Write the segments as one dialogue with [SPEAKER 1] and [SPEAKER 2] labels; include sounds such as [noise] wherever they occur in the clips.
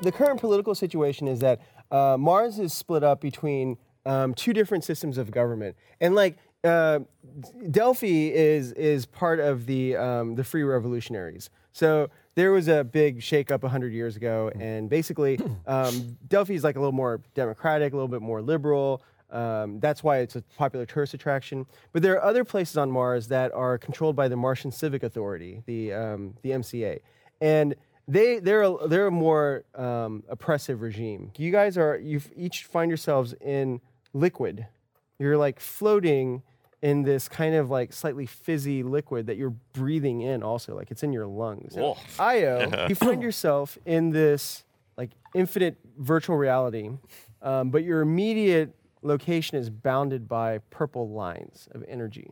[SPEAKER 1] the current political situation is that uh, Mars is split up between um, two different systems of government, and like uh, Delphi is is part of the um, the Free Revolutionaries. So there was a big shakeup hundred years ago, and basically um, Delphi is like a little more democratic, a little bit more liberal. Um, that's why it's a popular tourist attraction. But there are other places on Mars that are controlled by the Martian Civic Authority, the um, the MCA, and they they're a, they're a more um, oppressive regime. You guys are you each find yourselves in liquid. You're like floating in this kind of like slightly fizzy liquid that you're breathing in. Also, like it's in your lungs. And
[SPEAKER 2] Whoa.
[SPEAKER 1] Io, you find yourself in this like infinite virtual reality, um, but your immediate location is bounded by purple lines of energy.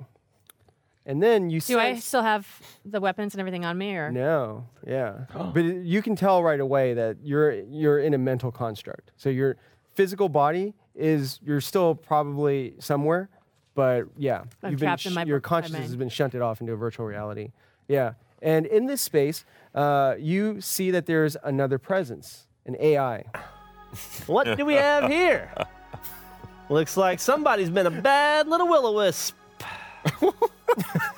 [SPEAKER 1] And then you
[SPEAKER 3] Do I
[SPEAKER 1] sense-
[SPEAKER 3] still have the weapons and everything on me, or
[SPEAKER 1] no, yeah, but it- you can tell right away that you're you're in a mental construct. So your physical body is you're still probably somewhere, but yeah,
[SPEAKER 3] I'm
[SPEAKER 1] you've been
[SPEAKER 3] trapped in my
[SPEAKER 1] your
[SPEAKER 3] b- my
[SPEAKER 1] consciousness has
[SPEAKER 3] mind.
[SPEAKER 1] been shunted off into a virtual reality. Yeah, and in this space, uh, you see that there's another presence, an AI.
[SPEAKER 4] What do we have here? Looks like somebody's been a bad little will o wisp.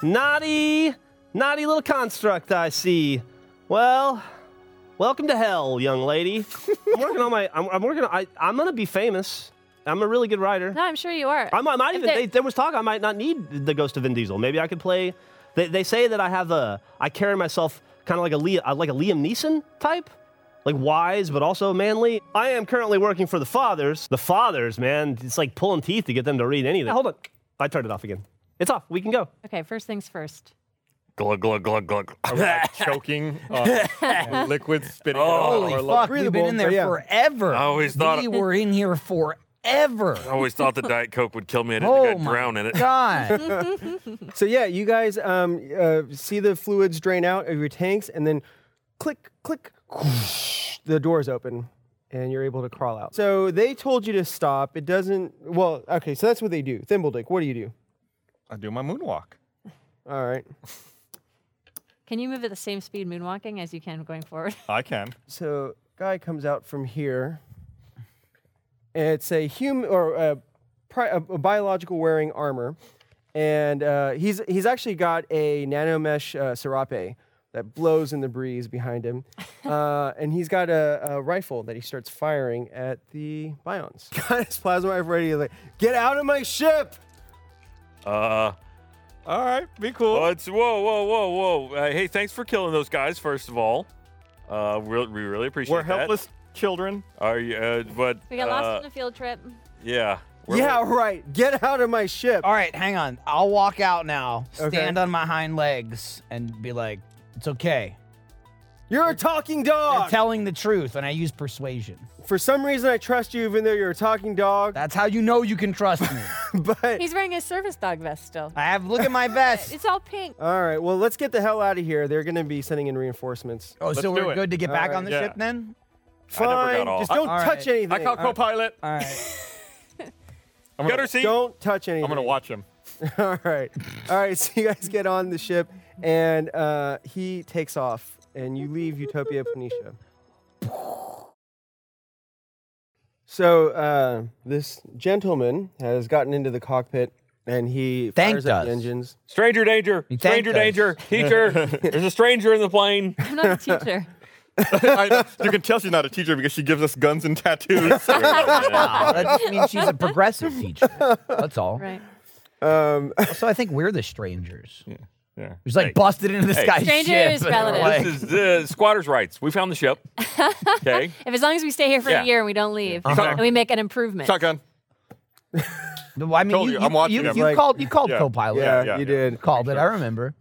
[SPEAKER 4] naughty, naughty little construct I see. Well, welcome to hell, young lady. I'm working on my. I'm, I'm working. On, I, I'm gonna be famous. I'm a really good writer.
[SPEAKER 3] No, I'm sure you are.
[SPEAKER 4] I might, I might
[SPEAKER 3] If
[SPEAKER 4] even.
[SPEAKER 3] there-
[SPEAKER 4] They, there was talk I might not need the ghost of Vin Diesel. Maybe I could play. They, they say that I have a. I carry myself kind of like a Lea- uh, like a Liam Neeson type, like wise but also manly. I am currently working for the fathers. The fathers, man, it's like pulling teeth to get them to read anything. Hold on, I turned it off again. It's off. We can go.
[SPEAKER 3] okay, first things first.
[SPEAKER 2] Glug glug glug glug.
[SPEAKER 5] Are we
[SPEAKER 6] [laughs]
[SPEAKER 5] like choking on liquid spitting out of
[SPEAKER 6] Holy
[SPEAKER 5] our lungs?
[SPEAKER 6] fuck, we've been
[SPEAKER 1] Breathable,
[SPEAKER 6] in
[SPEAKER 1] but
[SPEAKER 6] there
[SPEAKER 1] yeah.
[SPEAKER 6] forever.
[SPEAKER 2] I always thought-
[SPEAKER 6] we were in here
[SPEAKER 5] [laughs]
[SPEAKER 6] forever.
[SPEAKER 2] I always thought the Diet Coke would kill me. I didn't
[SPEAKER 6] Oh
[SPEAKER 2] think I'd
[SPEAKER 6] my
[SPEAKER 2] drown in it.
[SPEAKER 6] God.
[SPEAKER 1] So yeah, you guys um, uh, see the fluids drain out of your tanks, and then click, click, whoosh, the doors open, and you're able to crawl out. So they told you to stop. It doesn't. Well, okay. So that's what they do. Thimbledick, what do you do?
[SPEAKER 5] [laughs] I do my moonwalk.
[SPEAKER 1] All right.
[SPEAKER 3] Can you move at the same speed moonwalking as you can going forward? [laughs]
[SPEAKER 5] I can.
[SPEAKER 1] So guy comes out from here. It's a human or a, pri- a, a biological wearing armor, and uh, he's he's actually got a nanomesh uh, serape that blows in the breeze behind him, uh, and he's got a, a rifle that he starts firing at the bions. [laughs] Got his plasma rifle ready. He's like, get out of my ship!
[SPEAKER 2] Uh,
[SPEAKER 5] All right, be cool.
[SPEAKER 2] oh, it's whoa, whoa, whoa, whoa. Uh, hey, thanks for killing those guys. First of all, uh, we we really appreciate
[SPEAKER 5] We're
[SPEAKER 2] that.
[SPEAKER 5] helpless children.
[SPEAKER 2] Are you? Uh, but
[SPEAKER 3] We got lost
[SPEAKER 2] uh,
[SPEAKER 3] on the field trip.
[SPEAKER 2] Yeah. We're-
[SPEAKER 1] yeah, right. Get out of my ship.
[SPEAKER 6] All right, hang on. I'll walk out now, stand
[SPEAKER 1] Okay.
[SPEAKER 6] on my hind legs, and be like, it's okay.
[SPEAKER 1] You're a talking
[SPEAKER 6] They're
[SPEAKER 1] dog.
[SPEAKER 6] telling the truth, and I use persuasion.
[SPEAKER 1] For some reason, I trust you, even though you're a talking dog.
[SPEAKER 6] That's how you know you can trust
[SPEAKER 5] [laughs]
[SPEAKER 6] me.
[SPEAKER 1] [laughs] but
[SPEAKER 3] He's wearing his service dog vest still.
[SPEAKER 6] I have, look at my vest.
[SPEAKER 3] It's all pink.
[SPEAKER 1] All right. Well, let's get the hell out of here. They're going to be sending in reinforcements.
[SPEAKER 6] Oh, so
[SPEAKER 5] Let's do
[SPEAKER 6] we're
[SPEAKER 5] it.
[SPEAKER 6] good to get back
[SPEAKER 1] All
[SPEAKER 6] on the
[SPEAKER 5] right, yeah.
[SPEAKER 6] ship then?
[SPEAKER 2] I
[SPEAKER 1] Fine.
[SPEAKER 2] never got off.
[SPEAKER 1] Just don't
[SPEAKER 6] All
[SPEAKER 1] touch
[SPEAKER 6] right.
[SPEAKER 1] anything.
[SPEAKER 5] I call
[SPEAKER 1] All right.
[SPEAKER 5] co-pilot.
[SPEAKER 6] All right.
[SPEAKER 5] I'm
[SPEAKER 2] Gutter
[SPEAKER 5] gonna,
[SPEAKER 2] seat.
[SPEAKER 1] Don't touch anything.
[SPEAKER 5] I'm gonna watch him.
[SPEAKER 1] [laughs] All right. All right. [laughs] So you guys get on the ship, and uh, he takes off, and you leave Utopia Planitia. So uh, this gentleman has gotten into the cockpit, and he
[SPEAKER 6] Thanked
[SPEAKER 1] fires up the
[SPEAKER 6] us.
[SPEAKER 1] engines.
[SPEAKER 2] Stranger danger.
[SPEAKER 6] He thanked
[SPEAKER 2] Stranger
[SPEAKER 6] us.
[SPEAKER 2] danger. Teacher. There's a stranger in the plane.
[SPEAKER 3] I'm
[SPEAKER 5] [laughs]
[SPEAKER 3] not a teacher.
[SPEAKER 5] I know. you can tell she's not a teacher because she gives us guns and tattoos.
[SPEAKER 6] Wow, that just means she's a progressive teacher. That's all.
[SPEAKER 3] right.
[SPEAKER 6] So I think we're the strangers. Yeah.
[SPEAKER 5] yeah.
[SPEAKER 6] Who's like busted into this guy's
[SPEAKER 3] Stranger
[SPEAKER 6] ship.
[SPEAKER 3] is
[SPEAKER 6] and we're
[SPEAKER 3] relative.
[SPEAKER 6] like-
[SPEAKER 2] This is uh, squatters' rights. We found
[SPEAKER 3] [laughs]
[SPEAKER 2] the ship. Okay.
[SPEAKER 3] If as long as we stay here for
[SPEAKER 2] Yeah.
[SPEAKER 3] a year and we don't leave,
[SPEAKER 5] Okay.
[SPEAKER 3] and we make an improvement.
[SPEAKER 5] Shotgun.
[SPEAKER 6] Well, I mean,
[SPEAKER 5] Told
[SPEAKER 6] you,
[SPEAKER 5] you, I'm watching
[SPEAKER 6] you,
[SPEAKER 5] him.
[SPEAKER 6] you
[SPEAKER 1] Like-
[SPEAKER 6] called you called
[SPEAKER 5] Yeah.
[SPEAKER 6] co-pilot.
[SPEAKER 1] Yeah,
[SPEAKER 5] Oh, yeah,
[SPEAKER 1] you
[SPEAKER 5] yeah.
[SPEAKER 1] did.
[SPEAKER 6] Called it. I remember.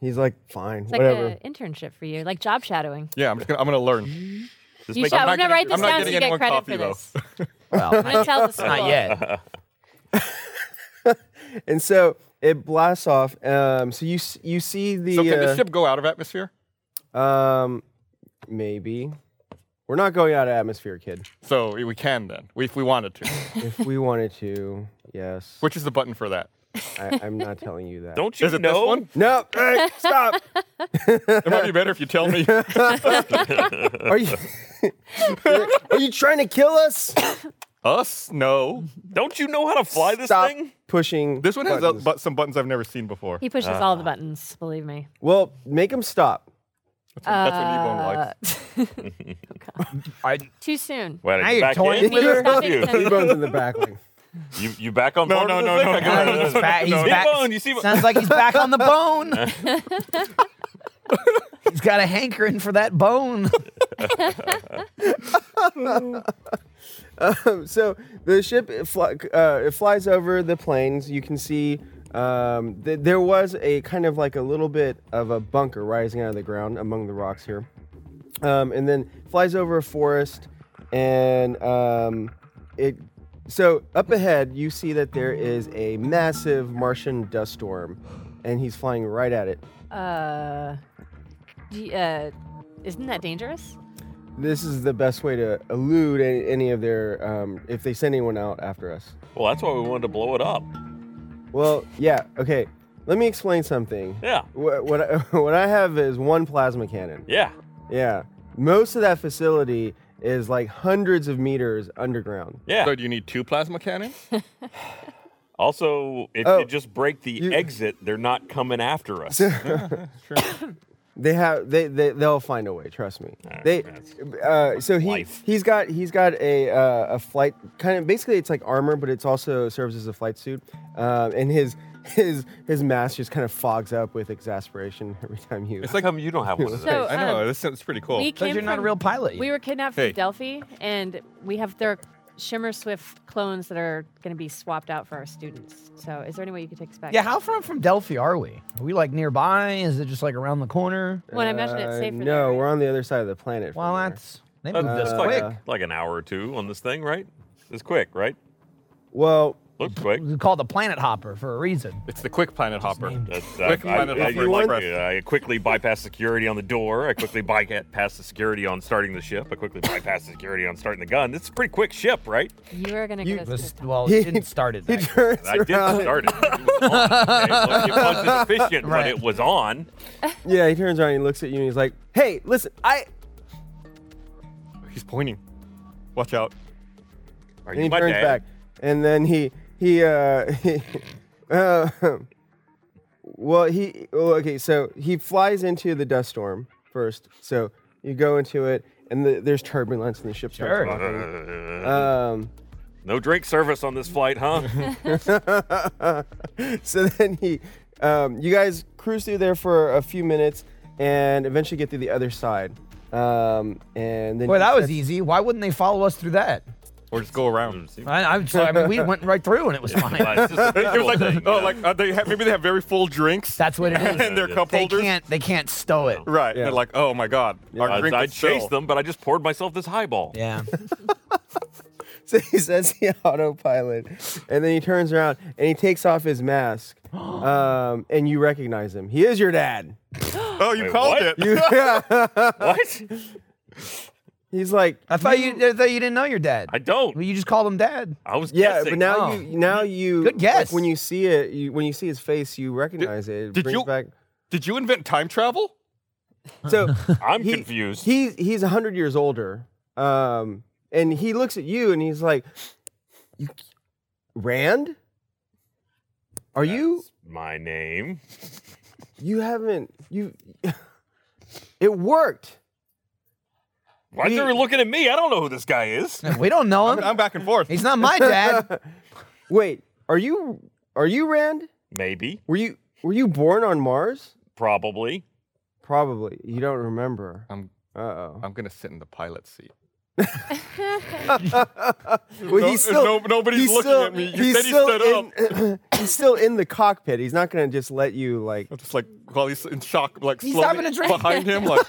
[SPEAKER 1] He's like, fine,
[SPEAKER 3] It's like
[SPEAKER 1] whatever.
[SPEAKER 3] an internship for you, like job shadowing.
[SPEAKER 5] Yeah, I'm just gonna. I'm gonna learn.
[SPEAKER 2] Just
[SPEAKER 3] You
[SPEAKER 2] make-
[SPEAKER 3] shall.
[SPEAKER 5] not
[SPEAKER 3] We're gonna
[SPEAKER 5] getting-
[SPEAKER 3] write this
[SPEAKER 5] I'm not
[SPEAKER 3] down so
[SPEAKER 5] getting
[SPEAKER 3] you
[SPEAKER 5] any
[SPEAKER 3] get
[SPEAKER 5] more
[SPEAKER 3] credit
[SPEAKER 5] coffee,
[SPEAKER 3] for
[SPEAKER 5] though.
[SPEAKER 3] this. [laughs]
[SPEAKER 6] Well,
[SPEAKER 3] I'm gonna tell
[SPEAKER 5] [laughs]
[SPEAKER 3] the school.
[SPEAKER 6] not yet.
[SPEAKER 1] And so it blasts off. Um, so you s- you see the
[SPEAKER 5] So can
[SPEAKER 1] uh,
[SPEAKER 5] the ship go out of atmosphere?
[SPEAKER 1] Um, maybe. We're not going out of atmosphere, kid.
[SPEAKER 5] So we can then, if we wanted to.
[SPEAKER 1] [laughs] If we wanted to, yes.
[SPEAKER 5] Which is the button for that?
[SPEAKER 1] I, I'm not telling you that.
[SPEAKER 2] Don't you
[SPEAKER 5] Is it
[SPEAKER 2] know?
[SPEAKER 5] this one?
[SPEAKER 1] No, hey, stop.
[SPEAKER 5] It might be better if you tell me.
[SPEAKER 1] Are you? [laughs] Are you trying to kill us?
[SPEAKER 5] Us? No.
[SPEAKER 2] Don't you know how to fly this
[SPEAKER 1] Stop
[SPEAKER 2] thing?
[SPEAKER 1] pushing.
[SPEAKER 5] This one has uh,
[SPEAKER 1] buttons.
[SPEAKER 5] but some buttons I've never seen before.
[SPEAKER 3] He pushes all the
[SPEAKER 5] Uh.
[SPEAKER 3] buttons, believe me.
[SPEAKER 1] well, make him stop.
[SPEAKER 5] That's what, that's what Ebone
[SPEAKER 3] Uh,
[SPEAKER 5] likes.
[SPEAKER 6] I,
[SPEAKER 3] [laughs] Too soon.
[SPEAKER 2] Wait,
[SPEAKER 6] Now
[SPEAKER 2] you
[SPEAKER 6] you're
[SPEAKER 2] back
[SPEAKER 6] toying
[SPEAKER 2] in?
[SPEAKER 6] with her?
[SPEAKER 1] [laughs]
[SPEAKER 2] Fuck you.
[SPEAKER 1] T-bone's in the back wing.
[SPEAKER 2] you you back on
[SPEAKER 5] No,
[SPEAKER 2] board
[SPEAKER 5] no,
[SPEAKER 2] with
[SPEAKER 5] no,
[SPEAKER 2] this
[SPEAKER 5] no,
[SPEAKER 2] thing?
[SPEAKER 5] no,
[SPEAKER 2] I can
[SPEAKER 5] no,
[SPEAKER 2] run
[SPEAKER 5] no,
[SPEAKER 6] he's
[SPEAKER 2] [laughs] this.
[SPEAKER 6] back. He's back.
[SPEAKER 2] T-Bone, you see what-
[SPEAKER 6] Sounds like he's back on the bone. [laughs] he's got a hankering for that bone. [laughs]
[SPEAKER 1] So the ship it, fly, uh, it flies over the plains. You can see um, th- there was a kind of like a little bit of a bunker rising out of the ground among the rocks here, um, and then flies over a forest. And um, it so up ahead you see that there is a massive Martian dust storm, and he's flying right at it.
[SPEAKER 3] Uh, do you- uh, isn't that dangerous?
[SPEAKER 1] This is the best way to elude any, any of their um, if they send anyone out after us.
[SPEAKER 2] Well, that's why we wanted to blow it up.
[SPEAKER 1] Well, yeah, okay. Let me explain something.
[SPEAKER 2] Yeah.
[SPEAKER 1] What what I, [laughs] what I have is one plasma cannon.
[SPEAKER 2] Yeah.
[SPEAKER 1] Yeah. Most of that facility is like hundreds of meters underground.
[SPEAKER 2] Yeah.
[SPEAKER 5] So do you need two plasma cannons?
[SPEAKER 2] also, if
[SPEAKER 1] Oh,
[SPEAKER 2] you just break the
[SPEAKER 1] you-
[SPEAKER 2] exit, they're not coming after us.
[SPEAKER 1] They have they, they they'll find a way. Trust me. They uh, so he
[SPEAKER 2] life.
[SPEAKER 1] he's got he's got a uh, a flight kind of basically it's like armor, but it's also serves as a flight suit. Um, and his his his mask just kind of fogs up with exasperation [laughs] every time you.
[SPEAKER 2] It's like how come you don't have
[SPEAKER 5] [laughs]
[SPEAKER 2] one of
[SPEAKER 3] So,
[SPEAKER 2] those.
[SPEAKER 5] I know.
[SPEAKER 3] um,
[SPEAKER 5] this sounds pretty cool.
[SPEAKER 3] we came
[SPEAKER 6] you're not a
[SPEAKER 3] from-
[SPEAKER 6] real pilot
[SPEAKER 3] We
[SPEAKER 6] yet.
[SPEAKER 3] were kidnapped
[SPEAKER 5] Hey.
[SPEAKER 3] from Delphi, and we have their Shimmer Swift clones that are going to be swapped out for our students. So, is there any way you could take us back?
[SPEAKER 6] Yeah, how far from Delphi are we? Are we like nearby? Is it just like around the corner?
[SPEAKER 3] Well, I imagine it's
[SPEAKER 1] Uh,
[SPEAKER 3] safer.
[SPEAKER 1] no,
[SPEAKER 3] there, right?
[SPEAKER 1] we're on the other side of the planet. from
[SPEAKER 6] Well,
[SPEAKER 1] there.
[SPEAKER 6] that's they
[SPEAKER 2] Uh,
[SPEAKER 6] moved
[SPEAKER 2] that's
[SPEAKER 6] us
[SPEAKER 2] like,
[SPEAKER 6] quick.
[SPEAKER 2] like an hour or two on this thing, right? It's quick, right?
[SPEAKER 1] well.
[SPEAKER 5] [laughs]
[SPEAKER 2] Looks quick.
[SPEAKER 6] We call the Planet Hopper for a reason.
[SPEAKER 5] it's the quick planet hopper.
[SPEAKER 2] That's, uh,
[SPEAKER 5] Quick
[SPEAKER 2] I, I,
[SPEAKER 5] planet
[SPEAKER 2] I,
[SPEAKER 5] hopper
[SPEAKER 2] I-
[SPEAKER 5] express.
[SPEAKER 2] I- I quickly bypass security on the door. I quickly bypass the security on starting the ship. I quickly bypass the security on starting the gun. This is a pretty quick ship, right?
[SPEAKER 3] You are going to get us.
[SPEAKER 6] This,
[SPEAKER 3] to the top.
[SPEAKER 5] [laughs]
[SPEAKER 6] well, it didn't start it.
[SPEAKER 1] He turns
[SPEAKER 2] I did
[SPEAKER 1] around.
[SPEAKER 2] start it. It was on. Okay, look, it wasn't efficient, but
[SPEAKER 6] Right.
[SPEAKER 2] it was on.
[SPEAKER 1] Yeah, he turns around and he looks at you and he's like, "Hey, listen, I."
[SPEAKER 5] He's pointing. Watch out.
[SPEAKER 2] Are
[SPEAKER 1] And
[SPEAKER 2] you
[SPEAKER 1] he
[SPEAKER 2] my
[SPEAKER 1] turns
[SPEAKER 2] dad?
[SPEAKER 1] back, and then he he uh, [laughs] he, uh well he well, okay so he flies into the dust storm first. So you go into it, and the, there's turbulence, and the ship starts
[SPEAKER 6] Sure.
[SPEAKER 1] rocking. Um,
[SPEAKER 2] No drink service on this flight, huh?
[SPEAKER 1] [laughs] so then he, um, you guys cruise through there for a few minutes, and eventually get through the other side. Um, and then
[SPEAKER 6] Boy,
[SPEAKER 1] he
[SPEAKER 6] that was
[SPEAKER 1] steps-
[SPEAKER 6] easy. Why wouldn't they follow us through that?
[SPEAKER 5] [laughs] Or just go around. it
[SPEAKER 6] I, I'm sorry, I mean,
[SPEAKER 5] [laughs]
[SPEAKER 6] we went right through and it was fine.
[SPEAKER 2] But it's just a
[SPEAKER 5] was
[SPEAKER 2] visual
[SPEAKER 5] like,
[SPEAKER 2] thing, you
[SPEAKER 5] oh,
[SPEAKER 2] know?
[SPEAKER 5] like uh, they have, maybe they have very full drinks.
[SPEAKER 6] That's what it is.
[SPEAKER 5] [laughs] and their cup
[SPEAKER 6] They
[SPEAKER 5] holders.
[SPEAKER 6] can't. They can't stow it.
[SPEAKER 5] Right.
[SPEAKER 1] Yeah.
[SPEAKER 5] They're like, oh my god, our
[SPEAKER 2] I,
[SPEAKER 5] drink
[SPEAKER 2] I
[SPEAKER 5] is full.
[SPEAKER 2] chased them, but I just poured myself this highball.
[SPEAKER 5] [laughs]
[SPEAKER 6] Yeah.
[SPEAKER 1] [laughs] So he says the autopilot, and then he turns around and he takes off his mask, um, and you recognize him. He is your dad. [laughs]
[SPEAKER 5] Oh, you
[SPEAKER 2] Wait,
[SPEAKER 5] called
[SPEAKER 2] what?
[SPEAKER 5] it.
[SPEAKER 1] You-
[SPEAKER 2] What?
[SPEAKER 1] He's like,
[SPEAKER 6] I thought you. I thought you didn't know your dad.
[SPEAKER 2] I don't.
[SPEAKER 6] Well, you just called him dad.
[SPEAKER 2] I was
[SPEAKER 1] yeah,
[SPEAKER 2] guessing.
[SPEAKER 1] but now
[SPEAKER 6] Oh.
[SPEAKER 1] you, now you,
[SPEAKER 6] Good guess.
[SPEAKER 1] Like when you see it, you, when you see his face, you recognize it. It
[SPEAKER 5] did
[SPEAKER 1] brings
[SPEAKER 5] you-
[SPEAKER 1] back.
[SPEAKER 5] Did you invent time travel?
[SPEAKER 1] So
[SPEAKER 2] I'm
[SPEAKER 1] he-
[SPEAKER 2] confused.
[SPEAKER 1] He's he's hundred years older, um, and he looks at you and he's like, "You, Rand, are you
[SPEAKER 2] my name.
[SPEAKER 1] you haven't you? [laughs] it worked."
[SPEAKER 2] Why is
[SPEAKER 1] We-
[SPEAKER 2] everyone looking at me? I don't know who this guy is.
[SPEAKER 6] We don't know him.
[SPEAKER 5] I'm back and forth.
[SPEAKER 6] He's not my
[SPEAKER 5] [laughs]
[SPEAKER 6] dad.
[SPEAKER 1] Wait, are you are you Rand?
[SPEAKER 2] Maybe,
[SPEAKER 1] Were you were you born on Mars?
[SPEAKER 2] probably.
[SPEAKER 1] Probably. You don't remember.
[SPEAKER 5] I'm
[SPEAKER 1] Uh oh.
[SPEAKER 5] I'm gonna sit in the pilot seat.
[SPEAKER 1] Well,
[SPEAKER 5] No-
[SPEAKER 1] he's still
[SPEAKER 5] no- nobody's
[SPEAKER 1] he's
[SPEAKER 5] looking
[SPEAKER 1] still-
[SPEAKER 5] at me. You
[SPEAKER 1] he's
[SPEAKER 5] said he
[SPEAKER 1] still
[SPEAKER 5] stood
[SPEAKER 1] in- [laughs] he's still in the cockpit. He's not gonna just let you like.
[SPEAKER 5] I'm just like while he's in shock, like
[SPEAKER 6] He's
[SPEAKER 5] slowly
[SPEAKER 6] having a drink.
[SPEAKER 5] behind him. Like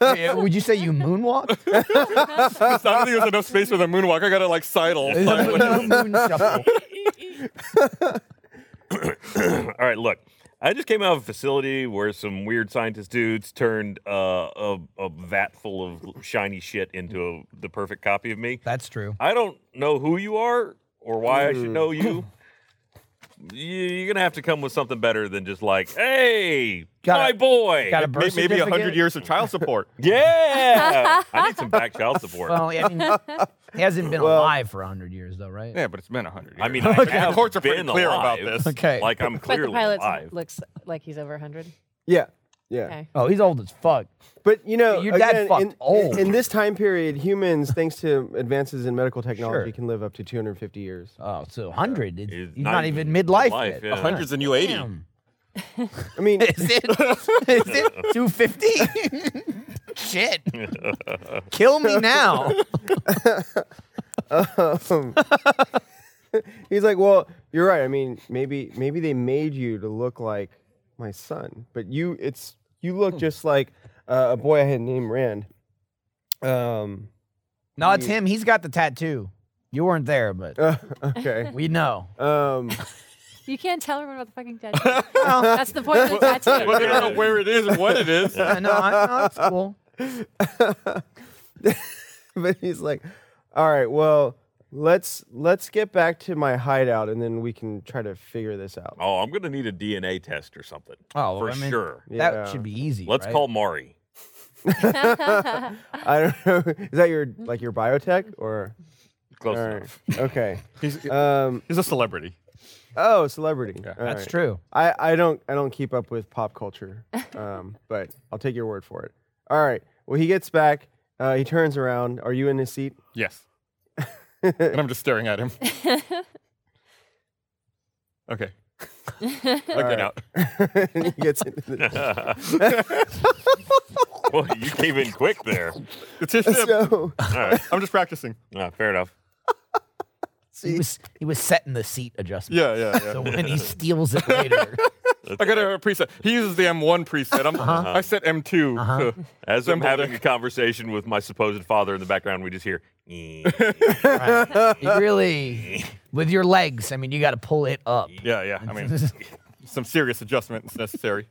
[SPEAKER 6] Wait, Would you say you moonwalk?
[SPEAKER 5] [laughs] I don't think there's enough space with a moonwalk. I gotta like sidle.
[SPEAKER 6] Moon shuffle.
[SPEAKER 2] All right, look. I just came out of a facility where some weird scientist dudes turned uh, a, a vat full of shiny shit into a, the perfect copy of me.
[SPEAKER 6] That's true.
[SPEAKER 7] Mm.
[SPEAKER 2] I don't know who you are or why I should know you, you- you're gonna have to come with something better than just like, hey,
[SPEAKER 7] Got
[SPEAKER 2] my
[SPEAKER 7] a-
[SPEAKER 2] boy.
[SPEAKER 7] got a
[SPEAKER 5] [laughs] May-
[SPEAKER 7] birth
[SPEAKER 5] Maybe a hundred
[SPEAKER 7] certificate?
[SPEAKER 5] years of child [laughs] support.
[SPEAKER 2] [laughs] yeah, I need some
[SPEAKER 7] [laughs]
[SPEAKER 2] back child support.
[SPEAKER 7] Well, yeah, I mean, he hasn't been alive for hundred years though, right?
[SPEAKER 5] yeah, but it's been a hundred years.
[SPEAKER 2] I
[SPEAKER 7] [laughs]
[SPEAKER 2] mean, I have
[SPEAKER 5] the courts are pretty
[SPEAKER 2] been
[SPEAKER 5] clear
[SPEAKER 2] alive.
[SPEAKER 5] about this.
[SPEAKER 7] Okay.
[SPEAKER 2] Like I'm
[SPEAKER 3] But the
[SPEAKER 2] clearly
[SPEAKER 3] pilot [laughs]
[SPEAKER 2] alive.
[SPEAKER 3] looks like he's over 100.
[SPEAKER 1] Yeah. Yeah.
[SPEAKER 3] Okay.
[SPEAKER 7] Oh, he's old as fuck.
[SPEAKER 1] But you know,
[SPEAKER 7] Your dad
[SPEAKER 1] again,
[SPEAKER 7] fucked
[SPEAKER 1] in,
[SPEAKER 7] old.
[SPEAKER 1] in this time period, humans, thanks to advances in medical technology,
[SPEAKER 7] Sure.
[SPEAKER 1] can live up to 250 years.
[SPEAKER 7] Oh, so hundred. It's,
[SPEAKER 2] He's
[SPEAKER 7] he's not,
[SPEAKER 2] not
[SPEAKER 7] even
[SPEAKER 2] even
[SPEAKER 7] midlife.
[SPEAKER 2] midlife,
[SPEAKER 7] yet.
[SPEAKER 2] yeah. A
[SPEAKER 5] Hundreds and you eighty.
[SPEAKER 7] Damn.
[SPEAKER 1] I mean,
[SPEAKER 7] [laughs] Is it? Is
[SPEAKER 1] [laughs]
[SPEAKER 7] it two fifty? Shit. Kill me now.
[SPEAKER 1] he's like, well, you're right. I mean, maybe maybe they made you to look like my son, but you it's you look just like uh, a boy I had named Rand. Um. [laughs]
[SPEAKER 7] No, it's him. He's got the tattoo. You weren't there, but
[SPEAKER 1] Uh. okay.
[SPEAKER 7] we know.
[SPEAKER 1] Um. [laughs]
[SPEAKER 6] [laughs]
[SPEAKER 3] You can't tell everyone about the fucking tattoo. That's the point of the tattoo.
[SPEAKER 5] [laughs] [laughs] Well, they don't know where it is and what it is.
[SPEAKER 7] I know. I know.
[SPEAKER 1] [laughs]
[SPEAKER 7] It's cool.
[SPEAKER 1] but he's like, all right, well, let's let's get back to my hideout, and then we can try to figure this out.
[SPEAKER 2] Oh, I'm gonna need a DNA test or something.
[SPEAKER 7] Oh,
[SPEAKER 2] for
[SPEAKER 7] I mean,
[SPEAKER 2] sure.
[SPEAKER 1] Yeah.
[SPEAKER 7] That should be easy.
[SPEAKER 2] Let's
[SPEAKER 7] right?
[SPEAKER 2] call Mari.
[SPEAKER 1] I don't know. [laughs] Is that your like your biotech or?
[SPEAKER 2] Close
[SPEAKER 1] All right.
[SPEAKER 2] enough. [laughs]
[SPEAKER 1] Okay.
[SPEAKER 5] He's,
[SPEAKER 1] Um.
[SPEAKER 5] he's a celebrity.
[SPEAKER 1] Oh, celebrity. All
[SPEAKER 7] That's
[SPEAKER 1] right.
[SPEAKER 7] true.
[SPEAKER 1] I, I don't I don't keep up with pop culture, um, but I'll take your word for it. All right. Well, he gets back. Uh, he turns around. Are you in his seat? [laughs]
[SPEAKER 5] Yes. and I'm just staring at him. Okay. I
[SPEAKER 1] right.
[SPEAKER 5] get out.
[SPEAKER 1] and he gets into the,
[SPEAKER 2] Well, you came in quick there.
[SPEAKER 5] It's his ship.
[SPEAKER 1] so
[SPEAKER 2] All right.
[SPEAKER 5] [laughs] I'm just practicing.
[SPEAKER 2] Ah, fair enough.
[SPEAKER 7] He was he was setting the seat adjustment.
[SPEAKER 5] Yeah, yeah, yeah.
[SPEAKER 7] So when he steals it later,
[SPEAKER 5] I got a preset. He uses the M1 preset. I'm, I set M2. to-
[SPEAKER 2] As
[SPEAKER 5] Simple
[SPEAKER 2] I'm having
[SPEAKER 5] there.
[SPEAKER 2] a conversation with my supposed father in the background, we just hear. "Eh."
[SPEAKER 7] you really with your legs. I mean, you got to pull it
[SPEAKER 2] [laughs]
[SPEAKER 7] up. [laughs]
[SPEAKER 5] yeah, yeah. I mean, some serious adjustments necessary.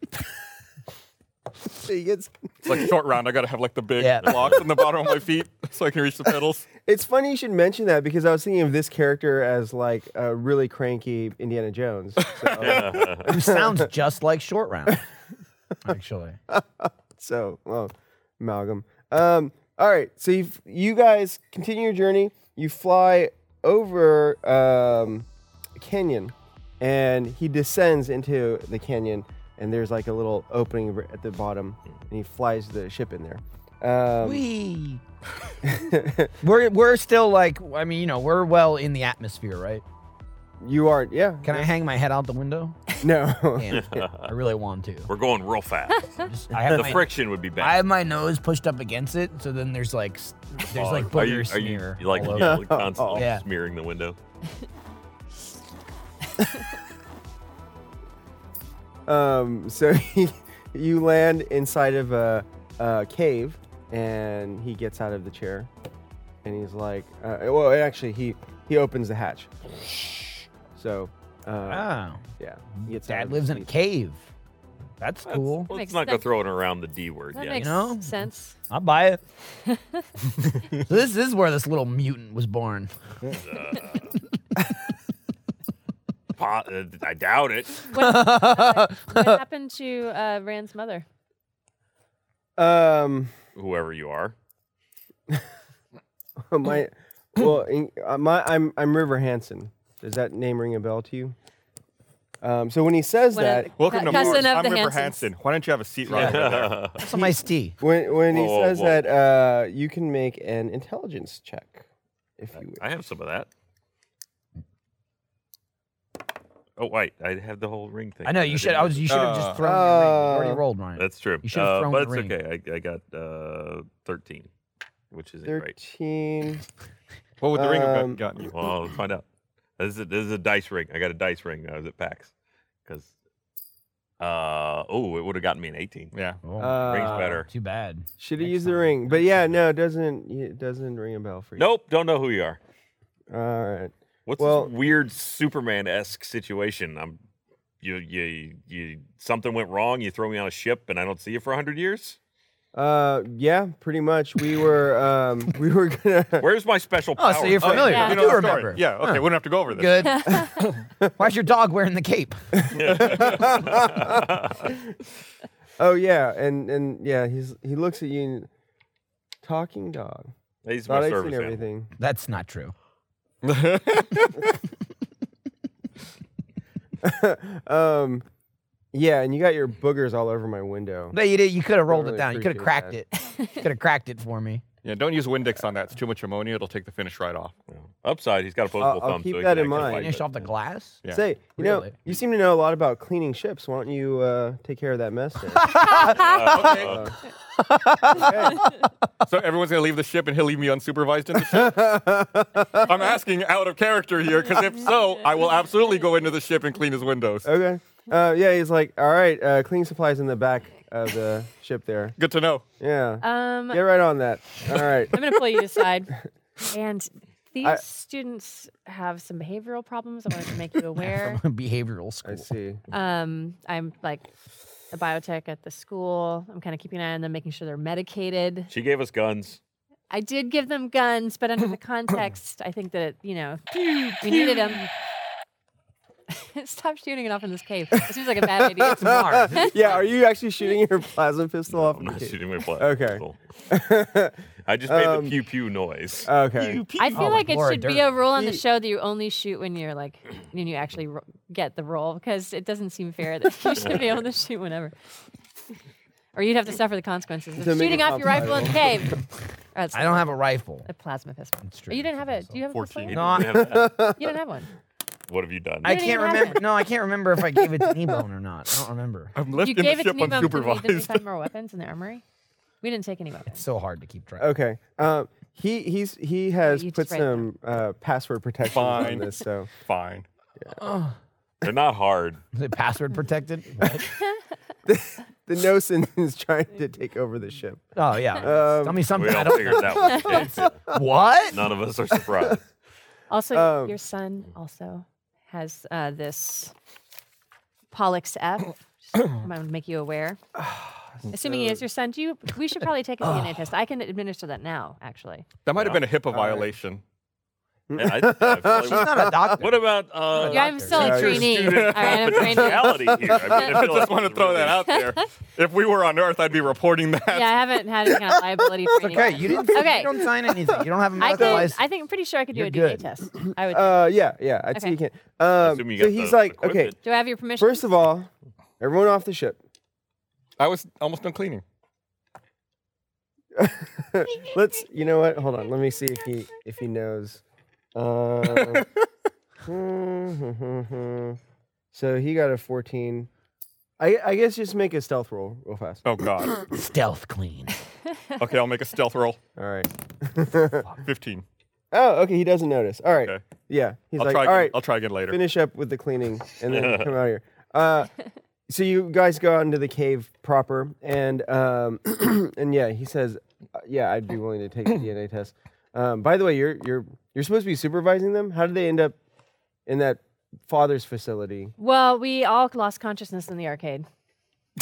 [SPEAKER 1] he gets
[SPEAKER 5] It's like short round. I got to have like the big
[SPEAKER 7] Yeah.
[SPEAKER 5] blocks on the bottom of my feet so I can reach the pedals.
[SPEAKER 1] It's funny you should mention that because I was thinking of this character as like a really cranky Indiana Jones. So,
[SPEAKER 7] Who sounds just like Short Round, actually.
[SPEAKER 1] so well, amalgam. Um, all right, so you you guys continue your journey. You fly over um, a canyon, and he descends into the canyon, and there's like a little opening r- at the bottom, and he flies the ship in there. Um,
[SPEAKER 7] We. [laughs] we're we're still like I mean you know we're well in the atmosphere right?
[SPEAKER 1] you aren't, yeah.
[SPEAKER 7] Can I hang my head out
[SPEAKER 2] [laughs]
[SPEAKER 7] the window?
[SPEAKER 1] No.
[SPEAKER 7] Damn, I really want to.
[SPEAKER 2] We're going real fast.
[SPEAKER 7] [laughs] Just- I have
[SPEAKER 2] The
[SPEAKER 7] my,
[SPEAKER 2] friction would be bad.
[SPEAKER 7] I have my nose pushed up against it, so then there's like s- there's like
[SPEAKER 2] are
[SPEAKER 7] booger
[SPEAKER 2] you, are you,
[SPEAKER 7] smear.
[SPEAKER 2] you like
[SPEAKER 7] all
[SPEAKER 2] you
[SPEAKER 7] over.
[SPEAKER 2] know, constantly
[SPEAKER 7] [laughs] Yeah.
[SPEAKER 2] smearing the window?
[SPEAKER 1] Um, so [laughs] he, you land inside of a, a cave, and he gets out of the chair, and he's like, uh, well, actually, he he opens the hatch. So, uh,
[SPEAKER 7] Wow.
[SPEAKER 1] yeah, he gets out
[SPEAKER 7] Ah. Dad
[SPEAKER 1] of
[SPEAKER 7] lives
[SPEAKER 1] the
[SPEAKER 7] in a
[SPEAKER 1] seat.
[SPEAKER 7] cave. That's cool.
[SPEAKER 2] Let's
[SPEAKER 3] Makes
[SPEAKER 2] not go
[SPEAKER 3] sense.
[SPEAKER 2] throwing around the D word
[SPEAKER 3] That
[SPEAKER 2] yet.
[SPEAKER 3] makes
[SPEAKER 7] You know?
[SPEAKER 3] sense.
[SPEAKER 7] I buy
[SPEAKER 2] [laughs]
[SPEAKER 7] it. so this is where this little mutant was born.
[SPEAKER 2] Po- [laughs] uh, I doubt it.
[SPEAKER 3] What, uh, what happened to uh, Rand's mother?
[SPEAKER 1] Um, [laughs]
[SPEAKER 2] Whoever you are.
[SPEAKER 1] my,
[SPEAKER 7] Oh.
[SPEAKER 1] well, in, uh, my I'm I'm River Hansen. Does that name ring a bell to you? Um, so when he says
[SPEAKER 3] What
[SPEAKER 1] that,
[SPEAKER 3] a-
[SPEAKER 5] Welcome to
[SPEAKER 3] Cousin
[SPEAKER 5] Mars.
[SPEAKER 3] of
[SPEAKER 5] I'm
[SPEAKER 3] the
[SPEAKER 5] River
[SPEAKER 3] Hansons.
[SPEAKER 5] Hansen. Why don't you have a seat right over there?
[SPEAKER 7] That's some iced tea.
[SPEAKER 1] when when he
[SPEAKER 2] Whoa, whoa,
[SPEAKER 1] says
[SPEAKER 2] whoa.
[SPEAKER 1] that, uh, you can make an intelligence check, if you
[SPEAKER 2] I have some of that. Oh wait, I have the whole ring thing.
[SPEAKER 7] I know you
[SPEAKER 2] didn't
[SPEAKER 7] should. I was.
[SPEAKER 2] use
[SPEAKER 7] You
[SPEAKER 2] it.
[SPEAKER 7] should have
[SPEAKER 5] Uh,
[SPEAKER 7] just thrown. your ring. You already
[SPEAKER 1] uh,
[SPEAKER 7] rolled, Ryan.
[SPEAKER 2] Oh. That's true.
[SPEAKER 7] You should have
[SPEAKER 2] Uh,
[SPEAKER 7] thrown
[SPEAKER 2] but
[SPEAKER 7] the
[SPEAKER 2] it's
[SPEAKER 7] ring.
[SPEAKER 2] okay. I, I got uh, thirteen, which isn't great.
[SPEAKER 1] thirteen.
[SPEAKER 5] What would the ring
[SPEAKER 1] Um,
[SPEAKER 5] have gotten you?
[SPEAKER 2] Well, let's find out. This is, a, this is a dice ring. I got a dice ring. when I was at PAX because uh oh, it would have gotten me an eighteen.
[SPEAKER 5] Yeah.
[SPEAKER 7] Oh,
[SPEAKER 2] Rings
[SPEAKER 1] Uh,
[SPEAKER 2] better.
[SPEAKER 7] too bad.
[SPEAKER 1] Should have used the ring, but yeah, no, it doesn't it doesn't ring a bell for you?
[SPEAKER 2] Nope, don't know who you are.
[SPEAKER 1] All right.
[SPEAKER 2] What's
[SPEAKER 1] Well-
[SPEAKER 2] this weird Superman esque situation? I'm
[SPEAKER 1] [laughs]
[SPEAKER 2] you you you something went wrong. You throw me on a ship and I don't see you for hundred years.
[SPEAKER 1] Uh, yeah, pretty much. We were um, [laughs] we were
[SPEAKER 2] [laughs]
[SPEAKER 1] gonna.
[SPEAKER 2] Where's my special
[SPEAKER 6] Oh,
[SPEAKER 2] power?
[SPEAKER 6] so you're familiar.
[SPEAKER 3] yeah.
[SPEAKER 6] I
[SPEAKER 3] You
[SPEAKER 5] know
[SPEAKER 6] do
[SPEAKER 5] the story.
[SPEAKER 6] remember.
[SPEAKER 5] Yeah, okay, we don't have to go over this.
[SPEAKER 6] Good.
[SPEAKER 1] [laughs]
[SPEAKER 6] Why's your dog wearing the cape?
[SPEAKER 1] Oh yeah, and and yeah, he's he looks at you, and, talking dog.
[SPEAKER 2] He's my
[SPEAKER 1] Thought I'd
[SPEAKER 2] service
[SPEAKER 1] seen
[SPEAKER 2] animal.
[SPEAKER 1] everything.
[SPEAKER 6] That's not true.
[SPEAKER 1] Um, yeah, and you got your boogers all over my window.
[SPEAKER 6] No, you did. You could have rolled
[SPEAKER 1] really
[SPEAKER 6] it down. You could have cracked
[SPEAKER 1] appreciate
[SPEAKER 6] it. could have cracked it for me.
[SPEAKER 5] Yeah, don't use Windex on that. It's too much ammonia. It'll take the finish right off.
[SPEAKER 2] Upside, he's got
[SPEAKER 1] I'll
[SPEAKER 2] opposable thumbs.
[SPEAKER 1] keep
[SPEAKER 2] so he
[SPEAKER 1] that in
[SPEAKER 2] can actually
[SPEAKER 1] mind.
[SPEAKER 2] fight
[SPEAKER 6] Finish
[SPEAKER 2] that.
[SPEAKER 6] off the glass.
[SPEAKER 5] Yeah.
[SPEAKER 1] Say, you know,
[SPEAKER 6] Really?
[SPEAKER 1] you seem to know a lot about cleaning ships. Why don't you uh, take care of that mess?
[SPEAKER 2] [laughs]
[SPEAKER 1] There?
[SPEAKER 5] Okay. so everyone's gonna leave the ship, and he'll leave me unsupervised in the ship. I'm asking out of character here, because if so, I will absolutely go into the ship and clean his windows.
[SPEAKER 1] okay. Uh, yeah, he's like, all right, uh, cleaning supplies in the back of the ship there.
[SPEAKER 5] Good to know.
[SPEAKER 1] Yeah.
[SPEAKER 3] Um,
[SPEAKER 1] Get right on that. All right.
[SPEAKER 3] I'm going to pull you aside. And these students have some behavioral problems. I wanted to make you aware.
[SPEAKER 6] [laughs] Behavioral
[SPEAKER 1] I
[SPEAKER 6] school.
[SPEAKER 1] see.
[SPEAKER 3] Um, I'm like a biotech at the school. I'm kind of keeping an eye on them, making sure they're medicated.
[SPEAKER 2] She gave us guns.
[SPEAKER 3] I did give them guns, but under the context, I think that you know we needed them. [laughs] Stop shooting it off in this cave. It seems like a bad idea.
[SPEAKER 6] It's Mars.
[SPEAKER 1] [laughs] Yeah, are you actually shooting your plasma pistol off?
[SPEAKER 2] I'm not
[SPEAKER 1] Okay.
[SPEAKER 2] shooting my blood.
[SPEAKER 1] Okay.
[SPEAKER 2] [laughs] I just made
[SPEAKER 1] Um, uh,
[SPEAKER 2] the pew pew noise.
[SPEAKER 1] Okay.
[SPEAKER 3] I feel
[SPEAKER 6] Oh,
[SPEAKER 3] like
[SPEAKER 6] like
[SPEAKER 3] it
[SPEAKER 6] Laura
[SPEAKER 3] should be a
[SPEAKER 6] Dern.
[SPEAKER 3] rule on the
[SPEAKER 1] Ye-
[SPEAKER 3] show that you only shoot when you're like [clears throat] when you actually ro- get the role because it doesn't seem fair that you should be able to shoot whenever. Or you'd have to suffer the consequences of
[SPEAKER 1] To make
[SPEAKER 3] shooting
[SPEAKER 1] it
[SPEAKER 3] off your rifle in the cave. That's
[SPEAKER 6] I don't have a rifle.
[SPEAKER 3] a plasma pistol.
[SPEAKER 6] That's
[SPEAKER 3] Or you
[SPEAKER 6] true.
[SPEAKER 3] didn't have it. Do you have a pistol?
[SPEAKER 2] Fourteen.
[SPEAKER 6] No, I-
[SPEAKER 2] You don't have that.
[SPEAKER 3] You don't have one.
[SPEAKER 2] what have you done?
[SPEAKER 6] I
[SPEAKER 3] didn't
[SPEAKER 6] can't
[SPEAKER 3] even have
[SPEAKER 6] remember.
[SPEAKER 3] it.
[SPEAKER 6] No, I can't remember if I gave
[SPEAKER 3] [laughs]
[SPEAKER 6] it to Nebone or not. I don't remember.
[SPEAKER 5] I'm
[SPEAKER 3] you
[SPEAKER 5] left in
[SPEAKER 3] gave
[SPEAKER 5] the
[SPEAKER 3] it to
[SPEAKER 5] ship
[SPEAKER 3] me but Did we
[SPEAKER 5] unsupervised.
[SPEAKER 3] find more weapons in the armory? We didn't take any weapons.
[SPEAKER 6] So hard to keep track.
[SPEAKER 1] Okay. Um, he he's he has
[SPEAKER 3] you
[SPEAKER 1] put
[SPEAKER 3] just write that.
[SPEAKER 1] some uh, password protection on
[SPEAKER 5] Fine.
[SPEAKER 1] this, so
[SPEAKER 5] Fine.
[SPEAKER 2] They're
[SPEAKER 3] [laughs]
[SPEAKER 2] not hard.
[SPEAKER 6] Is it password
[SPEAKER 1] [laughs]
[SPEAKER 6] protected?
[SPEAKER 1] the Nosen [laughs] is trying to take over the
[SPEAKER 3] [laughs]
[SPEAKER 1] ship.
[SPEAKER 6] oh yeah.
[SPEAKER 1] Um,
[SPEAKER 6] Tell me
[SPEAKER 2] We
[SPEAKER 6] something. I
[SPEAKER 2] all
[SPEAKER 6] don't.
[SPEAKER 2] figured that was the case.
[SPEAKER 6] [laughs] What?
[SPEAKER 2] None of us are surprised.
[SPEAKER 3] Also,
[SPEAKER 1] Um,
[SPEAKER 3] your son also has uh, this Pollux F. Just
[SPEAKER 6] [coughs]
[SPEAKER 3] want to make
[SPEAKER 6] [sighs]
[SPEAKER 3] you aware. Assuming he is your son, do you? We should probably take a DNA test. I can administer that now, actually.
[SPEAKER 5] That might have been a HIPAA violation.
[SPEAKER 2] And I- I feel
[SPEAKER 6] She's
[SPEAKER 2] like-
[SPEAKER 6] not a doctor.
[SPEAKER 2] [laughs] what about uh,
[SPEAKER 3] Yeah, I'm still
[SPEAKER 1] Yeah,
[SPEAKER 3] a
[SPEAKER 1] you're a
[SPEAKER 3] trainee. All
[SPEAKER 2] student
[SPEAKER 6] [laughs]
[SPEAKER 3] right, I'm a trainee. Yeah, [laughs]
[SPEAKER 2] reality here? I, mean, I
[SPEAKER 5] I
[SPEAKER 2] feel like
[SPEAKER 5] just want to
[SPEAKER 2] we
[SPEAKER 5] throw
[SPEAKER 2] really-
[SPEAKER 5] that out there. If we were on Earth, I'd be reporting that.
[SPEAKER 3] I haven't had any kind
[SPEAKER 6] [laughs]
[SPEAKER 3] of liability training.
[SPEAKER 6] Okay,
[SPEAKER 3] yet.
[SPEAKER 6] you didn't.
[SPEAKER 3] Okay,
[SPEAKER 6] You don't sign anything. You don't have a
[SPEAKER 3] I
[SPEAKER 6] medical
[SPEAKER 3] could.
[SPEAKER 6] license.
[SPEAKER 3] I think I'm pretty sure I could do
[SPEAKER 6] You're
[SPEAKER 3] a
[SPEAKER 6] good.
[SPEAKER 3] DNA test. I would.
[SPEAKER 1] Uh, yeah, yeah. I'd say you can. Um,
[SPEAKER 2] Assuming you
[SPEAKER 1] so
[SPEAKER 2] got
[SPEAKER 1] he's
[SPEAKER 2] the
[SPEAKER 1] like, okay,
[SPEAKER 2] equipment.
[SPEAKER 3] do I have your permission?
[SPEAKER 1] first of all, everyone off the ship. [laughs]
[SPEAKER 5] I was almost done cleaning.
[SPEAKER 1] Let's. You know what? Hold on. Let me see if he if he knows.
[SPEAKER 3] [laughs]
[SPEAKER 1] Uh, [laughs] so he got a 14. I I guess just make a stealth roll real fast.
[SPEAKER 5] Oh God.
[SPEAKER 6] Stealth clean.
[SPEAKER 5] okay, I'll make a stealth roll.
[SPEAKER 1] All
[SPEAKER 5] [laughs]
[SPEAKER 1] right.
[SPEAKER 5] Fifteen.
[SPEAKER 1] Oh, okay. He doesn't notice. All right.
[SPEAKER 5] Okay.
[SPEAKER 1] Yeah. He's
[SPEAKER 5] I'll
[SPEAKER 1] like,
[SPEAKER 5] try.
[SPEAKER 1] all
[SPEAKER 5] Again.
[SPEAKER 1] right.
[SPEAKER 5] I'll try again later.
[SPEAKER 1] finish up with the cleaning and
[SPEAKER 5] [laughs]
[SPEAKER 1] then come out here. Uh, so you guys go out into the cave proper, and um, [clears throat] and yeah, he says, uh, yeah, I'd be willing to take the DNA test. Um, by the way, you're you're you're supposed to be supervising them. How did they end up in that father's
[SPEAKER 3] [laughs]
[SPEAKER 1] facility?
[SPEAKER 3] Well, we all lost consciousness in the arcade,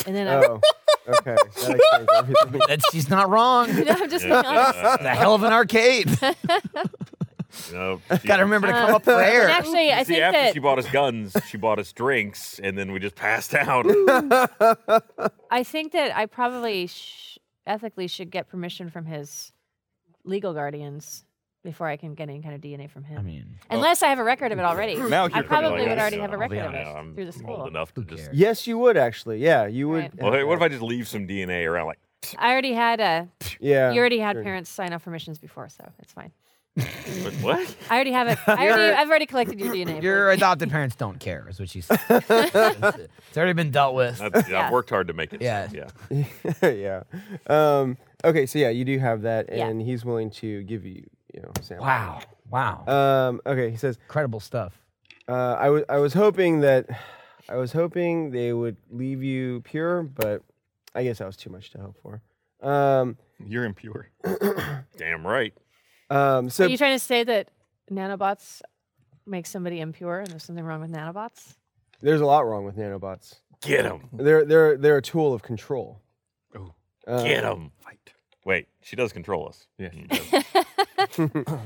[SPEAKER 3] and then I,
[SPEAKER 1] Oh, okay, that explains
[SPEAKER 5] [laughs]
[SPEAKER 1] everything.
[SPEAKER 6] That she's not wrong.
[SPEAKER 3] [laughs] No, I'm just being
[SPEAKER 2] Yeah,
[SPEAKER 6] [laughs]
[SPEAKER 3] honest.
[SPEAKER 2] yeah,
[SPEAKER 6] The hell of an
[SPEAKER 3] [laughs]
[SPEAKER 6] arcade.
[SPEAKER 2] uh,
[SPEAKER 6] [laughs]
[SPEAKER 2] you know, she-
[SPEAKER 6] Gotta remember to come
[SPEAKER 3] Uh,
[SPEAKER 6] up for
[SPEAKER 3] And
[SPEAKER 6] air.
[SPEAKER 3] actually, I
[SPEAKER 2] See,
[SPEAKER 3] think
[SPEAKER 2] after
[SPEAKER 3] that
[SPEAKER 2] she bought us guns, she bought us drinks, and then we just passed [laughs] out.
[SPEAKER 3] I think that I probably sh- ethically should get permission from his legal guardians before I can get any kind of DNA from him.
[SPEAKER 6] I mean,
[SPEAKER 3] Unless I have a record of it already.
[SPEAKER 5] Now
[SPEAKER 3] I
[SPEAKER 5] you're
[SPEAKER 3] probably
[SPEAKER 2] Like,
[SPEAKER 3] would
[SPEAKER 2] I-
[SPEAKER 3] already have a
[SPEAKER 2] yeah,
[SPEAKER 3] record
[SPEAKER 6] yeah,
[SPEAKER 3] of it
[SPEAKER 2] I'm
[SPEAKER 3] through the
[SPEAKER 2] Old
[SPEAKER 3] school.
[SPEAKER 2] enough to
[SPEAKER 6] Who
[SPEAKER 2] just.
[SPEAKER 6] cares?
[SPEAKER 1] Yes, you would actually. Yeah, you would.
[SPEAKER 3] Right.
[SPEAKER 2] Well, hey, what if I just leave some DNA around? Like, [clears throat]
[SPEAKER 3] I already had a.
[SPEAKER 1] Yeah,
[SPEAKER 3] You already had
[SPEAKER 1] sure.
[SPEAKER 3] parents sign off permissions before, so it's fine.
[SPEAKER 2] what? what?
[SPEAKER 3] I
[SPEAKER 1] [laughs]
[SPEAKER 3] already have it. I already, I've already collected your DNA.
[SPEAKER 6] your
[SPEAKER 3] believe me.
[SPEAKER 6] adopted parents don't care, is what she said. it's already been dealt with.
[SPEAKER 2] I've,
[SPEAKER 3] [laughs] Yeah.
[SPEAKER 2] I've worked hard to make it. so,
[SPEAKER 6] Yeah.
[SPEAKER 2] yeah.
[SPEAKER 1] [laughs] yeah. Um, okay, so yeah, you do have that,
[SPEAKER 3] Yeah.
[SPEAKER 1] and he's willing to give you, you know, sample.
[SPEAKER 6] Wow. Wow.
[SPEAKER 1] Um, okay, he says,
[SPEAKER 6] Incredible stuff.
[SPEAKER 1] Uh, I was I was hoping that [sighs] I was hoping they would leave you pure, but I guess that was too much to hope for. Um,
[SPEAKER 5] You're impure.
[SPEAKER 2] Damn right.
[SPEAKER 1] um, so
[SPEAKER 3] Are you trying to say that nanobots make somebody impure and there's something wrong with nanobots?
[SPEAKER 1] there's a lot wrong with nanobots.
[SPEAKER 3] Hmm.
[SPEAKER 2] Get him.
[SPEAKER 1] They're they're they're a tool of control.
[SPEAKER 2] Get him. Wait, she does control us. Mm.
[SPEAKER 5] Yeah.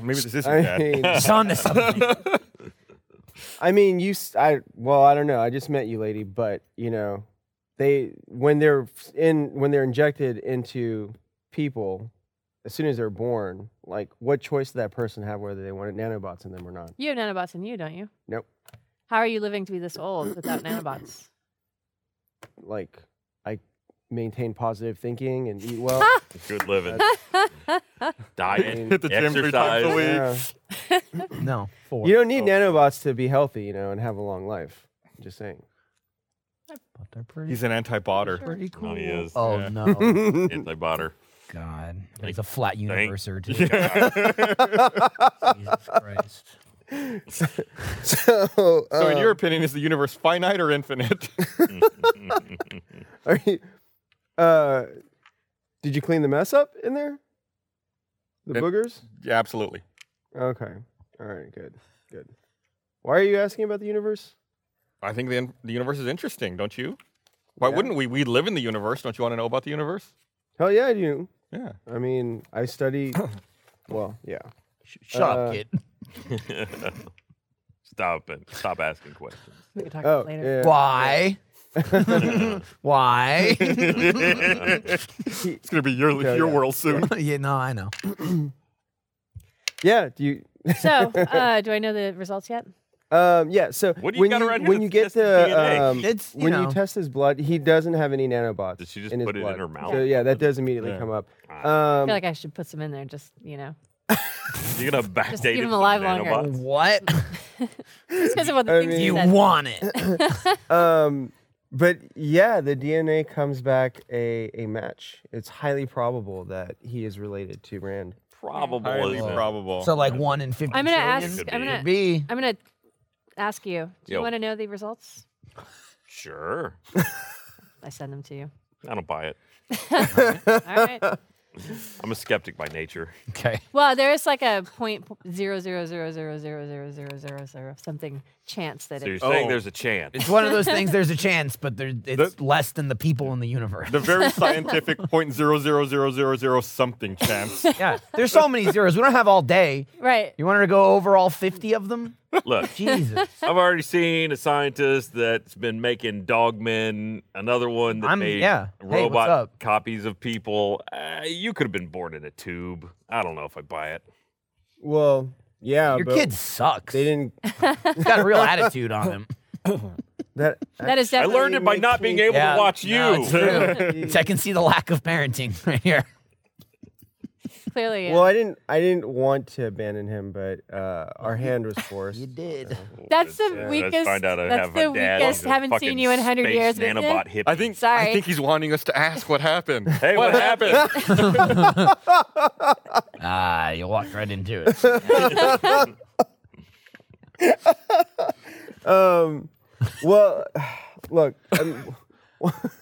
[SPEAKER 2] [laughs]
[SPEAKER 5] Maybe this
[SPEAKER 1] [laughs] [laughs]
[SPEAKER 5] isn't
[SPEAKER 1] I
[SPEAKER 5] bad.
[SPEAKER 1] mean,
[SPEAKER 6] He's on to something.
[SPEAKER 1] I mean, you. s- I well, I don't know. I just met you, lady, but you know, they when they're f- in when they're injected into people, as soon as they're born, like what choice does that person have whether they want nanobots in them or not?
[SPEAKER 3] You have nanobots in you, don't you?
[SPEAKER 1] Nope.
[SPEAKER 3] How are you living to be this old without nanobots?
[SPEAKER 1] Like, I maintain positive thinking and eat
[SPEAKER 5] [laughs]
[SPEAKER 1] well.
[SPEAKER 3] [laughs]
[SPEAKER 2] Good living. Diet.
[SPEAKER 5] Hit the gym three times a
[SPEAKER 2] exercise.
[SPEAKER 5] week.
[SPEAKER 1] Yeah.
[SPEAKER 6] no, four.
[SPEAKER 1] You don't need nanobots to be healthy, you know, and have a long life. just saying.
[SPEAKER 6] But they're pretty,
[SPEAKER 5] He's an anti-botter.
[SPEAKER 6] pretty cool.
[SPEAKER 2] No, he is.
[SPEAKER 6] Oh
[SPEAKER 2] [laughs]
[SPEAKER 5] Yeah.
[SPEAKER 6] no,
[SPEAKER 5] [laughs]
[SPEAKER 2] Anti-botter.
[SPEAKER 6] God! There's a flat universe or two. Jesus Christ!
[SPEAKER 1] So,
[SPEAKER 5] So, uh, in
[SPEAKER 1] um,
[SPEAKER 5] your opinion, is the universe finite or infinite? [laughs]
[SPEAKER 1] Are you, uh, did you clean the mess up in there? The
[SPEAKER 5] It-
[SPEAKER 1] boogers?
[SPEAKER 5] yeah, absolutely.
[SPEAKER 1] Okay. All right. Good. Good. Why are you asking about the universe?
[SPEAKER 5] I think the, in- the universe is interesting, don't you? Why
[SPEAKER 1] Yeah.
[SPEAKER 5] wouldn't we? We live in the universe. Don't you want to know about the universe?
[SPEAKER 1] Hell yeah, I do.
[SPEAKER 5] Yeah.
[SPEAKER 1] I mean, I
[SPEAKER 6] [coughs]
[SPEAKER 1] study. Well, yeah.
[SPEAKER 6] Sh- Shut
[SPEAKER 1] Uh,
[SPEAKER 6] up, kid.
[SPEAKER 2] Stop it. Stop asking
[SPEAKER 3] [laughs]
[SPEAKER 2] questions.
[SPEAKER 3] We can talk
[SPEAKER 1] Oh,
[SPEAKER 3] about it later.
[SPEAKER 1] yeah.
[SPEAKER 6] Why? Why? [laughs]
[SPEAKER 5] It's gonna be your
[SPEAKER 1] Okay,
[SPEAKER 5] your
[SPEAKER 1] yeah.
[SPEAKER 5] world
[SPEAKER 2] [laughs]
[SPEAKER 5] soon.
[SPEAKER 6] yeah, no, I know.
[SPEAKER 1] Yeah. Do you?
[SPEAKER 3] So, uh, do I know the results yet?
[SPEAKER 1] Um, yeah. So
[SPEAKER 2] What do you
[SPEAKER 1] when
[SPEAKER 2] got
[SPEAKER 1] you
[SPEAKER 2] around here
[SPEAKER 1] when
[SPEAKER 2] that's
[SPEAKER 1] you get
[SPEAKER 2] testing DNA?
[SPEAKER 1] the um,
[SPEAKER 6] It's you
[SPEAKER 1] when
[SPEAKER 6] know.
[SPEAKER 1] you test his blood, he doesn't have any nanobots.
[SPEAKER 2] Did she just
[SPEAKER 1] in his
[SPEAKER 2] put it in
[SPEAKER 1] blood.
[SPEAKER 2] her mouth? Ah.
[SPEAKER 1] So yeah, that does immediately
[SPEAKER 5] Yeah.
[SPEAKER 1] come up.
[SPEAKER 3] I
[SPEAKER 1] Um,
[SPEAKER 3] feel like I should put some in there, just you know, [laughs]
[SPEAKER 2] You're gonna backdate
[SPEAKER 3] Just keep
[SPEAKER 2] it
[SPEAKER 3] him
[SPEAKER 2] to
[SPEAKER 3] alive
[SPEAKER 2] the
[SPEAKER 3] longer.
[SPEAKER 2] nanobots?
[SPEAKER 6] what
[SPEAKER 3] just because of what the
[SPEAKER 1] I
[SPEAKER 3] things
[SPEAKER 1] mean-
[SPEAKER 3] you
[SPEAKER 6] you
[SPEAKER 3] said.
[SPEAKER 6] want it?
[SPEAKER 1] um, but yeah, the DNA comes back a a match. It's highly probable that he is related to Rand.
[SPEAKER 2] Probably.
[SPEAKER 5] Highly
[SPEAKER 2] is
[SPEAKER 5] probable.
[SPEAKER 6] So like one in fifty.
[SPEAKER 3] I'm gonna
[SPEAKER 6] trillion?
[SPEAKER 3] ask.
[SPEAKER 2] Could
[SPEAKER 3] I'm
[SPEAKER 2] be.
[SPEAKER 6] [laughs]
[SPEAKER 3] gonna.
[SPEAKER 6] B.
[SPEAKER 3] I'm gonna ask you. Do
[SPEAKER 2] Yo.
[SPEAKER 3] you want to know the results?
[SPEAKER 2] Sure.
[SPEAKER 3] I send them to you.
[SPEAKER 2] I don't buy it.
[SPEAKER 3] All
[SPEAKER 2] [laughs]
[SPEAKER 3] right.
[SPEAKER 2] I'm a skeptic by nature.
[SPEAKER 6] Okay.
[SPEAKER 3] Well, there is like a point zero zero zero zero zero zero zero zero zero something chance that
[SPEAKER 2] So you're
[SPEAKER 3] it.
[SPEAKER 2] saying
[SPEAKER 5] Oh.
[SPEAKER 2] there's a chance.
[SPEAKER 6] It's one of [laughs] those things. There's a chance, but there, it's less than the people in the universe.
[SPEAKER 5] The very scientific point zero zero zero zero zero something chance.
[SPEAKER 6] yeah, there's so many zeros. We don't have all day.
[SPEAKER 3] Oh, Right.
[SPEAKER 6] You want her to go over all fifty of them?
[SPEAKER 2] Look,
[SPEAKER 6] Jesus.
[SPEAKER 2] I've already seen a scientist that's been making dogmen, another one that
[SPEAKER 6] I'm-
[SPEAKER 2] made
[SPEAKER 6] yeah. Hey, what's
[SPEAKER 2] robot
[SPEAKER 6] up?
[SPEAKER 2] copies of people. Uh, you could have been born in a tube. I don't know if I buy it.
[SPEAKER 1] Well, yeah.
[SPEAKER 6] Your
[SPEAKER 1] but
[SPEAKER 6] kid sucks.
[SPEAKER 1] They didn't.
[SPEAKER 6] He's got a real attitude on him. [laughs]
[SPEAKER 1] That
[SPEAKER 3] That is
[SPEAKER 2] I
[SPEAKER 3] definitely.
[SPEAKER 2] learned it by
[SPEAKER 1] makes
[SPEAKER 2] not
[SPEAKER 1] me-
[SPEAKER 2] being able
[SPEAKER 6] Yeah,
[SPEAKER 2] to watch you.
[SPEAKER 6] no,
[SPEAKER 2] [laughs]
[SPEAKER 6] it's true. So I can see the lack of parenting [laughs] right here.
[SPEAKER 3] clearly.
[SPEAKER 1] Well, I didn't. I didn't want to abandon him, but uh, our hand
[SPEAKER 5] [sighs]
[SPEAKER 1] was forced.
[SPEAKER 6] You did.
[SPEAKER 3] That's
[SPEAKER 2] Let's-
[SPEAKER 3] the
[SPEAKER 2] let's
[SPEAKER 3] weakest-
[SPEAKER 2] find out I
[SPEAKER 3] that's
[SPEAKER 2] have
[SPEAKER 3] the
[SPEAKER 2] a dad
[SPEAKER 3] weakest
[SPEAKER 2] who's a
[SPEAKER 3] haven't seen
[SPEAKER 2] fucking
[SPEAKER 3] you in 100
[SPEAKER 2] space
[SPEAKER 3] years, but-
[SPEAKER 2] nanobot hippie.
[SPEAKER 5] I think I
[SPEAKER 3] Sorry.
[SPEAKER 5] think he's wanting us to ask what happened.
[SPEAKER 2] Hey, what, happened?
[SPEAKER 6] Ah, you walked right into it.
[SPEAKER 1] Um. Well, [sighs] look.
[SPEAKER 5] [laughs]
[SPEAKER 1] um,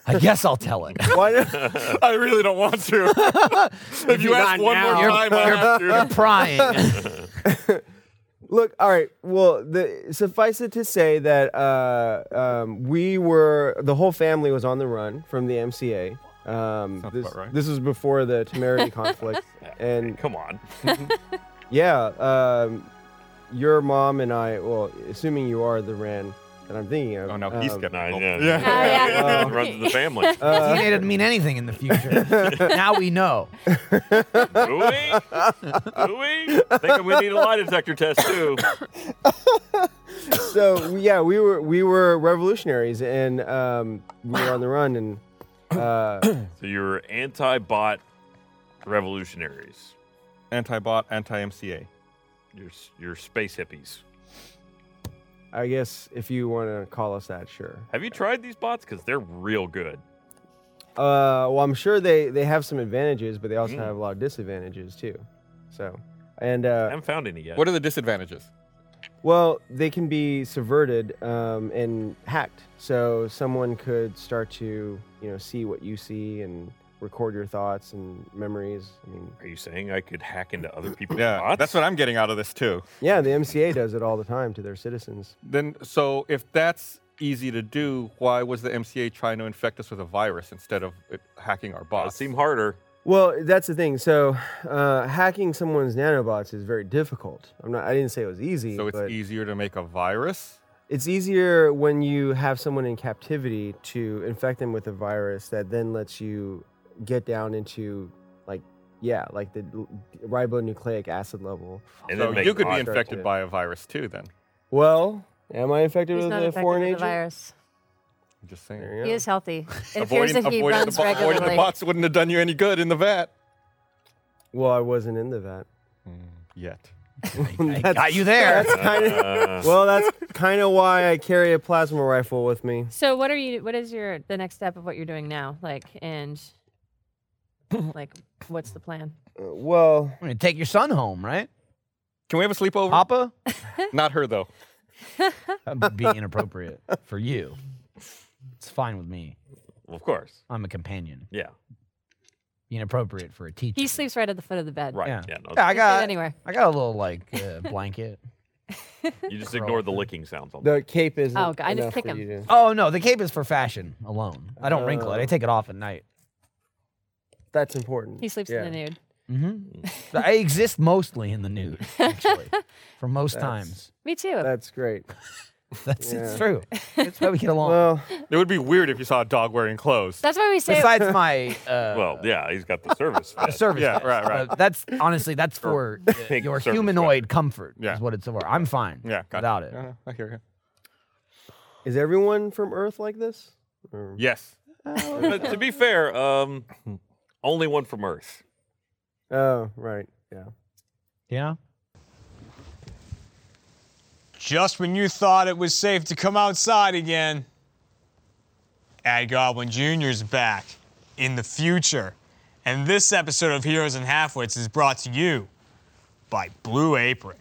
[SPEAKER 6] I guess I'll tell it.
[SPEAKER 1] why not-
[SPEAKER 5] [laughs] I really don't want to.
[SPEAKER 2] [laughs]
[SPEAKER 5] if you ask
[SPEAKER 6] not
[SPEAKER 5] one
[SPEAKER 6] now,
[SPEAKER 5] more
[SPEAKER 6] you're-
[SPEAKER 5] time, I have
[SPEAKER 6] You're
[SPEAKER 5] to.
[SPEAKER 6] prying.
[SPEAKER 1] look. All right. Well, the, suffice it to say that uh, um, we were the whole family was on the run from the MCA. Um,
[SPEAKER 5] Sounds
[SPEAKER 1] this,
[SPEAKER 5] about right.
[SPEAKER 1] this was before the Temerity conflict, and
[SPEAKER 2] Come on.
[SPEAKER 1] Yeah, um, your mom and I. Well, assuming you are the Rand that I'm thinking of.
[SPEAKER 5] Oh, now he's
[SPEAKER 1] um,
[SPEAKER 2] No,
[SPEAKER 5] skeptical.
[SPEAKER 2] yeah.
[SPEAKER 3] Oh, yeah.
[SPEAKER 2] It runs in the family.
[SPEAKER 6] [laughs] DNA doesn't mean anything in the future. now we know.
[SPEAKER 2] Do we? Do we? I think I'm gonna need a lie detector test too.
[SPEAKER 1] So yeah, we were we were revolutionaries, and um, we were on the run, and uh,
[SPEAKER 2] So you're anti-bot revolutionaries.
[SPEAKER 5] Anti-bot, anti-MCA.
[SPEAKER 2] You're s- you're space hippies.
[SPEAKER 1] I guess if you want to call us that, sure.
[SPEAKER 2] Have you tried these bots? Because they're real good.
[SPEAKER 1] Uh, well, I'm sure they they have some advantages, but they also have a lot of disadvantages too. So, and
[SPEAKER 2] I
[SPEAKER 1] uh,
[SPEAKER 2] haven't found any yet.
[SPEAKER 5] What are the disadvantages?
[SPEAKER 1] Well, they can be subverted um, and hacked. So someone could start to, you know, see what you see and record your thoughts and memories. I mean,
[SPEAKER 2] Are you saying I could hack into other people's
[SPEAKER 5] Yeah,
[SPEAKER 2] bots?
[SPEAKER 5] that's what I'm getting out of this too.
[SPEAKER 1] yeah, the MCA does it all the time to their citizens.
[SPEAKER 5] Then, so if that's easy to do, why was the MCA trying to infect us with a virus instead of it hacking our
[SPEAKER 2] Uh,
[SPEAKER 5] bots?
[SPEAKER 2] seem harder.
[SPEAKER 1] Well, that's the thing. So, uh, hacking someone's nanobots is very difficult. I'm not. I didn't say it was easy.
[SPEAKER 5] so it's e-,
[SPEAKER 1] but
[SPEAKER 5] easier to make a virus?
[SPEAKER 1] It's easier when you have someone in captivity to infect them with a virus that then lets you get down into like yeah, like the l- ribonucleic acid level.
[SPEAKER 2] And
[SPEAKER 5] So
[SPEAKER 2] then make
[SPEAKER 5] you could be
[SPEAKER 2] bots.
[SPEAKER 1] infect-
[SPEAKER 2] [laughs]
[SPEAKER 5] infected
[SPEAKER 1] Constructed.
[SPEAKER 5] by a virus too, then.
[SPEAKER 1] Well, am I infected
[SPEAKER 3] He's
[SPEAKER 1] with
[SPEAKER 3] not
[SPEAKER 1] a
[SPEAKER 3] infected
[SPEAKER 1] foreign
[SPEAKER 3] with the
[SPEAKER 1] agent?
[SPEAKER 3] virus.
[SPEAKER 5] I'm just saying.
[SPEAKER 1] There you
[SPEAKER 3] He
[SPEAKER 1] go.
[SPEAKER 3] is healthy. It appears
[SPEAKER 5] Avoiding,
[SPEAKER 3] that he
[SPEAKER 5] avoiding, the
[SPEAKER 3] runs
[SPEAKER 5] bo- avoiding the
[SPEAKER 3] regularly.
[SPEAKER 5] bots wouldn't have done you any good in the vat.
[SPEAKER 1] Well, I wasn't into
[SPEAKER 3] [laughs]
[SPEAKER 1] that.
[SPEAKER 5] Yet.
[SPEAKER 6] I got you there.
[SPEAKER 1] That's kind of.
[SPEAKER 5] [laughs]
[SPEAKER 2] Uh,
[SPEAKER 1] Well, that's kind of why I carry a plasma rifle with me.
[SPEAKER 3] So what are you? What is your the next step of what you're doing now? Like
[SPEAKER 2] [laughs]
[SPEAKER 3] and like, what's the plan?
[SPEAKER 1] Uh, well,
[SPEAKER 6] I'm gonna take your son home, right,
[SPEAKER 5] Can we have a sleepover?
[SPEAKER 6] Papa?
[SPEAKER 5] Not her, though.
[SPEAKER 6] That would be inappropriate for you. It's fine with me.
[SPEAKER 2] of course.
[SPEAKER 6] I'm a companion.
[SPEAKER 2] Yeah.
[SPEAKER 6] Be inappropriate for a teacher.
[SPEAKER 3] He sleeps right at the foot of the bed.
[SPEAKER 2] Right.
[SPEAKER 6] Yeah.
[SPEAKER 2] Yeah. no,
[SPEAKER 6] Yeah, I
[SPEAKER 3] He can sleep
[SPEAKER 6] got
[SPEAKER 3] anywhere.
[SPEAKER 6] I got a little like uh, blanket.
[SPEAKER 2] you just ignore the licking sounds on
[SPEAKER 1] the cape isn't.
[SPEAKER 3] Oh, God, I didn't
[SPEAKER 1] enough
[SPEAKER 3] pick
[SPEAKER 1] for
[SPEAKER 3] him.
[SPEAKER 1] you to-
[SPEAKER 6] Oh no, the cape is for fashion alone. I don't wrinkle it. I
[SPEAKER 1] Oh.
[SPEAKER 6] take it off at night.
[SPEAKER 1] That's important.
[SPEAKER 3] He sleeps
[SPEAKER 1] Yeah.
[SPEAKER 3] in the nude.
[SPEAKER 6] Mm-hmm. I exist mostly in the nude, actually, for most times.
[SPEAKER 3] Me too.
[SPEAKER 1] That's great.
[SPEAKER 6] That's it's
[SPEAKER 1] yeah.
[SPEAKER 6] true. That's why we get along.
[SPEAKER 1] Well,
[SPEAKER 5] It would be weird if you saw a dog wearing clothes.
[SPEAKER 3] That's why we
[SPEAKER 1] [laughs]
[SPEAKER 3] say
[SPEAKER 6] Besides my uh,
[SPEAKER 2] Well, yeah, he's got the
[SPEAKER 5] [laughs]
[SPEAKER 2] service.
[SPEAKER 6] a
[SPEAKER 2] vet.
[SPEAKER 6] service.
[SPEAKER 5] Yeah,
[SPEAKER 6] vest,
[SPEAKER 5] right, right.
[SPEAKER 6] but that's honestly that's for uh,
[SPEAKER 2] pink
[SPEAKER 6] your
[SPEAKER 2] service
[SPEAKER 6] humanoid comfort.
[SPEAKER 5] Yeah.
[SPEAKER 6] is what it's for. I'm fine.
[SPEAKER 5] Yeah, gotcha.
[SPEAKER 6] without it.
[SPEAKER 5] Uh, I hear you.
[SPEAKER 1] is everyone from Earth like this?
[SPEAKER 5] Yes.
[SPEAKER 2] But to be fair, um, only one from
[SPEAKER 5] [laughs]
[SPEAKER 2] Earth.
[SPEAKER 1] Oh, right. Yeah.
[SPEAKER 6] Yeah.
[SPEAKER 8] Just when you thought it was safe to come outside again, Ad Goblin Jr.'s back in the future. And this episode of Heroes and Halfwits is brought to you by Blue Apron.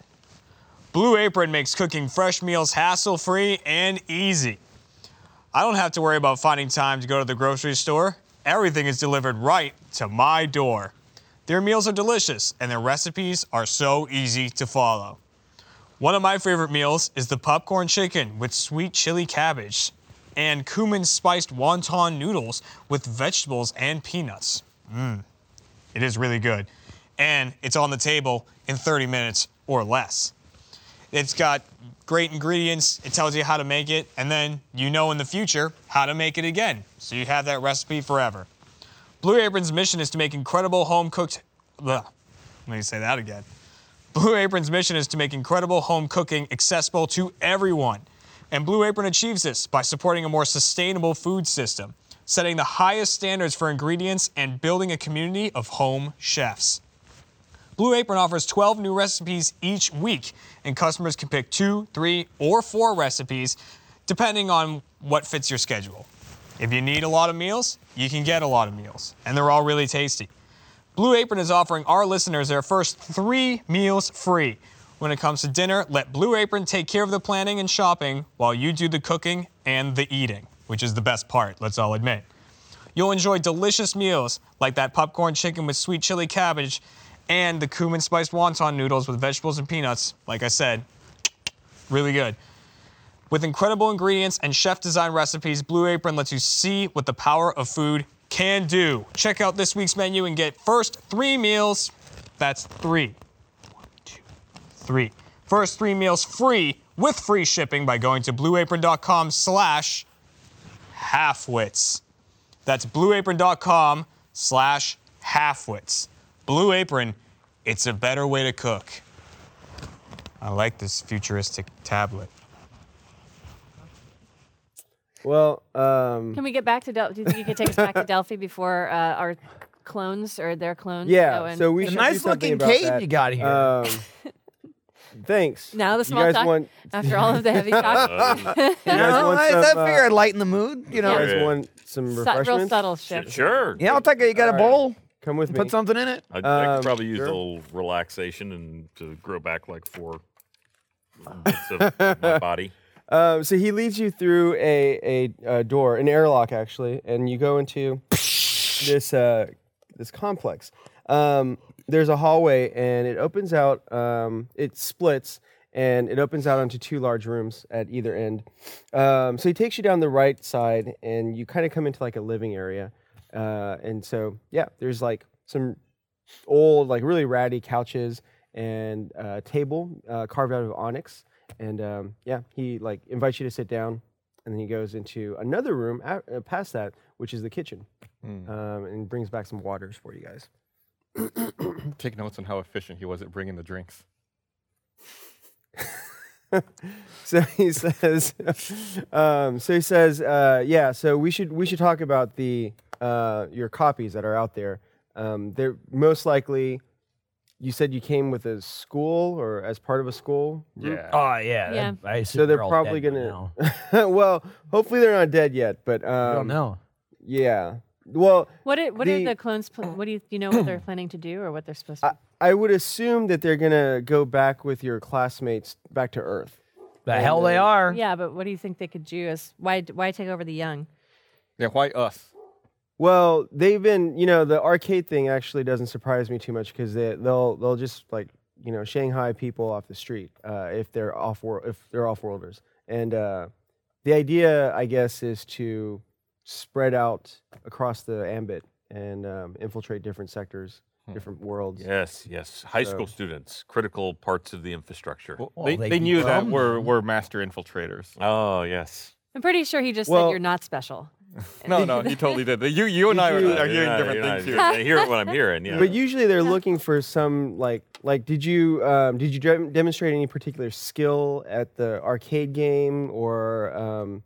[SPEAKER 8] Blue Apron makes cooking fresh meals hassle free and easy. I don't have to worry about finding time to go to the grocery store. Everything is delivered right to my door. Their meals are delicious and their recipes are so easy to follow. One of my favorite meals is the popcorn chicken with sweet chili cabbage and cumin spiced wonton noodles with vegetables and peanuts. Mmm, it is really good. And it's on the table in 30 minutes or less. It's got great ingredients, it tells you how to make it, and then you know in the future how to make it again. So you have that recipe forever. Blue Apron's mission is to make incredible home cooked. Let me say that again. Blue Apron's mission is to make incredible home cooking accessible to everyone. And Blue Apron achieves this by supporting a more sustainable food system, setting the highest standards for ingredients, and building a community of home chefs. Blue Apron offers 12 new recipes each week, and customers can pick two, three, or four recipes depending on what fits your schedule. If you need a lot of meals, you can get a lot of meals, and they're all really tasty. Blue Apron is offering our listeners their first three meals free. When it comes to dinner, let Blue Apron take care of the planning and shopping while you do the cooking and the eating, which is the best part, let's all admit. You'll enjoy delicious meals like that popcorn chicken with sweet chili cabbage and the cumin spiced wonton noodles with vegetables and peanuts. Like I said, really good. With incredible ingredients and chef design recipes, Blue Apron lets you see what the power of food can do. Check out this week's menu and get first three meals. That's three. One, two, three. First three meals free with free shipping by going to blueapron.com slash halfwits. That's blueapron.com slash halfwits. Blue Apron, it's a better way to cook. I like this futuristic tablet.
[SPEAKER 1] Well, um,
[SPEAKER 3] Can we get back to Delphi? Do you think you could take
[SPEAKER 1] [laughs]
[SPEAKER 3] us back to Delphi before uh, our clones or their clones? go
[SPEAKER 1] yeah.
[SPEAKER 3] and-
[SPEAKER 1] So we
[SPEAKER 6] It's
[SPEAKER 1] should
[SPEAKER 6] a
[SPEAKER 1] do
[SPEAKER 6] nice
[SPEAKER 1] something
[SPEAKER 6] looking
[SPEAKER 1] about
[SPEAKER 6] cave
[SPEAKER 1] that.
[SPEAKER 6] you got here.
[SPEAKER 3] [laughs]
[SPEAKER 1] Um, thanks.
[SPEAKER 3] now the small
[SPEAKER 1] you guys
[SPEAKER 3] talk.
[SPEAKER 1] want?
[SPEAKER 3] [laughs] After all of
[SPEAKER 1] [laughs]
[SPEAKER 3] the heavy talk,
[SPEAKER 2] Uh, Um,
[SPEAKER 1] You guys
[SPEAKER 6] No,
[SPEAKER 1] want
[SPEAKER 6] I,
[SPEAKER 1] some?
[SPEAKER 6] I
[SPEAKER 1] uh,
[SPEAKER 6] figure I'd lighten the mood, you know.
[SPEAKER 1] you
[SPEAKER 3] Yeah.
[SPEAKER 1] guys
[SPEAKER 2] Yeah.
[SPEAKER 1] want some
[SPEAKER 3] su-
[SPEAKER 1] refreshments?
[SPEAKER 3] real subtle shit.
[SPEAKER 2] Sure.
[SPEAKER 6] Yeah, I'll take it. You got a bowl?
[SPEAKER 1] Come with me.
[SPEAKER 6] Put something in it.
[SPEAKER 2] I, I
[SPEAKER 1] Um,
[SPEAKER 2] could probably use
[SPEAKER 1] sure.
[SPEAKER 2] a little relaxation and to grow back like four bits of my body.
[SPEAKER 1] Um, so he leads you through a, a, a door, an airlock actually, and you go into this uh, this complex. Um, there's a hallway, and it opens out. Um, it splits, and it opens out onto two large rooms at either end. Um, so he takes you down the right side, and you kind of come into like a living area. Uh, and so, yeah, there's like some old, like really ratty couches and uh, table uh, carved out of onyx. And um, yeah, he like invites you to sit down, and then he goes into another room a uh, past that, which is the kitchen, um, and brings back some waters for you guys. [laughs]
[SPEAKER 5] Take notes on how efficient he was at bringing the drinks.
[SPEAKER 1] so he [laughs] says, um, so he says, uh, yeah. So we should we should talk about the uh, your copies that are out there. Um, they're most likely. You said you came with a school or as part of a school.
[SPEAKER 5] Yeah.
[SPEAKER 7] Oh yeah.
[SPEAKER 3] Yeah.
[SPEAKER 7] I assume
[SPEAKER 1] So they're
[SPEAKER 7] all
[SPEAKER 1] probably
[SPEAKER 7] dead by
[SPEAKER 1] gonna. [laughs]
[SPEAKER 7] now.
[SPEAKER 1] well, hopefully they're not dead yet, but um,
[SPEAKER 7] I don't know.
[SPEAKER 1] Yeah. Well,
[SPEAKER 3] What are, what
[SPEAKER 1] The-
[SPEAKER 3] are the clones? Pl- what do you, do you know
[SPEAKER 1] [clears throat]
[SPEAKER 3] what they're planning to do or what they're supposed to?
[SPEAKER 1] I, I would assume that they're gonna go back with your classmates back to Earth.
[SPEAKER 7] The hell they are.
[SPEAKER 3] yeah, but what do you think they could do? As why d- why take over the young?
[SPEAKER 5] Yeah, why us?
[SPEAKER 1] Well, they've been, you know, the arcade thing actually doesn't surprise me too much because they they'll they'll just like you know Shanghai people off the street uh, if they're off world if they're off worlders, and uh, the idea I guess is to spread out across the ambit and um, infiltrate different sectors,
[SPEAKER 7] Hmm.
[SPEAKER 1] different worlds.
[SPEAKER 2] Yes, yes. High school students, critical parts of the infrastructure.
[SPEAKER 5] they,
[SPEAKER 7] they
[SPEAKER 5] they,
[SPEAKER 7] can
[SPEAKER 5] knew that
[SPEAKER 7] come.
[SPEAKER 5] we're, we're master infiltrators.
[SPEAKER 2] Oh, yes.
[SPEAKER 3] I'm pretty sure he just
[SPEAKER 1] Well-
[SPEAKER 3] said you're not special.
[SPEAKER 5] No, no, he totally did. You, you and
[SPEAKER 1] You-
[SPEAKER 5] I are, are
[SPEAKER 2] You're
[SPEAKER 5] hearing
[SPEAKER 2] not-
[SPEAKER 5] different
[SPEAKER 2] you're not-
[SPEAKER 5] things here.
[SPEAKER 2] I hear what I'm hearing. Yeah.
[SPEAKER 1] But usually they're looking for some like like did you um, did you dem- demonstrate any particular skill at the arcade game or um,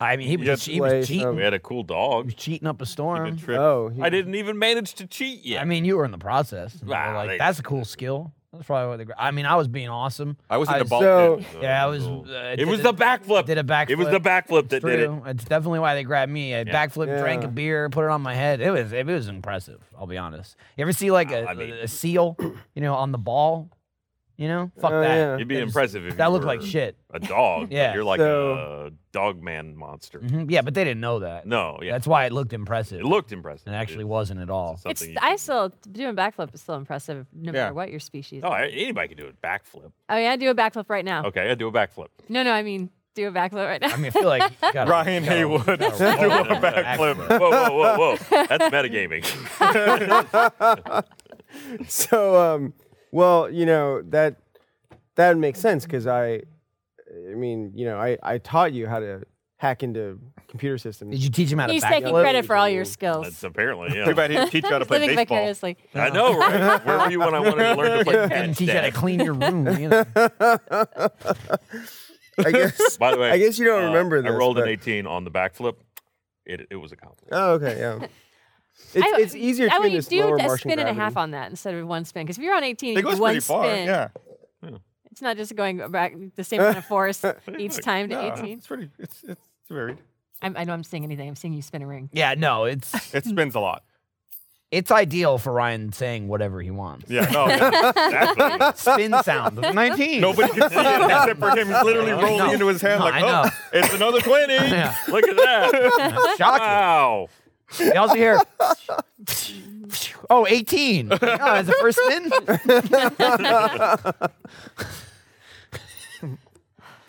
[SPEAKER 7] I mean, he was,
[SPEAKER 5] Yeah,
[SPEAKER 7] just, he was
[SPEAKER 1] place,
[SPEAKER 7] cheating.
[SPEAKER 1] um,
[SPEAKER 2] we had a cool dog.
[SPEAKER 7] he was cheating up a
[SPEAKER 5] The
[SPEAKER 7] storm.
[SPEAKER 5] trip.
[SPEAKER 1] oh he-
[SPEAKER 2] I didn't even manage to cheat yet.
[SPEAKER 7] I mean, you were in the process. and they were
[SPEAKER 2] Wow,
[SPEAKER 7] like,
[SPEAKER 2] they-
[SPEAKER 7] that's a cool skill. That's probably what they. gra- I mean, I was being awesome.
[SPEAKER 5] I was in the
[SPEAKER 7] I-
[SPEAKER 5] ball
[SPEAKER 1] so-
[SPEAKER 5] pit.
[SPEAKER 7] Yeah, I was. Uh,
[SPEAKER 2] it
[SPEAKER 7] did
[SPEAKER 2] was the backflip.
[SPEAKER 7] did a
[SPEAKER 2] It was
[SPEAKER 7] backflip.
[SPEAKER 2] the backflip that did it.
[SPEAKER 7] True. It's definitely why they grabbed me. I backflipped, drank a
[SPEAKER 1] Yeah.
[SPEAKER 7] beer, put it on my head. It was it was impressive. I'll be honest. You ever see like a,
[SPEAKER 2] I mean-
[SPEAKER 7] a seal, you know, on the ball? You know, fuck
[SPEAKER 1] Oh,
[SPEAKER 7] that.
[SPEAKER 1] yeah.
[SPEAKER 2] It'd be
[SPEAKER 7] That was-
[SPEAKER 2] impressive if
[SPEAKER 7] That
[SPEAKER 2] you
[SPEAKER 7] looked like
[SPEAKER 2] were
[SPEAKER 7] shit.
[SPEAKER 2] A dog. yeah.
[SPEAKER 7] Yeah.
[SPEAKER 2] You're like
[SPEAKER 1] So-
[SPEAKER 2] a dog man monster.
[SPEAKER 7] Mhm. Yeah, but they didn't know that.
[SPEAKER 2] No, yeah.
[SPEAKER 7] That's why it looked impressive.
[SPEAKER 2] it looked impressive.
[SPEAKER 7] and actually
[SPEAKER 2] It's
[SPEAKER 7] wasn't at all.
[SPEAKER 3] It's
[SPEAKER 2] something you
[SPEAKER 3] I
[SPEAKER 2] can-
[SPEAKER 3] still doing backflip is still impressive no
[SPEAKER 5] Yeah.
[SPEAKER 3] matter what your species.
[SPEAKER 5] Oh.
[SPEAKER 2] No, I- anybody can do a backflip.
[SPEAKER 3] I mean, I do a backflip right now.
[SPEAKER 2] Okay, I do a backflip.
[SPEAKER 3] No, no, I mean do a backflip right now.
[SPEAKER 7] I mean, I feel like you
[SPEAKER 2] [laughs]
[SPEAKER 7] gotta,
[SPEAKER 5] Ryan
[SPEAKER 7] you gotta-
[SPEAKER 5] [laughs] Haywood
[SPEAKER 7] you gotta roll
[SPEAKER 5] do a
[SPEAKER 7] with it.
[SPEAKER 5] backflip.
[SPEAKER 2] Whoa, whoa, whoa, whoa. That's metagaming.
[SPEAKER 1] [laughs] so um well you know that that would make sense because I I mean you know I I taught you how to hack into computer systems.
[SPEAKER 3] [laughs]
[SPEAKER 7] Did you teach him how to
[SPEAKER 3] He's
[SPEAKER 7] backflip?
[SPEAKER 3] taking credit for all your
[SPEAKER 1] That's
[SPEAKER 3] skills.
[SPEAKER 2] That's apparently, yeah.
[SPEAKER 5] Too bad he didn't teach you how to
[SPEAKER 3] He's
[SPEAKER 5] play
[SPEAKER 3] living
[SPEAKER 5] baseball.
[SPEAKER 3] vicariously.
[SPEAKER 2] I know, right? Where were you when I wanted to learn to
[SPEAKER 7] [laughs]
[SPEAKER 2] play
[SPEAKER 7] Didn't
[SPEAKER 2] catch?
[SPEAKER 7] teach you how to
[SPEAKER 2] Dad?
[SPEAKER 7] clean your room.
[SPEAKER 2] [laughs]
[SPEAKER 7] You know?
[SPEAKER 1] I guess
[SPEAKER 2] By the way,
[SPEAKER 1] I guess you don't
[SPEAKER 2] uh,
[SPEAKER 1] remember this.
[SPEAKER 2] I rolled an
[SPEAKER 1] but-
[SPEAKER 2] 18 on the backflip. It, it was
[SPEAKER 1] [laughs]
[SPEAKER 2] a compliment.
[SPEAKER 1] Oh okay yeah.
[SPEAKER 3] [laughs]
[SPEAKER 1] It's,
[SPEAKER 3] I-
[SPEAKER 1] it's easier
[SPEAKER 3] I
[SPEAKER 1] to
[SPEAKER 3] would
[SPEAKER 1] do this
[SPEAKER 3] do
[SPEAKER 1] lower
[SPEAKER 3] a
[SPEAKER 1] Martian
[SPEAKER 3] spin and a half
[SPEAKER 1] gravity.
[SPEAKER 3] on that instead of one spin. Because if you're on 18,
[SPEAKER 5] It
[SPEAKER 3] you
[SPEAKER 5] goes
[SPEAKER 3] do one
[SPEAKER 5] pretty far.
[SPEAKER 3] spin.
[SPEAKER 5] Yeah.
[SPEAKER 3] It's not just going back the same
[SPEAKER 1] [laughs]
[SPEAKER 3] kind of force each time to
[SPEAKER 5] Yeah,
[SPEAKER 3] 18.
[SPEAKER 5] It's pretty. It's it's varied.
[SPEAKER 3] I'm, I know I'm seeing anything. I'm seeing you spin a ring.
[SPEAKER 7] yeah, no, it's
[SPEAKER 5] [laughs] It spins a lot.
[SPEAKER 7] it's ideal for Ryan saying whatever he wants.
[SPEAKER 5] Yeah. No. yeah.
[SPEAKER 2] [laughs] That's what it was.
[SPEAKER 7] Spin sound. 19.
[SPEAKER 5] Nobody can see it except for him literally
[SPEAKER 7] I
[SPEAKER 5] rolling
[SPEAKER 7] know.
[SPEAKER 5] into his hand
[SPEAKER 7] No,
[SPEAKER 5] like,
[SPEAKER 7] I
[SPEAKER 5] oh,
[SPEAKER 7] know.
[SPEAKER 5] it's another
[SPEAKER 2] [laughs]
[SPEAKER 5] twenty. [laughs]
[SPEAKER 7] Yeah.
[SPEAKER 2] Look at that.
[SPEAKER 7] Shocking.
[SPEAKER 2] Wow.
[SPEAKER 7] You also hear. Oh, 18. Like, [laughs] Oh, that's the first spin?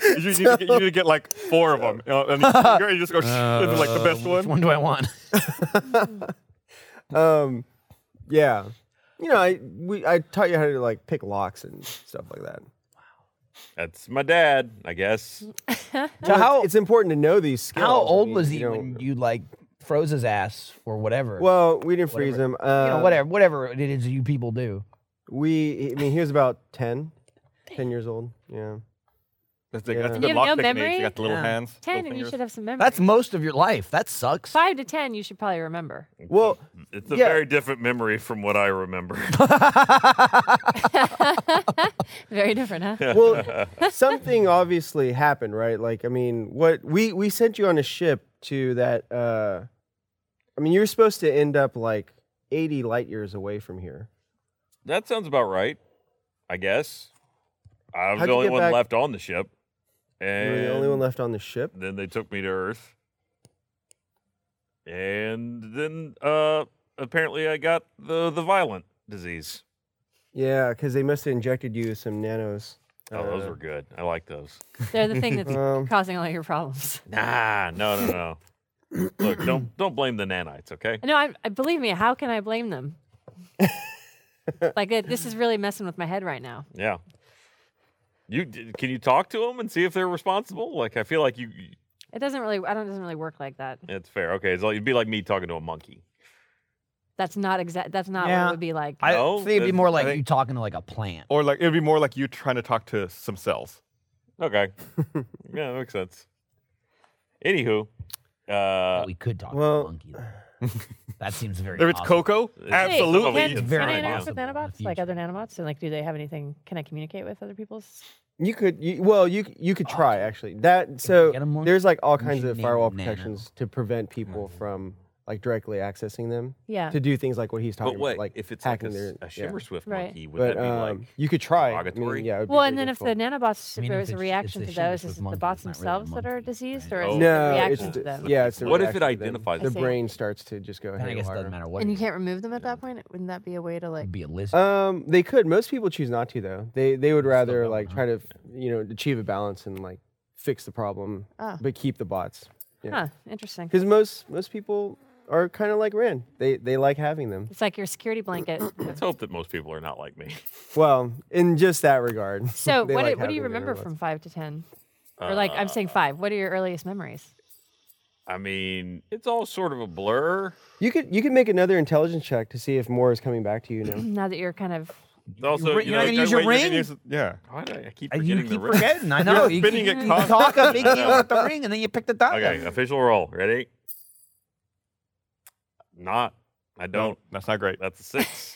[SPEAKER 5] You need, to get, you need to get like four of them, you know, and you just go shh, and like the best
[SPEAKER 7] Which one
[SPEAKER 5] one.
[SPEAKER 7] do I want?
[SPEAKER 1] Um, yeah. You know, I we I taught you how to like pick locks and stuff like that.
[SPEAKER 2] That's my dad, I guess.
[SPEAKER 7] So how,
[SPEAKER 1] it's important to know these skills.
[SPEAKER 7] how
[SPEAKER 1] I
[SPEAKER 7] old
[SPEAKER 1] mean,
[SPEAKER 7] was he
[SPEAKER 1] you know,
[SPEAKER 7] when you, like, froze his ass or whatever?
[SPEAKER 1] Well, we didn't freeze him. Uh,
[SPEAKER 7] you know, whatever, whatever it is you people do.
[SPEAKER 1] We, I mean, he was about 10, 10 years old. Yeah.
[SPEAKER 5] That's, the,
[SPEAKER 1] Yeah.
[SPEAKER 5] that's a
[SPEAKER 1] You
[SPEAKER 5] good
[SPEAKER 3] have
[SPEAKER 5] lock
[SPEAKER 3] no
[SPEAKER 5] technique.
[SPEAKER 3] memory?
[SPEAKER 5] You got the little
[SPEAKER 7] Yeah.
[SPEAKER 5] hands.
[SPEAKER 3] 10,
[SPEAKER 5] little
[SPEAKER 3] and you
[SPEAKER 5] fingers.
[SPEAKER 3] should have some memory.
[SPEAKER 7] That's most of your life. That sucks.
[SPEAKER 3] 5 to 10, you should probably remember.
[SPEAKER 5] [laughs]
[SPEAKER 3] [laughs]
[SPEAKER 1] Well,
[SPEAKER 2] It's a
[SPEAKER 1] Yeah.
[SPEAKER 2] very different memory from what I remember.
[SPEAKER 3] Very different, huh?
[SPEAKER 1] well,
[SPEAKER 2] [laughs]
[SPEAKER 1] something obviously happened, right? Like, I mean, what we we sent you on a ship to that. uh I mean, you were supposed to end up like eighty light years away from here.
[SPEAKER 2] that sounds about right, I guess. I was
[SPEAKER 1] How'd
[SPEAKER 2] the
[SPEAKER 1] you
[SPEAKER 2] only
[SPEAKER 1] get
[SPEAKER 2] one
[SPEAKER 1] back-
[SPEAKER 2] left on the ship.
[SPEAKER 1] You
[SPEAKER 2] And
[SPEAKER 1] were the only one left on the ship.
[SPEAKER 2] Then they took me to Earth. And then uh apparently I got the the violent disease.
[SPEAKER 1] Yeah, because they must have injected you with some nanos. Uh,
[SPEAKER 2] Oh, those were good. I like those.
[SPEAKER 3] They're the thing that's
[SPEAKER 1] Um,
[SPEAKER 3] causing all your problems. [laughs]
[SPEAKER 2] Nah, no, no,
[SPEAKER 1] [coughs]
[SPEAKER 2] no. Look, don't don't blame the nanites, okay?
[SPEAKER 3] No, I, I believe me. How can I
[SPEAKER 1] [laughs]
[SPEAKER 3] blame them? like it, this is really messing with my head right now.
[SPEAKER 2] Yeah. You d- can you talk to them and see if they're responsible? Like I feel like you. you-
[SPEAKER 3] It doesn't really. I don't. It doesn't really work like that.
[SPEAKER 2] It's fair. Okay, it's like, it'd be like me talking to a monkey.
[SPEAKER 3] That's not exact. That's not what
[SPEAKER 7] Yeah.
[SPEAKER 3] it would be like.
[SPEAKER 7] I
[SPEAKER 2] No,
[SPEAKER 7] think it'd be
[SPEAKER 2] that's-
[SPEAKER 7] more
[SPEAKER 2] I
[SPEAKER 7] like
[SPEAKER 2] think-
[SPEAKER 7] you talking to like a plant.
[SPEAKER 5] Or like it'd be more like you trying to talk to some cells.
[SPEAKER 1] [laughs]
[SPEAKER 2] Okay. yeah, that makes sense. Anywho, uh,
[SPEAKER 7] we could talk
[SPEAKER 1] well-
[SPEAKER 7] to a monkey.
[SPEAKER 1] [laughs]
[SPEAKER 7] though. that seems very.
[SPEAKER 5] If it's
[SPEAKER 7] possible.
[SPEAKER 5] Coco,
[SPEAKER 3] Hey,
[SPEAKER 2] absolutely,
[SPEAKER 3] Can,
[SPEAKER 2] it's
[SPEAKER 7] very
[SPEAKER 3] can I interact with
[SPEAKER 7] possible in the
[SPEAKER 3] nanobots, like
[SPEAKER 7] future.
[SPEAKER 3] other nanobots, and like, do they have anything? Can I communicate with other people's?
[SPEAKER 1] You could, you, well, you c- you could
[SPEAKER 7] Oh,
[SPEAKER 1] try actually. That so
[SPEAKER 7] get 'em one,
[SPEAKER 1] there's like all
[SPEAKER 7] we
[SPEAKER 1] kinds
[SPEAKER 7] should
[SPEAKER 1] of
[SPEAKER 7] name
[SPEAKER 1] firewall
[SPEAKER 7] him Nano.
[SPEAKER 1] protections to prevent people from like directly accessing them.
[SPEAKER 3] Yeah.
[SPEAKER 1] To do things like what he's talking
[SPEAKER 2] But wait,
[SPEAKER 1] about, like
[SPEAKER 2] if it's like a,
[SPEAKER 1] hacking
[SPEAKER 2] s-
[SPEAKER 1] their
[SPEAKER 2] a
[SPEAKER 1] yeah.
[SPEAKER 2] shimmer swift
[SPEAKER 3] Right.
[SPEAKER 2] monkey, would
[SPEAKER 1] But
[SPEAKER 2] that be like?
[SPEAKER 1] um, you could try. I mean,
[SPEAKER 2] derogatory?
[SPEAKER 1] yeah. it would be
[SPEAKER 3] Well, and
[SPEAKER 1] very
[SPEAKER 3] then if the
[SPEAKER 1] difficult.
[SPEAKER 3] nanobots,
[SPEAKER 7] I mean,
[SPEAKER 3] if there
[SPEAKER 7] if
[SPEAKER 3] was a
[SPEAKER 7] it's-
[SPEAKER 3] reaction
[SPEAKER 7] it's
[SPEAKER 3] to
[SPEAKER 7] the shameless
[SPEAKER 3] those, is
[SPEAKER 7] with
[SPEAKER 3] it the
[SPEAKER 7] monkeys,
[SPEAKER 3] bots
[SPEAKER 7] it's not really
[SPEAKER 3] themselves
[SPEAKER 7] the
[SPEAKER 3] that are
[SPEAKER 7] monkeys,
[SPEAKER 3] diseased,
[SPEAKER 7] right?
[SPEAKER 3] or is
[SPEAKER 2] Oh.
[SPEAKER 3] it
[SPEAKER 1] no,
[SPEAKER 3] the
[SPEAKER 1] it's
[SPEAKER 3] reaction to
[SPEAKER 1] d-
[SPEAKER 3] them?
[SPEAKER 1] yeah, it's the
[SPEAKER 2] What if it
[SPEAKER 1] reaction to them.
[SPEAKER 2] identifies
[SPEAKER 1] the
[SPEAKER 3] them? I see.
[SPEAKER 1] brain starts to just go?
[SPEAKER 7] Then I
[SPEAKER 1] hey,
[SPEAKER 7] guess it
[SPEAKER 1] harder.
[SPEAKER 7] doesn't matter what.
[SPEAKER 3] And
[SPEAKER 7] it
[SPEAKER 3] you
[SPEAKER 7] is.
[SPEAKER 3] can't remove them at that point. Wouldn't that be a way to like?
[SPEAKER 7] It'd be a lizard.
[SPEAKER 1] Um, they could. Most people choose not to, though. They they would rather
[SPEAKER 7] going
[SPEAKER 1] like
[SPEAKER 7] on.
[SPEAKER 1] try to, f- you know, achieve a balance and like fix the problem,
[SPEAKER 3] Ah.
[SPEAKER 1] but keep the bots.
[SPEAKER 3] Huh. Interesting.
[SPEAKER 1] Because most most people are kind of like Rand. They they like having them.
[SPEAKER 3] It's like your security blanket.
[SPEAKER 2] Let's hope that most people are not like me. [laughs]
[SPEAKER 1] Well, in just that regard. [laughs]
[SPEAKER 3] So,
[SPEAKER 1] They
[SPEAKER 3] what,
[SPEAKER 1] like
[SPEAKER 3] do, what do
[SPEAKER 1] having their
[SPEAKER 3] you remember
[SPEAKER 1] robots.
[SPEAKER 3] from five to ten? Or like, I'm saying five. What are your earliest memories? [clears throat]
[SPEAKER 2] I mean, it's all sort of a blur.
[SPEAKER 1] You could you could make another intelligence check to see if more is coming back to you now.
[SPEAKER 3] Now that you're kind of
[SPEAKER 2] Also,
[SPEAKER 7] ri-
[SPEAKER 2] you
[SPEAKER 7] you're
[SPEAKER 2] know,
[SPEAKER 7] not gonna use
[SPEAKER 2] that
[SPEAKER 7] your
[SPEAKER 2] way you
[SPEAKER 5] You
[SPEAKER 2] can
[SPEAKER 5] can
[SPEAKER 7] ring?
[SPEAKER 2] use-
[SPEAKER 5] use- yeah.
[SPEAKER 2] Why do I I keep
[SPEAKER 7] And you
[SPEAKER 2] forgetting the
[SPEAKER 7] keep
[SPEAKER 2] ring? [laughs]
[SPEAKER 7] forgetting. I know. You,
[SPEAKER 5] spinning
[SPEAKER 7] you,
[SPEAKER 5] it
[SPEAKER 7] you
[SPEAKER 5] constantly.
[SPEAKER 7] talk a big deal [laughs] with the ring, and then you pick the dot.
[SPEAKER 2] Okay, official roll. Ready? Not. I don't.
[SPEAKER 5] That's not great. [laughs]
[SPEAKER 2] That's a
[SPEAKER 7] [laughs]
[SPEAKER 2] six.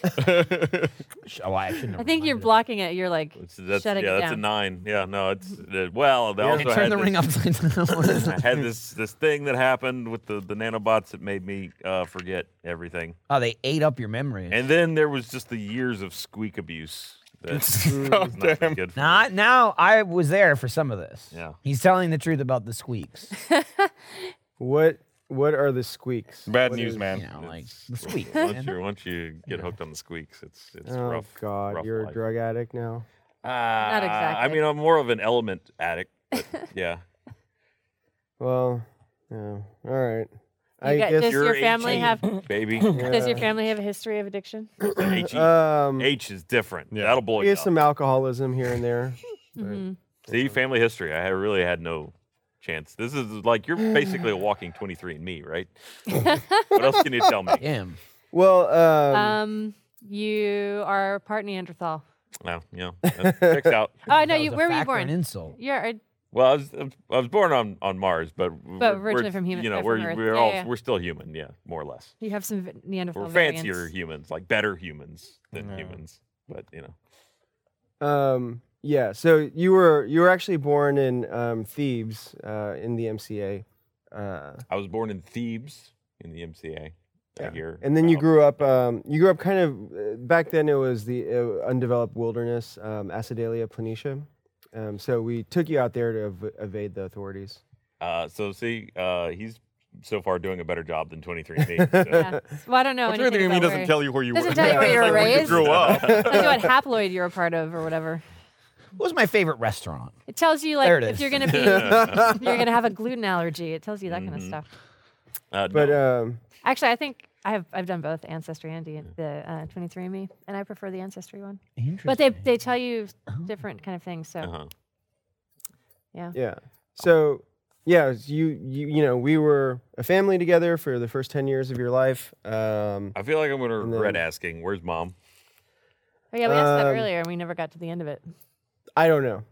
[SPEAKER 7] Oh, I shouldn't.
[SPEAKER 3] I
[SPEAKER 7] have
[SPEAKER 3] think you're
[SPEAKER 7] reminded
[SPEAKER 3] blocking it. You're like
[SPEAKER 2] It's- that's,
[SPEAKER 3] shutting
[SPEAKER 2] yeah,
[SPEAKER 3] it
[SPEAKER 2] that's a
[SPEAKER 3] down.
[SPEAKER 2] nine. Yeah, no, it's uh, well. They
[SPEAKER 7] him.
[SPEAKER 2] also
[SPEAKER 7] And turn
[SPEAKER 2] had
[SPEAKER 7] the
[SPEAKER 2] this,
[SPEAKER 7] ring upside down.
[SPEAKER 2] [laughs] I had this this thing that happened with the the nanobots that made me uh, forget everything,
[SPEAKER 7] [laughs] oh, they ate up your memories.
[SPEAKER 2] and then there was just the years of squeak abuse.
[SPEAKER 7] [laughs]
[SPEAKER 2] [laughs] That's
[SPEAKER 5] damn.
[SPEAKER 2] good. For me.
[SPEAKER 7] Now, I- now I was there for some of this.
[SPEAKER 2] Yeah.
[SPEAKER 7] He's telling the truth about the squeaks.
[SPEAKER 1] [clears throat] What what are the squeaks?
[SPEAKER 5] Bad
[SPEAKER 1] What
[SPEAKER 5] news,
[SPEAKER 1] is-
[SPEAKER 5] man.
[SPEAKER 7] You know, like the
[SPEAKER 2] [laughs]
[SPEAKER 7] squeaks.
[SPEAKER 2] Once
[SPEAKER 7] man.
[SPEAKER 2] you once you get hooked on the squeaks, it's it's
[SPEAKER 1] Oh
[SPEAKER 2] rough.
[SPEAKER 1] God,
[SPEAKER 2] rough
[SPEAKER 1] you're
[SPEAKER 2] life.
[SPEAKER 1] a drug addict now.
[SPEAKER 2] Uh, Not I
[SPEAKER 3] exactly.
[SPEAKER 2] mean, I'm more of an element addict.
[SPEAKER 3] [laughs]
[SPEAKER 2] But yeah,
[SPEAKER 1] Well, yeah. All right. I
[SPEAKER 3] got-
[SPEAKER 1] guess
[SPEAKER 3] just- Does your
[SPEAKER 2] You're E,
[SPEAKER 3] family have-
[SPEAKER 1] [coughs]
[SPEAKER 2] baby?
[SPEAKER 3] Does your family have a history of addiction?
[SPEAKER 2] H-E-
[SPEAKER 1] um
[SPEAKER 2] H is different.
[SPEAKER 5] Yeah.
[SPEAKER 2] That'll blow
[SPEAKER 1] I
[SPEAKER 2] you
[SPEAKER 1] guess
[SPEAKER 2] up.
[SPEAKER 1] some alcoholism here and there. [laughs] but-
[SPEAKER 3] Mhm.
[SPEAKER 2] See, family history. I had- really had no chance. This is like you're basically
[SPEAKER 1] [coughs]
[SPEAKER 2] a walking 23 and me,
[SPEAKER 3] [laughs]
[SPEAKER 2] right? what else can you tell me?
[SPEAKER 7] Damn.
[SPEAKER 1] Well, um,
[SPEAKER 3] Um, you are part Neanderthal.
[SPEAKER 2] No,
[SPEAKER 1] [laughs]
[SPEAKER 2] you know, that checks out.
[SPEAKER 3] Oh no,
[SPEAKER 7] That
[SPEAKER 3] you.
[SPEAKER 7] was a
[SPEAKER 3] Where were you
[SPEAKER 7] fact or An
[SPEAKER 3] born? uh,
[SPEAKER 7] insult.
[SPEAKER 3] Yeah,
[SPEAKER 2] Well, I was, I was born on, on Mars, but w-
[SPEAKER 3] But
[SPEAKER 2] we're-
[SPEAKER 3] originally from human-
[SPEAKER 2] You know,
[SPEAKER 3] uh, from
[SPEAKER 2] we're
[SPEAKER 3] Earth.
[SPEAKER 2] we're
[SPEAKER 3] Yeah,
[SPEAKER 2] all
[SPEAKER 3] yeah.
[SPEAKER 2] we're still human, yeah, more or less.
[SPEAKER 3] you have some v- Neanderthal.
[SPEAKER 2] We're fancier
[SPEAKER 3] variants.
[SPEAKER 2] humans, like better humans than humans. But you know,
[SPEAKER 3] Uh,
[SPEAKER 1] um, yeah. So you were you were actually born in um, Thebes uh, in the MCA, uh,
[SPEAKER 2] I was born in Thebes in the MCA. I
[SPEAKER 1] Yeah.
[SPEAKER 2] hear.
[SPEAKER 1] and then you
[SPEAKER 2] about-
[SPEAKER 1] grew up. Um, you grew up kind of uh, back then. It was the uh, undeveloped wilderness, um, Acidalia planitia. Um, so we took you out there to ev- evade the authorities.
[SPEAKER 2] Uh, so see, uh, he's so far doing a better job
[SPEAKER 1] [laughs]
[SPEAKER 2] than 23andMe. So. uh,
[SPEAKER 3] Yeah. Well, I don't know.
[SPEAKER 5] What's weird that
[SPEAKER 3] anything
[SPEAKER 5] you mean
[SPEAKER 3] about
[SPEAKER 5] doesn't
[SPEAKER 3] where-
[SPEAKER 5] tell you where
[SPEAKER 3] [laughs]
[SPEAKER 5] you
[SPEAKER 3] Doesn't
[SPEAKER 5] were.
[SPEAKER 3] tell you
[SPEAKER 5] [laughs]
[SPEAKER 3] where you were
[SPEAKER 5] Like
[SPEAKER 3] raised. [laughs]
[SPEAKER 7] [laughs]
[SPEAKER 5] grew up.
[SPEAKER 3] tells you what haploid you're a part of or whatever.
[SPEAKER 7] What was my favorite restaurant?
[SPEAKER 3] It tells you
[SPEAKER 7] There it
[SPEAKER 3] like if
[SPEAKER 7] is.
[SPEAKER 3] you're gonna be, if you're gonna have a gluten allergy. It tells you that kind of stuff.
[SPEAKER 2] Uh,
[SPEAKER 1] But
[SPEAKER 2] no.
[SPEAKER 1] um,
[SPEAKER 3] Actually, I think I have I've done both Ancestry and D- the uh, 23andMe, and I prefer the Ancestry one.
[SPEAKER 7] Interesting.
[SPEAKER 3] But they they tell you different kind of things. So
[SPEAKER 2] Uh-huh.
[SPEAKER 3] yeah,
[SPEAKER 1] yeah. So yeah, it's you you you know we were a family together for the first ten years of your life. Um,
[SPEAKER 2] I feel like I'm gonna
[SPEAKER 1] And
[SPEAKER 2] regret
[SPEAKER 1] then-
[SPEAKER 2] asking, "Where's mom?"
[SPEAKER 3] oh, yeah, we asked that
[SPEAKER 1] Um,
[SPEAKER 3] earlier, and we never got to the end of it.
[SPEAKER 1] I don't know.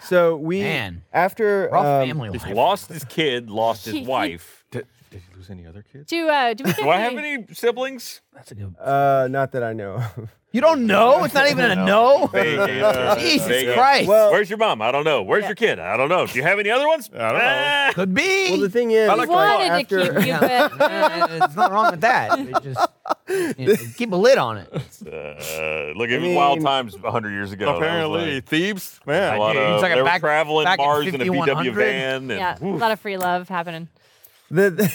[SPEAKER 1] So we
[SPEAKER 7] Man.
[SPEAKER 1] after
[SPEAKER 7] Rough
[SPEAKER 1] um,
[SPEAKER 7] family
[SPEAKER 2] He's
[SPEAKER 7] life.
[SPEAKER 2] lost his kid, lost
[SPEAKER 1] [laughs]
[SPEAKER 3] He-
[SPEAKER 2] his
[SPEAKER 3] he-
[SPEAKER 2] wife.
[SPEAKER 5] Did, did he lose any other kids?
[SPEAKER 3] Do uh, do we?
[SPEAKER 2] Do I have any siblings?
[SPEAKER 7] That's a good.
[SPEAKER 1] Uh, not that I know. of. [laughs]
[SPEAKER 7] You don't
[SPEAKER 2] [laughs]
[SPEAKER 7] know? It's not even a no.
[SPEAKER 2] Vague answer. Vague
[SPEAKER 7] Jesus
[SPEAKER 2] answer.
[SPEAKER 7] Christ.
[SPEAKER 1] Well-
[SPEAKER 2] Where's your mom? I don't know. Where's your kid? I don't know. Do you have any other ones?
[SPEAKER 5] I don't know.
[SPEAKER 2] Ah!
[SPEAKER 7] Could be.
[SPEAKER 1] well, the
[SPEAKER 7] [laughs]
[SPEAKER 1] thing is,
[SPEAKER 5] I like my
[SPEAKER 3] wanted
[SPEAKER 1] after-
[SPEAKER 3] to keep you,
[SPEAKER 7] Yeah.
[SPEAKER 3] but uh,
[SPEAKER 7] it's not wrong with that. It just you know, keep a lid on it.
[SPEAKER 2] [laughs] Uh, look, it was wild
[SPEAKER 1] mean-
[SPEAKER 2] times 100 years ago. That was
[SPEAKER 5] Apparently,
[SPEAKER 2] like
[SPEAKER 5] Thebes.
[SPEAKER 2] a
[SPEAKER 5] Man,
[SPEAKER 2] lot
[SPEAKER 7] Yeah,
[SPEAKER 2] of,
[SPEAKER 7] it's like a
[SPEAKER 2] they were
[SPEAKER 7] back-
[SPEAKER 2] traveling
[SPEAKER 7] back in
[SPEAKER 2] Mars in a BW
[SPEAKER 7] 5100.
[SPEAKER 2] van. And,
[SPEAKER 3] yeah, a lot of free love happening.
[SPEAKER 1] The, the-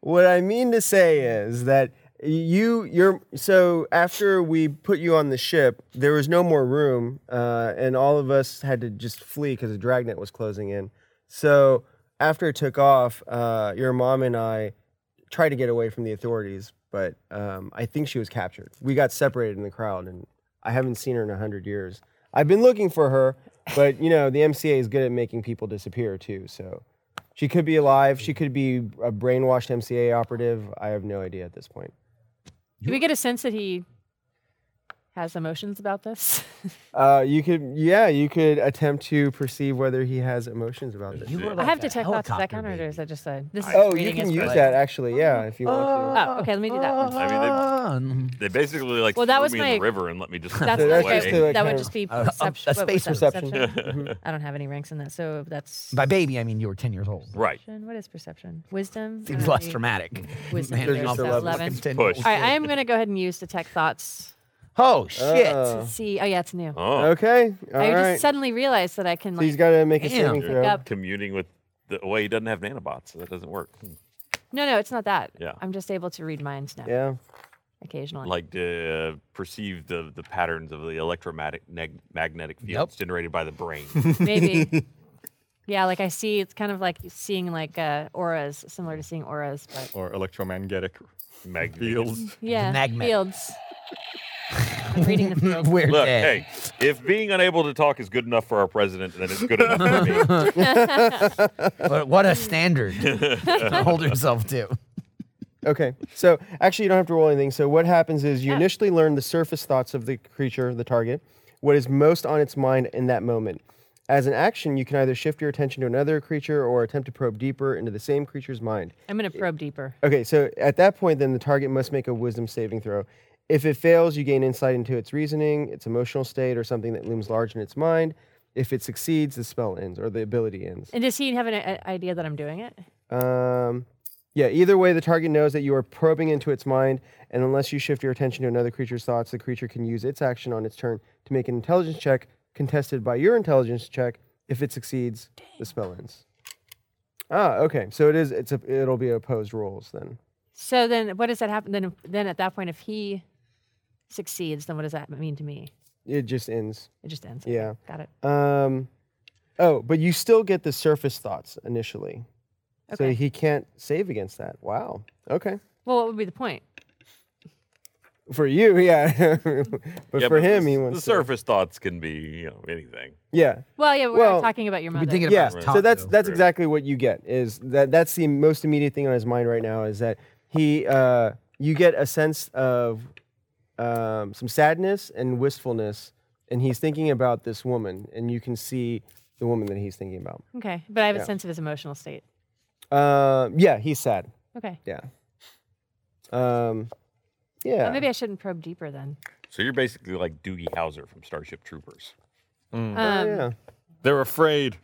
[SPEAKER 1] what I mean to say is that you you're so after we put you on the ship, there was no more room, uh, and all of us had to just flee because the dragnet was closing in. So after it took off, uh, your mom and I tried to get away from the authorities, but um, I think she was captured. We got separated in the crowd, and I haven't seen her in a hundred years. I've been looking for her, but you know the MCA is good at making people disappear too. So she could be alive. She could be a brainwashed MCA operative. I have no idea at this point.
[SPEAKER 3] Do we get a sense that he has emotions about [laughs] this?
[SPEAKER 1] Uh, you could, yeah, you could attempt to perceive whether he has emotions about this.
[SPEAKER 7] [laughs] You were
[SPEAKER 3] I
[SPEAKER 7] like
[SPEAKER 3] have
[SPEAKER 7] a
[SPEAKER 3] detect thoughts. Does that
[SPEAKER 7] helicopter
[SPEAKER 3] count, or
[SPEAKER 7] baby.
[SPEAKER 3] is that just a this? is
[SPEAKER 1] oh, you
[SPEAKER 3] reading
[SPEAKER 1] can
[SPEAKER 3] is
[SPEAKER 1] use
[SPEAKER 3] for-
[SPEAKER 1] that actually, yeah, if you want
[SPEAKER 3] Oh, okay. Let me do that one.
[SPEAKER 2] I mean, they,
[SPEAKER 7] Um,
[SPEAKER 2] they basically like
[SPEAKER 3] Well, that
[SPEAKER 2] threw
[SPEAKER 3] was
[SPEAKER 2] me
[SPEAKER 3] my-
[SPEAKER 2] in the river and let me just [laughs]
[SPEAKER 3] That's
[SPEAKER 1] So
[SPEAKER 2] float
[SPEAKER 3] not
[SPEAKER 1] that's
[SPEAKER 2] away.
[SPEAKER 1] basically like
[SPEAKER 3] that would
[SPEAKER 1] kind
[SPEAKER 3] just
[SPEAKER 1] of-
[SPEAKER 3] be
[SPEAKER 7] uh,
[SPEAKER 3] perception.
[SPEAKER 7] a
[SPEAKER 3] what
[SPEAKER 7] space
[SPEAKER 3] was that,
[SPEAKER 1] perception.
[SPEAKER 2] [laughs]
[SPEAKER 3] I don't have any ranks in that, so that's
[SPEAKER 7] by baby, I mean you were 10 years old.
[SPEAKER 2] right.
[SPEAKER 3] perception. What is perception? Wisdom. I
[SPEAKER 7] Seems
[SPEAKER 3] don't
[SPEAKER 7] less
[SPEAKER 3] need-
[SPEAKER 7] dramatic.
[SPEAKER 3] Wisdom.
[SPEAKER 7] Handing
[SPEAKER 1] There's
[SPEAKER 7] off
[SPEAKER 1] the
[SPEAKER 7] that
[SPEAKER 1] level.
[SPEAKER 7] fucking
[SPEAKER 3] Eleven.
[SPEAKER 7] 10
[SPEAKER 2] Push.
[SPEAKER 3] All right, I am going to go ahead and use detect thoughts.
[SPEAKER 7] Oh, shit.
[SPEAKER 1] Oh.
[SPEAKER 3] to see. Oh yeah, it's new.
[SPEAKER 2] Oh,
[SPEAKER 1] Okay, all
[SPEAKER 3] I
[SPEAKER 1] right.
[SPEAKER 3] just suddenly realized that I can
[SPEAKER 1] so he's
[SPEAKER 3] like
[SPEAKER 1] got to make a
[SPEAKER 7] Damn.
[SPEAKER 1] saving
[SPEAKER 2] You're
[SPEAKER 1] throw.
[SPEAKER 3] Yep.
[SPEAKER 2] commuting with the way he doesn't have nanobots, so that doesn't work. Hmm.
[SPEAKER 3] No, no, it's not that.
[SPEAKER 2] Yeah.
[SPEAKER 3] I'm just able to read minds now
[SPEAKER 1] Yeah.
[SPEAKER 3] occasionally.
[SPEAKER 2] Like to uh, perceive the, the patterns of the electromagnetic neg- magnetic fields generated by the brain.
[SPEAKER 3] Maybe. yeah, like I see it's kind of like seeing like uh, auras, similar to seeing auras, but
[SPEAKER 5] Or electromagnetic
[SPEAKER 2] Magnetic.
[SPEAKER 7] [laughs]
[SPEAKER 5] fields.
[SPEAKER 3] yeah,
[SPEAKER 7] magnet.
[SPEAKER 3] fields. I'm reading the field.
[SPEAKER 7] We're
[SPEAKER 2] Look,
[SPEAKER 7] dead.
[SPEAKER 2] hey, if being unable to talk is good enough for our president, then it's good enough for me.
[SPEAKER 7] But what a standard to hold yourself to.
[SPEAKER 1] Okay. So actually, you don't have to roll anything. So what happens is you initially learn the surface thoughts of the creature, the target, what is most on its mind in that moment. As an action, you can either shift your attention to another creature or attempt to probe deeper into the same creature's mind.
[SPEAKER 3] I'm gonna probe deeper.
[SPEAKER 1] Okay, so at that point, then the target must make a wisdom saving throw. If it fails, you gain insight into its reasoning, its emotional state, or something that looms large in its mind. If it succeeds, the spell ends or the ability ends.
[SPEAKER 3] And does he have an i- idea that I'm doing it?
[SPEAKER 1] Um, yeah, either way, the target knows that you are probing into its mind, and unless you shift your attention to another creature's thoughts, the creature can use its action on its turn to make an intelligence check contested by your intelligence check. If it succeeds, the spell ends. Ah, okay. So it is. It's a, it'll be opposed rolls then.
[SPEAKER 3] So then, what does that happen? Then, then at that point, if he succeeds, then what does that mean to me?
[SPEAKER 1] It just ends.
[SPEAKER 3] It just ends.
[SPEAKER 1] Yeah.
[SPEAKER 3] Got it.
[SPEAKER 1] Um, oh, but you still get the surface thoughts initially. So
[SPEAKER 3] Okay.
[SPEAKER 1] he can't save against that. Wow. Okay.
[SPEAKER 3] Well, what would be the point?
[SPEAKER 1] For you, [laughs] yeah. but for
[SPEAKER 2] Yeah, but
[SPEAKER 1] him,
[SPEAKER 2] the,
[SPEAKER 1] he wants
[SPEAKER 2] the
[SPEAKER 1] to-
[SPEAKER 2] surface thoughts can be you know anything.
[SPEAKER 1] Yeah.
[SPEAKER 3] Well, yeah, we're
[SPEAKER 1] Well,
[SPEAKER 3] not talking about your
[SPEAKER 7] You've been
[SPEAKER 3] mother.
[SPEAKER 7] thinking
[SPEAKER 1] Yeah.
[SPEAKER 7] about his top,
[SPEAKER 1] So that's
[SPEAKER 7] though.
[SPEAKER 1] that's exactly what you get is that that's the most immediate thing on his mind right now is that he uh you get a sense of um some sadness and wistfulness and he's thinking about this woman and you can see the woman that he's thinking about.
[SPEAKER 3] okay, but I have a sense of his emotional state.
[SPEAKER 1] Um yeah, he's sad.
[SPEAKER 3] Okay.
[SPEAKER 1] Yeah. Um, yeah.
[SPEAKER 3] Well, maybe I shouldn't probe deeper then.
[SPEAKER 2] So you're basically like Doogie Howser from Starship Troopers.
[SPEAKER 7] Hmm.
[SPEAKER 3] Um,
[SPEAKER 1] yeah.
[SPEAKER 5] They're afraid.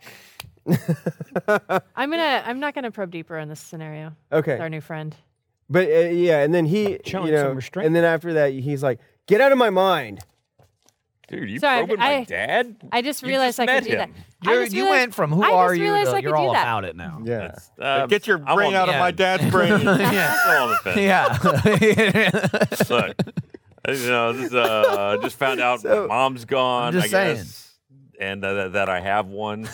[SPEAKER 3] I'm gonna. I'm not gonna probe deeper in this scenario. With our
[SPEAKER 1] Okay.
[SPEAKER 3] new friend.
[SPEAKER 1] But uh, yeah, and then he, you
[SPEAKER 7] Showing some
[SPEAKER 1] know,
[SPEAKER 7] restraint.
[SPEAKER 1] and then after that, he's like, "Get out of my mind."
[SPEAKER 2] Dude, are you
[SPEAKER 3] Sorry,
[SPEAKER 2] probing
[SPEAKER 3] I-
[SPEAKER 2] my dad?
[SPEAKER 3] I just
[SPEAKER 2] You
[SPEAKER 3] realized I
[SPEAKER 2] met
[SPEAKER 3] could do that.
[SPEAKER 2] him.
[SPEAKER 3] I
[SPEAKER 7] You're-
[SPEAKER 3] just
[SPEAKER 7] you
[SPEAKER 3] realized-
[SPEAKER 7] went from who
[SPEAKER 3] I just
[SPEAKER 7] are you
[SPEAKER 3] realized
[SPEAKER 7] to
[SPEAKER 3] I
[SPEAKER 7] you're
[SPEAKER 3] could do
[SPEAKER 7] all
[SPEAKER 3] that.
[SPEAKER 7] about it now.
[SPEAKER 1] Yeah.
[SPEAKER 7] Um,
[SPEAKER 2] Uh,
[SPEAKER 5] Get your
[SPEAKER 2] I'm on
[SPEAKER 5] brain out of
[SPEAKER 2] the- [laughs]
[SPEAKER 7] [laughs]
[SPEAKER 5] my dad's brain.
[SPEAKER 2] I'm still on the
[SPEAKER 3] [laughs]
[SPEAKER 2] fence.
[SPEAKER 7] Yeah.
[SPEAKER 2] Look, I- you know, this, uh, just found out my mom's gone.
[SPEAKER 7] just
[SPEAKER 2] I
[SPEAKER 7] saying.
[SPEAKER 2] guess, and uh, that, that I
[SPEAKER 3] [laughs]
[SPEAKER 2] have one.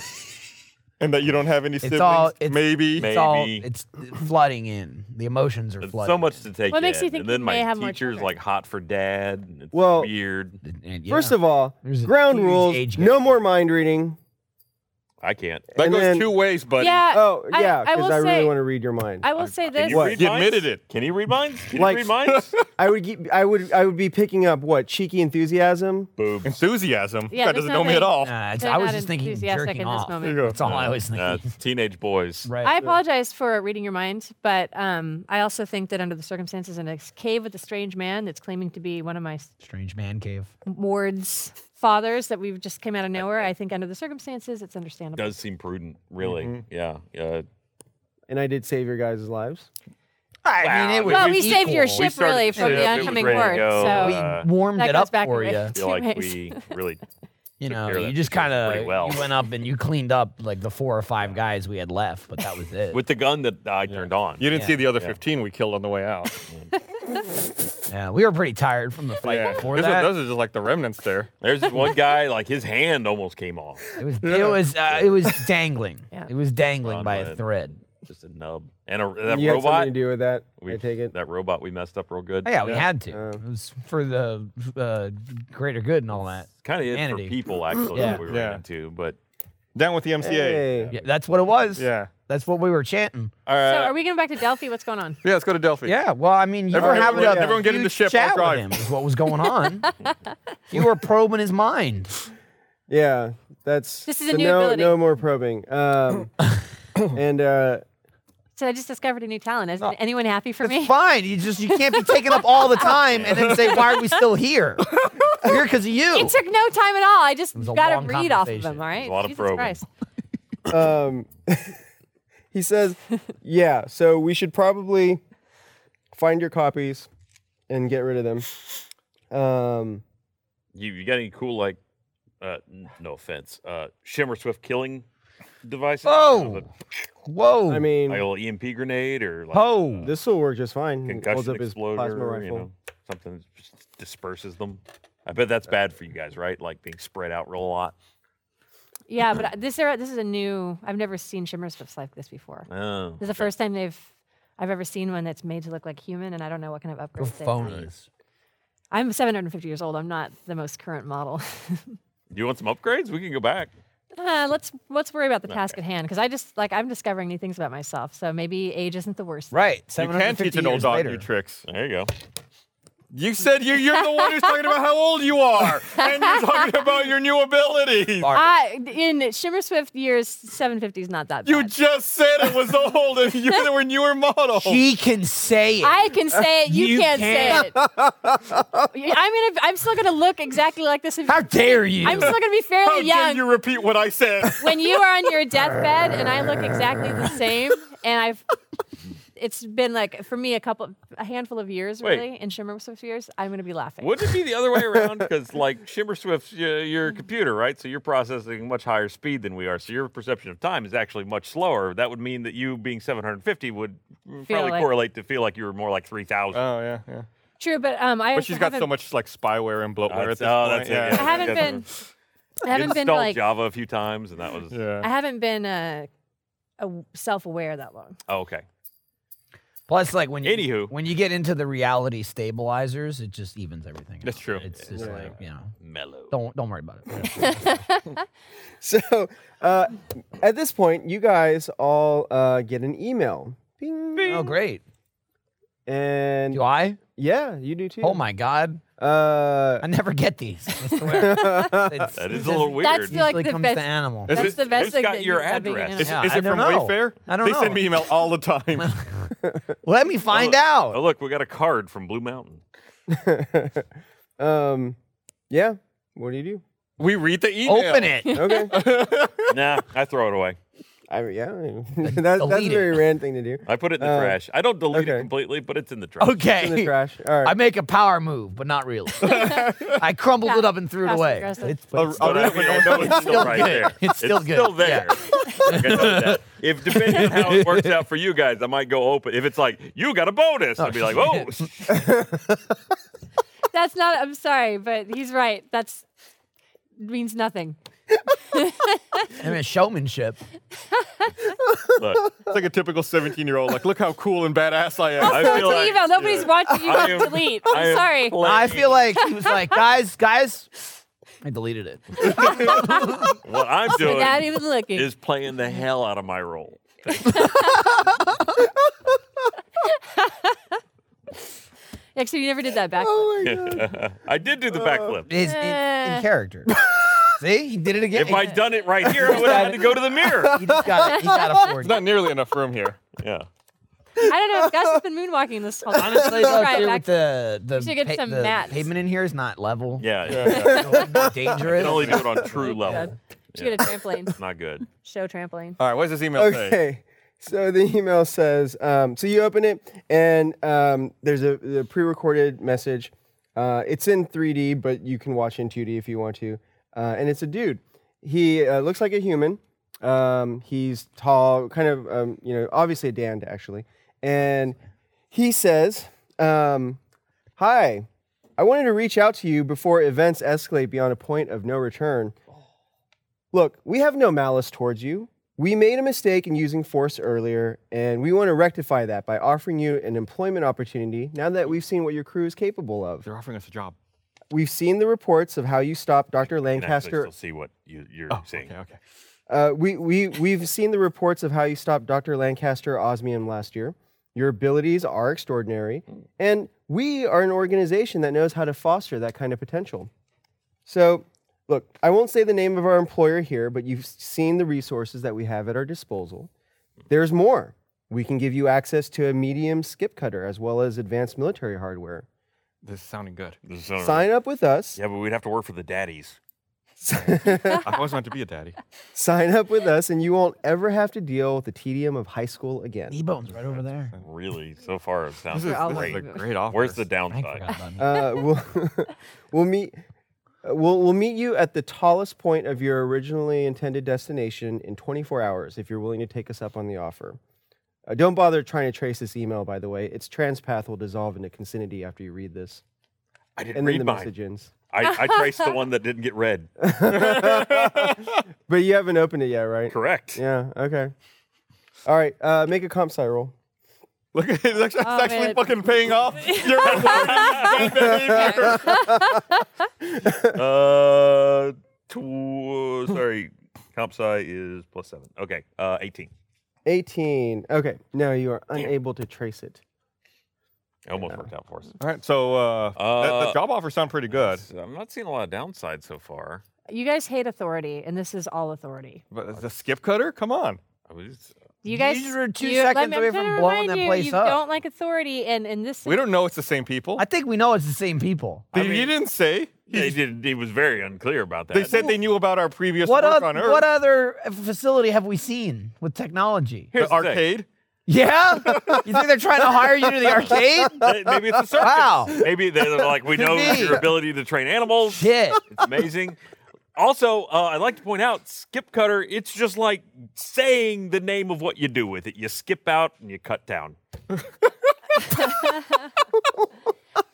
[SPEAKER 5] and that you don't have any siblings.
[SPEAKER 7] all- it's-
[SPEAKER 5] maybe.
[SPEAKER 7] it's all
[SPEAKER 2] Maybe.
[SPEAKER 7] it's flooding in. The emotions are
[SPEAKER 2] It's
[SPEAKER 7] flooding.
[SPEAKER 2] so much to take.
[SPEAKER 3] What makes
[SPEAKER 2] in.
[SPEAKER 3] you think
[SPEAKER 2] And then
[SPEAKER 3] you
[SPEAKER 2] my
[SPEAKER 3] may have more
[SPEAKER 2] teacher's
[SPEAKER 3] children?
[SPEAKER 2] like hot for dad. And it's
[SPEAKER 1] Well-
[SPEAKER 3] [laughs]
[SPEAKER 2] weird.
[SPEAKER 7] in. And
[SPEAKER 1] First
[SPEAKER 7] yeah.
[SPEAKER 1] of all,
[SPEAKER 7] There's a
[SPEAKER 1] ground
[SPEAKER 7] huge
[SPEAKER 1] rules:
[SPEAKER 7] age
[SPEAKER 1] no
[SPEAKER 7] gap.
[SPEAKER 1] more mind reading.
[SPEAKER 2] I can't.
[SPEAKER 5] that
[SPEAKER 1] and
[SPEAKER 5] goes
[SPEAKER 1] then-
[SPEAKER 5] two ways, buddy.
[SPEAKER 3] Yeah.
[SPEAKER 1] Oh yeah,
[SPEAKER 3] I, I
[SPEAKER 1] because
[SPEAKER 3] will
[SPEAKER 1] I, really
[SPEAKER 3] say.
[SPEAKER 1] want to read your mind. I,
[SPEAKER 3] I will say
[SPEAKER 2] Can
[SPEAKER 3] this.
[SPEAKER 2] you read
[SPEAKER 5] He
[SPEAKER 2] minds?
[SPEAKER 5] admitted it.
[SPEAKER 2] Can you read minds? Can
[SPEAKER 1] Like-
[SPEAKER 2] you
[SPEAKER 1] [laughs]
[SPEAKER 2] read minds?
[SPEAKER 1] would ge- I would I would be picking up what cheeky enthusiasm.
[SPEAKER 2] Boobs.
[SPEAKER 5] Enthusiasm.
[SPEAKER 3] Yeah,
[SPEAKER 5] that
[SPEAKER 3] there's
[SPEAKER 5] doesn't know me
[SPEAKER 3] nothing-
[SPEAKER 5] at all.
[SPEAKER 7] Nah, it's-
[SPEAKER 3] They're
[SPEAKER 7] I was
[SPEAKER 3] not
[SPEAKER 7] just thinking
[SPEAKER 3] enthusiastic
[SPEAKER 7] jerking
[SPEAKER 3] in this
[SPEAKER 7] off.
[SPEAKER 3] moment.
[SPEAKER 5] There you go.
[SPEAKER 7] That's all I was
[SPEAKER 2] Uh,
[SPEAKER 7] thinking.
[SPEAKER 2] it's teenage boys.
[SPEAKER 7] Right.
[SPEAKER 3] I apologize for reading your mind, but um, I also think that under the circumstances, in a cave with a strange man that's claiming to be one of my s-
[SPEAKER 7] Strange man cave.
[SPEAKER 3] ward's fathers that we've just came out of nowhere, I think under the circumstances, it's understandable.
[SPEAKER 2] Does seem prudent, really.
[SPEAKER 5] Mm-hmm.
[SPEAKER 2] Yeah. Yeah.
[SPEAKER 1] And I did save your guys' lives.
[SPEAKER 7] I mean, it was
[SPEAKER 3] Well, we saved your
[SPEAKER 2] We
[SPEAKER 3] ship
[SPEAKER 2] started
[SPEAKER 3] really
[SPEAKER 2] the
[SPEAKER 3] from
[SPEAKER 2] ship, it
[SPEAKER 3] the
[SPEAKER 2] was
[SPEAKER 3] oncoming
[SPEAKER 2] ready to
[SPEAKER 3] horde.
[SPEAKER 2] go,
[SPEAKER 3] So
[SPEAKER 2] uh,
[SPEAKER 7] warmed
[SPEAKER 3] Oh, that
[SPEAKER 7] it
[SPEAKER 3] goes
[SPEAKER 7] up
[SPEAKER 3] back
[SPEAKER 7] for
[SPEAKER 3] to
[SPEAKER 7] you.
[SPEAKER 3] Rick.
[SPEAKER 2] feel like
[SPEAKER 3] Teammates. [laughs]
[SPEAKER 2] we really
[SPEAKER 7] You know,
[SPEAKER 2] care of
[SPEAKER 7] you
[SPEAKER 2] that
[SPEAKER 7] just
[SPEAKER 2] ship
[SPEAKER 7] kind
[SPEAKER 2] pretty
[SPEAKER 7] of
[SPEAKER 2] well.
[SPEAKER 7] you went up and you cleaned up like the four or five guys we had left, but that was it.
[SPEAKER 2] with the gun that I turned on.
[SPEAKER 5] You didn't
[SPEAKER 7] Yeah. [laughs]
[SPEAKER 5] see the other 15 we killed on the way out.
[SPEAKER 7] Yeah, we were pretty tired from the fight
[SPEAKER 5] Yeah.
[SPEAKER 7] before
[SPEAKER 5] This is-
[SPEAKER 7] that.
[SPEAKER 5] those are just like the remnants there.
[SPEAKER 3] [laughs]
[SPEAKER 2] There's this one guy, like his hand almost came off.
[SPEAKER 7] It
[SPEAKER 5] [laughs]
[SPEAKER 7] was it was uh, it was dangling.
[SPEAKER 3] Yeah.
[SPEAKER 7] It was dangling
[SPEAKER 2] Oh,
[SPEAKER 7] by
[SPEAKER 2] man.
[SPEAKER 7] a thread.
[SPEAKER 2] Just a nub. And a, that
[SPEAKER 1] you had
[SPEAKER 2] robot.
[SPEAKER 1] something to do with that.
[SPEAKER 2] we,
[SPEAKER 1] I take it.
[SPEAKER 2] That robot we messed up real good.
[SPEAKER 7] Oh, yeah, we had to. it was for the uh, greater good and all that.
[SPEAKER 2] Kind of is for
[SPEAKER 1] [clears throat]
[SPEAKER 7] Humanity.
[SPEAKER 2] people, actually,
[SPEAKER 7] Yeah.
[SPEAKER 2] that we were
[SPEAKER 5] Yeah.
[SPEAKER 2] into. But
[SPEAKER 5] Down with the MCA.
[SPEAKER 1] Hey.
[SPEAKER 7] Yeah, that's what it was.
[SPEAKER 5] Yeah.
[SPEAKER 7] That's what we were chanting.
[SPEAKER 5] All right.
[SPEAKER 3] So are we going back to Delphi? What's going on?
[SPEAKER 5] yeah, let's go to Delphi.
[SPEAKER 7] Yeah, well, I mean, you
[SPEAKER 5] Everyone-
[SPEAKER 7] were having
[SPEAKER 5] everyone-
[SPEAKER 7] a
[SPEAKER 5] everyone get in the
[SPEAKER 7] huge
[SPEAKER 5] ship, I'll
[SPEAKER 7] chat
[SPEAKER 5] drive.
[SPEAKER 7] with him is what was going
[SPEAKER 5] [laughs]
[SPEAKER 7] on. you were probing his mind.
[SPEAKER 1] Yeah, that's
[SPEAKER 3] This is a
[SPEAKER 1] so
[SPEAKER 3] new
[SPEAKER 1] no,
[SPEAKER 3] ability.
[SPEAKER 1] no more probing.
[SPEAKER 7] [coughs]
[SPEAKER 1] Um, and uh,
[SPEAKER 3] So I just discovered a new talent. Is anyone happy for me?
[SPEAKER 7] It's fine. You just you can't be taking up all the time and then say, "Why are we still here?" We're here because of you.
[SPEAKER 3] It took no time at all. I just
[SPEAKER 7] was a
[SPEAKER 3] got
[SPEAKER 7] long
[SPEAKER 3] to read off of
[SPEAKER 7] conversation.
[SPEAKER 3] them. All right.
[SPEAKER 2] a lot of
[SPEAKER 3] Jesus
[SPEAKER 2] probing.
[SPEAKER 3] Christ.
[SPEAKER 1] um, he says, "Yeah, so we should probably find your copies and get rid of them." Um,
[SPEAKER 2] you, you got any cool, like, uh, n- no offense, uh, Shimmer Swift killing devices?
[SPEAKER 7] Whoa. Whoa.
[SPEAKER 1] I mean,
[SPEAKER 2] Like a little EMP grenade or like
[SPEAKER 7] oh,
[SPEAKER 1] this will work just fine. He Holds
[SPEAKER 2] concussion
[SPEAKER 1] up his plasma
[SPEAKER 2] exploder,
[SPEAKER 1] rifle.
[SPEAKER 2] you know, something that just disperses them. I bet that's bad for you guys, right? Like being spread out real lot.
[SPEAKER 3] Yeah, but I- this era, this is a new. I've never seen shimmer swifts like this before.
[SPEAKER 2] Oh.
[SPEAKER 3] This is the first time they've I've ever seen one that's made to look like human, and I don't know what kind of
[SPEAKER 7] We're
[SPEAKER 3] upgrades. they've done.
[SPEAKER 7] phonies.
[SPEAKER 3] I'm 750 years old. I'm not the most current model. [laughs]
[SPEAKER 2] Do you want some upgrades? We can go back.
[SPEAKER 3] Uh, let's let's worry about the task at hand because I just like I'm discovering new things about myself. So maybe age isn't the worst.
[SPEAKER 7] Right.
[SPEAKER 5] You can teach
[SPEAKER 7] 750
[SPEAKER 5] an old
[SPEAKER 7] years
[SPEAKER 5] dog
[SPEAKER 7] later.
[SPEAKER 5] new tricks.
[SPEAKER 2] There you go.
[SPEAKER 5] You said you, you're the one who's talking about how old you are, and you're talking about your new abilities.
[SPEAKER 7] All right.
[SPEAKER 3] I, in Shimmer Swift years, 750 is not that
[SPEAKER 5] You
[SPEAKER 3] bad.
[SPEAKER 5] just said it was old, and you there were newer models.
[SPEAKER 7] she can say it.
[SPEAKER 3] I can
[SPEAKER 7] [laughs]
[SPEAKER 3] say it. You,
[SPEAKER 7] You
[SPEAKER 3] can't
[SPEAKER 7] can't.
[SPEAKER 3] say
[SPEAKER 7] [laughs]
[SPEAKER 3] it. Yeah, I'm gonna. I'm still gonna look exactly like this. If,
[SPEAKER 7] How dare you?
[SPEAKER 3] I'm still
[SPEAKER 7] [laughs]
[SPEAKER 3] gonna be
[SPEAKER 5] How
[SPEAKER 7] Oh,
[SPEAKER 3] fairly
[SPEAKER 5] dare
[SPEAKER 3] young
[SPEAKER 5] you repeat what I said?
[SPEAKER 3] when you are on your deathbed and I look exactly
[SPEAKER 2] [laughs]
[SPEAKER 3] the same. And I've. It's been like for me a couple, a handful of years
[SPEAKER 2] Wait.
[SPEAKER 3] really in Shimmer Swift years. I'm gonna be laughing.
[SPEAKER 2] Would it be the other way around? Because like Shimmer Swift's uh, your computer, right? So you're processing much higher speed than we are. So your perception of time is actually much slower. That would mean that you being 750 would probably
[SPEAKER 3] like-
[SPEAKER 2] correlate to feel like you were more like 3,000.
[SPEAKER 5] Oh yeah, yeah.
[SPEAKER 3] True, but um, I
[SPEAKER 5] But
[SPEAKER 3] also
[SPEAKER 5] she's got so
[SPEAKER 3] haven't-
[SPEAKER 5] much like spyware and bloatware
[SPEAKER 2] That's-
[SPEAKER 5] at this
[SPEAKER 2] oh,
[SPEAKER 5] point.
[SPEAKER 2] that's it, yeah.
[SPEAKER 5] yeah.
[SPEAKER 3] I haven't been. I haven't been
[SPEAKER 2] Installed
[SPEAKER 3] like.
[SPEAKER 2] Java a few times, and that was
[SPEAKER 5] Yeah.
[SPEAKER 3] I haven't been uh, a self-aware that long. [laughs]
[SPEAKER 2] oh, okay.
[SPEAKER 7] Plus, like when you
[SPEAKER 2] Anywho.
[SPEAKER 7] when you get into the reality stabilizers, it just evens everything.
[SPEAKER 5] That's
[SPEAKER 7] out.
[SPEAKER 5] true.
[SPEAKER 7] It's just like you know,
[SPEAKER 2] Mellow.
[SPEAKER 7] don't don't worry about it.
[SPEAKER 1] [laughs]
[SPEAKER 7] Oh,
[SPEAKER 1] So uh, at this point, you guys all uh, get an email. Bing.
[SPEAKER 7] oh, great.
[SPEAKER 1] And
[SPEAKER 7] Do I?
[SPEAKER 1] yeah, you do too.
[SPEAKER 7] Oh my God,
[SPEAKER 1] Uh,
[SPEAKER 7] [laughs]
[SPEAKER 1] [laughs]
[SPEAKER 7] I never get these. I
[SPEAKER 3] [laughs]
[SPEAKER 7] swear. It's-
[SPEAKER 2] That is
[SPEAKER 7] it
[SPEAKER 2] a little weird.
[SPEAKER 3] That's the-
[SPEAKER 7] usually
[SPEAKER 3] Like
[SPEAKER 7] comes
[SPEAKER 3] best-
[SPEAKER 7] to animal.
[SPEAKER 5] Is
[SPEAKER 3] That's
[SPEAKER 5] it-
[SPEAKER 3] the best
[SPEAKER 2] who's
[SPEAKER 3] thing.
[SPEAKER 2] got
[SPEAKER 3] that
[SPEAKER 2] your
[SPEAKER 3] you- that being
[SPEAKER 2] address?
[SPEAKER 3] in
[SPEAKER 5] Is,
[SPEAKER 3] a-
[SPEAKER 7] Yeah,
[SPEAKER 5] is
[SPEAKER 7] I
[SPEAKER 5] it
[SPEAKER 7] don't
[SPEAKER 5] from
[SPEAKER 7] know.
[SPEAKER 5] Wayfair?
[SPEAKER 7] I don't
[SPEAKER 5] they
[SPEAKER 7] know.
[SPEAKER 5] send me email all the time.
[SPEAKER 7] Let me find out.
[SPEAKER 2] Oh, look, we got a card from Blue Mountain.
[SPEAKER 1] um, yeah. What do you do?
[SPEAKER 5] we read the email.
[SPEAKER 7] Open it.
[SPEAKER 5] [laughs]
[SPEAKER 7] [laughs]
[SPEAKER 1] Okay.
[SPEAKER 2] nah, I throw it away.
[SPEAKER 1] I mean, yeah, I mean, [laughs] that, that's a
[SPEAKER 7] delete it.
[SPEAKER 1] very random thing to do.
[SPEAKER 2] I put it in the
[SPEAKER 1] Uh,
[SPEAKER 2] trash. I don't delete it
[SPEAKER 1] okay.
[SPEAKER 2] completely, but it's in the trash.
[SPEAKER 7] Okay.
[SPEAKER 1] In the trash. All
[SPEAKER 7] [laughs] I
[SPEAKER 1] right.
[SPEAKER 7] make a power move, but
[SPEAKER 3] [laughs]
[SPEAKER 7] not really. I crumbled it up and threw it
[SPEAKER 3] passive
[SPEAKER 7] away.
[SPEAKER 3] aggressive.
[SPEAKER 7] It's, but
[SPEAKER 5] I'll,
[SPEAKER 7] Oh, it's-
[SPEAKER 5] I'll
[SPEAKER 2] But
[SPEAKER 5] read
[SPEAKER 2] I
[SPEAKER 5] it when
[SPEAKER 2] I
[SPEAKER 5] I
[SPEAKER 2] know it's still
[SPEAKER 7] still
[SPEAKER 2] right
[SPEAKER 7] good.
[SPEAKER 2] there.
[SPEAKER 7] It's still good,
[SPEAKER 2] still there.
[SPEAKER 7] yeah.
[SPEAKER 2] I can note that. If depending on how it works out for you guys, I might go open. If it's like you got a bonus, I'd be like, oh,
[SPEAKER 3] That's not. I'm sorry, but he's right. That's means nothing.
[SPEAKER 7] I mean, showmanship.
[SPEAKER 2] look,
[SPEAKER 5] It's like a typical 17 year old. Like, look how cool and badass
[SPEAKER 2] [laughs]
[SPEAKER 5] I am.
[SPEAKER 2] I
[SPEAKER 3] So it's
[SPEAKER 2] feel like
[SPEAKER 3] an email. Nobody's
[SPEAKER 2] yeah.
[SPEAKER 3] watching you
[SPEAKER 2] I am-
[SPEAKER 3] delete.
[SPEAKER 2] I
[SPEAKER 3] I'm
[SPEAKER 2] am
[SPEAKER 3] sorry.
[SPEAKER 2] playing-
[SPEAKER 7] I feel like
[SPEAKER 3] [laughs]
[SPEAKER 7] he was like, guys, guys. I deleted it.
[SPEAKER 2] what I'm
[SPEAKER 3] Without
[SPEAKER 2] doing
[SPEAKER 3] even looking.
[SPEAKER 2] is playing the hell out of my role. [laughs]
[SPEAKER 3] Yeah, so you never did that back.
[SPEAKER 2] I did
[SPEAKER 7] Uh,
[SPEAKER 2] do the backflip.
[SPEAKER 7] It's in,
[SPEAKER 3] Eh. [laughs]
[SPEAKER 7] in character. See, he did it again.
[SPEAKER 2] If I'd done it right here, I would have had to go to the
[SPEAKER 7] [laughs]
[SPEAKER 2] mirror.
[SPEAKER 7] he just got, he got
[SPEAKER 3] [laughs]
[SPEAKER 7] a
[SPEAKER 5] There's
[SPEAKER 7] 40.
[SPEAKER 5] not nearly enough room here.
[SPEAKER 2] Yeah.
[SPEAKER 3] I don't know if Gus has been moonwalking this whole time.
[SPEAKER 7] Honestly, though,
[SPEAKER 3] Try it
[SPEAKER 7] dude,
[SPEAKER 3] back.
[SPEAKER 7] with the the,
[SPEAKER 3] should get some
[SPEAKER 7] the
[SPEAKER 3] mats.
[SPEAKER 7] pavement in here is not level.
[SPEAKER 2] Yeah.
[SPEAKER 5] Yeah.
[SPEAKER 7] [laughs] It's not
[SPEAKER 2] You
[SPEAKER 7] dangerous.
[SPEAKER 2] can only do it on
[SPEAKER 7] [laughs]
[SPEAKER 2] true level.
[SPEAKER 3] Should get a trampoline.
[SPEAKER 2] Not good.
[SPEAKER 3] Show trampoline.
[SPEAKER 5] All right, what does this email say?
[SPEAKER 1] Okay. So the email says, um, so you open it, and um, there's a, a pre-recorded message. Uh, it's in 3D, but you can watch in 2D if you want to. Uh, and it's a dude. He uh, looks like a human. Um, he's tall, kind of, um, you know, obviously a dand actually. And he says, Um, hi, I wanted to reach out to you before events escalate beyond a point of no return. Look, we have no malice towards you. We made a mistake in using force earlier, and we want to rectify that by offering you an employment opportunity now that we've seen what your crew is capable of.
[SPEAKER 5] They're offering us a job.
[SPEAKER 1] We've seen the reports of how you stopped Dr.
[SPEAKER 2] You can actually
[SPEAKER 1] Lancaster
[SPEAKER 2] still see what you, you're
[SPEAKER 7] Oh,
[SPEAKER 2] seeing.
[SPEAKER 5] Okay, okay.
[SPEAKER 1] uh, we, we, we've seen the reports of how you stopped Dr. Lancaster Osmium last year. Your abilities are extraordinary, and we are an organization that knows how to foster that kind of potential. So, look, I won't say the name of our employer here, but you've seen the resources that we have at our disposal. There's more. We can give you access to a medium skip cutter as well as advanced military hardware.
[SPEAKER 5] This is
[SPEAKER 7] [laughs]
[SPEAKER 5] sounding good.
[SPEAKER 2] This is so-
[SPEAKER 1] Sign up with us.
[SPEAKER 2] Yeah, but we'd have to work for the daddies.
[SPEAKER 5] I always wanted to be a daddy.
[SPEAKER 1] [laughs] Sign up with us, and you won't ever have to deal with the tedium of high school again.
[SPEAKER 7] Kneebone's right over
[SPEAKER 5] Uh,
[SPEAKER 7] there.
[SPEAKER 5] [laughs]
[SPEAKER 2] Really, so far it sounds
[SPEAKER 5] This is,
[SPEAKER 3] all
[SPEAKER 5] this
[SPEAKER 2] great.
[SPEAKER 5] is a great offer.
[SPEAKER 2] Where's the
[SPEAKER 7] I
[SPEAKER 2] downside?
[SPEAKER 7] forgot about that.
[SPEAKER 1] Uh, [laughs] we'll, we'll meet. uh, We'll, we'll meet you at the tallest point of your originally intended destination in 24 hours if you're willing to take us up on the offer. Uh, don't bother trying to trace this email, by the way. Its transpath will dissolve into Consinity after you read this.
[SPEAKER 2] I didn't
[SPEAKER 1] And then
[SPEAKER 2] read
[SPEAKER 1] the
[SPEAKER 2] mine.
[SPEAKER 1] message ends.
[SPEAKER 2] I, I traced the one that didn't get read.
[SPEAKER 1] But you haven't opened it yet, right? [laughs]
[SPEAKER 2] Correct.
[SPEAKER 1] Yeah, okay. All right, uh, make a comp sci roll.
[SPEAKER 5] Look, it's actually, it's
[SPEAKER 7] Oh,
[SPEAKER 5] actually
[SPEAKER 3] man.
[SPEAKER 5] fucking paying
[SPEAKER 7] [laughs]
[SPEAKER 5] off. You're
[SPEAKER 2] Uh, tw- sorry, comp sci is plus seven. Okay, uh, eighteen.
[SPEAKER 1] 18. Okay, no, you are unable to trace it.
[SPEAKER 2] It almost worked out for us.
[SPEAKER 5] All right, so uh, that,
[SPEAKER 2] Uh,
[SPEAKER 5] that job offer sound pretty good,
[SPEAKER 2] So I'm not seeing a lot of downside so far.
[SPEAKER 3] You guys hate authority, and this is all authority.
[SPEAKER 5] but the skip cutter, come on.
[SPEAKER 2] I was-
[SPEAKER 3] You guys
[SPEAKER 7] These are two
[SPEAKER 3] you, let
[SPEAKER 7] seconds
[SPEAKER 3] me- I'm
[SPEAKER 7] away
[SPEAKER 3] trying to
[SPEAKER 7] from blowing
[SPEAKER 3] remind
[SPEAKER 7] that
[SPEAKER 3] you,
[SPEAKER 7] place
[SPEAKER 3] you
[SPEAKER 7] up.
[SPEAKER 3] don't like authority, and and this
[SPEAKER 5] We don't know it's the same people.
[SPEAKER 7] [laughs] I think we know it's the same people.
[SPEAKER 5] They- he didn't say.
[SPEAKER 2] He didn't. He was very unclear about that.
[SPEAKER 5] They said they knew about our previous
[SPEAKER 7] What,
[SPEAKER 5] work
[SPEAKER 7] oth-
[SPEAKER 5] on Earth.
[SPEAKER 7] what other facility have we seen with technology?
[SPEAKER 5] the
[SPEAKER 2] Here's the thing.
[SPEAKER 5] arcade.
[SPEAKER 7] Yeah? you think they're trying to hire you to the
[SPEAKER 2] [laughs]
[SPEAKER 7] arcade?
[SPEAKER 2] They- Maybe it's a circus.
[SPEAKER 7] Wow.
[SPEAKER 2] Maybe they're like, we
[SPEAKER 7] Could
[SPEAKER 2] know
[SPEAKER 7] be.
[SPEAKER 2] your ability to train animals.
[SPEAKER 7] Shit.
[SPEAKER 2] It's amazing. Also, uh, I'd like to point out skip cutter, it's just like saying the name of what you do with it. You skip out and you cut down.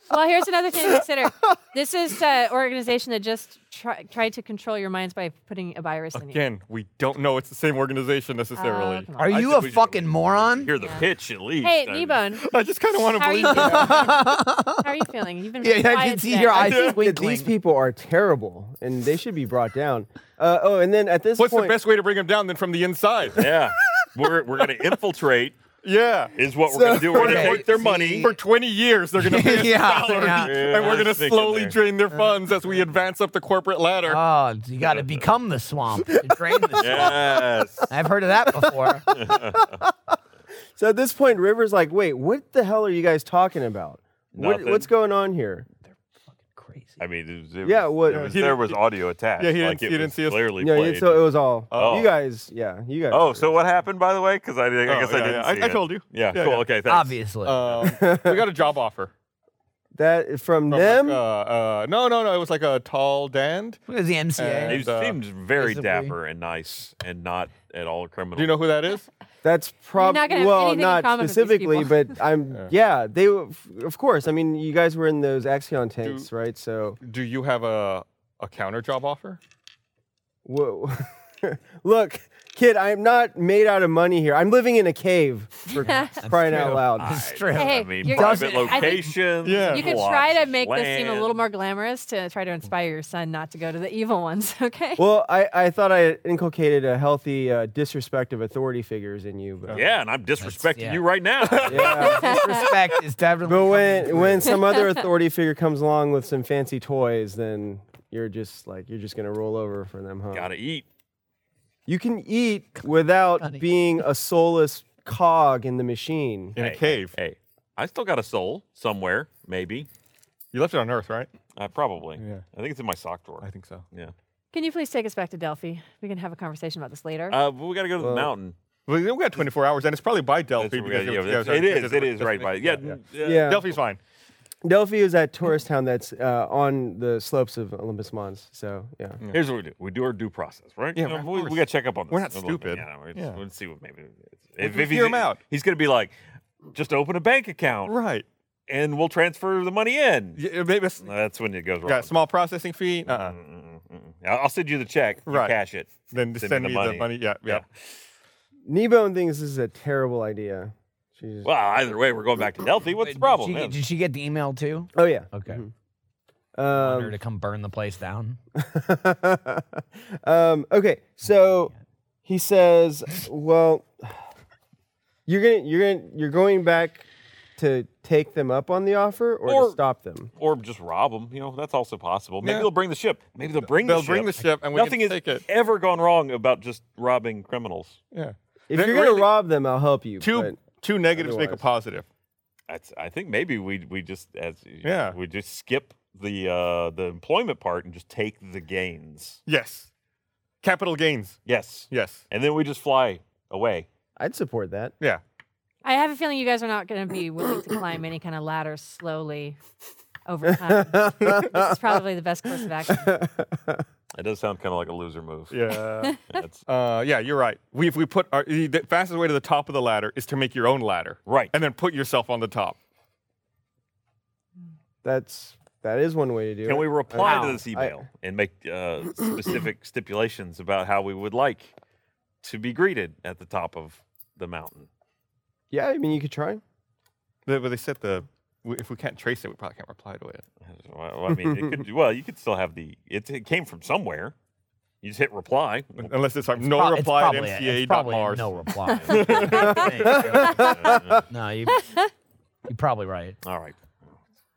[SPEAKER 3] Well, here's another thing to
[SPEAKER 7] [laughs]
[SPEAKER 3] consider. This is an organization that just try, tried to control your minds by putting a virus in you. Oh,
[SPEAKER 5] Again, we don't know it's the same organization necessarily.
[SPEAKER 3] come on.
[SPEAKER 7] Are
[SPEAKER 2] I
[SPEAKER 7] you
[SPEAKER 2] think
[SPEAKER 7] a
[SPEAKER 2] we should-
[SPEAKER 7] fucking moron?
[SPEAKER 2] Hear the pitch at least.
[SPEAKER 3] Hey,
[SPEAKER 2] I-
[SPEAKER 3] Kneebone,
[SPEAKER 5] [laughs] I just kind of want to
[SPEAKER 3] how are
[SPEAKER 5] believe
[SPEAKER 3] you feeling? how
[SPEAKER 7] [laughs]
[SPEAKER 3] are you feeling? You've been
[SPEAKER 7] Yeah, I
[SPEAKER 3] quiet
[SPEAKER 7] can see
[SPEAKER 3] today.
[SPEAKER 7] your eyes
[SPEAKER 1] think that
[SPEAKER 7] twinkling.
[SPEAKER 1] these people are terrible and they should be brought down. Uh, oh, and then at this
[SPEAKER 5] What's
[SPEAKER 1] point,
[SPEAKER 5] the best way to bring him down than from the inside?
[SPEAKER 2] [laughs] Yeah. we're we're going to infiltrate,
[SPEAKER 5] yeah.
[SPEAKER 2] is what we're going to do. We're going to
[SPEAKER 7] Okay,
[SPEAKER 2] take their money.
[SPEAKER 5] For 20 years, they're
[SPEAKER 7] [laughs]
[SPEAKER 5] going to pay us
[SPEAKER 7] Yeah,
[SPEAKER 5] salaries,
[SPEAKER 7] yeah. Uh,
[SPEAKER 2] Yeah,
[SPEAKER 5] and we're
[SPEAKER 2] I was
[SPEAKER 5] going to
[SPEAKER 2] thinking
[SPEAKER 5] slowly
[SPEAKER 2] there.
[SPEAKER 5] drain their funds as we advance up the corporate ladder.
[SPEAKER 7] Oh, you got to become the swamp to
[SPEAKER 2] [laughs]
[SPEAKER 7] drain the swamp. [laughs]
[SPEAKER 2] Yes.
[SPEAKER 7] I've heard of
[SPEAKER 2] [laughs]
[SPEAKER 7] that before.
[SPEAKER 1] so at this point, River's like, "Wait, what the hell are you guys talking about? What,
[SPEAKER 2] Nothing.
[SPEAKER 1] what's going on here?"
[SPEAKER 7] Crazy.
[SPEAKER 2] I mean, it was, it
[SPEAKER 1] Yeah,
[SPEAKER 2] was-
[SPEAKER 1] what-
[SPEAKER 2] it was-
[SPEAKER 5] He
[SPEAKER 2] there
[SPEAKER 5] didn't-
[SPEAKER 2] was audio attached.
[SPEAKER 5] Yeah, he
[SPEAKER 2] like
[SPEAKER 5] didn't-
[SPEAKER 2] it
[SPEAKER 5] he didn't
[SPEAKER 2] was
[SPEAKER 5] see us-
[SPEAKER 2] Clearly
[SPEAKER 1] Yeah,
[SPEAKER 2] played.
[SPEAKER 1] it- so it was all
[SPEAKER 2] Oh.
[SPEAKER 1] you guys. Yeah, you guys.
[SPEAKER 2] oh, so what happened, by the way? Because I, didn't- I
[SPEAKER 5] Oh,
[SPEAKER 2] guess I
[SPEAKER 5] yeah,
[SPEAKER 2] didn't
[SPEAKER 5] yeah. I-
[SPEAKER 2] see
[SPEAKER 5] I
[SPEAKER 2] it.
[SPEAKER 5] told you.
[SPEAKER 2] Yeah,
[SPEAKER 5] Yeah,
[SPEAKER 2] cool.
[SPEAKER 5] yeah.
[SPEAKER 2] Okay, thanks.
[SPEAKER 7] Obviously.
[SPEAKER 5] Um, we got a job offer.
[SPEAKER 1] that from
[SPEAKER 5] from,
[SPEAKER 1] them.
[SPEAKER 5] Like, uh, uh, no, no, no. It was like a tall dand.
[SPEAKER 7] what is the MCA?
[SPEAKER 5] and,
[SPEAKER 2] He
[SPEAKER 5] uh,
[SPEAKER 2] seemed very
[SPEAKER 7] visibly-
[SPEAKER 2] dapper and nice and not at all criminal.
[SPEAKER 5] Do you know who
[SPEAKER 2] [laughs]
[SPEAKER 5] that is?
[SPEAKER 1] That's
[SPEAKER 3] not gonna
[SPEAKER 1] probably
[SPEAKER 3] have
[SPEAKER 1] well,
[SPEAKER 3] anything in
[SPEAKER 1] not
[SPEAKER 3] common with these
[SPEAKER 1] specifically,
[SPEAKER 3] people. [laughs]
[SPEAKER 1] but I'm yeah. They were- f- of course. I mean, you guys were in those Axion tanks, right? So
[SPEAKER 5] Do you have a a counter job offer?
[SPEAKER 1] whoa. [laughs] look, kid, I'm not made out of money here. I'm living in a cave
[SPEAKER 3] [laughs]
[SPEAKER 1] for crying out loud.
[SPEAKER 5] [laughs]
[SPEAKER 7] It's true.
[SPEAKER 2] I
[SPEAKER 3] Hey,
[SPEAKER 2] mean,
[SPEAKER 3] you're-
[SPEAKER 2] private
[SPEAKER 3] Doesn't- I think-
[SPEAKER 2] locations.
[SPEAKER 5] Yeah.
[SPEAKER 3] You can
[SPEAKER 2] lots
[SPEAKER 3] try to
[SPEAKER 2] of
[SPEAKER 3] make this seem a little
[SPEAKER 2] land.
[SPEAKER 3] more glamorous to try to inspire your son not to go to the evil ones, [laughs] okay?
[SPEAKER 1] Well, I, I thought I inculcated a healthy uh, disrespect of authority figures in you, but
[SPEAKER 2] Yeah, and I'm disrespecting
[SPEAKER 7] yeah.
[SPEAKER 2] you right
[SPEAKER 5] [laughs]
[SPEAKER 2] now.
[SPEAKER 1] yeah.
[SPEAKER 7] Disrespect is
[SPEAKER 1] [laughs]
[SPEAKER 7] definitely.
[SPEAKER 1] but when
[SPEAKER 7] coming
[SPEAKER 1] when some other authority figure comes along with some fancy toys, then you're just like you're just gonna roll over for them, huh?
[SPEAKER 2] Gotta eat.
[SPEAKER 1] You can eat without being a soulless cog in the machine.
[SPEAKER 5] In a
[SPEAKER 2] Hey,
[SPEAKER 5] cave.
[SPEAKER 2] Hey, I still got a soul somewhere, maybe.
[SPEAKER 5] You left it on Earth, right?
[SPEAKER 2] Uh, probably.
[SPEAKER 5] Yeah.
[SPEAKER 2] I think it's in my sock drawer.
[SPEAKER 5] I think so.
[SPEAKER 2] yeah.
[SPEAKER 3] Can you please take us back to Delphi? We can have a conversation about this later.
[SPEAKER 2] Uh, but we gotta go to the mountain.
[SPEAKER 5] Well, oh, we got 24 hours, and it's probably by
[SPEAKER 2] That's
[SPEAKER 5] Delphi.
[SPEAKER 2] what we gotta
[SPEAKER 5] because
[SPEAKER 2] do.
[SPEAKER 5] you guys
[SPEAKER 2] That's-
[SPEAKER 5] are-
[SPEAKER 2] It is.
[SPEAKER 5] because
[SPEAKER 2] It is right by. Yeah. n-
[SPEAKER 1] Yeah.
[SPEAKER 5] Delphi's fine.
[SPEAKER 1] Delphi is that tourist town that's uh, on the slopes of Olympus Mons. So yeah,
[SPEAKER 2] Here's what we do. We do our due process, right?
[SPEAKER 5] Yeah,
[SPEAKER 2] You know,
[SPEAKER 5] of
[SPEAKER 2] we, we
[SPEAKER 5] course.
[SPEAKER 2] got to check up on this.
[SPEAKER 5] We're not
[SPEAKER 2] a little bit.
[SPEAKER 5] stupid.
[SPEAKER 2] Yeah, we're-
[SPEAKER 5] Yeah.
[SPEAKER 2] Let's see what maybe.
[SPEAKER 5] we
[SPEAKER 2] he's-
[SPEAKER 5] hear him out.
[SPEAKER 2] He's going to be like, just open a bank account.
[SPEAKER 5] Right.
[SPEAKER 2] and we'll transfer the money in.
[SPEAKER 5] Yeah, maybe it's-
[SPEAKER 2] That's when it goes wrong. Mm,
[SPEAKER 5] got a small processing fee. Uh-uh.
[SPEAKER 2] Mm-hmm. I'll I'll send you the check. You
[SPEAKER 5] Right.
[SPEAKER 2] Cash it.
[SPEAKER 5] Then
[SPEAKER 2] Send me
[SPEAKER 5] send,
[SPEAKER 2] the
[SPEAKER 5] me
[SPEAKER 2] money.
[SPEAKER 5] the money. Yeah, yeah.
[SPEAKER 2] Yeah.
[SPEAKER 1] Kneebone thinks this is a terrible idea. She's
[SPEAKER 2] Well, either way, we're going back to Delphi. What's the problem?
[SPEAKER 7] She,
[SPEAKER 2] Oh, man?
[SPEAKER 7] did she get the email too?
[SPEAKER 1] oh yeah.
[SPEAKER 7] Okay.
[SPEAKER 1] Mhm.
[SPEAKER 7] Want her
[SPEAKER 1] Um,
[SPEAKER 7] to come burn the place down.
[SPEAKER 1] [laughs] um, okay, so he says, "Well, you're gonna, you're gonna, you're going back to take them up on the offer, or,
[SPEAKER 2] Or-
[SPEAKER 1] to stop them."
[SPEAKER 2] or just rob them. You know, that's also possible. Maybe
[SPEAKER 5] Yeah.
[SPEAKER 2] they'll bring the ship. Maybe they'll bring
[SPEAKER 5] They'll
[SPEAKER 2] the ship.
[SPEAKER 5] bring the ship and we
[SPEAKER 2] Nothing
[SPEAKER 5] can
[SPEAKER 2] has
[SPEAKER 5] take it.
[SPEAKER 2] ever gone wrong about just robbing criminals.
[SPEAKER 5] Yeah.
[SPEAKER 1] If
[SPEAKER 5] Then
[SPEAKER 1] you're gonna
[SPEAKER 5] really-
[SPEAKER 1] rob them, I'll help you.
[SPEAKER 5] Two
[SPEAKER 1] but-
[SPEAKER 5] two negatives make a
[SPEAKER 1] otherwise-
[SPEAKER 5] positive.
[SPEAKER 2] That's, I think maybe we we just as
[SPEAKER 5] Yeah.
[SPEAKER 2] we just skip the uh, the employment part and just take the gains.
[SPEAKER 5] Yes. Capital gains.
[SPEAKER 2] Yes,
[SPEAKER 5] Yes.
[SPEAKER 2] and then we just fly away.
[SPEAKER 1] I'd support that.
[SPEAKER 2] [laughs]
[SPEAKER 5] Yeah.
[SPEAKER 3] I have a feeling you guys are not going to be willing to climb any kind of ladder slowly over time. [laughs] this is probably the best course of action.
[SPEAKER 2] It does sound kind of like a loser move.
[SPEAKER 5] Yeah.
[SPEAKER 2] [laughs] That's
[SPEAKER 5] uh, yeah, you're right. We, if we put our, the the fastest way to the top of the ladder is to make your own ladder.
[SPEAKER 2] right.
[SPEAKER 5] And then put yourself on the top.
[SPEAKER 1] That's that is one way to do it.
[SPEAKER 2] Can we reply to
[SPEAKER 1] Wow.
[SPEAKER 2] this
[SPEAKER 1] I- [clears throat]
[SPEAKER 2] email and make uh, specific stipulations about how we would like to be greeted at the top of the mountain? [laughs]
[SPEAKER 1] Yeah, I mean, you could try.
[SPEAKER 5] They, but they said the we- if we can't trace it, we probably can't reply to it.
[SPEAKER 2] Well, I mean, it
[SPEAKER 5] [laughs]
[SPEAKER 2] could. Well, you could still have the. It, it came from somewhere. You just hit
[SPEAKER 5] [laughs]
[SPEAKER 2] reply. [laughs]
[SPEAKER 5] Unless it's like
[SPEAKER 7] It's
[SPEAKER 5] no
[SPEAKER 7] prob- it's
[SPEAKER 5] reply at
[SPEAKER 7] probably a-
[SPEAKER 5] MCA
[SPEAKER 7] it's
[SPEAKER 5] dot
[SPEAKER 7] probably a
[SPEAKER 5] Mars.
[SPEAKER 7] No reply. no, you. You're probably right.
[SPEAKER 2] All right.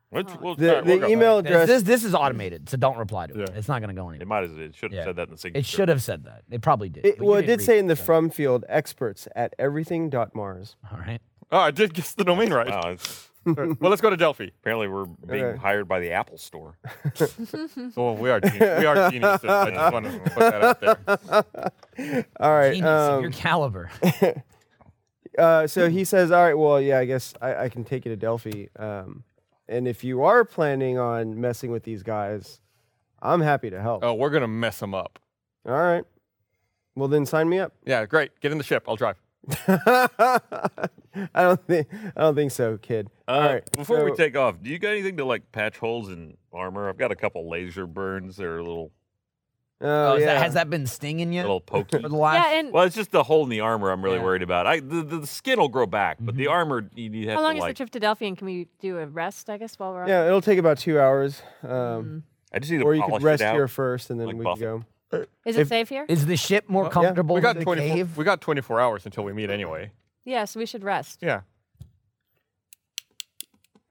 [SPEAKER 2] Which, we'll
[SPEAKER 1] The,
[SPEAKER 2] try- we'll
[SPEAKER 1] the
[SPEAKER 2] go-
[SPEAKER 1] email address.
[SPEAKER 7] This this is automated, so don't reply to it.
[SPEAKER 5] Yeah.
[SPEAKER 7] It's not going to go
[SPEAKER 2] It
[SPEAKER 7] anywhere.
[SPEAKER 2] might as it should have
[SPEAKER 7] Yeah.
[SPEAKER 2] said that in the signature.
[SPEAKER 7] It should have said that. It probably did.
[SPEAKER 1] it-
[SPEAKER 7] but you
[SPEAKER 1] well, it did
[SPEAKER 7] didn't read
[SPEAKER 1] say in the
[SPEAKER 7] so-
[SPEAKER 1] from field, experts at everything.mars.
[SPEAKER 7] All right.
[SPEAKER 5] Oh, I did guess the domain right.
[SPEAKER 2] Wow, it's-
[SPEAKER 5] well, let's go to Delphi.
[SPEAKER 2] apparently, we're being
[SPEAKER 7] Uh.
[SPEAKER 1] Okay.
[SPEAKER 2] hired by the Apple
[SPEAKER 7] [laughs]
[SPEAKER 2] Store. Uh,
[SPEAKER 5] Oh, we are gen- we [laughs] are geniuses. I just want to put that out there.
[SPEAKER 1] All right.
[SPEAKER 7] Genius of your
[SPEAKER 1] Um, [laughs]
[SPEAKER 7] caliber. [laughs]
[SPEAKER 1] uh, so he says, all right, well, yeah, I guess I, I can take you to Delphi. Um, and if you are planning on messing with these guys, I'm happy to help.
[SPEAKER 5] [laughs] Oh, we're gonna mess them up.
[SPEAKER 1] All right. Well, then sign me up. [laughs]
[SPEAKER 5] Yeah, great. Get in the ship. I'll drive.
[SPEAKER 1] I don't think I don't think so, kid. All
[SPEAKER 2] Uh,
[SPEAKER 1] right.
[SPEAKER 2] Before we
[SPEAKER 1] so-
[SPEAKER 2] take off, do you got anything to like patch holes in armor? I've got a couple laser burns. They're a little
[SPEAKER 1] Oh,
[SPEAKER 7] Oh, is
[SPEAKER 1] yeah.
[SPEAKER 7] that, has that been stinging you
[SPEAKER 2] little pokey.
[SPEAKER 7] [laughs] for the last?
[SPEAKER 3] Yeah, and
[SPEAKER 2] Well, it's just the hole in the armor I'm really
[SPEAKER 7] Yeah. Mm-hmm.
[SPEAKER 2] worried about. I the, the skin will grow back, but the armor you need to have
[SPEAKER 3] how long
[SPEAKER 2] to
[SPEAKER 3] is the
[SPEAKER 2] like.
[SPEAKER 3] trip to Delphi? And can we do a rest, I guess, while we're on? Mm.
[SPEAKER 1] yeah, it'll take about two hours. Um,
[SPEAKER 2] I
[SPEAKER 7] Mm-hmm.
[SPEAKER 2] just need to
[SPEAKER 1] or you
[SPEAKER 2] polish
[SPEAKER 1] could rest
[SPEAKER 2] it out.
[SPEAKER 1] here first, and then
[SPEAKER 2] like
[SPEAKER 1] we
[SPEAKER 2] Buffett.
[SPEAKER 1] could go.
[SPEAKER 3] Is it
[SPEAKER 1] If-
[SPEAKER 3] safe here?
[SPEAKER 7] Is the ship more comfortable
[SPEAKER 5] We got
[SPEAKER 7] than the
[SPEAKER 5] 24
[SPEAKER 7] cave?
[SPEAKER 5] We got 24 hours until we meet anyway.
[SPEAKER 3] yeah, so we should rest.
[SPEAKER 5] Yeah.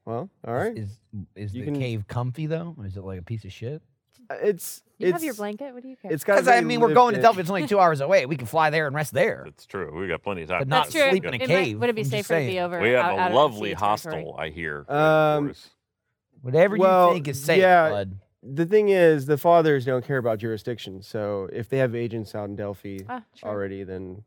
[SPEAKER 1] Well, all right.
[SPEAKER 7] Is is
[SPEAKER 1] You
[SPEAKER 7] the
[SPEAKER 1] can-
[SPEAKER 7] cave comfy though? Or is it like a piece of shit?
[SPEAKER 1] It's
[SPEAKER 3] You
[SPEAKER 1] it's
[SPEAKER 3] have your blanket. What do you care?
[SPEAKER 1] it's got.
[SPEAKER 7] Because I mean, we're going to Delphi. It's only two hours away. We can fly there and rest there.
[SPEAKER 2] That's true. We got plenty of time.
[SPEAKER 7] But
[SPEAKER 2] for
[SPEAKER 7] not
[SPEAKER 2] this.
[SPEAKER 3] That's true.
[SPEAKER 7] sleep in a
[SPEAKER 3] it
[SPEAKER 7] cave.
[SPEAKER 3] Might, would it be
[SPEAKER 7] I'm just
[SPEAKER 3] safer to
[SPEAKER 7] saying.
[SPEAKER 3] be over?
[SPEAKER 2] We
[SPEAKER 3] out,
[SPEAKER 2] have
[SPEAKER 3] out
[SPEAKER 2] a
[SPEAKER 3] at
[SPEAKER 2] lovely
[SPEAKER 3] sea territory?
[SPEAKER 2] hostel, I hear. for
[SPEAKER 1] Um,
[SPEAKER 2] tourists.
[SPEAKER 7] Whatever
[SPEAKER 1] Well,
[SPEAKER 7] you think is safe,
[SPEAKER 1] yeah.
[SPEAKER 7] bud.
[SPEAKER 1] The thing is, the fathers don't care about jurisdiction. So if they have agents out in Delphi
[SPEAKER 3] Ah, true.
[SPEAKER 1] already, then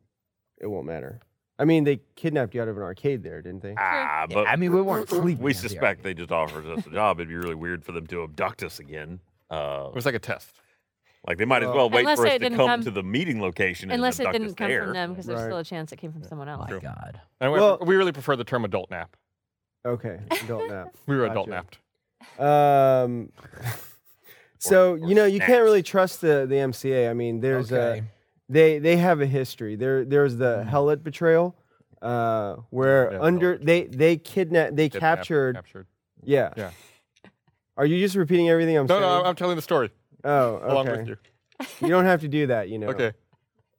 [SPEAKER 1] it won't matter. I mean, they kidnapped you out of an arcade there, didn't they?
[SPEAKER 2] ah,
[SPEAKER 7] Yeah,
[SPEAKER 2] but
[SPEAKER 7] I mean, we weren't sleeping.
[SPEAKER 2] we
[SPEAKER 7] out there.
[SPEAKER 2] suspect they just offered us a job. It'd be really weird for them to abduct us again. Uh,
[SPEAKER 5] It was like a test.
[SPEAKER 2] like they might as well wait
[SPEAKER 3] Unless
[SPEAKER 2] for
[SPEAKER 3] it
[SPEAKER 2] us to
[SPEAKER 3] didn't
[SPEAKER 2] come,
[SPEAKER 3] come-
[SPEAKER 2] to the meeting location. and
[SPEAKER 3] Unless it
[SPEAKER 2] abduct us
[SPEAKER 3] didn't come
[SPEAKER 2] there.
[SPEAKER 3] from them, because there's
[SPEAKER 1] Right.
[SPEAKER 3] still a chance it came from someone else.
[SPEAKER 7] My God.
[SPEAKER 5] And we,
[SPEAKER 1] Well-
[SPEAKER 5] we really prefer the term adult nap. [laughs]
[SPEAKER 1] Okay, adult nap.
[SPEAKER 5] We were adult
[SPEAKER 1] Gotcha.
[SPEAKER 5] napped.
[SPEAKER 1] Um, so
[SPEAKER 2] or
[SPEAKER 1] you know you can't
[SPEAKER 2] snacks.
[SPEAKER 1] really trust the the MCA. I mean, there's
[SPEAKER 7] Okay.
[SPEAKER 1] a they they have a history. There there's the Helot betrayal, uh, where
[SPEAKER 5] Hmm. Yeah,
[SPEAKER 1] under they they kidnapped they
[SPEAKER 5] Kidnapped,
[SPEAKER 1] captured
[SPEAKER 5] Captured.
[SPEAKER 1] yeah.
[SPEAKER 5] Yeah.
[SPEAKER 1] Are you just repeating everything I'm
[SPEAKER 5] No,
[SPEAKER 1] saying?
[SPEAKER 5] no, I'm telling the story
[SPEAKER 1] oh, okay.
[SPEAKER 5] along with you.
[SPEAKER 1] You don't have to do that,
[SPEAKER 5] [laughs]
[SPEAKER 1] you know.
[SPEAKER 5] Okay.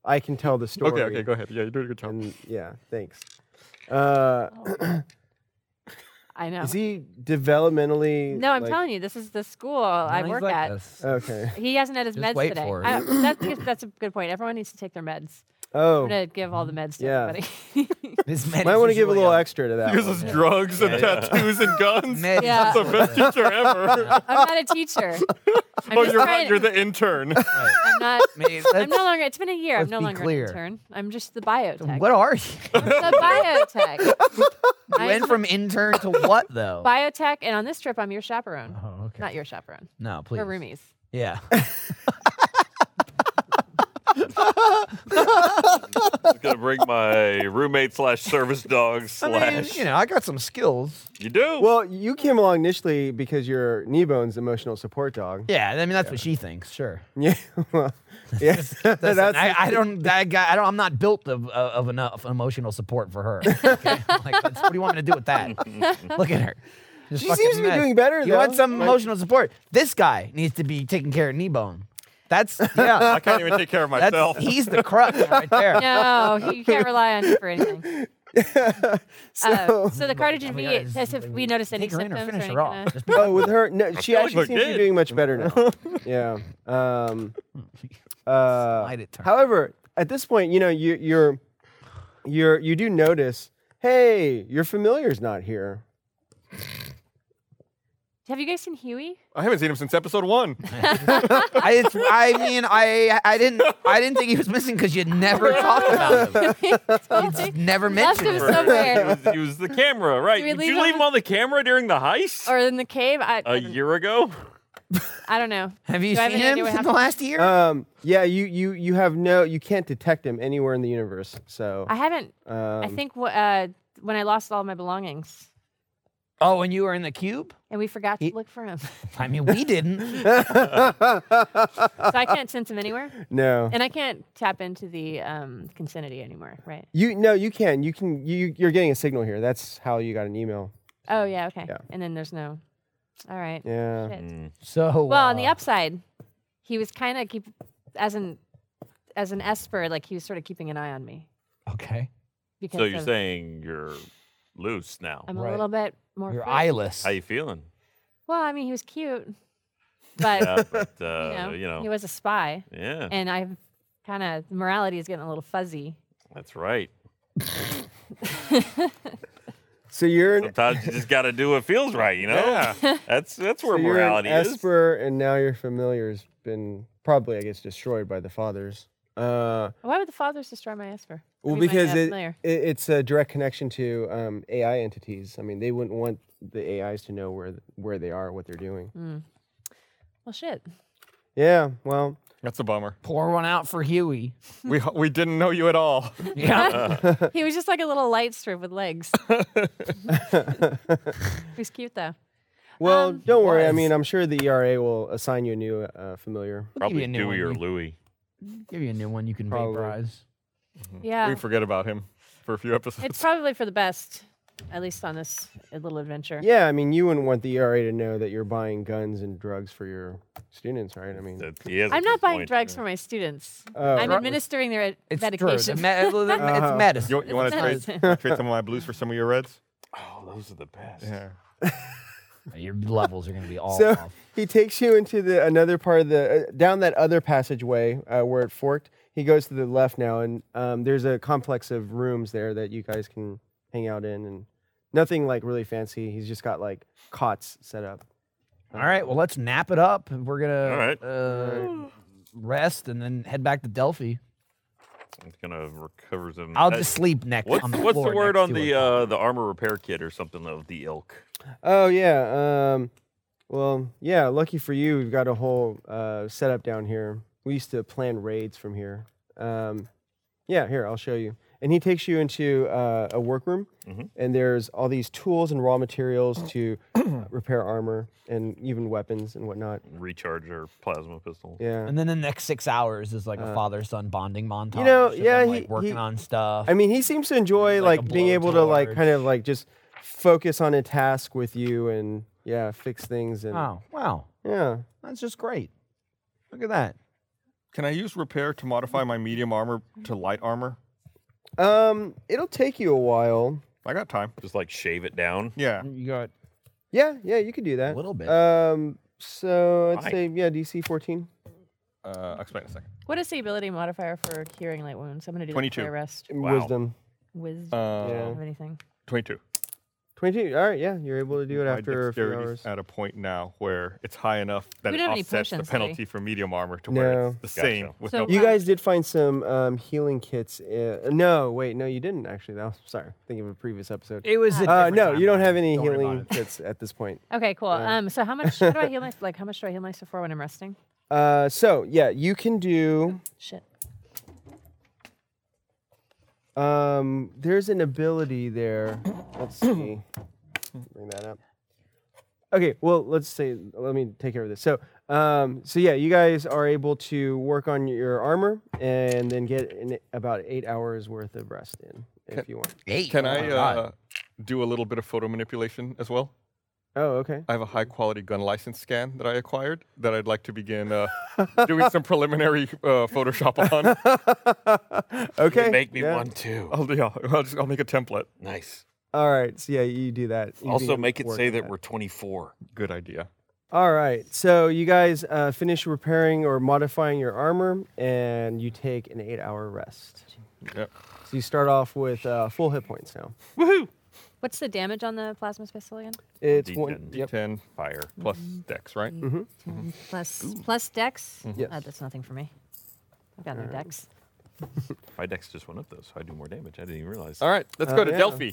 [SPEAKER 1] I can tell the story.
[SPEAKER 5] Okay, okay, go ahead. Yeah, you're doing a good job. [laughs]
[SPEAKER 1] And yeah, thanks. Uh,
[SPEAKER 3] I know.
[SPEAKER 1] is he developmentally?
[SPEAKER 3] Oh. No, I'm
[SPEAKER 1] like-
[SPEAKER 3] telling you, this is the school I
[SPEAKER 7] He's
[SPEAKER 3] work
[SPEAKER 7] like
[SPEAKER 3] at.
[SPEAKER 7] this.
[SPEAKER 1] Okay.
[SPEAKER 3] He hasn't had his
[SPEAKER 7] Just
[SPEAKER 3] meds
[SPEAKER 7] wait
[SPEAKER 3] today.
[SPEAKER 7] for it.
[SPEAKER 3] I, that's, that's a good point. Everyone needs to take their meds. I'm
[SPEAKER 1] Oh,
[SPEAKER 3] gonna give all the meds to
[SPEAKER 1] Yeah.
[SPEAKER 3] everybody. [laughs]
[SPEAKER 7] This man
[SPEAKER 1] might
[SPEAKER 7] is
[SPEAKER 1] want to give a
[SPEAKER 7] usually
[SPEAKER 1] little
[SPEAKER 7] on-
[SPEAKER 1] extra to that.
[SPEAKER 5] Because
[SPEAKER 1] one.
[SPEAKER 5] it's drugs and tattoos and
[SPEAKER 7] [laughs]
[SPEAKER 5] guns. [laughs]
[SPEAKER 7] Man, he's
[SPEAKER 3] Yeah.
[SPEAKER 5] The best teacher ever.
[SPEAKER 3] I'm not a
[SPEAKER 7] [laughs]
[SPEAKER 3] teacher. I'm
[SPEAKER 5] oh,
[SPEAKER 3] just [laughs]
[SPEAKER 5] you're
[SPEAKER 3] trying-
[SPEAKER 5] right. You're
[SPEAKER 2] [laughs]
[SPEAKER 5] the intern.
[SPEAKER 3] I'm
[SPEAKER 7] [laughs]
[SPEAKER 3] not.
[SPEAKER 7] I mean,
[SPEAKER 3] [laughs] I'm no
[SPEAKER 7] that's-
[SPEAKER 3] longer. It's been a year. I'm
[SPEAKER 7] let's
[SPEAKER 3] no
[SPEAKER 7] be
[SPEAKER 3] longer
[SPEAKER 7] clear.
[SPEAKER 3] an intern. I'm just the biotech.
[SPEAKER 7] What
[SPEAKER 3] [laughs]
[SPEAKER 7] are you?
[SPEAKER 3] I'm
[SPEAKER 7] [laughs]
[SPEAKER 3] the biotech.
[SPEAKER 7] You
[SPEAKER 3] I'm
[SPEAKER 7] went from intern to what though?
[SPEAKER 3] biotech, and on this trip, I'm your chaperone.
[SPEAKER 7] Oh, okay.
[SPEAKER 3] Not your chaperone.
[SPEAKER 7] no, please.
[SPEAKER 3] We're roomies.
[SPEAKER 7] Yeah.
[SPEAKER 2] I'm gonna bring my roommate slash service dog
[SPEAKER 6] I
[SPEAKER 2] slash.
[SPEAKER 6] mean, you know, I got some skills.
[SPEAKER 2] You do.
[SPEAKER 1] Well, you came along initially because you're Kneebone's emotional support dog. [laughs]
[SPEAKER 7] Yeah, I mean that's what she thinks. Sure.
[SPEAKER 1] Yeah. well, yeah.
[SPEAKER 7] Listen,
[SPEAKER 1] [laughs] that's-
[SPEAKER 7] I, I don't. I, got, I don't. I'm not built of, uh, of enough emotional support for her. Okay? [laughs] like, that's- what do you want me to do
[SPEAKER 1] [laughs]
[SPEAKER 7] with that? Look at her. Just
[SPEAKER 1] She
[SPEAKER 7] fucking
[SPEAKER 1] seems to be doing better,
[SPEAKER 7] You
[SPEAKER 1] though.
[SPEAKER 7] want some
[SPEAKER 1] Like-
[SPEAKER 7] emotional support? This guy needs to be taking care of Kneebone.
[SPEAKER 6] [laughs]
[SPEAKER 7] That's yeah.
[SPEAKER 5] I can't even take care of myself.
[SPEAKER 7] that's he's the crux right there.
[SPEAKER 3] No, he- you can't rely on him for
[SPEAKER 1] [laughs]
[SPEAKER 3] anything. Uh, so, so the cardigan V, it says if we notice any
[SPEAKER 7] Take her in
[SPEAKER 3] symptoms or
[SPEAKER 7] or
[SPEAKER 3] Uh,
[SPEAKER 7] finish
[SPEAKER 3] any
[SPEAKER 7] her
[SPEAKER 3] kind
[SPEAKER 7] off.
[SPEAKER 3] of.
[SPEAKER 7] Just be-
[SPEAKER 1] oh, with her, no, she
[SPEAKER 5] like
[SPEAKER 1] actually
[SPEAKER 5] we're
[SPEAKER 1] seems to be
[SPEAKER 5] good.
[SPEAKER 1] doing much better
[SPEAKER 5] [laughs]
[SPEAKER 1] now. yeah. Um, uh,
[SPEAKER 7] Slide it, turn.
[SPEAKER 1] however, at this point, you know, you, you're, you're, you do notice, hey, your familiar's not here.
[SPEAKER 3] Have you guys seen
[SPEAKER 1] [laughs]
[SPEAKER 3] Huey? [laughs]
[SPEAKER 5] I haven't seen him since episode one.
[SPEAKER 7] I, it's- I mean, I I didn't I didn't think he was missing because
[SPEAKER 3] [laughs]
[SPEAKER 7] you never talked about him.
[SPEAKER 3] Well,
[SPEAKER 7] Never
[SPEAKER 3] Left
[SPEAKER 7] mentioned
[SPEAKER 3] him
[SPEAKER 7] him.
[SPEAKER 2] For-
[SPEAKER 3] somewhere.
[SPEAKER 2] He was, he was the camera, right?
[SPEAKER 3] we
[SPEAKER 2] Did
[SPEAKER 3] leave
[SPEAKER 2] you leave
[SPEAKER 3] him
[SPEAKER 2] him on the camera during the heist
[SPEAKER 3] or in the cave? I, I
[SPEAKER 2] a
[SPEAKER 3] don't-
[SPEAKER 2] year ago?
[SPEAKER 3] I don't know.
[SPEAKER 7] Have you
[SPEAKER 3] Do I have
[SPEAKER 7] seen
[SPEAKER 3] any idea
[SPEAKER 7] him
[SPEAKER 3] what
[SPEAKER 7] in the
[SPEAKER 3] happened?
[SPEAKER 7] last year?
[SPEAKER 1] Um, yeah, you, you, you have no, you can't detect him anywhere in the universe. So,
[SPEAKER 3] I haven't. I
[SPEAKER 1] um,
[SPEAKER 3] think wh- uh, when I lost all my belongings
[SPEAKER 7] oh, when you were in the cube?
[SPEAKER 3] and we forgot to
[SPEAKER 7] He-
[SPEAKER 3] look for him, so
[SPEAKER 7] I mean, we didn't.
[SPEAKER 1] [laughs]
[SPEAKER 3] I can't sense him anywhere,
[SPEAKER 1] no.
[SPEAKER 3] and I can't tap into the um, consanity anymore, right?
[SPEAKER 1] You no, you can. You can. You you're getting a signal here. That's how you got an email.
[SPEAKER 3] Oh yeah, okay.
[SPEAKER 1] Yeah.
[SPEAKER 3] And then there's no. All right.
[SPEAKER 1] Yeah.
[SPEAKER 3] Shit.
[SPEAKER 7] [laughs] So
[SPEAKER 3] Well, on the
[SPEAKER 7] uh,
[SPEAKER 3] upside, he was kind of keep as an as an esper, like he was sort of keeping an eye on me
[SPEAKER 7] Okay.
[SPEAKER 3] because
[SPEAKER 2] So you're
[SPEAKER 3] of-
[SPEAKER 2] saying you're loose now?
[SPEAKER 3] I'm
[SPEAKER 7] Right.
[SPEAKER 3] a little bit more.
[SPEAKER 7] You're
[SPEAKER 3] free.
[SPEAKER 7] eyeless.
[SPEAKER 2] How
[SPEAKER 3] [laughs]
[SPEAKER 2] you feeling?
[SPEAKER 3] Well, I mean, he was
[SPEAKER 2] [laughs]
[SPEAKER 3] cute, but
[SPEAKER 2] Yeah, but uh,
[SPEAKER 3] you, know,
[SPEAKER 2] you know,
[SPEAKER 3] he was a spy,
[SPEAKER 2] yeah,
[SPEAKER 3] and I've kind of morality is getting a little fuzzy.
[SPEAKER 2] that's right.
[SPEAKER 1] So you're an,
[SPEAKER 2] Sometimes you just got to do what feels right, you know.
[SPEAKER 5] Yeah.
[SPEAKER 2] [laughs] That's that's
[SPEAKER 1] so
[SPEAKER 2] where
[SPEAKER 1] you're an
[SPEAKER 2] morality is.
[SPEAKER 1] Esper, and now your familiar's been probably, I guess, destroyed by the fathers. Uh,
[SPEAKER 3] Why would the fathers destroy my esper? I
[SPEAKER 1] well,
[SPEAKER 3] mean, my,
[SPEAKER 1] because
[SPEAKER 3] uh,
[SPEAKER 1] it,
[SPEAKER 3] familiar.
[SPEAKER 1] it it's a direct connection to um, AI entities. I mean, they wouldn't want the AIs to know where th- where they are, what they're doing.
[SPEAKER 3] Mm.
[SPEAKER 1] [laughs]
[SPEAKER 3] Well,
[SPEAKER 2] [laughs]
[SPEAKER 3] shit. [laughs]
[SPEAKER 1] Yeah. Well. [laughs]
[SPEAKER 5] That's a bummer.
[SPEAKER 7] pour one out
[SPEAKER 3] [laughs]
[SPEAKER 7] for Huey.
[SPEAKER 5] We we didn't know you at all.
[SPEAKER 7] Yeah.
[SPEAKER 3] He was just like a little light strip with legs. He's cute though.
[SPEAKER 1] Well, don't worry. I
[SPEAKER 7] was.
[SPEAKER 1] mean, I'm sure the ERA will assign you a new uh, familiar.
[SPEAKER 7] We'll give
[SPEAKER 2] Probably
[SPEAKER 7] you a new
[SPEAKER 2] Dewey
[SPEAKER 7] one.
[SPEAKER 2] or
[SPEAKER 7] you-
[SPEAKER 2] Louie.
[SPEAKER 7] Give you a new one you can
[SPEAKER 1] Probably.
[SPEAKER 7] vaporize.
[SPEAKER 2] Hmm.
[SPEAKER 3] Yeah.
[SPEAKER 5] We forget about him for a few episodes.
[SPEAKER 3] It's probably for the best, at least on this little adventure.
[SPEAKER 1] Yeah, I mean, you wouldn't want the ERA to know that you're buying guns and drugs for your students, right? I mean,
[SPEAKER 2] That- he has a
[SPEAKER 3] I'm
[SPEAKER 2] good
[SPEAKER 3] not buying
[SPEAKER 2] point.
[SPEAKER 3] drugs for my students.
[SPEAKER 1] Oh.
[SPEAKER 3] I'm
[SPEAKER 1] Dru-
[SPEAKER 3] administering their ed-
[SPEAKER 7] It's true.
[SPEAKER 3] medication.
[SPEAKER 7] The me- it's [laughs] medicine.
[SPEAKER 5] you you want to trade,
[SPEAKER 3] medicine.
[SPEAKER 5] wanna trade some of my blues for some of your reds?
[SPEAKER 2] Oh, those are the best.
[SPEAKER 5] Yeah.
[SPEAKER 7] Your levels are going to be
[SPEAKER 1] [laughs]
[SPEAKER 7] all
[SPEAKER 1] so
[SPEAKER 7] off.
[SPEAKER 1] he takes you into the another part of the uh, down that other passageway uh, where it forked. He goes to the left now, and um, there's a complex of rooms there that you guys can hang out in, and nothing like really fancy. He's just got like cots set up.
[SPEAKER 7] All right. Well, let's nap it up. We're gonna
[SPEAKER 2] All right.
[SPEAKER 7] uh, rest and then head back to Delphi.
[SPEAKER 2] It's gonna recover some.
[SPEAKER 7] I'll
[SPEAKER 2] that-
[SPEAKER 7] just sleep next.
[SPEAKER 2] What's
[SPEAKER 7] on
[SPEAKER 2] the,
[SPEAKER 7] the
[SPEAKER 2] Uh, what's the
[SPEAKER 7] floor
[SPEAKER 2] word
[SPEAKER 7] next
[SPEAKER 2] on
[SPEAKER 7] to
[SPEAKER 2] the
[SPEAKER 7] it.
[SPEAKER 2] uh, the armor repair kit or something of the ilk?
[SPEAKER 1] Oh yeah. Um, well, yeah. Lucky for you, we've got a whole uh, setup down here. We used to plan raids from here. Um, yeah, here I'll show you. And he takes you into uh, a workroom,
[SPEAKER 7] Mm-hmm.
[SPEAKER 1] and there's all these tools and raw materials to [coughs] uh, repair armor and even weapons and whatnot.
[SPEAKER 2] Recharge or plasma pistol?
[SPEAKER 1] Yeah.
[SPEAKER 7] And then the next six hours is like a father son bonding montage.
[SPEAKER 1] know,
[SPEAKER 7] of them,
[SPEAKER 1] yeah, he-
[SPEAKER 7] like working
[SPEAKER 1] he-
[SPEAKER 7] on stuff.
[SPEAKER 1] I mean, he seems to enjoy
[SPEAKER 7] Like
[SPEAKER 1] like,
[SPEAKER 7] a
[SPEAKER 1] being able to like
[SPEAKER 7] blowtorch.
[SPEAKER 1] kind of like just focus on a task with you and yeah, fix things and
[SPEAKER 7] oh wow,
[SPEAKER 1] yeah.
[SPEAKER 7] that's just great. Look at that.
[SPEAKER 5] Can I use repair to modify my medium armor to light armor?
[SPEAKER 1] Um, it'll take you a while.
[SPEAKER 5] I got time.
[SPEAKER 2] Just like shave it down.
[SPEAKER 5] Yeah.
[SPEAKER 7] You got
[SPEAKER 1] Yeah, yeah, you could do that.
[SPEAKER 7] little bit.
[SPEAKER 1] Um, so I'd
[SPEAKER 2] Fine.
[SPEAKER 1] say yeah, DC 14.
[SPEAKER 5] Uh, I'll explain in a second.
[SPEAKER 3] What is the ability modifier for curing light wounds? I'm going to do
[SPEAKER 5] 22.
[SPEAKER 3] the rest.
[SPEAKER 2] Wow.
[SPEAKER 1] Wisdom.
[SPEAKER 3] Wisdom.
[SPEAKER 5] Uh,
[SPEAKER 1] Mm. Yeah.
[SPEAKER 3] of anything.
[SPEAKER 5] 22.
[SPEAKER 1] 22. All right, yeah, you're able to do it
[SPEAKER 5] My
[SPEAKER 1] after a few
[SPEAKER 5] dexterity's
[SPEAKER 1] hours.
[SPEAKER 5] at a point now where it's high enough that
[SPEAKER 3] We
[SPEAKER 5] it
[SPEAKER 3] don't have any
[SPEAKER 5] offsets the
[SPEAKER 3] potions, do
[SPEAKER 5] penalty
[SPEAKER 3] we?
[SPEAKER 5] for medium armor to where it's
[SPEAKER 2] Gotcha.
[SPEAKER 5] the same with
[SPEAKER 3] So-
[SPEAKER 5] no
[SPEAKER 1] You guys did find some um, healing kits. Uh, no, wait, no, you didn't actually. That was, [laughs] sorry, thinking of a previous episode.
[SPEAKER 7] it was. a
[SPEAKER 1] Uh,
[SPEAKER 7] different
[SPEAKER 1] no, you don't
[SPEAKER 7] timeline.
[SPEAKER 1] have any
[SPEAKER 7] Don't worry about
[SPEAKER 1] healing
[SPEAKER 7] it.
[SPEAKER 1] kits at this point.
[SPEAKER 3] Okay, cool. Um, so how much how do I heal my like how much do I heal myself for when I'm resting?
[SPEAKER 1] Uh, so yeah, you can do.
[SPEAKER 3] Shit.
[SPEAKER 1] Um, there's an ability there. Let's see. Bring that up. Okay, well, let's say let me take care of this. So, um, so yeah, you guys are able to work on your armor and then get in about eight hours worth of rest in if you want.
[SPEAKER 6] Hey,
[SPEAKER 5] Can
[SPEAKER 6] oh my
[SPEAKER 5] I
[SPEAKER 6] God.
[SPEAKER 5] uh, do a little bit of photo manipulation as well?
[SPEAKER 1] Oh, okay.
[SPEAKER 5] I have a high quality gun license scan that I acquired that I'd like to
[SPEAKER 1] [laughs]
[SPEAKER 5] begin uh, doing some preliminary uh, Photoshop on.
[SPEAKER 1] Okay.
[SPEAKER 2] Make me
[SPEAKER 1] yeah.
[SPEAKER 2] one too.
[SPEAKER 5] I'll, yeah, I'll, just, I'll make a template.
[SPEAKER 2] Nice.
[SPEAKER 1] All right. So yeah, you do that. You
[SPEAKER 2] Also,
[SPEAKER 1] begin
[SPEAKER 2] make it
[SPEAKER 1] work
[SPEAKER 2] say
[SPEAKER 1] on
[SPEAKER 2] that we're 24.
[SPEAKER 5] Good idea.
[SPEAKER 1] All right. So you guys uh, finish repairing or modifying your armor, and you take an eight-hour rest.
[SPEAKER 5] Yep.
[SPEAKER 1] So you start off with uh, full hit points now.
[SPEAKER 3] What's the damage on the plasma pistol again?
[SPEAKER 1] It's
[SPEAKER 2] D10.
[SPEAKER 1] one. Yep. Mm-hmm.
[SPEAKER 5] 10
[SPEAKER 2] Fire.
[SPEAKER 5] plus
[SPEAKER 3] Mm-hmm.
[SPEAKER 5] dex, right?
[SPEAKER 3] Plus plus dex.
[SPEAKER 1] Yes.
[SPEAKER 3] Uh, that's nothing for me. I've got no dex.
[SPEAKER 2] My dex just went up though, so I do more damage. I didn't even realize.
[SPEAKER 5] All right, let's go to
[SPEAKER 1] Uh, yeah.
[SPEAKER 5] Delphi.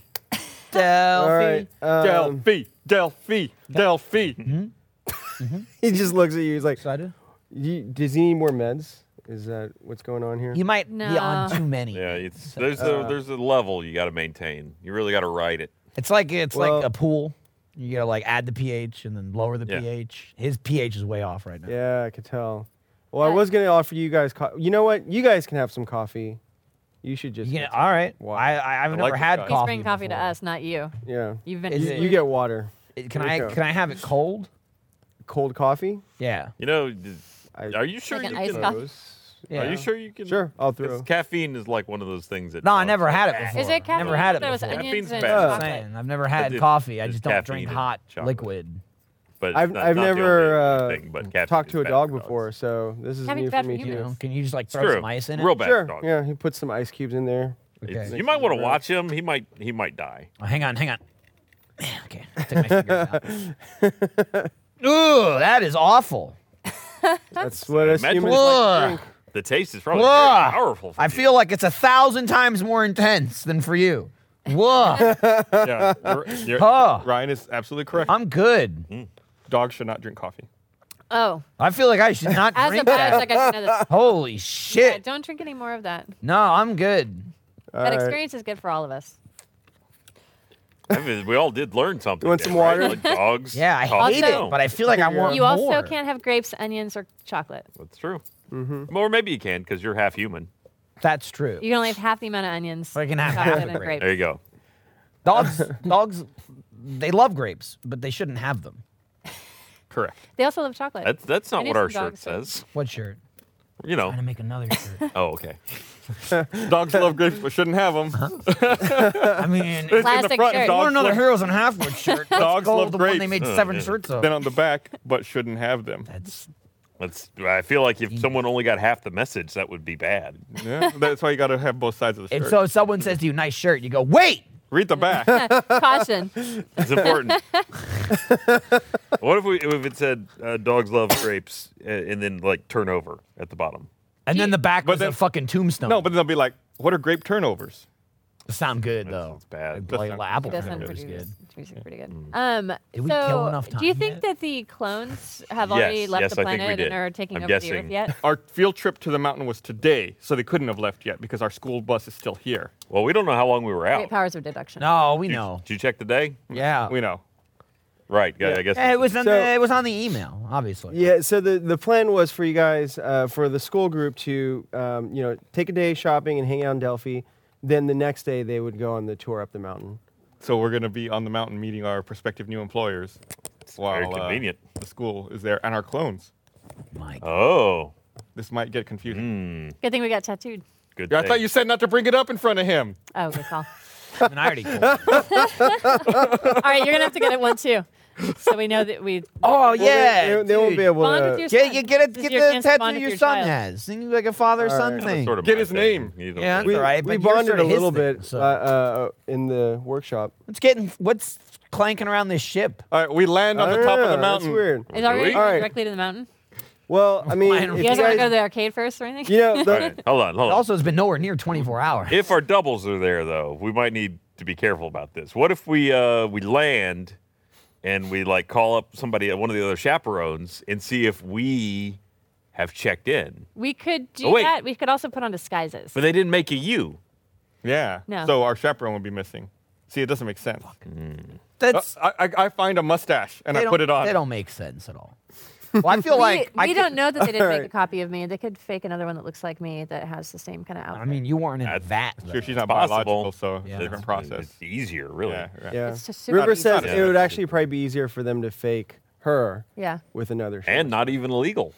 [SPEAKER 1] All right. Um, [laughs]
[SPEAKER 5] Delphi, Delphi, Delphi.
[SPEAKER 1] he just looks at you. He's like,
[SPEAKER 7] Excited?
[SPEAKER 1] "You- "Does he need more meds? Is that what's going on here?"
[SPEAKER 7] He might be on
[SPEAKER 3] No.
[SPEAKER 7] too many.
[SPEAKER 2] Yeah, it's there's a there's a level you got to maintain. You really got to ride it.
[SPEAKER 7] It's like it's
[SPEAKER 1] Well-
[SPEAKER 7] like a pool. You gotta like add the pH and then lower the
[SPEAKER 2] Yeah.
[SPEAKER 7] pH. His pH is way off right now.
[SPEAKER 1] Yeah, I could tell. Well, I
[SPEAKER 3] Uh,
[SPEAKER 1] was gonna offer you guys. Co- you know what? You guys can have some coffee. You should just.
[SPEAKER 7] Yeah, all right.
[SPEAKER 1] Wow.
[SPEAKER 7] I, I I've never
[SPEAKER 5] like this
[SPEAKER 7] had
[SPEAKER 5] guy.
[SPEAKER 7] coffee.
[SPEAKER 3] He's bringing coffee to
[SPEAKER 7] before.
[SPEAKER 3] us, not you.
[SPEAKER 1] yeah.
[SPEAKER 3] You've been.
[SPEAKER 7] Is
[SPEAKER 1] You,
[SPEAKER 7] it-
[SPEAKER 3] excluded.
[SPEAKER 1] you get water,
[SPEAKER 7] It- Can
[SPEAKER 1] Here you
[SPEAKER 7] I
[SPEAKER 1] go.
[SPEAKER 7] can I have it cold?
[SPEAKER 1] cold coffee.
[SPEAKER 7] Yeah.
[SPEAKER 2] You know, d-
[SPEAKER 1] I-
[SPEAKER 2] are you sure
[SPEAKER 3] Like
[SPEAKER 2] you
[SPEAKER 3] an iced
[SPEAKER 2] can?
[SPEAKER 3] coffee.
[SPEAKER 1] Those-
[SPEAKER 7] Yeah.
[SPEAKER 2] Are you sure you can?
[SPEAKER 1] Sure, I'll
[SPEAKER 2] 'cause
[SPEAKER 1] throw.
[SPEAKER 2] Caffeine is like one of those things that.
[SPEAKER 7] No, I
[SPEAKER 2] sucks.
[SPEAKER 7] never had it before.
[SPEAKER 3] Is it caffeine?
[SPEAKER 7] Never had it
[SPEAKER 3] There was
[SPEAKER 7] before.
[SPEAKER 3] onions
[SPEAKER 2] Caffeine's
[SPEAKER 3] and
[SPEAKER 2] bad.
[SPEAKER 1] I'm
[SPEAKER 3] chocolate.
[SPEAKER 7] Saying, I've never had
[SPEAKER 2] do-
[SPEAKER 7] coffee. I
[SPEAKER 2] there's
[SPEAKER 7] just don't
[SPEAKER 2] caffeine
[SPEAKER 7] drink
[SPEAKER 2] in
[SPEAKER 7] hot
[SPEAKER 2] chocolate.
[SPEAKER 7] liquid.
[SPEAKER 2] But
[SPEAKER 1] I've,
[SPEAKER 2] not-
[SPEAKER 1] I've
[SPEAKER 2] not the
[SPEAKER 1] never
[SPEAKER 2] only
[SPEAKER 1] uh,
[SPEAKER 2] thing, but caffeine
[SPEAKER 1] talked to a
[SPEAKER 2] is bad
[SPEAKER 1] dog
[SPEAKER 2] for dogs.
[SPEAKER 1] before, so this is
[SPEAKER 3] Caffeine's
[SPEAKER 1] new for
[SPEAKER 3] bad for
[SPEAKER 1] me
[SPEAKER 7] You
[SPEAKER 3] humans.
[SPEAKER 1] too.
[SPEAKER 7] know, can you just like
[SPEAKER 2] It's
[SPEAKER 7] throw
[SPEAKER 2] true.
[SPEAKER 7] some ice in it?
[SPEAKER 2] Real bad for
[SPEAKER 1] Sure.
[SPEAKER 2] dogs.
[SPEAKER 1] Yeah, he put some ice cubes in there.
[SPEAKER 2] It's-
[SPEAKER 7] Okay.
[SPEAKER 2] You might want to watch him. He might he might die.
[SPEAKER 7] Oh, hang on, hang on. Okay, I'll take my fingers out. [laughs] Ooh, that is awful.
[SPEAKER 1] That's what us
[SPEAKER 2] Imagine
[SPEAKER 1] humans
[SPEAKER 2] what it's
[SPEAKER 1] like to
[SPEAKER 7] Ugh.
[SPEAKER 1] drink.
[SPEAKER 2] The taste is probably very
[SPEAKER 7] Ugh.
[SPEAKER 2] powerful. for
[SPEAKER 7] I
[SPEAKER 2] you.
[SPEAKER 7] feel like it's a thousand times more intense than for you. Whoa,
[SPEAKER 5] yeah, you're- you're-
[SPEAKER 7] Huh.
[SPEAKER 5] Ryan is absolutely correct.
[SPEAKER 7] I'm good.
[SPEAKER 5] Dogs should not drink coffee.
[SPEAKER 3] Oh,
[SPEAKER 7] I feel like I should not
[SPEAKER 3] as a
[SPEAKER 7] drink
[SPEAKER 3] biotech, I
[SPEAKER 7] that.
[SPEAKER 3] should know
[SPEAKER 7] [laughs]
[SPEAKER 3] this.
[SPEAKER 7] Holy
[SPEAKER 3] Yeah,
[SPEAKER 7] shit!
[SPEAKER 3] don't drink any more of that.
[SPEAKER 7] No, I'm good.
[SPEAKER 1] right.
[SPEAKER 3] that experience is good for all of us.
[SPEAKER 2] I mean, we all did learn something.
[SPEAKER 1] want some
[SPEAKER 2] there, right?
[SPEAKER 1] water?
[SPEAKER 2] Like dogs.
[SPEAKER 7] [laughs] Yeah, I
[SPEAKER 2] coffee.
[SPEAKER 7] hate
[SPEAKER 3] Also-
[SPEAKER 7] it, but I feel like I want
[SPEAKER 3] You also
[SPEAKER 7] more.
[SPEAKER 3] can't have grapes, onions, or chocolate.
[SPEAKER 2] That's true. Mm-hmm. Or maybe you can because you're half human.
[SPEAKER 7] That's true.
[SPEAKER 3] You can only have half the amount of onions.
[SPEAKER 7] Or you can have
[SPEAKER 3] chocolate,
[SPEAKER 7] half a
[SPEAKER 3] and
[SPEAKER 7] grape.
[SPEAKER 2] There you go.
[SPEAKER 7] Dogs, dogs, they love grapes, but they shouldn't have them.
[SPEAKER 5] Correct.
[SPEAKER 3] They also love chocolate.
[SPEAKER 2] That's that's
[SPEAKER 3] I
[SPEAKER 2] not
[SPEAKER 3] knew
[SPEAKER 2] what our
[SPEAKER 3] some
[SPEAKER 2] shirt
[SPEAKER 3] dogs that-
[SPEAKER 2] says.
[SPEAKER 7] What shirt?
[SPEAKER 2] You know.
[SPEAKER 7] Trying to make another shirt.
[SPEAKER 2] Oh, okay.
[SPEAKER 5] Dogs love grapes but shouldn't have them.
[SPEAKER 7] [laughs] I mean,
[SPEAKER 5] It's in the
[SPEAKER 3] Plastic
[SPEAKER 5] front.
[SPEAKER 3] shirt.
[SPEAKER 5] Dogs
[SPEAKER 7] want another
[SPEAKER 5] love-
[SPEAKER 7] Heroes on Halfwood shirt.
[SPEAKER 3] [laughs]
[SPEAKER 7] Let's
[SPEAKER 5] Dogs
[SPEAKER 7] go
[SPEAKER 5] love
[SPEAKER 7] with the one
[SPEAKER 5] grapes.
[SPEAKER 7] they made seven shirts of.
[SPEAKER 5] Then on the back, but shouldn't have them.
[SPEAKER 7] That's
[SPEAKER 2] That's. I feel like if someone only got half the message, that would be bad.
[SPEAKER 5] Yeah, that's why you got to have both sides of the
[SPEAKER 7] if
[SPEAKER 5] shirt.
[SPEAKER 7] so. If someone says to you, "Nice shirt," you go, "Wait."
[SPEAKER 5] Read the back.
[SPEAKER 3] [laughs]
[SPEAKER 7] [laughs]
[SPEAKER 3] Caution.
[SPEAKER 2] It's important. [laughs] what if we if it said uh, dogs love grapes uh, and then like turnover at the bottom?
[SPEAKER 7] And then the back
[SPEAKER 5] But
[SPEAKER 7] was
[SPEAKER 5] then-
[SPEAKER 7] a fucking tombstone.
[SPEAKER 5] no, but then they'll be like, "What are grape turnovers?"
[SPEAKER 7] sound good though.
[SPEAKER 2] It's bad.
[SPEAKER 7] Oh. Like, like, apple
[SPEAKER 3] doesn't
[SPEAKER 7] turnover is
[SPEAKER 3] produce.
[SPEAKER 7] good.
[SPEAKER 3] it's Music pretty good.
[SPEAKER 2] Mm.
[SPEAKER 3] Um,
[SPEAKER 7] Did we
[SPEAKER 3] so,
[SPEAKER 7] kill enough
[SPEAKER 3] do you
[SPEAKER 7] time
[SPEAKER 3] think
[SPEAKER 7] yet?
[SPEAKER 3] that the clones have
[SPEAKER 2] Yes,
[SPEAKER 3] already left
[SPEAKER 2] yes,
[SPEAKER 3] the
[SPEAKER 2] I think we
[SPEAKER 3] planet
[SPEAKER 2] did.
[SPEAKER 3] and are taking
[SPEAKER 2] I'm
[SPEAKER 3] over the
[SPEAKER 2] guessing.
[SPEAKER 3] Earth
[SPEAKER 2] [laughs]
[SPEAKER 3] yet?
[SPEAKER 5] Our field trip to the mountain was today, so they couldn't have left yet because our school bus is still here.
[SPEAKER 2] [laughs] Well, we don't know how long we were out.
[SPEAKER 3] Great powers of deduction.
[SPEAKER 7] No, we
[SPEAKER 2] Did you-
[SPEAKER 7] know.
[SPEAKER 2] Did you check the day?
[SPEAKER 7] Yeah.
[SPEAKER 5] We know.
[SPEAKER 2] Right. Yeah. I guess.
[SPEAKER 7] Eh, it was on
[SPEAKER 1] So-
[SPEAKER 7] the it was on the email, obviously.
[SPEAKER 1] Yeah, so the, the plan was for you guys, uh, for the school group to, um, you know, take a day shopping and hang out in Delphi. Then the next day they would go on the tour up the mountain.
[SPEAKER 5] So we're gonna be on the mountain meeting our prospective new employers. It's
[SPEAKER 2] very convenient.
[SPEAKER 5] the school is there and our clones. [laughs]
[SPEAKER 7] Mike.
[SPEAKER 2] oh,
[SPEAKER 5] This might get confusing.
[SPEAKER 3] Good thing we got tattooed.
[SPEAKER 2] good.
[SPEAKER 5] Yeah, I
[SPEAKER 2] thing.
[SPEAKER 5] thought you said not to bring it up in front of him.
[SPEAKER 3] Oh, good call.
[SPEAKER 7] And I already called him.
[SPEAKER 3] All right, you're gonna have to get it one too, so we know that we.
[SPEAKER 7] Oh yeah.
[SPEAKER 1] They, they won't
[SPEAKER 7] dude.
[SPEAKER 1] be able
[SPEAKER 3] Bond
[SPEAKER 1] to.
[SPEAKER 3] with your
[SPEAKER 7] Get
[SPEAKER 3] son.
[SPEAKER 7] you get it
[SPEAKER 3] This
[SPEAKER 7] get
[SPEAKER 3] is your
[SPEAKER 7] the
[SPEAKER 3] chance to bond
[SPEAKER 7] tattoo
[SPEAKER 3] with
[SPEAKER 7] your
[SPEAKER 3] your
[SPEAKER 7] son
[SPEAKER 3] child.
[SPEAKER 7] has. Thing like a father son
[SPEAKER 1] Alright.
[SPEAKER 7] thing.
[SPEAKER 2] Sort of
[SPEAKER 5] Get
[SPEAKER 2] my
[SPEAKER 5] his
[SPEAKER 2] thing.
[SPEAKER 5] name.
[SPEAKER 2] You don't
[SPEAKER 7] Yeah,
[SPEAKER 2] say.
[SPEAKER 7] that's all right.
[SPEAKER 1] we
[SPEAKER 7] but yours
[SPEAKER 1] bonded
[SPEAKER 7] are
[SPEAKER 1] a
[SPEAKER 7] his
[SPEAKER 1] little
[SPEAKER 7] thing,
[SPEAKER 1] bit uh,
[SPEAKER 7] so-
[SPEAKER 1] uh, in the workshop.
[SPEAKER 7] It's getting what's clanking around this ship.
[SPEAKER 5] All right, we land on
[SPEAKER 1] I
[SPEAKER 5] the
[SPEAKER 1] don't
[SPEAKER 5] top of
[SPEAKER 1] know,
[SPEAKER 5] the mountain.
[SPEAKER 1] Oh, That's weird.
[SPEAKER 3] Is that
[SPEAKER 2] Really?
[SPEAKER 3] right?
[SPEAKER 1] All right.
[SPEAKER 3] Directly to the mountain.
[SPEAKER 1] Well, I mean,
[SPEAKER 7] Why
[SPEAKER 1] if
[SPEAKER 7] don't
[SPEAKER 3] You
[SPEAKER 7] If
[SPEAKER 3] guys
[SPEAKER 1] you,
[SPEAKER 3] want to go to
[SPEAKER 1] guys,
[SPEAKER 3] the arcade first or anything?
[SPEAKER 7] [laughs]
[SPEAKER 1] you know, the,
[SPEAKER 2] [laughs] All right, Hold on. Hold on.
[SPEAKER 7] Also, it's been nowhere near 24 hours.
[SPEAKER 2] if our doubles are there though, we might need to be careful about this. What if we uh we land and we like call up somebody at one of the other chaperones and see if we have checked in.
[SPEAKER 3] We could do
[SPEAKER 2] Oh, wait.
[SPEAKER 3] that. We could also put on disguises.
[SPEAKER 2] But they didn't make a you.
[SPEAKER 5] Yeah.
[SPEAKER 3] No.
[SPEAKER 5] So our chaperone would be missing. See, it doesn't make sense. Uh,
[SPEAKER 7] That's
[SPEAKER 5] I, I, I find a mustache and
[SPEAKER 7] they
[SPEAKER 5] I
[SPEAKER 7] don't-
[SPEAKER 5] put it on.
[SPEAKER 7] They don't make sense at all. Well, I
[SPEAKER 3] [laughs]
[SPEAKER 7] feel
[SPEAKER 3] We,
[SPEAKER 7] like I
[SPEAKER 3] we
[SPEAKER 7] could-
[SPEAKER 3] don't know that they didn't make a
[SPEAKER 1] Alright.
[SPEAKER 3] copy of me. They could fake another one that looks like me that has the same kind of outfit.
[SPEAKER 7] I mean, you weren't in that.
[SPEAKER 5] Sure,
[SPEAKER 7] though.
[SPEAKER 5] she's not
[SPEAKER 2] Possible.
[SPEAKER 5] biological, so it's
[SPEAKER 7] Yeah.
[SPEAKER 5] a different process.
[SPEAKER 2] It's easier, really.
[SPEAKER 5] Yeah, right.
[SPEAKER 1] Yeah.
[SPEAKER 3] It's just super
[SPEAKER 1] River
[SPEAKER 3] easy.
[SPEAKER 1] says
[SPEAKER 2] Yeah,
[SPEAKER 1] it would
[SPEAKER 2] that's
[SPEAKER 1] actually probably be easier for them to fake her
[SPEAKER 3] yeah.
[SPEAKER 1] with another short.
[SPEAKER 2] And not even illegal.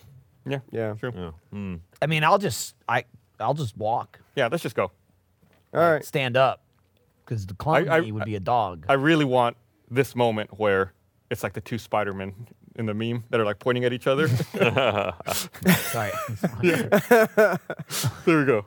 [SPEAKER 5] Yeah.
[SPEAKER 1] yeah.
[SPEAKER 5] True.
[SPEAKER 2] Yeah. Hmm.
[SPEAKER 7] I mean, I'll just I I'll just walk,
[SPEAKER 5] Yeah, let's just go.
[SPEAKER 1] All right.
[SPEAKER 7] stand up, because the clone
[SPEAKER 5] I-
[SPEAKER 7] me would be a dog.
[SPEAKER 5] I really want this moment where it's like the two Spider-Men in the meme that are like pointing at each other.
[SPEAKER 2] [laughs]
[SPEAKER 7] Sorry,
[SPEAKER 5] there we go.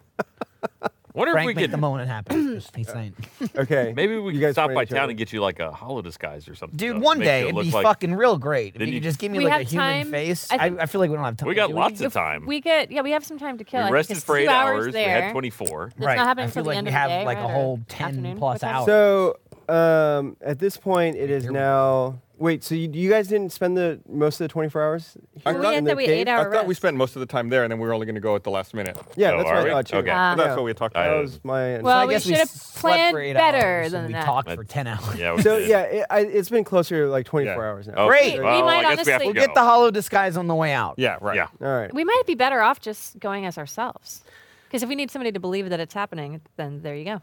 [SPEAKER 2] Wonder
[SPEAKER 7] Frank,
[SPEAKER 2] if we
[SPEAKER 7] make
[SPEAKER 2] could
[SPEAKER 7] the
[SPEAKER 2] [laughs]
[SPEAKER 7] moment happen. Just- he's saying,
[SPEAKER 1] Okay.
[SPEAKER 2] maybe we
[SPEAKER 1] You
[SPEAKER 2] could
[SPEAKER 1] guys
[SPEAKER 2] stop
[SPEAKER 1] fight
[SPEAKER 2] by
[SPEAKER 1] each
[SPEAKER 2] town
[SPEAKER 1] other.
[SPEAKER 2] and get you like a hollow disguise or something.
[SPEAKER 7] dude,
[SPEAKER 2] uh,
[SPEAKER 7] one
[SPEAKER 2] make you
[SPEAKER 7] day it'd
[SPEAKER 2] look
[SPEAKER 7] be
[SPEAKER 2] like-
[SPEAKER 7] fucking real great if
[SPEAKER 2] Then
[SPEAKER 7] you
[SPEAKER 2] you-
[SPEAKER 7] could just give me
[SPEAKER 3] We
[SPEAKER 7] like a
[SPEAKER 3] have
[SPEAKER 7] human
[SPEAKER 3] time.
[SPEAKER 7] face.
[SPEAKER 3] I
[SPEAKER 7] I,
[SPEAKER 3] think-
[SPEAKER 7] I feel like we don't have time.
[SPEAKER 2] We got
[SPEAKER 3] We-
[SPEAKER 2] lots of
[SPEAKER 3] if
[SPEAKER 2] time.
[SPEAKER 3] We get yeah. We have some time to kill. I
[SPEAKER 2] We
[SPEAKER 3] think
[SPEAKER 2] rested
[SPEAKER 3] it's
[SPEAKER 2] for eight
[SPEAKER 3] two hours.
[SPEAKER 2] hours. We
[SPEAKER 3] there.
[SPEAKER 2] had
[SPEAKER 7] [laughs]
[SPEAKER 2] 24.
[SPEAKER 3] That's
[SPEAKER 7] Right.
[SPEAKER 3] not
[SPEAKER 7] I
[SPEAKER 3] happening
[SPEAKER 7] feel
[SPEAKER 3] until
[SPEAKER 7] like
[SPEAKER 3] the end
[SPEAKER 7] we
[SPEAKER 3] of the
[SPEAKER 7] have,
[SPEAKER 3] day,
[SPEAKER 7] like, a
[SPEAKER 3] right? Or
[SPEAKER 7] whole 10
[SPEAKER 3] afternoon?
[SPEAKER 7] plus
[SPEAKER 3] What time
[SPEAKER 7] hours.
[SPEAKER 3] is it?
[SPEAKER 1] So um, at this point, it is now. Wait, so you, you guys didn't spend the most of the 24 hours?
[SPEAKER 5] I
[SPEAKER 1] here
[SPEAKER 5] thought-
[SPEAKER 1] in
[SPEAKER 5] And
[SPEAKER 1] the
[SPEAKER 3] then we
[SPEAKER 1] cave?
[SPEAKER 3] ate our-
[SPEAKER 5] I thought we
[SPEAKER 3] rest.
[SPEAKER 5] spent most of the time there, and then we were only going to go at the last minute.
[SPEAKER 1] Yeah,
[SPEAKER 2] Oh,
[SPEAKER 1] that's
[SPEAKER 2] are
[SPEAKER 1] what
[SPEAKER 2] we?
[SPEAKER 1] I thought. too.
[SPEAKER 2] Okay.
[SPEAKER 3] Ah.
[SPEAKER 5] That's what we talked
[SPEAKER 2] I-
[SPEAKER 5] about.
[SPEAKER 1] That was my. understanding.
[SPEAKER 3] Well,
[SPEAKER 7] I
[SPEAKER 3] we
[SPEAKER 7] guess
[SPEAKER 3] should have
[SPEAKER 7] slept
[SPEAKER 3] planned
[SPEAKER 7] for eight
[SPEAKER 3] better
[SPEAKER 7] hours and
[SPEAKER 3] than
[SPEAKER 7] we
[SPEAKER 3] that.
[SPEAKER 7] talked
[SPEAKER 2] I-
[SPEAKER 7] for ten hours.
[SPEAKER 2] Yeah. We
[SPEAKER 1] So
[SPEAKER 2] did.
[SPEAKER 1] yeah, it, I, it's been closer to like 24
[SPEAKER 5] Oh. Yeah.
[SPEAKER 1] hours now.
[SPEAKER 2] Okay.
[SPEAKER 7] Great.
[SPEAKER 2] Well,
[SPEAKER 3] We might
[SPEAKER 2] I guess we have
[SPEAKER 3] honestly-
[SPEAKER 2] to go.
[SPEAKER 3] We'll
[SPEAKER 7] Get the hollow disguise on the way out.
[SPEAKER 5] Yeah, right.
[SPEAKER 2] Yeah.
[SPEAKER 1] All right.
[SPEAKER 3] We might be better off just going as ourselves. Because if we need somebody to believe that it's happening, then there you go.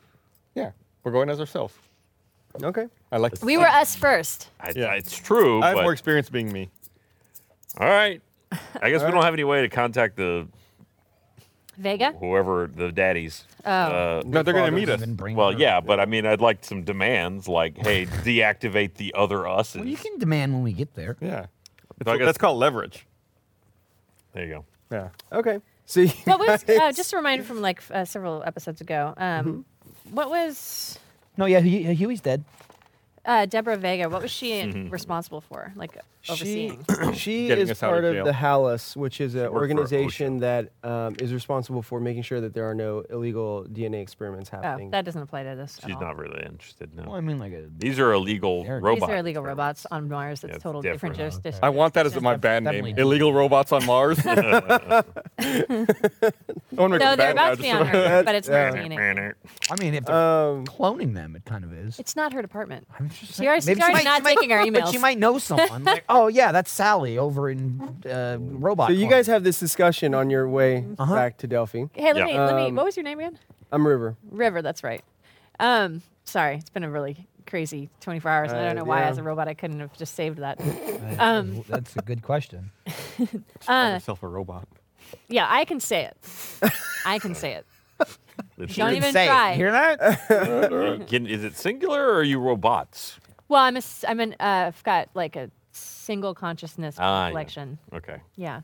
[SPEAKER 5] Yeah. We're going as ourselves.
[SPEAKER 1] Okay.
[SPEAKER 5] I like to
[SPEAKER 3] We were us first.
[SPEAKER 2] I-
[SPEAKER 5] Yeah.
[SPEAKER 2] It's true.
[SPEAKER 5] I have
[SPEAKER 2] but-
[SPEAKER 5] more experience being me.
[SPEAKER 3] [laughs]
[SPEAKER 2] All right. I guess we don't have any way to contact the
[SPEAKER 3] Vega?
[SPEAKER 2] whoever the daddies.
[SPEAKER 3] Oh.
[SPEAKER 2] Uh,
[SPEAKER 5] No, they're going to meet us.
[SPEAKER 7] Even bring
[SPEAKER 2] well,
[SPEAKER 7] her.
[SPEAKER 2] yeah, but I mean, I'd like some demands, like, hey, [laughs] deactivate the other us.
[SPEAKER 7] Well, you can demand when we get there.
[SPEAKER 5] Yeah. It's,
[SPEAKER 2] I guess-
[SPEAKER 5] that's called leverage.
[SPEAKER 2] There you go.
[SPEAKER 5] Yeah.
[SPEAKER 1] Okay. See.
[SPEAKER 3] What
[SPEAKER 2] [laughs]
[SPEAKER 3] was, uh, just a reminder from like f- uh, several episodes ago, um, what was
[SPEAKER 7] No, yeah, Hu- Huey's dead.
[SPEAKER 3] uh, Deborah Vega, what was she
[SPEAKER 2] Mm-hmm.
[SPEAKER 3] in- responsible for? Like overseeing?
[SPEAKER 1] [laughs] [clears throat] she
[SPEAKER 5] Getting
[SPEAKER 1] is
[SPEAKER 5] us out of
[SPEAKER 1] part of,
[SPEAKER 5] jail.
[SPEAKER 1] the HALIS, which is an
[SPEAKER 2] for
[SPEAKER 1] organization that um, is responsible for making sure that there are no illegal DNA experiments happening.
[SPEAKER 3] oh, that doesn't apply to this. at
[SPEAKER 2] She's
[SPEAKER 3] all.
[SPEAKER 2] not really interested. No.
[SPEAKER 7] Well, I mean, like uh, a
[SPEAKER 2] These are illegal
[SPEAKER 7] These are
[SPEAKER 2] robots.
[SPEAKER 3] These are
[SPEAKER 5] [laughs]
[SPEAKER 3] illegal robots on Mars. That's
[SPEAKER 2] Yeah, it's
[SPEAKER 3] total different,
[SPEAKER 2] different.
[SPEAKER 3] jurisdiction.
[SPEAKER 5] I want that as my bad name.
[SPEAKER 7] Definitely.
[SPEAKER 5] Illegal robots
[SPEAKER 3] [laughs]
[SPEAKER 5] on Mars. [laughs] no,
[SPEAKER 3] No, they're about to be on Earth, but it's not meaning.
[SPEAKER 7] I mean, if they're
[SPEAKER 1] Um,
[SPEAKER 7] cloning them, it kind of is.
[SPEAKER 3] It's not her department.
[SPEAKER 7] I'm just
[SPEAKER 3] She already- she's already
[SPEAKER 7] might-
[SPEAKER 3] not
[SPEAKER 7] might-
[SPEAKER 3] taking our
[SPEAKER 7] But she
[SPEAKER 3] emails.
[SPEAKER 7] might know
[SPEAKER 3] [laughs]
[SPEAKER 7] someone. like, oh yeah, that's Sally over in uh, robot.
[SPEAKER 1] so you guys have this discussion on your way
[SPEAKER 7] Uh-huh.
[SPEAKER 1] back to Delphi.
[SPEAKER 3] Hey, let
[SPEAKER 2] Yeah.
[SPEAKER 3] me, let me,
[SPEAKER 1] Um,
[SPEAKER 3] what was your name again?
[SPEAKER 1] I'm River.
[SPEAKER 3] River, that's right. Um, sorry, it's been a really crazy 24 hours. and I don't
[SPEAKER 1] Uh,
[SPEAKER 3] know why,
[SPEAKER 1] yeah.
[SPEAKER 3] as a robot, I couldn't have just saved that.
[SPEAKER 7] Clone.
[SPEAKER 3] um,
[SPEAKER 7] that's a good question.
[SPEAKER 3] Uh.
[SPEAKER 5] Myself a robot.
[SPEAKER 3] yeah, I can say it. I can say it. [laughs] Don't
[SPEAKER 5] [laughs]
[SPEAKER 3] even
[SPEAKER 7] Say it.
[SPEAKER 3] try.
[SPEAKER 1] [laughs]
[SPEAKER 7] Hear that?
[SPEAKER 2] Can, is it singular or are you robots?
[SPEAKER 3] Well, I'm a, s- I'm an, uh, I've got like a single consciousness
[SPEAKER 2] Ah, yeah.
[SPEAKER 3] collection.
[SPEAKER 2] Okay.
[SPEAKER 3] Yeah.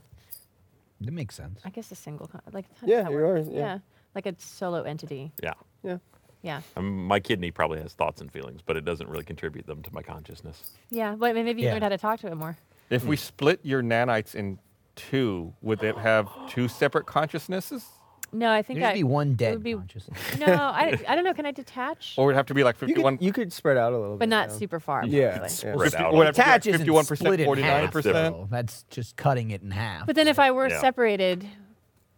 [SPEAKER 7] that makes sense.
[SPEAKER 3] I guess a single, con- like, how does
[SPEAKER 1] Yeah,
[SPEAKER 3] that
[SPEAKER 1] you
[SPEAKER 3] work?
[SPEAKER 1] are, yeah.
[SPEAKER 3] Like a solo entity.
[SPEAKER 2] Yeah.
[SPEAKER 1] Yeah.
[SPEAKER 3] Yeah.
[SPEAKER 2] Um, my kidney probably has thoughts and feelings, but it doesn't really contribute them to my consciousness.
[SPEAKER 3] Yeah. But maybe you
[SPEAKER 7] Yeah.
[SPEAKER 3] learned how to talk to it more.
[SPEAKER 5] If we split your nanites in two, would it have two separate consciousnesses?
[SPEAKER 3] No, I think
[SPEAKER 7] There'd
[SPEAKER 3] I.
[SPEAKER 7] be one dead
[SPEAKER 3] would be-
[SPEAKER 7] consciousness.
[SPEAKER 3] No, I, I don't know. Can I detach?
[SPEAKER 5] Or would it have to be like
[SPEAKER 1] You could,
[SPEAKER 5] 51?
[SPEAKER 1] you could spread out a little
[SPEAKER 3] but
[SPEAKER 1] bit.
[SPEAKER 3] not
[SPEAKER 1] yeah.
[SPEAKER 3] super far.
[SPEAKER 1] Yeah,
[SPEAKER 3] probably.
[SPEAKER 1] yeah.
[SPEAKER 2] Spread out.
[SPEAKER 5] would it have to be
[SPEAKER 7] Attach
[SPEAKER 5] like
[SPEAKER 7] isn't
[SPEAKER 5] 51%,
[SPEAKER 7] split in half,
[SPEAKER 5] 49%?
[SPEAKER 7] though. That's just cutting it in half.
[SPEAKER 3] But then if I were
[SPEAKER 2] Yeah.
[SPEAKER 3] separated,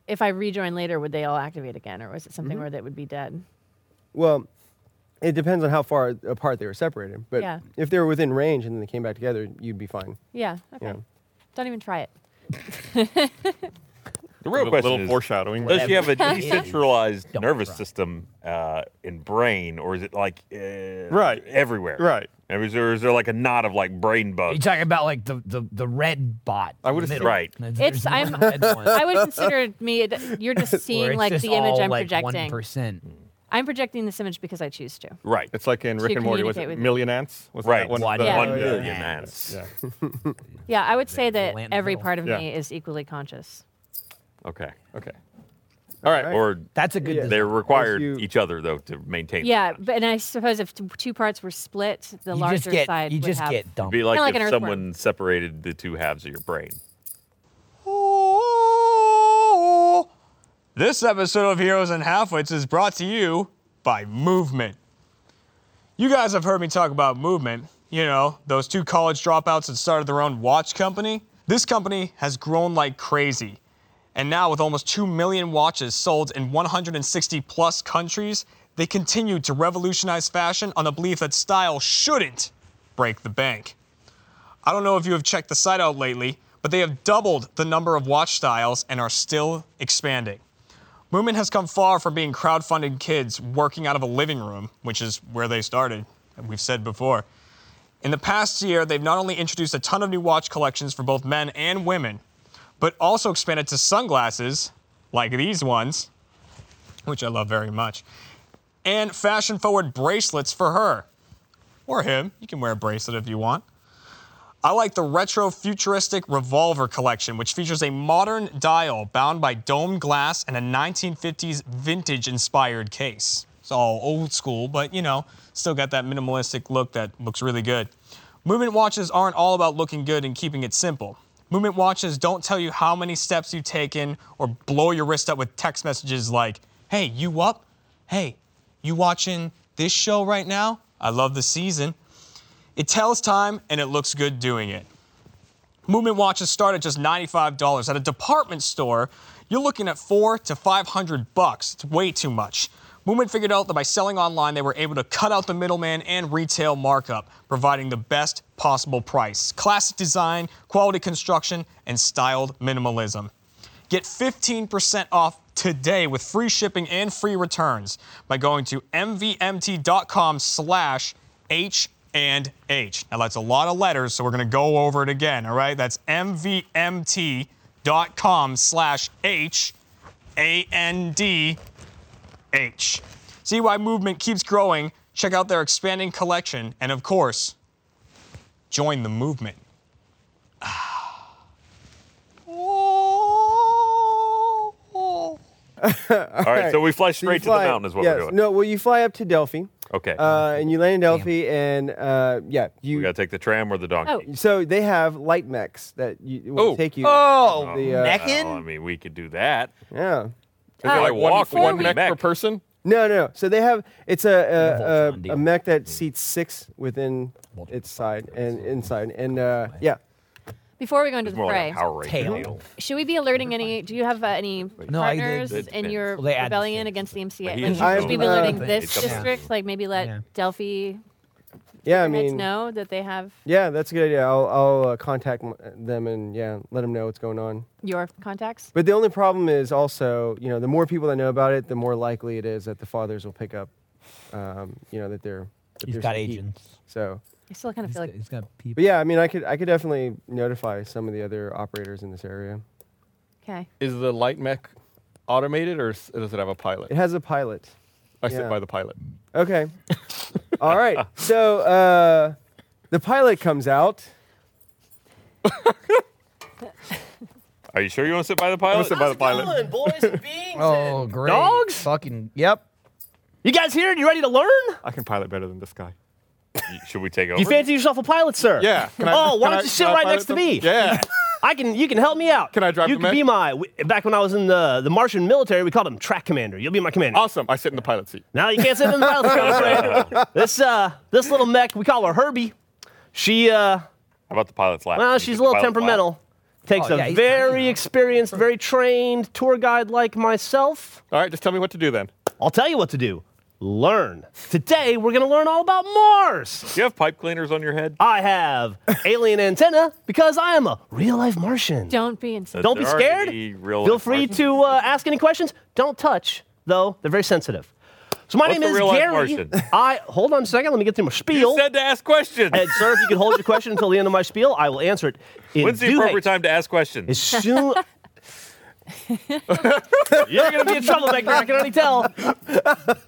[SPEAKER 3] if I rejoin later, would they all activate again, or was it something where they would be dead?
[SPEAKER 1] Well, it depends on how far apart they were separated. But
[SPEAKER 3] Yeah.
[SPEAKER 1] if they were within range and then they came back together, you'd be fine.
[SPEAKER 3] Yeah. Okay.
[SPEAKER 1] Yeah.
[SPEAKER 3] Don't even try it.
[SPEAKER 2] The real
[SPEAKER 5] Little-
[SPEAKER 2] question
[SPEAKER 5] little
[SPEAKER 2] is,
[SPEAKER 5] foreshadowing.
[SPEAKER 2] does she have
[SPEAKER 5] [laughs]
[SPEAKER 2] a
[SPEAKER 7] Whatever it is,
[SPEAKER 2] decentralized
[SPEAKER 7] don't
[SPEAKER 2] nervous
[SPEAKER 7] cry.
[SPEAKER 2] system uh, and brain, or is it like uh,
[SPEAKER 5] Right.
[SPEAKER 2] everywhere?
[SPEAKER 5] Right.
[SPEAKER 2] Or is there, is there like a knot of like brain
[SPEAKER 7] Are you
[SPEAKER 2] bugs?
[SPEAKER 7] talking about like the the, the red bot?
[SPEAKER 5] I would've said-
[SPEAKER 2] Right.
[SPEAKER 3] It's- [laughs]
[SPEAKER 7] [laughs]
[SPEAKER 3] I'm- I would consider me. You're just seeing like the image I'm projecting.
[SPEAKER 7] One percent.
[SPEAKER 3] I'm projecting this image because I choose to.
[SPEAKER 2] Right.
[SPEAKER 5] It's like in Rick and Morty, was
[SPEAKER 3] communicate
[SPEAKER 5] it
[SPEAKER 3] with-
[SPEAKER 5] Million Ants? Was
[SPEAKER 2] right.
[SPEAKER 5] That one,
[SPEAKER 7] One-
[SPEAKER 5] the-
[SPEAKER 3] Yeah.
[SPEAKER 2] One
[SPEAKER 1] yeah.
[SPEAKER 2] million
[SPEAKER 7] Yeah.
[SPEAKER 2] ants.
[SPEAKER 5] Yeah.
[SPEAKER 3] Yeah, I would say
[SPEAKER 7] They- they
[SPEAKER 3] that
[SPEAKER 7] land in the
[SPEAKER 3] every
[SPEAKER 7] middle.
[SPEAKER 3] part of
[SPEAKER 5] Yeah.
[SPEAKER 3] me is equally conscious.
[SPEAKER 2] Okay.
[SPEAKER 5] Okay. All right.
[SPEAKER 2] Or
[SPEAKER 7] That's a good.
[SPEAKER 1] Yeah.
[SPEAKER 7] design.
[SPEAKER 2] they required
[SPEAKER 1] you-
[SPEAKER 2] each other though to maintain.
[SPEAKER 3] Yeah,
[SPEAKER 2] that.
[SPEAKER 3] but and I suppose if t- two parts were split, the
[SPEAKER 7] you
[SPEAKER 3] larger
[SPEAKER 7] just get,
[SPEAKER 3] side
[SPEAKER 7] You
[SPEAKER 3] would
[SPEAKER 7] just
[SPEAKER 3] have.
[SPEAKER 7] get
[SPEAKER 2] It'd
[SPEAKER 7] dumped.
[SPEAKER 2] be like,
[SPEAKER 3] like an
[SPEAKER 2] if
[SPEAKER 3] earthworm.
[SPEAKER 2] someone separated the two halves of your brain.
[SPEAKER 8] This episode of Heroes and Halfwits is brought to you by Movement. You guys have heard me talk about Movement. You know, those two college dropouts that started their own watch company. This company has grown like crazy. And now, with almost 2 million watches sold in 160 plus countries, they continued to revolutionize fashion on the belief that style shouldn't break the bank. I don't know if you have checked the site out lately, but they have doubled the number of watch styles and are still expanding. Moomin has come far from being crowdfunded kids working out of a living room, which is where they started, and we've said before. In the past year, they've not only introduced a ton of new watch collections for both men and women, but also expanded to sunglasses, like these ones, which I love very much, and fashion forward bracelets for her. Or him. You can wear a bracelet if you want. I like the retro futuristic revolver collection, which features a modern dial bound by domed glass and a 1950s vintage inspired case. It's all old school, but you know, still got that minimalistic look that looks really good. Movement watches aren't all about looking good and keeping it simple. Movement watches don't tell you how many steps you've taken or blow your wrist up with text messages like, hey, you up? Hey, you watching this show right now? I love the season. It tells time and it looks good doing it. Movement watches start at just $95. At a department store, you're looking at four to 500 bucks. It's way too much. Movement figured out that by selling online, they were able to cut out the middleman and retail markup, providing the best possible price. Classic design, quality construction, and styled minimalism. Get 15% off today with free shipping and free returns by going to mvmt.com slash h and h. Now that's a lot of letters, so we're going to go over it again, all right? That's mvmt.com slash h a n d h. See why movement keeps growing. Check out their expanding collection, and of course, join the movement.
[SPEAKER 2] All right, so we fly straight to the mountain is what
[SPEAKER 1] yes.
[SPEAKER 2] we're doing.
[SPEAKER 1] No, well, you fly up to Delphi.
[SPEAKER 2] Okay.
[SPEAKER 1] Uh, and you land in Delphi, and uh, yeah,
[SPEAKER 2] we
[SPEAKER 1] you.
[SPEAKER 2] gotta take the tram or the donkey. Uh,
[SPEAKER 3] Oh.
[SPEAKER 1] so they have light mechs that you will
[SPEAKER 5] Oh.
[SPEAKER 1] take you.
[SPEAKER 6] Oh,
[SPEAKER 1] The, uh,
[SPEAKER 6] necking?
[SPEAKER 2] Well, I mean, we could do that.
[SPEAKER 1] Yeah.
[SPEAKER 5] Is it
[SPEAKER 3] Uh,
[SPEAKER 5] like one,
[SPEAKER 2] Before
[SPEAKER 5] one
[SPEAKER 2] we-
[SPEAKER 5] neck per
[SPEAKER 2] Mech.
[SPEAKER 5] person?
[SPEAKER 1] No, no, no. So they have it's a
[SPEAKER 7] Voltron
[SPEAKER 1] a, a, a
[SPEAKER 7] deal.
[SPEAKER 1] mech that seats six within its side and inside, and uh, yeah.
[SPEAKER 3] Before we go into
[SPEAKER 2] It's
[SPEAKER 3] the
[SPEAKER 2] more
[SPEAKER 3] fray,
[SPEAKER 2] like a power ranger
[SPEAKER 7] Tail.
[SPEAKER 2] deal.
[SPEAKER 3] should we be alerting any? Do you have uh, any
[SPEAKER 7] No, I- they-
[SPEAKER 3] partners
[SPEAKER 7] it
[SPEAKER 3] in
[SPEAKER 2] depends.
[SPEAKER 3] your
[SPEAKER 7] Well, they add
[SPEAKER 3] rebellion
[SPEAKER 7] things.
[SPEAKER 3] against the
[SPEAKER 2] But he
[SPEAKER 3] MCA? Like,
[SPEAKER 2] is his
[SPEAKER 3] should
[SPEAKER 1] own
[SPEAKER 3] we be
[SPEAKER 1] thing.
[SPEAKER 3] alerting
[SPEAKER 1] Yeah.
[SPEAKER 3] this
[SPEAKER 2] It's up to
[SPEAKER 3] district? Like maybe let
[SPEAKER 7] Yeah.
[SPEAKER 3] Delphi
[SPEAKER 1] Yeah, I
[SPEAKER 3] heads
[SPEAKER 1] mean,
[SPEAKER 3] know that they have
[SPEAKER 1] yeah, that's a good idea. I'll I'll uh, contact m- them and yeah, let them know what's going on.
[SPEAKER 3] your contacts.
[SPEAKER 1] But the only problem is also, you know, the more people that know about it, the more likely it is that the fathers will pick up, um, you know, that they're. that
[SPEAKER 7] He's
[SPEAKER 1] there's
[SPEAKER 7] got
[SPEAKER 1] some heat.
[SPEAKER 7] agents.
[SPEAKER 1] So,
[SPEAKER 3] I still kind of
[SPEAKER 7] He's
[SPEAKER 3] feel
[SPEAKER 7] got,
[SPEAKER 3] like
[SPEAKER 7] he's got people.
[SPEAKER 1] but yeah, I mean, I could I could definitely notify some of the other operators in this area.
[SPEAKER 3] okay.
[SPEAKER 5] Is the light mech automated or s- does it have a pilot?
[SPEAKER 1] It has a pilot.
[SPEAKER 5] I
[SPEAKER 1] yeah.
[SPEAKER 5] sit by the pilot.
[SPEAKER 1] Okay. All right. So uh, the pilot comes out.
[SPEAKER 2] Are you sure you want to sit by the pilot?
[SPEAKER 5] sit by the pilot.
[SPEAKER 7] Oh, great.
[SPEAKER 4] Dogs?
[SPEAKER 7] Fucking, yep.
[SPEAKER 4] [laughs] You guys here? You ready to learn?
[SPEAKER 5] I can pilot better than this guy.
[SPEAKER 2] Y- Should we take over?
[SPEAKER 4] You fancy yourself a pilot, sir?
[SPEAKER 5] Yeah. can I-
[SPEAKER 4] oh, why
[SPEAKER 5] can
[SPEAKER 4] don't
[SPEAKER 5] I-
[SPEAKER 4] you sit
[SPEAKER 5] can I
[SPEAKER 4] right
[SPEAKER 5] pilot
[SPEAKER 4] next to
[SPEAKER 5] them?
[SPEAKER 4] me?
[SPEAKER 5] Yeah.
[SPEAKER 4] I can. You can help me out.
[SPEAKER 5] Can I drive
[SPEAKER 4] You
[SPEAKER 5] the
[SPEAKER 4] can be
[SPEAKER 5] mech?
[SPEAKER 4] my. w- Back when I was in the the Martian military, we called him track commander. You'll be my commander.
[SPEAKER 5] awesome. I sit in the pilot seat.
[SPEAKER 4] Now you can't sit in the pilot's seat, I'm
[SPEAKER 5] [laughs]
[SPEAKER 4] afraid. This uh, this little mech, we call her Herbie. She uh,
[SPEAKER 2] How about the pilot's lap?
[SPEAKER 4] well,
[SPEAKER 2] You
[SPEAKER 4] she's
[SPEAKER 2] sit
[SPEAKER 4] a little
[SPEAKER 2] pilot's lap.
[SPEAKER 4] temperamental. Takes
[SPEAKER 7] Oh,
[SPEAKER 4] a
[SPEAKER 7] yeah, he's
[SPEAKER 4] very experienced, very trained tour guide like myself.
[SPEAKER 5] All right, just tell me what to do then.
[SPEAKER 4] I'll tell you what to do. Learn. Today we're gonna learn all about Mars.
[SPEAKER 2] Do you have pipe cleaners on your head?
[SPEAKER 4] I have alien antenna because I am a real life Martian.
[SPEAKER 3] Don't be insane.
[SPEAKER 4] Don't be
[SPEAKER 2] There aren't
[SPEAKER 4] scared.
[SPEAKER 2] any real
[SPEAKER 4] Feel
[SPEAKER 2] life
[SPEAKER 4] free
[SPEAKER 2] Martians. [laughs]
[SPEAKER 4] to uh, ask any questions. Don't touch, though. They're very sensitive. So my
[SPEAKER 2] What's
[SPEAKER 4] name
[SPEAKER 2] a
[SPEAKER 4] is
[SPEAKER 2] real life
[SPEAKER 4] Gary.
[SPEAKER 2] Martian?
[SPEAKER 4] [laughs] I hold on a second. Let me get through my spiel.
[SPEAKER 2] You said to ask questions.
[SPEAKER 4] and sir, if you could hold your question until the end of my spiel, I will answer it. In
[SPEAKER 2] When's the
[SPEAKER 4] due
[SPEAKER 2] appropriate
[SPEAKER 4] haste.
[SPEAKER 2] time to ask questions?
[SPEAKER 4] As soon. [laughs] You're gonna be a troublemaker. I can already tell.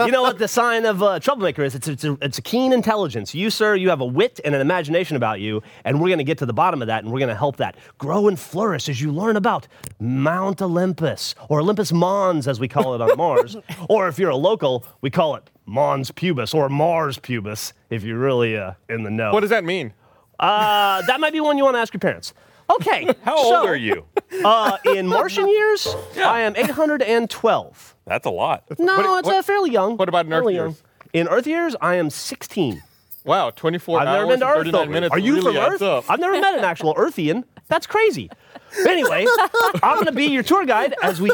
[SPEAKER 4] You know what the sign of a troublemaker is? It's it's a, it's a keen intelligence. You, sir, you have a wit and an imagination about you, and we're gonna get to the bottom of that, and we're gonna help that grow and flourish as you learn about Mount Olympus or Olympus Mons, as we call it on [laughs] Mars, or if you're a local, we call it Mons Pubis or Mars Pubis if you're really uh, in the know.
[SPEAKER 5] What does that mean?
[SPEAKER 4] uh, that might be one you want to ask your parents. Okay.
[SPEAKER 2] How old
[SPEAKER 4] so- [laughs]
[SPEAKER 2] are you?
[SPEAKER 4] uh, in Martian years, I am 812.
[SPEAKER 2] That's a lot.
[SPEAKER 4] No,
[SPEAKER 5] What-
[SPEAKER 4] it's
[SPEAKER 5] what-
[SPEAKER 4] uh, fairly young.
[SPEAKER 5] what about in Earth
[SPEAKER 4] Fairly
[SPEAKER 5] years?
[SPEAKER 4] Young. In Earth years, I am 16.
[SPEAKER 5] Wow, 24
[SPEAKER 4] I've never
[SPEAKER 5] hours
[SPEAKER 4] been to
[SPEAKER 5] and
[SPEAKER 4] Earth.
[SPEAKER 5] 39
[SPEAKER 4] though.
[SPEAKER 5] minutes.
[SPEAKER 4] Are you
[SPEAKER 5] really
[SPEAKER 4] from Earth?
[SPEAKER 5] adds up.
[SPEAKER 4] I've never met an [laughs] actual Earthian. That's crazy. Anyway, I'm going to be your tour guide as we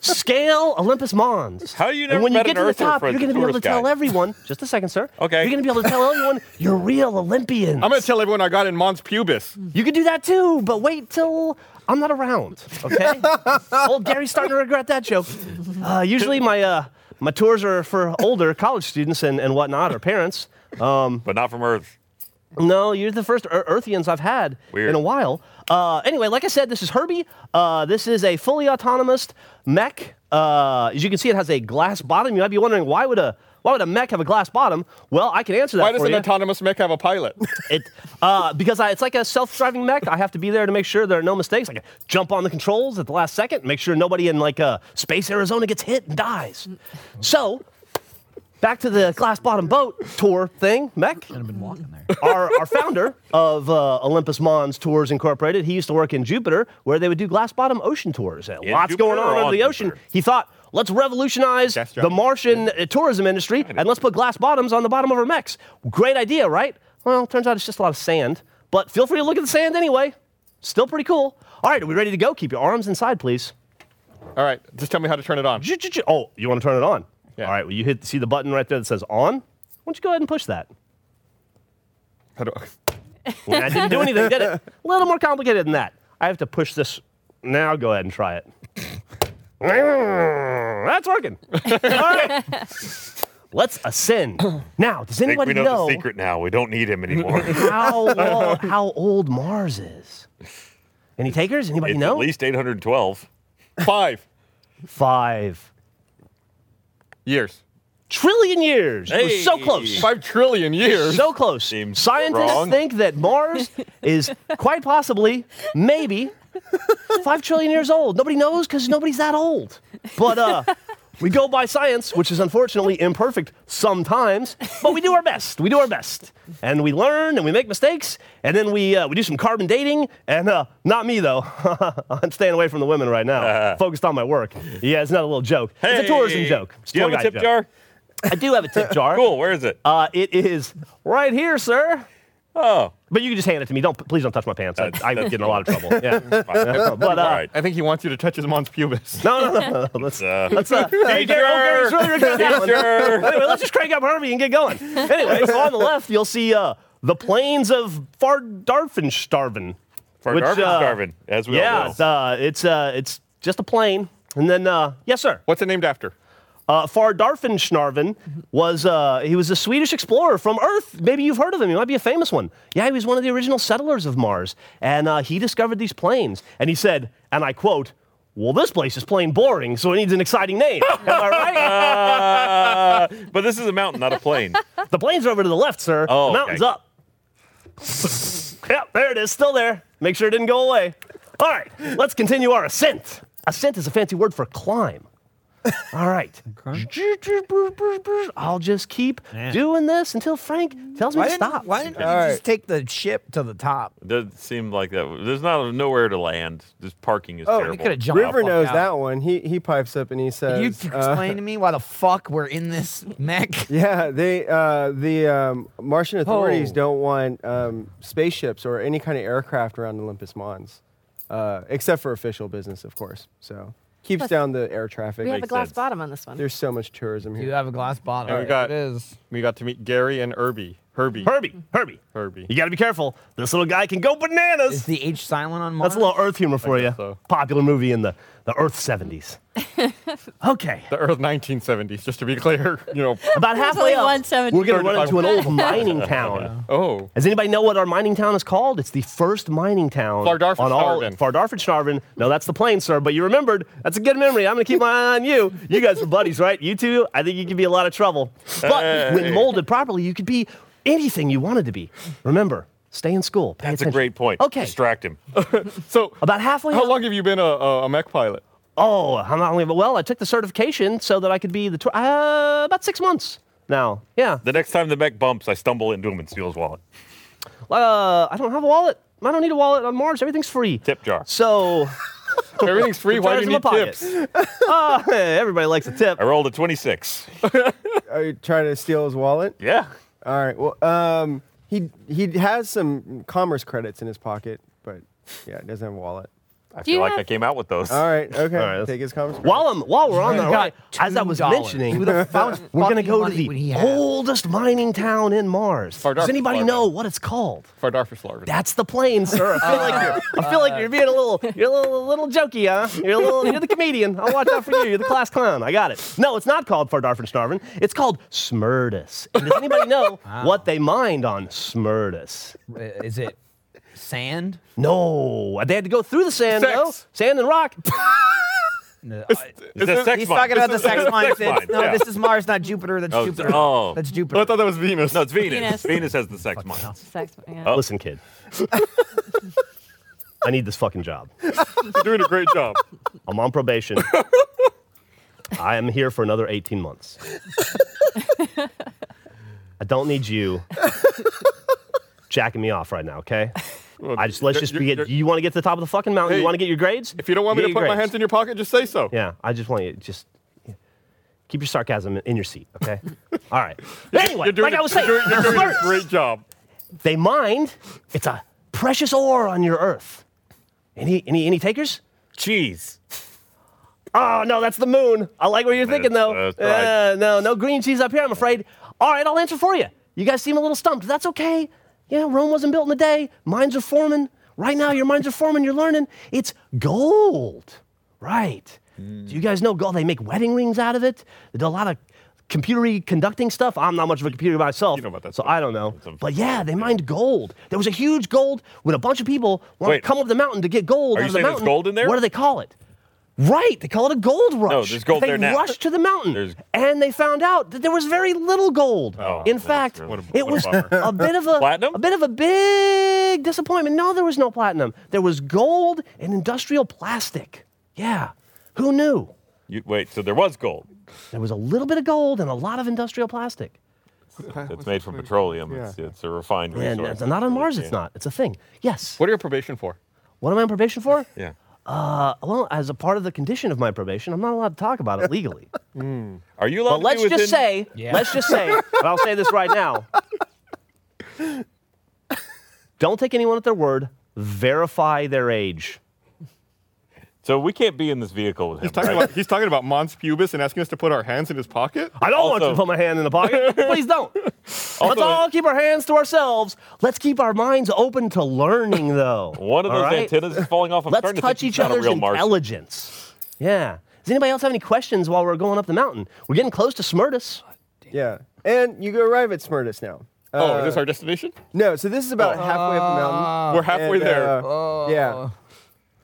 [SPEAKER 4] Scale Olympus Mons.
[SPEAKER 2] How you never
[SPEAKER 4] and when you
[SPEAKER 2] met
[SPEAKER 4] get
[SPEAKER 2] an
[SPEAKER 4] to the
[SPEAKER 2] Earther
[SPEAKER 4] top,
[SPEAKER 2] for
[SPEAKER 4] you're
[SPEAKER 2] the
[SPEAKER 4] to be able to
[SPEAKER 2] tourist
[SPEAKER 4] tell
[SPEAKER 2] guide?
[SPEAKER 4] everyone. Just a second, sir.
[SPEAKER 2] Okay.
[SPEAKER 4] You're going to be able to tell everyone you're real Olympians.
[SPEAKER 5] I'm gonna tell everyone I got in Mons pubis.
[SPEAKER 4] You could do that too, but wait till I'm not around.
[SPEAKER 5] [laughs]
[SPEAKER 4] Okay, old Gary's starting to regret that joke. Uh, usually, my uh, my tours are for older college students and, and whatnot, or parents. Um,
[SPEAKER 2] but not from Earth.
[SPEAKER 4] no, you're the first Ear- Earthians I've had
[SPEAKER 2] Weird.
[SPEAKER 4] in a while. Uh, anyway, like I said, this is Herbie. Uh, this is a fully autonomous mech. Uh, as you can see, it has a glass bottom. You might be wondering why would a why would a mech have a glass bottom? Well, I can answer that
[SPEAKER 5] Why
[SPEAKER 4] for
[SPEAKER 5] does an
[SPEAKER 4] you.
[SPEAKER 5] autonomous mech have a pilot?
[SPEAKER 4] It uh, because I, it's like a self-driving mech. I have to be there to make sure there are no mistakes. I can jump on the controls at the last second, make sure nobody in like uh, space Arizona gets hit and dies. So, back to the glass bottom boat tour thing, mech.
[SPEAKER 7] I've been walking
[SPEAKER 6] [laughs]
[SPEAKER 7] there.
[SPEAKER 4] Our, our founder of uh, Olympus Mons Tours Incorporated, he used to work in Jupiter where they would do glass bottom ocean tours. Uh,
[SPEAKER 2] In
[SPEAKER 4] Lots
[SPEAKER 2] Jupiter
[SPEAKER 4] going on
[SPEAKER 2] or
[SPEAKER 4] over
[SPEAKER 2] on
[SPEAKER 4] the ocean.
[SPEAKER 2] Jupiter?
[SPEAKER 4] He thought, let's revolutionize
[SPEAKER 5] That's right.
[SPEAKER 4] the Martian uh, tourism industry and let's put glass bottoms on the bottom of our mechs. Great idea, right? Well, turns out it's just a lot of sand, but feel free to look at the sand anyway. Still pretty cool. All right, are we ready to go? Keep your arms inside, please.
[SPEAKER 5] All right, just tell me how to turn it on.
[SPEAKER 4] Ch-ch-ch- Oh, you want to turn it on?
[SPEAKER 5] Yeah.
[SPEAKER 4] All right, well, you hit see the button right there that says on? Why don't you go ahead and push that?
[SPEAKER 5] How do I-
[SPEAKER 4] [laughs] I didn't do anything, did it? A little more complicated than that. I have to push this. Now go ahead and try it. [laughs] That's working. All right. [laughs] Let's ascend. Now, does
[SPEAKER 2] I think we
[SPEAKER 4] anybody
[SPEAKER 2] know,
[SPEAKER 4] know,
[SPEAKER 2] the secret now. We don't need
[SPEAKER 4] [laughs]
[SPEAKER 2] him anymore. it's [laughs]
[SPEAKER 4] how, lo- how old Mars is? Any takers? Anybody
[SPEAKER 2] at
[SPEAKER 4] know?
[SPEAKER 2] least 812.
[SPEAKER 5] Five
[SPEAKER 4] Five
[SPEAKER 5] years.
[SPEAKER 4] trillion years. We're so close.
[SPEAKER 5] Five trillion years.
[SPEAKER 4] So close.
[SPEAKER 2] Seems
[SPEAKER 4] Scientists
[SPEAKER 2] wrong.
[SPEAKER 4] think that Mars is quite possibly, maybe, five trillion years old. Nobody knows because nobody's that old. But uh, we go by science, which is unfortunately imperfect sometimes. But we do our best. We do our best, and we learn, and we make mistakes, and then we uh, we do some carbon dating. And uh, not me though. [laughs] I'm staying away from the women right now. Focused on my work. Yeah, it's not a little joke. It's a tourism
[SPEAKER 2] Uh-huh. Hey,
[SPEAKER 4] joke. It's
[SPEAKER 2] Do you
[SPEAKER 4] tour
[SPEAKER 2] have a
[SPEAKER 4] guide
[SPEAKER 2] tip
[SPEAKER 4] joke.
[SPEAKER 2] jar?
[SPEAKER 4] I do have a tip jar.
[SPEAKER 2] [laughs] Cool. Where is it?
[SPEAKER 4] Uh, it is right here, sir.
[SPEAKER 2] oh,
[SPEAKER 4] But you can just hand it to me. Don't please don't touch my pants. I, I get in a lot of
[SPEAKER 2] [laughs]
[SPEAKER 4] trouble. Yeah.
[SPEAKER 2] fine.
[SPEAKER 4] But uh,
[SPEAKER 2] all right.
[SPEAKER 5] I think he wants you to touch his mom's pubis.
[SPEAKER 4] no, no, no, no. Let's
[SPEAKER 2] Uh,
[SPEAKER 4] let's uh, hey, Gary- oh, Gary's really regretting that one.
[SPEAKER 2] Teacher.
[SPEAKER 4] Anyway, let's just crank up Harvey and get going. Anyway, so on the left you'll see uh, the plains of Fardarfenstarven.
[SPEAKER 2] For
[SPEAKER 4] Which,
[SPEAKER 2] Darvin,
[SPEAKER 4] uh,
[SPEAKER 2] Darvin, as we all
[SPEAKER 4] Yeah,
[SPEAKER 2] know.
[SPEAKER 4] it's uh, it's uh, it's just a plain. And then uh, yes, sir.
[SPEAKER 5] What's it named after?
[SPEAKER 4] Uh, Fardarfensnarven was uh, he was a Swedish explorer from Earth. Maybe you've heard of him. He might be a famous one. Yeah, he was one of the original settlers of Mars, and uh, he discovered these plains. And he said, and I quote, "Well, this place is plain boring, so it needs an exciting
[SPEAKER 5] [laughs]
[SPEAKER 4] name." Am I right?
[SPEAKER 2] Uh, but this is a mountain, not a plane.
[SPEAKER 4] the plains are over to the left, sir.
[SPEAKER 2] Oh,
[SPEAKER 4] the
[SPEAKER 2] okay.
[SPEAKER 4] mountain's up. yep, there it is, still there. Make sure it didn't go away. All right, let's continue our ascent. Ascent is a fancy word for climb. All right.
[SPEAKER 6] [laughs]
[SPEAKER 4] I'll just keep doing this until Frank tells me
[SPEAKER 6] Why
[SPEAKER 4] to
[SPEAKER 6] didn't,
[SPEAKER 4] stop.
[SPEAKER 6] Why didn't you
[SPEAKER 1] All right.
[SPEAKER 6] just take the ship to the top?
[SPEAKER 2] It doesn't seem like that. There's not nowhere to land. This parking is
[SPEAKER 6] Oh, You
[SPEAKER 2] terrible.
[SPEAKER 6] could have jumped.
[SPEAKER 1] River
[SPEAKER 6] off
[SPEAKER 1] knows
[SPEAKER 6] out.
[SPEAKER 1] that one. He he pipes up and he says,
[SPEAKER 6] Can you t-
[SPEAKER 1] uh,
[SPEAKER 6] explain to me why the fuck we're in
[SPEAKER 7] [laughs]
[SPEAKER 6] this mech?
[SPEAKER 1] Yeah, they uh, the um, Martian authorities
[SPEAKER 6] Oh.
[SPEAKER 1] don't want um, spaceships or any kind of aircraft around Olympus Mons, uh, except for official business, of course. So keeps
[SPEAKER 3] Plus-
[SPEAKER 1] down the air traffic.
[SPEAKER 3] We have a
[SPEAKER 2] Makes
[SPEAKER 3] glass
[SPEAKER 2] sense.
[SPEAKER 3] bottom on this one.
[SPEAKER 1] There's so much tourism
[SPEAKER 6] You
[SPEAKER 1] here.
[SPEAKER 6] have a glass bottom.
[SPEAKER 5] And we got-
[SPEAKER 6] it is.
[SPEAKER 5] We got to meet Gary and Herbie. Herbie.
[SPEAKER 4] Herbie, Herbie,
[SPEAKER 5] Herbie.
[SPEAKER 4] you got to be careful. This little guy can go
[SPEAKER 6] Is
[SPEAKER 4] bananas.
[SPEAKER 6] the H silent on Mars?
[SPEAKER 4] That's a little Earth humor for you.
[SPEAKER 5] guess so.
[SPEAKER 4] Popular movie in the, the Earth 70s. okay.
[SPEAKER 5] The Earth 1970s, just to be clear. [laughs] You know.
[SPEAKER 4] [laughs] About halfway
[SPEAKER 3] only
[SPEAKER 4] up,
[SPEAKER 3] one seventy.
[SPEAKER 4] we're going to run
[SPEAKER 5] 35.
[SPEAKER 4] into an old mining town.
[SPEAKER 5] Oh.
[SPEAKER 4] Does anybody know what our mining town is called? It's the first mining town on all
[SPEAKER 5] Fardarfenstarven.
[SPEAKER 4] Fardarfenstarven. No, that's the plane, sir. But you remembered. That's a good memory. I'm gonna keep my eye on you. You guys are buddies, right? You two. I think you could be a lot of trouble. But when molded properly, you could be anything you wanted to be. Remember, stay in school. Pay
[SPEAKER 2] That's a
[SPEAKER 4] attention.
[SPEAKER 2] great point.
[SPEAKER 4] Okay.
[SPEAKER 2] Distract him.
[SPEAKER 5] So
[SPEAKER 4] About halfway.
[SPEAKER 5] how
[SPEAKER 4] up-
[SPEAKER 5] long have you been a, a, a mech pilot?
[SPEAKER 4] Oh, how long? Well, I took the certification so that I could be the tour. Uh, about six months now. Yeah.
[SPEAKER 2] The next time the mech bumps, I stumble into him and steal his wallet.
[SPEAKER 4] Uh, I don't have a wallet. I don't need a wallet on Mars. Everything's free.
[SPEAKER 2] Tip jar.
[SPEAKER 4] So.
[SPEAKER 5] Everything's free. Why do you need tips?
[SPEAKER 4] [laughs] Oh, everybody likes a tip.
[SPEAKER 2] I rolled a 26.
[SPEAKER 1] Are you trying to steal his wallet?
[SPEAKER 2] yeah.
[SPEAKER 1] All right. Well, um, he he has some commerce credits in his pocket, but yeah, doesn't have a wallet.
[SPEAKER 2] I
[SPEAKER 3] you
[SPEAKER 2] feel like
[SPEAKER 3] have-
[SPEAKER 2] I came out with those.
[SPEAKER 1] All
[SPEAKER 6] [laughs]
[SPEAKER 1] right. Okay.
[SPEAKER 4] right, let's-
[SPEAKER 1] Take his comments.
[SPEAKER 4] While I'm while we're on
[SPEAKER 7] You
[SPEAKER 4] that,
[SPEAKER 7] got
[SPEAKER 4] right, as I was
[SPEAKER 7] $2
[SPEAKER 4] mentioning,
[SPEAKER 7] Who the fuck
[SPEAKER 4] we're gonna
[SPEAKER 7] fucking
[SPEAKER 4] go to
[SPEAKER 7] money would he
[SPEAKER 4] the
[SPEAKER 7] have?
[SPEAKER 4] oldest mining town in Mars.
[SPEAKER 5] Far
[SPEAKER 4] Does
[SPEAKER 5] dark,
[SPEAKER 4] anybody
[SPEAKER 5] far
[SPEAKER 4] know
[SPEAKER 5] dark.
[SPEAKER 4] what it's called?
[SPEAKER 5] Fardarfer Slarver.
[SPEAKER 4] That's the plane, sir. I feel like you're, I feel like you're being a little, you're a little, little jokey, huh? You're a little, you're the comedian. I'll watch out for you. You're the class clown. I got it. No, it's not called Fardarfen Snarvin. It's called Smyrtus. And does anybody
[SPEAKER 7] [laughs]
[SPEAKER 4] know what they mined on Smyrtus?
[SPEAKER 7] Uh, Is it sand?
[SPEAKER 4] No, they had to go through the sand,
[SPEAKER 5] Sex.
[SPEAKER 4] though. Sand and rock.
[SPEAKER 7] No, uh, I-
[SPEAKER 2] Is that sex
[SPEAKER 6] He's
[SPEAKER 2] mine?
[SPEAKER 6] talking about the
[SPEAKER 2] This
[SPEAKER 6] sex
[SPEAKER 2] is a
[SPEAKER 6] mines. It's-
[SPEAKER 2] mine,
[SPEAKER 6] No,
[SPEAKER 2] yeah.
[SPEAKER 6] this is Mars, not Jupiter. That's
[SPEAKER 2] Oh,
[SPEAKER 6] Jupiter.
[SPEAKER 2] oh.
[SPEAKER 6] That's
[SPEAKER 5] Oh, I
[SPEAKER 6] Jupiter.
[SPEAKER 5] thought that was Venus.
[SPEAKER 2] No, it's Venus.
[SPEAKER 3] Venus.
[SPEAKER 2] Venus, has the sex mine.
[SPEAKER 3] Sex. Yeah.
[SPEAKER 2] Oh.
[SPEAKER 4] Listen, kid. [laughs] I need this fucking job.
[SPEAKER 5] You're doing a great
[SPEAKER 2] [laughs]
[SPEAKER 5] job.
[SPEAKER 4] I'm on probation. I am here for another 18 months. I don't need you jacking me off right now, okay? I just let's just
[SPEAKER 5] You're-
[SPEAKER 4] be
[SPEAKER 5] you're-
[SPEAKER 4] get, you want to get to the top of the fucking mountain, you
[SPEAKER 5] Hey,
[SPEAKER 4] want to get your grades?
[SPEAKER 5] If you don't want me
[SPEAKER 4] Get
[SPEAKER 5] to put
[SPEAKER 4] your
[SPEAKER 5] my
[SPEAKER 4] grades.
[SPEAKER 5] hands in your pocket, just say so.
[SPEAKER 4] Yeah, I just want you just yeah. keep your sarcasm in your seat, okay? All right. Anyway,
[SPEAKER 5] You're doing
[SPEAKER 4] like
[SPEAKER 5] a,
[SPEAKER 4] I was saying,
[SPEAKER 5] you're, you're doing a
[SPEAKER 4] Smyrtus.
[SPEAKER 5] great job.
[SPEAKER 4] they mined. It's a precious ore on your earth. Any any any takers?
[SPEAKER 2] Cheese.
[SPEAKER 4] Oh no, that's the moon. I like what you're thinking though.
[SPEAKER 2] That's right.
[SPEAKER 4] Uh, no, no green cheese up here. I'm afraid. All right, I'll answer for you. You guys seem a little stumped. That's okay. Yeah, Rome wasn't built in a day. Minds are forming right now. Your minds are forming. You're learning. It's gold, right?
[SPEAKER 2] Mm.
[SPEAKER 4] Do you guys know gold? They make wedding rings out of it. They do a lot of computery conducting stuff. I'm not much of a computer myself,
[SPEAKER 5] know about that
[SPEAKER 4] so
[SPEAKER 5] stuff.
[SPEAKER 4] I don't know. But yeah, they mined gold. There was a huge gold when a bunch of people wanted to
[SPEAKER 2] Wait.
[SPEAKER 4] come up the mountain to get gold.
[SPEAKER 2] Are
[SPEAKER 4] out
[SPEAKER 2] you
[SPEAKER 4] of the
[SPEAKER 2] saying there's
[SPEAKER 4] mountain.
[SPEAKER 2] gold in there?
[SPEAKER 4] What do they call it? Right, they call it a gold rush.
[SPEAKER 2] there's gold
[SPEAKER 4] they
[SPEAKER 2] there now.
[SPEAKER 4] rushed to the mountain,
[SPEAKER 2] There's-
[SPEAKER 4] and they found out that there was very little gold.
[SPEAKER 2] Oh,
[SPEAKER 4] In
[SPEAKER 2] that's
[SPEAKER 4] fact,
[SPEAKER 2] really- What a-
[SPEAKER 4] it
[SPEAKER 2] what a
[SPEAKER 4] was
[SPEAKER 2] bummer.
[SPEAKER 4] a bit of a
[SPEAKER 2] Platinum?
[SPEAKER 4] a bit of a big disappointment. No, there was no platinum. There was gold and industrial plastic. Yeah, who knew?
[SPEAKER 2] You, wait, so there was gold.
[SPEAKER 4] There was a little bit of gold and a lot of industrial plastic.
[SPEAKER 2] It's made from petroleum. It's, it's a refined
[SPEAKER 4] And
[SPEAKER 2] resource.
[SPEAKER 4] it's not on Mars.
[SPEAKER 2] Yeah.
[SPEAKER 4] It's not. It's a thing. Yes.
[SPEAKER 5] What are your probation for?
[SPEAKER 4] What am I on probation for?
[SPEAKER 2] [laughs] Yeah.
[SPEAKER 4] Uh, well, as a part of the condition of my probation, I'm not allowed to talk about it
[SPEAKER 2] [laughs]
[SPEAKER 4] legally.
[SPEAKER 2] Are you allowed
[SPEAKER 4] But let's
[SPEAKER 2] to be
[SPEAKER 4] just
[SPEAKER 2] within-
[SPEAKER 4] say,
[SPEAKER 7] Yeah.
[SPEAKER 4] let's just
[SPEAKER 2] [laughs]
[SPEAKER 4] say, but I'll say this right now. Don't take anyone at their word. Verify their age.
[SPEAKER 2] So we can't be in this vehicle with him.
[SPEAKER 5] He's talking
[SPEAKER 2] right?
[SPEAKER 5] about, he's talking about Mons Pubis and asking us to put our hands in his pocket?
[SPEAKER 4] I don't want you to
[SPEAKER 2] Also-
[SPEAKER 4] put my hand in the
[SPEAKER 2] [laughs]
[SPEAKER 4] pocket. Please don't. Let's
[SPEAKER 2] Also-
[SPEAKER 4] all keep our hands to ourselves. Let's keep our minds open to
[SPEAKER 2] [laughs]
[SPEAKER 4] learning, though.
[SPEAKER 2] One of
[SPEAKER 4] All
[SPEAKER 2] those
[SPEAKER 4] right?
[SPEAKER 2] antennas is falling off. I'm
[SPEAKER 4] Let's
[SPEAKER 2] starting to
[SPEAKER 4] touch
[SPEAKER 2] think
[SPEAKER 4] each
[SPEAKER 2] he's not a
[SPEAKER 4] other's
[SPEAKER 2] real Martian.
[SPEAKER 4] intelligence. Yeah. Does anybody else have any questions while we're going up the mountain? We're getting close to Smyrtus.
[SPEAKER 1] Yeah. And you go arrive at Smyrtus now. Uh,
[SPEAKER 5] oh,
[SPEAKER 4] Uh,
[SPEAKER 5] is this our destination?
[SPEAKER 1] No. So this is about halfway up the
[SPEAKER 6] Ah.
[SPEAKER 1] mountain.
[SPEAKER 5] We're halfway
[SPEAKER 1] And,
[SPEAKER 5] there.
[SPEAKER 1] uh, Yeah.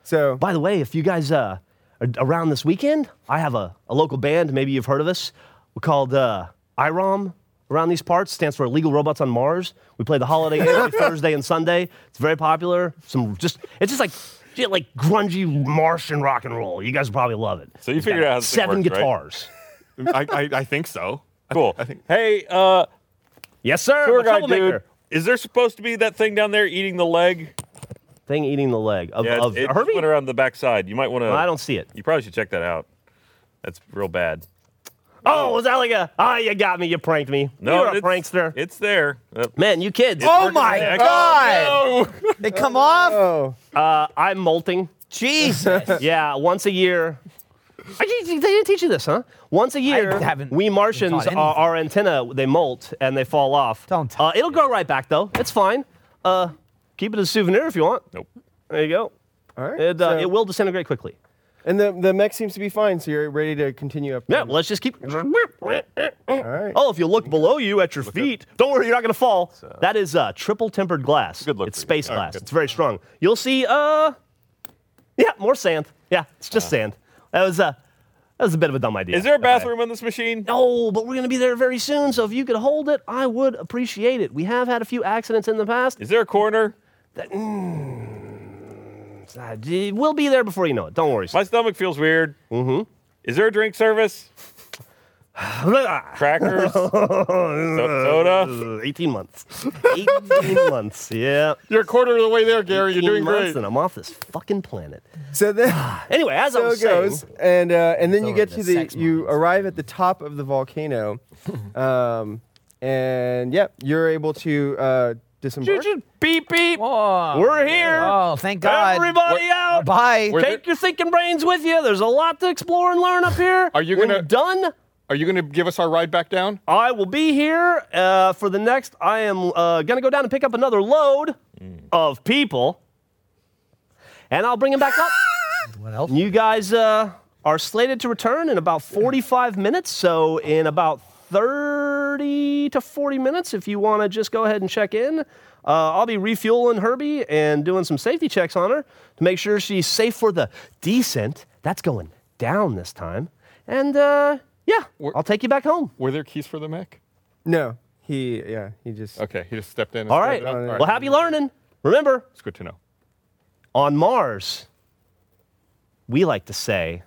[SPEAKER 1] So
[SPEAKER 4] By the way, if you guys uh, are around this weekend, I have a, a local band. Maybe you've heard of us. We're called uh, IROM around these parts. Stands for Illegal Robots on Mars. We play the holiday inn every Thursday and Sunday. It's very popular. Some just it's just like shit like grungy Martian rock and roll. You guys probably love it.
[SPEAKER 2] So you figured out how this thing
[SPEAKER 4] seven
[SPEAKER 2] works, right?
[SPEAKER 4] guitars.
[SPEAKER 5] I, I, I think so.
[SPEAKER 4] [laughs]
[SPEAKER 2] Cool. hey, uh,
[SPEAKER 4] Yes, sir. I'm
[SPEAKER 2] tour
[SPEAKER 4] a
[SPEAKER 2] guide
[SPEAKER 4] troublemaker.
[SPEAKER 2] dude, is there supposed to be that thing down there eating the leg?
[SPEAKER 4] Thing eating the leg of,
[SPEAKER 2] Yeah,
[SPEAKER 4] of
[SPEAKER 2] it, it
[SPEAKER 4] Herbie.
[SPEAKER 2] went around the backside. You might want to.
[SPEAKER 4] I don't see it.
[SPEAKER 2] You probably should check that out. That's real bad.
[SPEAKER 4] Oh, was that like a? Ah, you got me. You pranked me.
[SPEAKER 2] No,
[SPEAKER 4] You're a
[SPEAKER 2] it's,
[SPEAKER 4] prankster.
[SPEAKER 2] It's there. Uh,
[SPEAKER 4] Man, you kids.
[SPEAKER 6] Oh
[SPEAKER 2] working
[SPEAKER 6] my
[SPEAKER 2] on the-
[SPEAKER 6] God! They come off.
[SPEAKER 1] oh,
[SPEAKER 4] Uh, I'm molting.
[SPEAKER 6] Jesus.
[SPEAKER 4] Yeah, once a year. I, you- you- they didn't teach you this, huh? Once a year,
[SPEAKER 7] haven't
[SPEAKER 4] we
[SPEAKER 7] been
[SPEAKER 4] Martians,
[SPEAKER 7] taught
[SPEAKER 4] our,
[SPEAKER 7] anything.
[SPEAKER 4] our antenna, they molt and they fall off.
[SPEAKER 7] Don't
[SPEAKER 4] Uh,
[SPEAKER 7] tell
[SPEAKER 4] it'll grow right back though. It's fine. Uh, keep it as a souvenir if you want.
[SPEAKER 2] Nope.
[SPEAKER 4] There you go.
[SPEAKER 1] all right.
[SPEAKER 4] It, uh,
[SPEAKER 1] so-
[SPEAKER 4] it will disintegrate quickly.
[SPEAKER 1] And the the mech seems to be fine, so you're ready to continue up. the
[SPEAKER 4] Yeah,
[SPEAKER 2] Mm.
[SPEAKER 1] mountain.
[SPEAKER 4] let's just keep.
[SPEAKER 1] All right.
[SPEAKER 4] Oh, if you look below you at your feet, don't worry, you're not gonna fall. That is uh, triple tempered glass.
[SPEAKER 2] Good look
[SPEAKER 4] It's
[SPEAKER 2] for you.
[SPEAKER 4] space
[SPEAKER 2] All right,
[SPEAKER 4] glass.
[SPEAKER 2] good.
[SPEAKER 4] It's very strong. You'll see. Uh, yeah, more sand. Yeah, it's just sand. That was uh, that was a bit of a dumb idea.
[SPEAKER 2] Is there a
[SPEAKER 4] Okay.
[SPEAKER 2] bathroom on this machine?
[SPEAKER 4] No, but we're gonna be there very soon. So if you could hold it, I would appreciate it. We have had a few accidents in the past.
[SPEAKER 2] Is there a corner?
[SPEAKER 4] Uh, d- We'll be there before you know it. Don't worry.
[SPEAKER 2] My stomach feels weird. Mm-hmm. Is there a drink service?
[SPEAKER 4] [laughs]
[SPEAKER 2] Crackers? So- soda?
[SPEAKER 4] 18 months.
[SPEAKER 5] [laughs]
[SPEAKER 4] 18 months. Yeah.
[SPEAKER 5] You're a quarter of the way there, Gary. You're
[SPEAKER 4] 18
[SPEAKER 5] doing
[SPEAKER 4] months
[SPEAKER 5] great.
[SPEAKER 4] And I'm off this fucking planet.
[SPEAKER 1] So
[SPEAKER 4] [sighs]
[SPEAKER 1] then
[SPEAKER 4] Anyway, as I
[SPEAKER 1] so
[SPEAKER 4] was
[SPEAKER 1] it goes,
[SPEAKER 4] saying,
[SPEAKER 1] and uh, and then you get
[SPEAKER 7] the
[SPEAKER 1] to the
[SPEAKER 7] sex
[SPEAKER 1] you
[SPEAKER 7] moments.
[SPEAKER 1] arrive at the top
[SPEAKER 7] [laughs]
[SPEAKER 1] of the volcano, um, and yeah, you're able to uh, disembark?
[SPEAKER 2] Just beep beep.
[SPEAKER 7] [laughs] Oh,
[SPEAKER 4] We're here.
[SPEAKER 7] Oh, thank God.
[SPEAKER 4] Everybody out.
[SPEAKER 7] Bye.
[SPEAKER 5] We're-
[SPEAKER 4] Take your thinking brains with you. There's a lot to explore and learn up here.
[SPEAKER 5] Are you
[SPEAKER 4] When
[SPEAKER 5] gonna-
[SPEAKER 4] we're done?
[SPEAKER 5] Are you going to give us our ride back down?
[SPEAKER 4] I will be here uh, for the next. I am uh, going to go down and pick up another load
[SPEAKER 7] Mm.
[SPEAKER 4] of people, and I'll bring them back up.
[SPEAKER 7] [laughs] What else?
[SPEAKER 4] You guys uh, are slated to return in about 45 minutes. So, in about 30 to 40 minutes, if you want to just go ahead and check in, uh, I'll be refueling Herbie and doing some safety checks on her to make sure she's safe for the descent. That's going down this time. And uh, yeah,
[SPEAKER 5] We're-
[SPEAKER 4] I'll take you back home.
[SPEAKER 5] Were there keys for the mech?
[SPEAKER 1] No, he yeah he just
[SPEAKER 5] Okay, he just stepped in. and
[SPEAKER 4] All
[SPEAKER 5] started
[SPEAKER 4] right.
[SPEAKER 5] it up.
[SPEAKER 4] Well, happy learning. Remember,
[SPEAKER 5] It's good to know.
[SPEAKER 4] on Mars, we like to say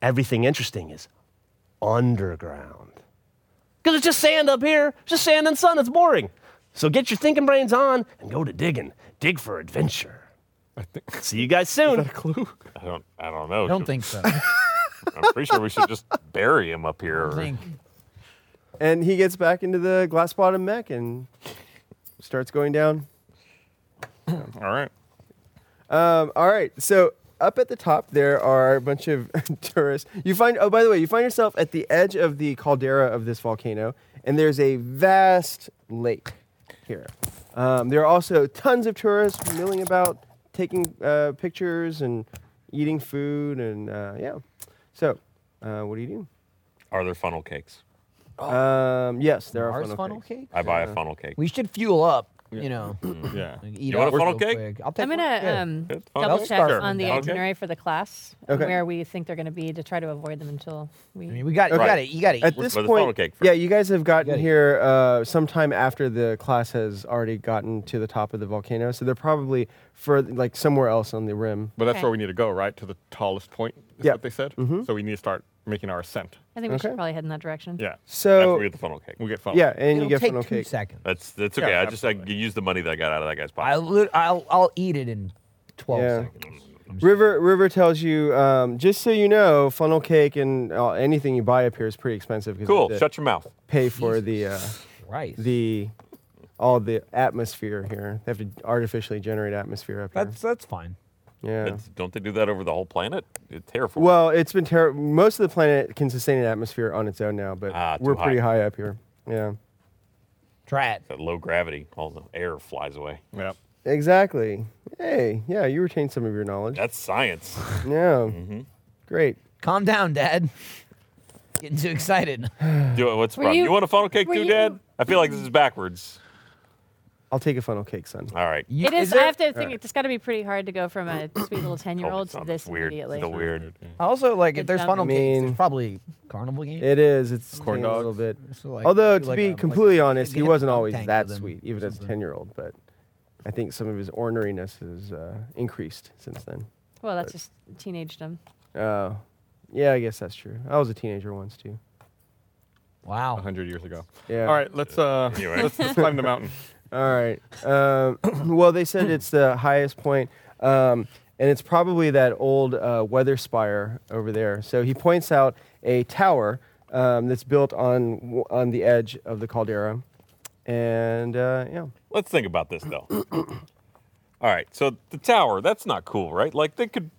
[SPEAKER 4] everything interesting is underground. Because it's just sand up here, it's just sand and sun, it's boring. So get your thinking brains on and go to digging. Dig for adventure.
[SPEAKER 5] [laughs]
[SPEAKER 4] See you guys soon.
[SPEAKER 2] I don't. I don't know.
[SPEAKER 7] I don't think so.
[SPEAKER 1] [laughs]
[SPEAKER 2] I'm pretty sure we should just bury him up here.
[SPEAKER 7] I
[SPEAKER 2] Or,
[SPEAKER 7] think
[SPEAKER 1] and he gets back into the glass bottom mech and starts going down.
[SPEAKER 5] All right.
[SPEAKER 1] Um, all right, so up at the top there are a bunch of [laughs] tourists. You find oh by the way, you find yourself at the edge of the caldera of this volcano, and there's a vast lake here. Um, there are also tons of tourists milling about, taking uh, pictures and eating food, and uh, yeah. So, uh, what do you
[SPEAKER 2] are there funnel cakes?
[SPEAKER 1] do? Um, yes, there are
[SPEAKER 7] Mars
[SPEAKER 1] funnel,
[SPEAKER 7] funnel
[SPEAKER 1] cakes.
[SPEAKER 7] cake.
[SPEAKER 2] I buy a funnel cake.
[SPEAKER 7] We should fuel up. You know,
[SPEAKER 1] Mm,
[SPEAKER 5] Yeah.
[SPEAKER 7] [clears throat] eat
[SPEAKER 2] You want
[SPEAKER 7] up
[SPEAKER 2] a funnel
[SPEAKER 7] real
[SPEAKER 2] cake?
[SPEAKER 7] quick. I'll take
[SPEAKER 3] I'm
[SPEAKER 7] one.
[SPEAKER 3] gonna
[SPEAKER 7] Yeah.
[SPEAKER 3] um,
[SPEAKER 2] That's fine.
[SPEAKER 3] double
[SPEAKER 2] I'll
[SPEAKER 3] check
[SPEAKER 7] start
[SPEAKER 3] on the
[SPEAKER 2] Okay.
[SPEAKER 3] itinerary for the class and
[SPEAKER 1] Okay.
[SPEAKER 3] where we think they're going to be to try to avoid them until we.
[SPEAKER 7] I mean, we got.
[SPEAKER 1] Okay.
[SPEAKER 7] You got to. You got
[SPEAKER 1] At
[SPEAKER 7] to.
[SPEAKER 1] this
[SPEAKER 2] for the funnel
[SPEAKER 1] point,
[SPEAKER 2] cake
[SPEAKER 1] yeah,
[SPEAKER 2] first.
[SPEAKER 1] you guys have gotten
[SPEAKER 7] Gotta eat.
[SPEAKER 1] here uh, sometime after the class has already gotten to the top of the volcano, so they're probably for like somewhere else on the rim.
[SPEAKER 5] But that's
[SPEAKER 3] Okay.
[SPEAKER 5] where we need to go, right? To the tallest point, is
[SPEAKER 1] Yeah.
[SPEAKER 5] what they said. So we need to start making our ascent.
[SPEAKER 3] I think we
[SPEAKER 1] Okay.
[SPEAKER 3] should probably head in that direction.
[SPEAKER 5] Yeah.
[SPEAKER 2] After we
[SPEAKER 1] So
[SPEAKER 2] get the funnel cake.
[SPEAKER 5] We'll get fun.
[SPEAKER 1] yeah, and
[SPEAKER 7] It'll
[SPEAKER 1] you get
[SPEAKER 7] take
[SPEAKER 1] funnel
[SPEAKER 7] two
[SPEAKER 1] cake.
[SPEAKER 7] seconds.
[SPEAKER 2] That's that's okay.
[SPEAKER 5] Yeah,
[SPEAKER 2] I just I use the money that I got out of that guy's pocket.
[SPEAKER 7] I'll, lit- I'll I'll eat it in twelve
[SPEAKER 1] Yeah.
[SPEAKER 7] seconds.
[SPEAKER 1] River River tells you um, just so you know, funnel cake and uh, anything you buy up here is pretty expensive because
[SPEAKER 2] cool.
[SPEAKER 1] you have to
[SPEAKER 2] Shut your mouth.
[SPEAKER 1] pay for the uh,
[SPEAKER 7] Right.
[SPEAKER 1] the all the atmosphere here. They have to artificially generate atmosphere up here.
[SPEAKER 7] that's that's fine.
[SPEAKER 1] yeah.
[SPEAKER 2] That's- don't they do that over the whole planet? It's terrifying.
[SPEAKER 1] Well, it's been terrible. Most of the planet can sustain an atmosphere on its own now, but
[SPEAKER 2] Ah, too
[SPEAKER 1] we're pretty
[SPEAKER 2] high.
[SPEAKER 1] high up here. Yeah,
[SPEAKER 7] Try it.
[SPEAKER 2] that low gravity, all the air flies away.
[SPEAKER 5] Yeah.
[SPEAKER 1] exactly. Hey, yeah, you retained some of your knowledge.
[SPEAKER 2] That's science.
[SPEAKER 1] Yeah,
[SPEAKER 2] Mm-hmm.
[SPEAKER 1] great.
[SPEAKER 7] Calm down, Dad. [laughs] Getting too excited.
[SPEAKER 2] Do it. What's
[SPEAKER 3] Were
[SPEAKER 2] wrong? You,
[SPEAKER 3] you-
[SPEAKER 2] want a funnel cake
[SPEAKER 3] were
[SPEAKER 2] too,
[SPEAKER 3] you- Mm.
[SPEAKER 2] Dad? I feel like this is backwards.
[SPEAKER 1] I'll take a funnel cake, son.
[SPEAKER 2] All right.
[SPEAKER 7] You-
[SPEAKER 3] It is.
[SPEAKER 7] there-
[SPEAKER 3] I have to think it's got to be pretty hard to go from a
[SPEAKER 2] [coughs]
[SPEAKER 3] sweet little ten-year-old
[SPEAKER 2] it's
[SPEAKER 3] to
[SPEAKER 2] not
[SPEAKER 3] this
[SPEAKER 2] Oh, weird.
[SPEAKER 3] immediately.
[SPEAKER 2] The
[SPEAKER 5] [laughs]
[SPEAKER 2] weird.
[SPEAKER 7] Also, like, if
[SPEAKER 3] Good
[SPEAKER 7] there's
[SPEAKER 3] job.
[SPEAKER 7] funnel
[SPEAKER 1] I
[SPEAKER 7] games,
[SPEAKER 1] mean-
[SPEAKER 7] there's probably carnival games.
[SPEAKER 1] It is. It's
[SPEAKER 5] Corn
[SPEAKER 1] changed a little
[SPEAKER 5] dogs.
[SPEAKER 1] bit.
[SPEAKER 7] So, like,
[SPEAKER 1] Although
[SPEAKER 7] do,
[SPEAKER 1] to
[SPEAKER 7] like,
[SPEAKER 1] be
[SPEAKER 7] a- like a-
[SPEAKER 1] completely honest,
[SPEAKER 7] get
[SPEAKER 1] he
[SPEAKER 7] a
[SPEAKER 1] wasn't
[SPEAKER 7] dunk
[SPEAKER 1] always
[SPEAKER 7] tank
[SPEAKER 1] that
[SPEAKER 7] with him
[SPEAKER 1] sweet, even
[SPEAKER 7] or
[SPEAKER 1] as a
[SPEAKER 7] something.
[SPEAKER 1] ten-year-old. But I think some of his orneriness has uh, increased since then.
[SPEAKER 3] Well, that's just teenagedom.
[SPEAKER 1] Uh, yeah, I guess that's true. I was a teenager once too.
[SPEAKER 5] A
[SPEAKER 7] Wow.
[SPEAKER 5] hundred years ago.
[SPEAKER 1] Yeah.
[SPEAKER 5] All right. Let's uh.
[SPEAKER 2] Anyway.
[SPEAKER 5] Let's, let's climb the mountain.
[SPEAKER 1] All right. Um, [coughs] well, they said it's the highest point, um, and it's probably that old uh, weather spire over there. So he points out a tower um, that's built on on the edge of the caldera, and uh, yeah,
[SPEAKER 2] Let's think about this though. All right, so the tower, that's not cool, right? Like they could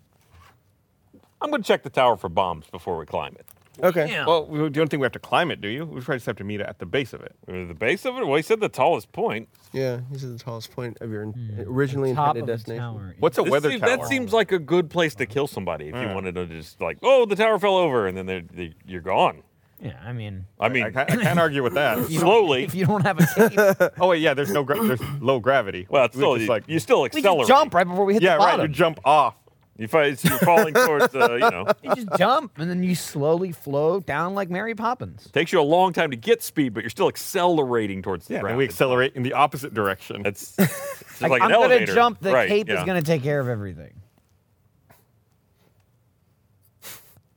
[SPEAKER 2] I'm going to check the tower for bombs before we climb it.
[SPEAKER 1] okay.
[SPEAKER 7] Yeah.
[SPEAKER 5] Well, we don't think we have to climb it, do you? We probably just have to meet at the base of it.
[SPEAKER 2] Uh, The base of it? Well, he said the tallest point.
[SPEAKER 1] Yeah, this is the tallest point of your originally
[SPEAKER 7] Hmm. The top
[SPEAKER 1] intended
[SPEAKER 7] of the
[SPEAKER 1] destination.
[SPEAKER 7] tower.
[SPEAKER 5] What's a
[SPEAKER 2] This
[SPEAKER 5] weather
[SPEAKER 2] seem-
[SPEAKER 5] tower? Hmm.
[SPEAKER 2] That seems like a good place to kill somebody if you wanted to just like, oh, the tower fell over, and then they're, they, you're gone.
[SPEAKER 7] Yeah, I mean,
[SPEAKER 2] I
[SPEAKER 5] I,
[SPEAKER 2] mean,
[SPEAKER 5] ca- I can't argue with that. [laughs]
[SPEAKER 7] you don't-
[SPEAKER 2] slowly.
[SPEAKER 7] If you don't have a cape,
[SPEAKER 5] Oh wait, yeah. There's no gra- there's low gravity.
[SPEAKER 2] Well, it's
[SPEAKER 5] We
[SPEAKER 2] still
[SPEAKER 5] just,
[SPEAKER 2] like you still
[SPEAKER 7] [laughs] we
[SPEAKER 2] accelerate.
[SPEAKER 7] just jump right before we hit
[SPEAKER 5] yeah,
[SPEAKER 7] the
[SPEAKER 5] right.
[SPEAKER 7] bottom.
[SPEAKER 5] You jump off.
[SPEAKER 2] You find, you're falling towards, uh, you know,
[SPEAKER 7] You just jump and then you slowly float down like Mary Poppins.
[SPEAKER 2] takes you a long time to get speed, but you're still accelerating towards the
[SPEAKER 5] Yeah,
[SPEAKER 2] ground.
[SPEAKER 5] and we accelerate in the opposite direction.
[SPEAKER 2] That's it's just like,
[SPEAKER 7] I'm
[SPEAKER 2] an
[SPEAKER 7] gonna
[SPEAKER 2] elevator.
[SPEAKER 7] jump. The
[SPEAKER 2] right,
[SPEAKER 7] cape
[SPEAKER 2] yeah.
[SPEAKER 7] is gonna take care of everything.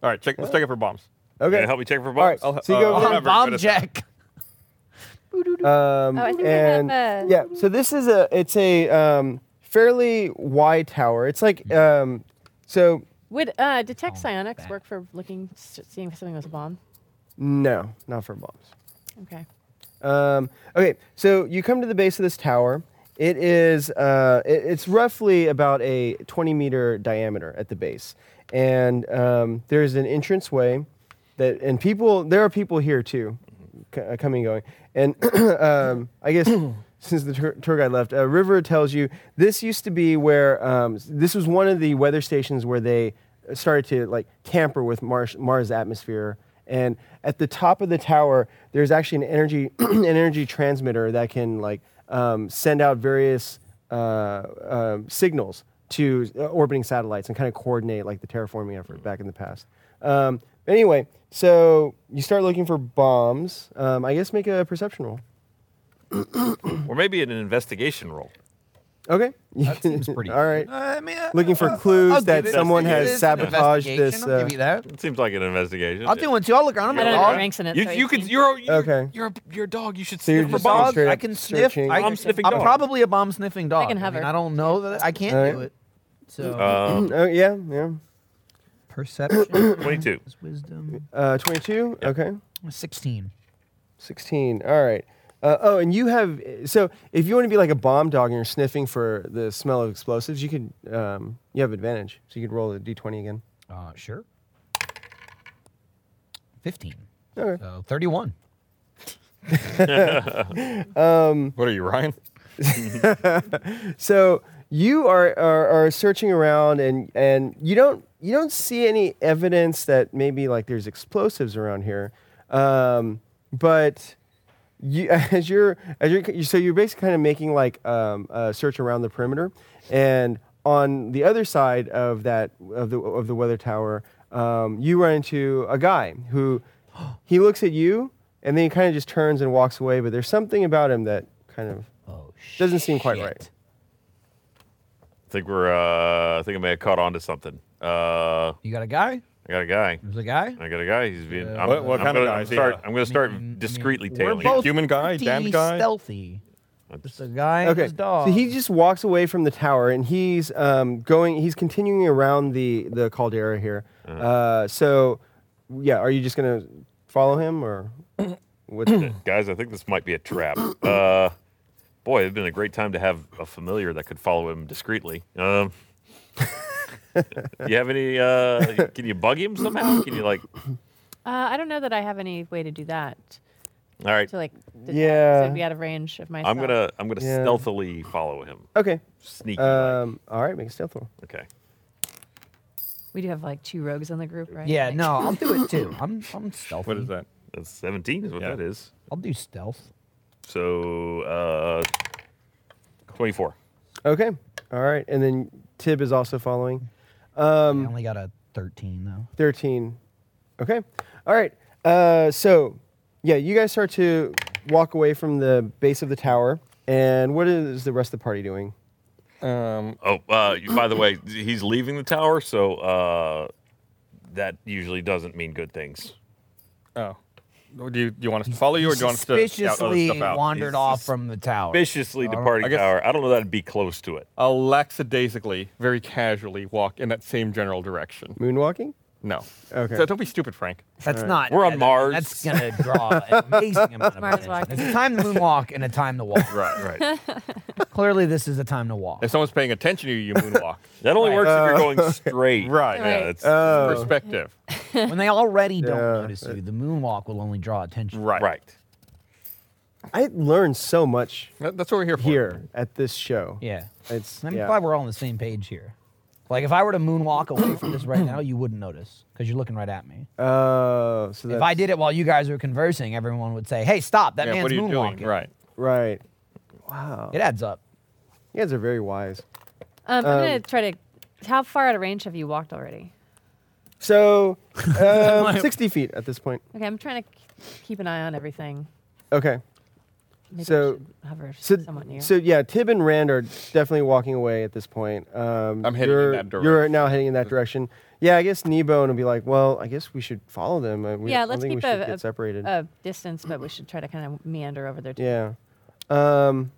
[SPEAKER 5] All right, check. Let's check it for bombs.
[SPEAKER 1] Okay.
[SPEAKER 2] Yeah, help me check for
[SPEAKER 1] All right.
[SPEAKER 2] bombs.
[SPEAKER 1] so you go over
[SPEAKER 5] uh, I'll
[SPEAKER 7] Bomb,
[SPEAKER 5] never
[SPEAKER 7] bomb
[SPEAKER 5] notice that.
[SPEAKER 7] jack.
[SPEAKER 1] Um,
[SPEAKER 3] Oh, I think we
[SPEAKER 1] and
[SPEAKER 3] have, [laughs] uh,
[SPEAKER 1] yeah, so this is a it's a um, fairly wide tower. It's like
[SPEAKER 7] Hmm.
[SPEAKER 1] um, so
[SPEAKER 3] Would uh, detect psionics
[SPEAKER 7] back.
[SPEAKER 3] work for looking, s- seeing if something was a bomb?
[SPEAKER 1] no, not for bombs.
[SPEAKER 3] Okay.
[SPEAKER 1] Um, okay, so you come to the base of this tower. It is uh, it- it's roughly about a 20 meter diameter at the base, and um, there's an entrance way that and people there are people here too, c- uh, coming and going, and [coughs] um, I guess. [laughs] Since the tour, tour guide left, uh, River tells you this used to be where um, s- this was one of the weather stations where they started to like tamper with Mars, Mars atmosphere. And at the top of the tower, there's actually an energy [clears throat] an energy transmitter that can like um, send out various uh, uh, signals to uh, orbiting satellites and kind of coordinate like the terraforming effort back in the past. Um, anyway, so you start looking for bombs. Um, I guess make a perception roll.
[SPEAKER 2] Or maybe an investigation roll.
[SPEAKER 1] Okay.
[SPEAKER 7] That seems
[SPEAKER 1] [laughs]
[SPEAKER 7] pretty-
[SPEAKER 1] All right.
[SPEAKER 6] I mean, uh,
[SPEAKER 1] Looking for
[SPEAKER 6] I'll-
[SPEAKER 1] clues
[SPEAKER 6] I'll give
[SPEAKER 1] that
[SPEAKER 6] it a-
[SPEAKER 1] someone has
[SPEAKER 6] it is an
[SPEAKER 1] sabotaged
[SPEAKER 6] investigation,
[SPEAKER 1] this,
[SPEAKER 6] I'll give
[SPEAKER 1] uh,
[SPEAKER 6] you that.
[SPEAKER 2] It seems like an investigation.
[SPEAKER 6] I'll do one too. I'll look around.
[SPEAKER 3] I
[SPEAKER 6] I'm a
[SPEAKER 3] don't know
[SPEAKER 6] dog.
[SPEAKER 3] the ranks in it.
[SPEAKER 2] You,
[SPEAKER 3] so
[SPEAKER 2] you can.
[SPEAKER 3] 18.
[SPEAKER 2] You're, a- you're
[SPEAKER 1] Okay.
[SPEAKER 2] You're a, you're a dog. You should
[SPEAKER 1] So you're
[SPEAKER 2] sniff for
[SPEAKER 1] just going
[SPEAKER 2] bombs.
[SPEAKER 1] straight
[SPEAKER 6] I
[SPEAKER 1] up
[SPEAKER 6] can sniff.
[SPEAKER 1] searching.
[SPEAKER 6] I,
[SPEAKER 2] I'm sniffing
[SPEAKER 6] I'm
[SPEAKER 2] dog.
[SPEAKER 6] probably a bomb sniffing dog.
[SPEAKER 3] can
[SPEAKER 6] I, mean,
[SPEAKER 3] hover.
[SPEAKER 6] I don't know that I can't
[SPEAKER 1] All
[SPEAKER 6] do
[SPEAKER 1] right.
[SPEAKER 6] it. So
[SPEAKER 2] Um,
[SPEAKER 1] [clears throat] oh yeah, yeah.
[SPEAKER 7] Perception.
[SPEAKER 1] [coughs]
[SPEAKER 2] 22.
[SPEAKER 7] is wisdom.
[SPEAKER 1] Uh, Twenty-two. Okay.
[SPEAKER 7] 16.
[SPEAKER 1] 16. All right. Uh, oh, and you have so if you want to be like a bomb dog and you're sniffing for the smell of explosives, you could um, you have advantage, so you could roll a d20 again.
[SPEAKER 7] Uh, sure. 15.
[SPEAKER 1] Okay.
[SPEAKER 7] So 31.
[SPEAKER 5] What are you, Ryan?
[SPEAKER 1] So you are, are are searching around and and you don't you don't see any evidence that maybe like there's explosives around here, um, but you [laughs] as you're as you're so you're basically kind of making like um, a search around the perimeter, and on the other side of that of the of the weather tower, um, you run into a guy who [gasps] he looks at you and then he kind of just turns and walks away. But there's something about him that kind of
[SPEAKER 7] Oh, shit.
[SPEAKER 1] doesn't seem quite right.
[SPEAKER 2] I think we're. Uh, I think I may have caught on to something. Uh, I
[SPEAKER 7] You got a guy?
[SPEAKER 2] got a guy.
[SPEAKER 7] There's a guy?
[SPEAKER 2] I got a guy. He's being.
[SPEAKER 7] Yeah.
[SPEAKER 2] I'm,
[SPEAKER 5] What- what
[SPEAKER 2] I'm
[SPEAKER 5] kind of
[SPEAKER 2] gonna
[SPEAKER 5] guy is he?
[SPEAKER 2] start.
[SPEAKER 5] Yeah.
[SPEAKER 2] I'm going to start
[SPEAKER 7] I mean,
[SPEAKER 2] discreetly
[SPEAKER 7] we're
[SPEAKER 2] tailing.
[SPEAKER 7] both-
[SPEAKER 2] him.
[SPEAKER 5] Human guy,
[SPEAKER 7] pretty
[SPEAKER 5] damned guy.
[SPEAKER 7] stealthy. Just a guy and
[SPEAKER 1] Okay.
[SPEAKER 7] his dog.
[SPEAKER 1] So he just walks away from the tower, and he's um, going. He's continuing around the the caldera here. uh so, yeah, are you just gonna follow him
[SPEAKER 7] [coughs]
[SPEAKER 1] or what?
[SPEAKER 2] Guys, I think this might be a trap. Uh, boy, it'd been a great time to have a familiar that could follow him discreetly. Um, you have any? Uh, can you bug him somehow? Can you like?
[SPEAKER 3] Uh, I don't know that I have any way to do that.
[SPEAKER 2] All right,
[SPEAKER 3] To like, detect, so
[SPEAKER 1] Yeah.
[SPEAKER 3] it'd be out of range of myself.
[SPEAKER 2] I'm gonna. I'm gonna
[SPEAKER 1] Yeah.
[SPEAKER 2] stealthily follow him.
[SPEAKER 1] okay.
[SPEAKER 2] Sneaky. like.
[SPEAKER 1] Um, all right, make a stealth roll.
[SPEAKER 2] Okay.
[SPEAKER 3] We do have like two rogues in the group, right?
[SPEAKER 7] yeah,
[SPEAKER 3] Like-
[SPEAKER 7] no, I'll do it too. [coughs] I'm, I'm stealthy.
[SPEAKER 5] What is that?
[SPEAKER 2] That's 17 is what
[SPEAKER 5] Yeah.
[SPEAKER 2] that is.
[SPEAKER 7] I'll do stealth.
[SPEAKER 2] So uh, 24.
[SPEAKER 1] Okay. All right, and then Tib is also following. Um,
[SPEAKER 7] I only got a 13, though.
[SPEAKER 1] 13. Okay. All right. Uh, so, yeah, you guys start to walk away from the base of the tower. And what is the rest of the party doing?
[SPEAKER 2] Oh, uh, you- by the way, he's leaving the tower, so uh, that usually doesn't mean good things.
[SPEAKER 5] Oh. Do you, do you want us to follow you or do you want us to shout other
[SPEAKER 7] Suspiciously
[SPEAKER 5] stuff out?
[SPEAKER 7] wandered
[SPEAKER 2] He's
[SPEAKER 7] off from the tower.
[SPEAKER 2] Viciously
[SPEAKER 5] Um, I
[SPEAKER 2] departing
[SPEAKER 5] guess-
[SPEAKER 2] tower. I don't know that'd be close to it.
[SPEAKER 5] I'll lackadaisically, very casually walk in that same general direction.
[SPEAKER 1] Moonwalking?
[SPEAKER 5] No.
[SPEAKER 1] Okay.
[SPEAKER 5] So don't be stupid, Frank.
[SPEAKER 7] That's not.
[SPEAKER 2] We're on
[SPEAKER 7] that-
[SPEAKER 2] Mars.
[SPEAKER 7] That's gonna draw an amazing amount of
[SPEAKER 3] Mars
[SPEAKER 7] attention.
[SPEAKER 3] walking.
[SPEAKER 7] It's a time to moonwalk and a time
[SPEAKER 1] [laughs]
[SPEAKER 7] to walk.
[SPEAKER 5] Right, right.
[SPEAKER 7] Clearly, this is a time to walk.
[SPEAKER 5] if someone's paying attention to you, [laughs] you moonwalk.
[SPEAKER 2] That only works if you're
[SPEAKER 5] [laughs]
[SPEAKER 2] going straight.
[SPEAKER 5] Right.
[SPEAKER 2] Yeah,
[SPEAKER 3] Right.
[SPEAKER 2] it's,
[SPEAKER 5] Oh. Uh, Perspective.
[SPEAKER 7] when they already don't
[SPEAKER 1] Yeah.
[SPEAKER 7] notice you, the moonwalk will only draw attention.
[SPEAKER 5] Right.
[SPEAKER 2] right.
[SPEAKER 1] I learned so much
[SPEAKER 5] That- That's what we're here for.
[SPEAKER 1] here at this show.
[SPEAKER 7] Yeah.
[SPEAKER 1] It's
[SPEAKER 7] I'm
[SPEAKER 1] yeah.
[SPEAKER 7] glad we're all on the same page here. Like, if I were to moonwalk away from this right now, you wouldn't notice because you're looking right at me.
[SPEAKER 5] Uh,
[SPEAKER 1] Oh, so that's
[SPEAKER 7] If I did it while you guys were conversing, everyone would say, "Hey, stop! That
[SPEAKER 5] Yeah,
[SPEAKER 7] man's
[SPEAKER 5] what are you
[SPEAKER 7] moonwalking."
[SPEAKER 5] doing? Right.
[SPEAKER 1] right. Wow,
[SPEAKER 7] It adds up.
[SPEAKER 1] you guys are very wise.
[SPEAKER 3] Um, I'm gonna try to. How far out of range have you walked already?
[SPEAKER 7] [laughs]
[SPEAKER 1] So, um, sixty feet at this point.
[SPEAKER 3] Okay, I'm trying to k- keep an eye on everything.
[SPEAKER 1] Okay.
[SPEAKER 3] Maybe I
[SPEAKER 1] So-
[SPEAKER 3] should hover
[SPEAKER 1] So,
[SPEAKER 3] somewhat near.
[SPEAKER 1] so yeah, Tib and Rand are definitely walking away at this point. Um,
[SPEAKER 5] I'm heading in
[SPEAKER 1] you're,
[SPEAKER 5] that direction.
[SPEAKER 1] You're now heading in that direction. Yeah, I guess Nebo will be like, well, I guess we should follow them. Uh, we
[SPEAKER 3] yeah,
[SPEAKER 1] don't
[SPEAKER 3] let's
[SPEAKER 1] think
[SPEAKER 3] keep
[SPEAKER 1] we should
[SPEAKER 3] a,
[SPEAKER 1] get
[SPEAKER 3] a-
[SPEAKER 1] separated.
[SPEAKER 3] a distance, but we should try to kind of meander over there. Too.
[SPEAKER 1] Yeah. Um,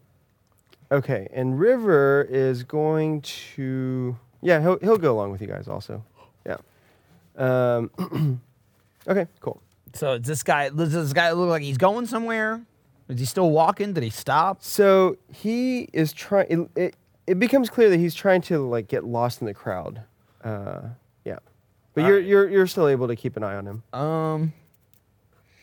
[SPEAKER 1] okay, and River is going to. Yeah, he'll, he'll go along with you guys also. Yeah. Um, [clears throat] okay, cool.
[SPEAKER 7] So does this guy, does this guy look like he's going somewhere? Is he still walking? Did he stop?
[SPEAKER 1] So he is trying. It, it, it becomes clear that he's trying to like get lost in the crowd. Uh, yeah, but you're, you're you're still able to keep an eye on him.
[SPEAKER 7] Um,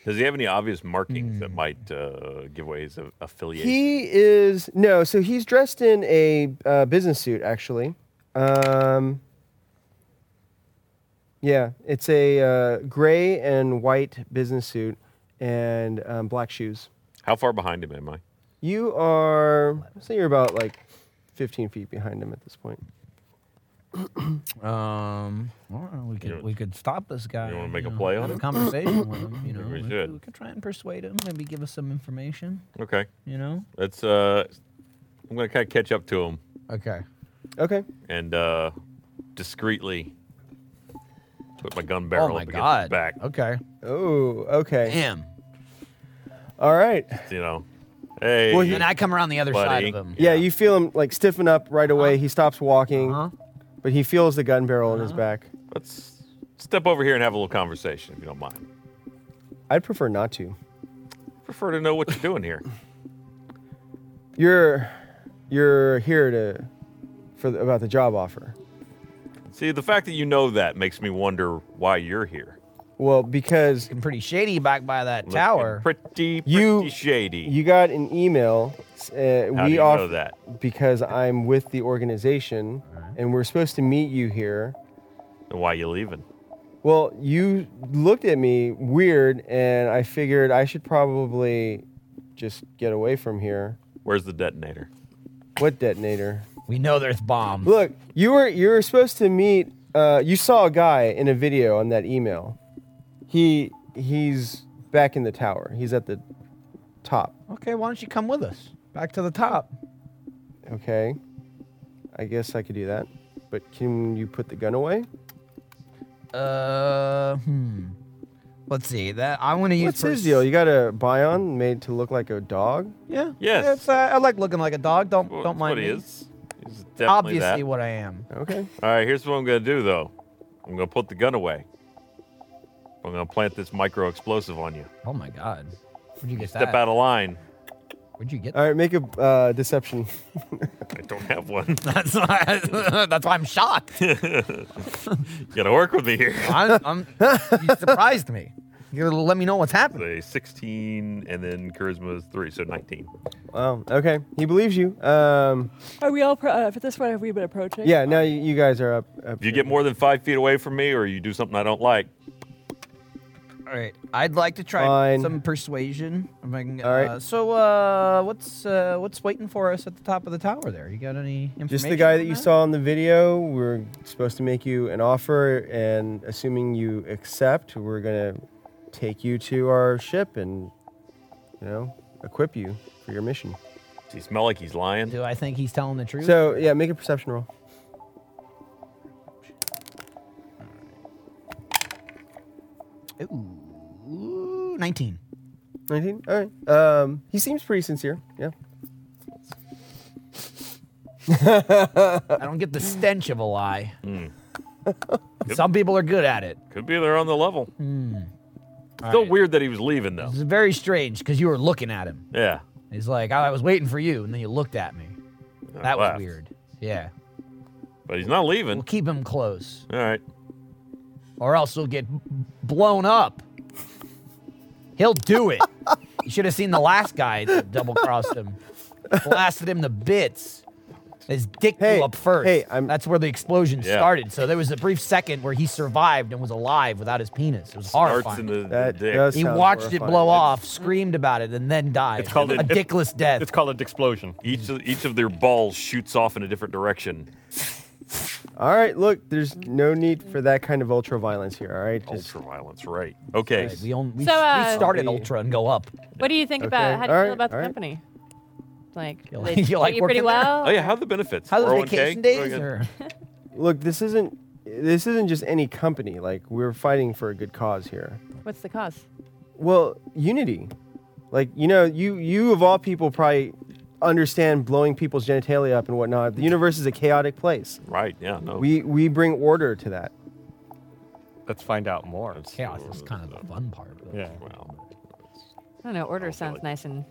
[SPEAKER 2] Does he have any obvious markings
[SPEAKER 5] Hmm.
[SPEAKER 2] that might uh, give away his a- affiliation?
[SPEAKER 1] He is no, so he's dressed in a uh, business suit actually. Um, yeah, it's a uh, gray and white business suit and um, black shoes.
[SPEAKER 2] How far behind him am I?
[SPEAKER 1] You are, say you're about like 15 feet behind him at this point.
[SPEAKER 7] um, all right, we could we could stop this guy.
[SPEAKER 2] wanna make a play on
[SPEAKER 7] have
[SPEAKER 2] him?
[SPEAKER 7] A conversation with
[SPEAKER 2] [coughs]
[SPEAKER 7] him. You know,
[SPEAKER 2] we
[SPEAKER 7] Maybe
[SPEAKER 2] should.
[SPEAKER 7] we could try and persuade him. Maybe give us some information.
[SPEAKER 2] Okay,
[SPEAKER 7] You know.
[SPEAKER 2] that's. Uh, I'm gonna kind of catch up to him
[SPEAKER 7] Okay.
[SPEAKER 1] Okay.
[SPEAKER 2] and uh, discreetly put my gun barrel
[SPEAKER 7] oh my
[SPEAKER 2] up against
[SPEAKER 7] God.
[SPEAKER 2] his back.
[SPEAKER 7] Okay.
[SPEAKER 1] Oh, okay.
[SPEAKER 7] Damn.
[SPEAKER 1] All right.
[SPEAKER 2] You know, hey.
[SPEAKER 7] Well,
[SPEAKER 2] you-
[SPEAKER 7] then I come around the other side
[SPEAKER 2] buddy.
[SPEAKER 7] of him.
[SPEAKER 1] Yeah, you feel him like stiffen up right away. He stops walking,
[SPEAKER 7] Uh-huh.
[SPEAKER 1] but he feels the gun barrel in his back.
[SPEAKER 2] let's step over here and have a little conversation if you don't mind.
[SPEAKER 1] I'd prefer not to.
[SPEAKER 2] Prefer to know what you're doing here.
[SPEAKER 1] You're you're here to for the, about the job offer.
[SPEAKER 2] See, the fact that you know that makes me wonder why you're here.
[SPEAKER 1] Well, because
[SPEAKER 7] Looking pretty shady back by that
[SPEAKER 2] Looking
[SPEAKER 7] tower.
[SPEAKER 2] Pretty, pretty
[SPEAKER 1] You-
[SPEAKER 2] shady.
[SPEAKER 1] you got an email. s- Uh,
[SPEAKER 2] How
[SPEAKER 1] we
[SPEAKER 2] do you
[SPEAKER 1] off-
[SPEAKER 2] know that?
[SPEAKER 1] because I'm with the organization, and we're supposed to meet you here.
[SPEAKER 2] And why you leaving?
[SPEAKER 1] Well, you looked at me weird, and I figured I should probably just get away from here.
[SPEAKER 2] Where's the detonator?
[SPEAKER 1] What detonator?
[SPEAKER 7] we know there's bombs.
[SPEAKER 1] Look, you were you were supposed to meet. Uh, you saw a guy in a video on that email. He he's back in the tower. He's at the top.
[SPEAKER 7] Okay, why don't you come with us back to the top?
[SPEAKER 1] Okay, I guess I could do that. But can you put the gun away?
[SPEAKER 7] Uh, hmm. Let's see. That I want to use.
[SPEAKER 1] What's his
[SPEAKER 7] pers-
[SPEAKER 1] deal? You got a Bion made to look like a dog.
[SPEAKER 7] Yeah.
[SPEAKER 2] Yes.
[SPEAKER 7] It's, uh, I like looking like a dog. Don't
[SPEAKER 2] Well,
[SPEAKER 7] don't
[SPEAKER 2] that's
[SPEAKER 7] mind
[SPEAKER 2] what he
[SPEAKER 7] me.
[SPEAKER 2] is. He's definitely
[SPEAKER 7] Obviously,
[SPEAKER 2] that.
[SPEAKER 7] what I am.
[SPEAKER 1] Okay.
[SPEAKER 2] All right, here's what I'm gonna do though. I'm gonna put the gun away. I'm gonna plant this micro explosive on you.
[SPEAKER 7] Oh my God. Where'd you get
[SPEAKER 2] Step
[SPEAKER 7] that?
[SPEAKER 2] out of line.
[SPEAKER 7] Where'd you get
[SPEAKER 1] All right. Make a uh, deception.
[SPEAKER 2] I don't have one.
[SPEAKER 7] [laughs]
[SPEAKER 2] [laughs]
[SPEAKER 7] That's why, [laughs] that's why I'm shocked.
[SPEAKER 2] you gotta work with me here.
[SPEAKER 7] I'm, I'm, you surprised me. You gotta let me know what's
[SPEAKER 2] Say
[SPEAKER 7] happening.
[SPEAKER 2] 16 and then charisma is three, so 19.
[SPEAKER 1] Wow. Okay. He believes you. Um.
[SPEAKER 9] Are we all pro- uh, at this point? Have we been approaching?
[SPEAKER 1] Yeah. Now you, you guys are up. up
[SPEAKER 2] If you
[SPEAKER 1] here.
[SPEAKER 2] get more than five feet away from me or you do something I don't like,
[SPEAKER 7] All right. I'd like to try
[SPEAKER 1] Fine.
[SPEAKER 7] some persuasion. If I can,
[SPEAKER 1] All right.
[SPEAKER 7] uh, so, uh, what's uh, what's waiting for us at the top of the tower there? You got any information?
[SPEAKER 1] Just the guy
[SPEAKER 7] on
[SPEAKER 1] that you saw in the video. We're supposed to make you an offer, and assuming you accept, we're gonna take you to our ship and, you know, equip you for your mission.
[SPEAKER 2] does he smell like he's lying?
[SPEAKER 7] Do I think he's telling the truth?
[SPEAKER 1] So yeah, make a perception roll.
[SPEAKER 7] Ooh, 19.
[SPEAKER 1] Nineteen. All right. Um, he seems pretty sincere. Yeah. Uh,
[SPEAKER 7] I don't get the stench of a lie. [laughs] Some people are good at it.
[SPEAKER 2] Could be they're on the level.
[SPEAKER 7] Hmm.
[SPEAKER 2] Still weird that he was leaving though.
[SPEAKER 7] This is very strange because you were looking at him.
[SPEAKER 2] Yeah.
[SPEAKER 7] He's like, I was waiting for you, and then you looked at me. That was
[SPEAKER 2] left.
[SPEAKER 7] weird. Yeah.
[SPEAKER 2] But he's not leaving.
[SPEAKER 7] We'll keep him close,
[SPEAKER 2] All right.
[SPEAKER 7] or else he'll get blown up. He'll do it. you should have seen the last guy that double crossed him, blasted him to bits. His dick
[SPEAKER 1] Hey,
[SPEAKER 7] blew up first.
[SPEAKER 1] hey, I'm-
[SPEAKER 7] That's where the explosion
[SPEAKER 2] Yeah.
[SPEAKER 7] started. So there was a brief second where he survived and was alive without his penis. It was
[SPEAKER 2] Starts
[SPEAKER 7] horrifying.
[SPEAKER 2] in the, the
[SPEAKER 1] That
[SPEAKER 2] dick.
[SPEAKER 1] does-
[SPEAKER 7] he
[SPEAKER 1] Sounds
[SPEAKER 7] watched it
[SPEAKER 1] horrifying.
[SPEAKER 7] blow
[SPEAKER 1] It's-
[SPEAKER 7] off, screamed about it, and then died. It's
[SPEAKER 5] called
[SPEAKER 7] a
[SPEAKER 5] an-
[SPEAKER 7] dickless death.
[SPEAKER 5] It's called a explosion.
[SPEAKER 2] Each of, each of their balls shoots off in a different direction.
[SPEAKER 1] All right. Look, there's no need for that kind of ultra violence here. All right. Just
[SPEAKER 2] Ultra violence, right? Okay.
[SPEAKER 7] Right, we only we,
[SPEAKER 3] So,
[SPEAKER 7] s- we
[SPEAKER 3] uh,
[SPEAKER 7] started
[SPEAKER 1] The-
[SPEAKER 7] ultra and go up.
[SPEAKER 3] What do you think
[SPEAKER 1] Okay,
[SPEAKER 3] about how do you
[SPEAKER 1] alright,
[SPEAKER 3] feel about the
[SPEAKER 1] alright.
[SPEAKER 3] company? Like, do
[SPEAKER 7] You like-
[SPEAKER 1] [laughs]
[SPEAKER 3] they
[SPEAKER 7] you
[SPEAKER 3] treat
[SPEAKER 7] like
[SPEAKER 3] you pretty
[SPEAKER 7] working there?
[SPEAKER 3] well?
[SPEAKER 2] Oh yeah, how are the benefits?
[SPEAKER 7] How's those
[SPEAKER 2] 401k?
[SPEAKER 7] vacation
[SPEAKER 2] Very
[SPEAKER 7] days?
[SPEAKER 2] good.
[SPEAKER 7] Or?
[SPEAKER 1] look. This isn't. This isn't just any company. Like we're fighting for a good cause here.
[SPEAKER 3] What's the cause?
[SPEAKER 1] Well, unity. Like you know, you you of all people probably understand blowing people's genitalia up and whatnot. The universe is a chaotic place.
[SPEAKER 2] Right? Yeah. No.
[SPEAKER 1] We we bring order to that.
[SPEAKER 5] Let's find out more.
[SPEAKER 7] Chaos is kind of the fun part.
[SPEAKER 5] Yeah.
[SPEAKER 2] Well,
[SPEAKER 3] I don't know. Order sounds nice and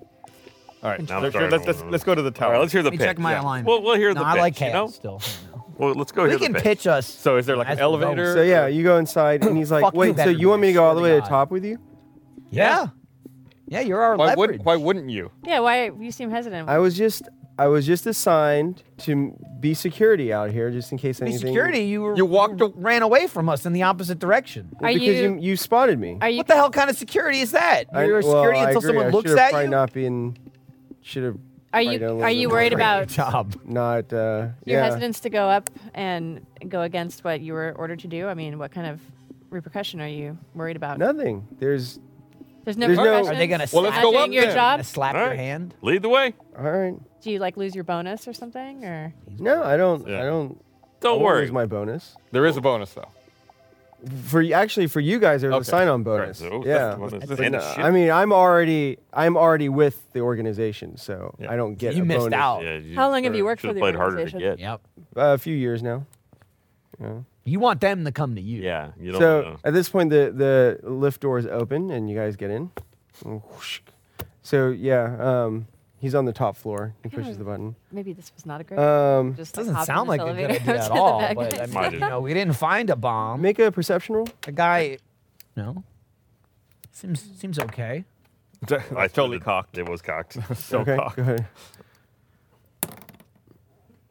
[SPEAKER 5] All right,
[SPEAKER 2] Now I'm
[SPEAKER 5] let's,
[SPEAKER 2] starting
[SPEAKER 5] let's,
[SPEAKER 2] to-
[SPEAKER 5] let's, let's go to the
[SPEAKER 2] All
[SPEAKER 5] tower.
[SPEAKER 2] right, let's hear the
[SPEAKER 7] Let me
[SPEAKER 2] pitch.
[SPEAKER 7] check my
[SPEAKER 2] yeah.
[SPEAKER 7] alignment.
[SPEAKER 2] Well, we'll hear
[SPEAKER 7] no,
[SPEAKER 2] the
[SPEAKER 7] I
[SPEAKER 2] pitch.
[SPEAKER 7] like chaos
[SPEAKER 2] you know?
[SPEAKER 7] still. you know.
[SPEAKER 2] Well, let's go
[SPEAKER 7] They
[SPEAKER 2] hear
[SPEAKER 7] can
[SPEAKER 2] the pitch.
[SPEAKER 7] pitch us.
[SPEAKER 5] So is there like
[SPEAKER 7] as
[SPEAKER 5] an
[SPEAKER 7] we're going.
[SPEAKER 5] elevator?
[SPEAKER 1] So yeah, you go inside, and he's like,
[SPEAKER 7] Fuck you
[SPEAKER 1] "Wait, so
[SPEAKER 7] better,
[SPEAKER 1] you want me to go all the way
[SPEAKER 7] swear
[SPEAKER 1] to
[SPEAKER 7] to
[SPEAKER 1] the
[SPEAKER 7] God.
[SPEAKER 1] top with you?"
[SPEAKER 7] Yeah. Yeah, you're our
[SPEAKER 5] Why,
[SPEAKER 7] leverage.
[SPEAKER 5] would, why wouldn't you?
[SPEAKER 3] Yeah, why you seem hesitant?
[SPEAKER 1] I was just, I was just assigned to m- be security out here, just in case
[SPEAKER 7] Be
[SPEAKER 1] anything.
[SPEAKER 7] security, you were,
[SPEAKER 5] You walked a-
[SPEAKER 7] ran away from us in the opposite direction.
[SPEAKER 3] are
[SPEAKER 1] because you,
[SPEAKER 3] you,
[SPEAKER 1] you spotted me.
[SPEAKER 3] are you
[SPEAKER 6] What the hell kind of security is that?
[SPEAKER 1] I-
[SPEAKER 6] You're a
[SPEAKER 1] well,
[SPEAKER 6] security
[SPEAKER 1] I
[SPEAKER 6] until
[SPEAKER 1] agree.
[SPEAKER 6] someone
[SPEAKER 1] I
[SPEAKER 6] looks
[SPEAKER 1] should've
[SPEAKER 6] at
[SPEAKER 1] probably
[SPEAKER 6] you.
[SPEAKER 1] not been. Should have
[SPEAKER 3] are
[SPEAKER 1] I
[SPEAKER 3] you
[SPEAKER 1] don't
[SPEAKER 3] are
[SPEAKER 1] even
[SPEAKER 3] you
[SPEAKER 1] know.
[SPEAKER 3] worried
[SPEAKER 1] Great
[SPEAKER 3] about
[SPEAKER 7] job.
[SPEAKER 1] [laughs] not. Uh,
[SPEAKER 3] your
[SPEAKER 1] yeah.
[SPEAKER 3] hesitance to go up and go against what you were ordered to do? I mean, what kind of repercussion are you worried about?
[SPEAKER 1] Nothing. There's.
[SPEAKER 3] There's no
[SPEAKER 1] there's no-
[SPEAKER 3] repercussions.
[SPEAKER 1] Are
[SPEAKER 7] Are they gonna
[SPEAKER 5] Well, let's
[SPEAKER 3] Not
[SPEAKER 5] go
[SPEAKER 3] doing
[SPEAKER 5] up
[SPEAKER 3] your
[SPEAKER 5] then.
[SPEAKER 3] job?
[SPEAKER 7] slap
[SPEAKER 2] All
[SPEAKER 7] your
[SPEAKER 2] right.
[SPEAKER 7] hand?
[SPEAKER 2] Lead the way.
[SPEAKER 1] All right.
[SPEAKER 3] Do you like lose your bonus or something? Or
[SPEAKER 1] No, I don't.
[SPEAKER 5] Yeah.
[SPEAKER 1] I don't. I
[SPEAKER 2] Don't
[SPEAKER 1] won't
[SPEAKER 2] worry.
[SPEAKER 1] Lose my bonus.
[SPEAKER 5] There is a bonus though.
[SPEAKER 1] For y- actually, for you guys, there was
[SPEAKER 5] Okay.
[SPEAKER 1] a sign-on
[SPEAKER 2] All right,
[SPEAKER 1] bonus.
[SPEAKER 2] so
[SPEAKER 1] yeah.
[SPEAKER 2] that's the bonus.
[SPEAKER 5] But
[SPEAKER 2] And
[SPEAKER 1] No,
[SPEAKER 2] the ship.
[SPEAKER 1] I mean, I'm already, I'm already with the organization, so
[SPEAKER 5] Yeah.
[SPEAKER 1] I don't get.
[SPEAKER 7] You
[SPEAKER 1] a
[SPEAKER 7] missed
[SPEAKER 1] bonus.
[SPEAKER 7] out.
[SPEAKER 2] Yeah, you
[SPEAKER 3] How long have you
[SPEAKER 2] should've-
[SPEAKER 3] worked for
[SPEAKER 2] should've
[SPEAKER 3] the
[SPEAKER 2] played harder to
[SPEAKER 3] organization?
[SPEAKER 2] get.
[SPEAKER 7] Yep.
[SPEAKER 1] Uh, a few years now.
[SPEAKER 7] You want them to come to you.
[SPEAKER 2] Yeah, you don't
[SPEAKER 1] So
[SPEAKER 2] know.
[SPEAKER 1] at this point, the the lift door is open, and you guys get in. And whoosh. So yeah, um, he's on the top floor. He pushes the button.
[SPEAKER 3] maybe this was not a great.
[SPEAKER 1] Um,
[SPEAKER 3] just
[SPEAKER 7] Doesn't
[SPEAKER 3] hop in
[SPEAKER 7] sound
[SPEAKER 3] this
[SPEAKER 7] like a good
[SPEAKER 3] [laughs] elevator
[SPEAKER 7] idea
[SPEAKER 3] to
[SPEAKER 7] at
[SPEAKER 3] the
[SPEAKER 7] all.
[SPEAKER 3] back.
[SPEAKER 7] But I
[SPEAKER 2] Might
[SPEAKER 7] mean,
[SPEAKER 2] do.
[SPEAKER 7] you know, we didn't find a bomb.
[SPEAKER 1] make a perception roll.
[SPEAKER 2] [laughs]
[SPEAKER 7] The guy, no, seems seems okay.
[SPEAKER 2] I
[SPEAKER 5] totally
[SPEAKER 2] cocked. It was [laughs] cocked.
[SPEAKER 5] So
[SPEAKER 1] okay,
[SPEAKER 5] cocked.
[SPEAKER 1] go ahead.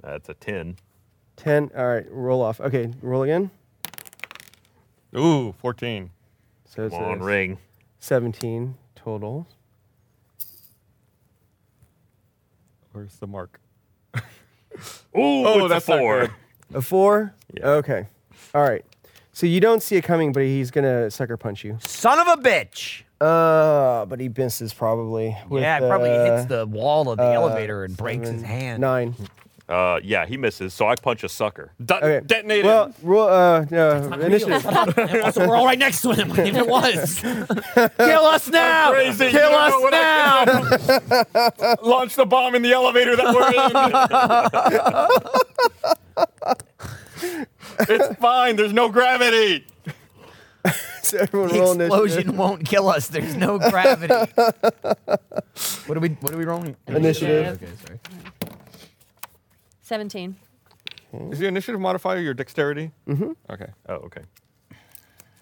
[SPEAKER 2] That's a ten.
[SPEAKER 1] Ten. All right, roll off. Okay, roll again.
[SPEAKER 5] Ooh, 14.
[SPEAKER 1] So it's
[SPEAKER 2] Come
[SPEAKER 1] a
[SPEAKER 2] on, ring.
[SPEAKER 1] seventeen total.
[SPEAKER 5] Where's the mark?
[SPEAKER 2] Ooh, oh, that's
[SPEAKER 5] not
[SPEAKER 2] four.
[SPEAKER 5] good.
[SPEAKER 1] A four.
[SPEAKER 2] Yeah.
[SPEAKER 1] Okay. All right. So you don't see it coming, but he's gonna sucker punch you.
[SPEAKER 7] Son of a bitch.
[SPEAKER 1] Uh, but he misses probably. with,
[SPEAKER 7] yeah, it probably
[SPEAKER 1] uh, Hmm.
[SPEAKER 7] hits the wall of the
[SPEAKER 1] uh,
[SPEAKER 7] elevator and breaks his
[SPEAKER 1] seven,
[SPEAKER 7] hand.
[SPEAKER 1] Nine.
[SPEAKER 2] Uh, yeah, he misses, so I punch a sucker.
[SPEAKER 5] De-
[SPEAKER 1] Okay.
[SPEAKER 5] Detonated.
[SPEAKER 1] Well, roll. Uh, no,
[SPEAKER 7] [laughs]
[SPEAKER 1] initiative. [laughs]
[SPEAKER 7] also, we're all right next to him. If it was, kill us now.
[SPEAKER 5] Crazy. You
[SPEAKER 7] Kill
[SPEAKER 5] don't
[SPEAKER 7] us
[SPEAKER 5] know what I
[SPEAKER 7] now.
[SPEAKER 5] can- [laughs] Launch the bomb in the elevator that we're in. it's fine. There's no gravity.
[SPEAKER 1] So everyone roll
[SPEAKER 7] The
[SPEAKER 1] initiative.
[SPEAKER 7] explosion won't kill us. There's
[SPEAKER 1] [laughs]
[SPEAKER 7] no gravity. what are we? What are we rolling?
[SPEAKER 1] Initiative.
[SPEAKER 7] Okay, sorry.
[SPEAKER 3] Seventeen.
[SPEAKER 5] Is your initiative modifier your dexterity? Mm-hmm. Okay.
[SPEAKER 2] Oh, okay.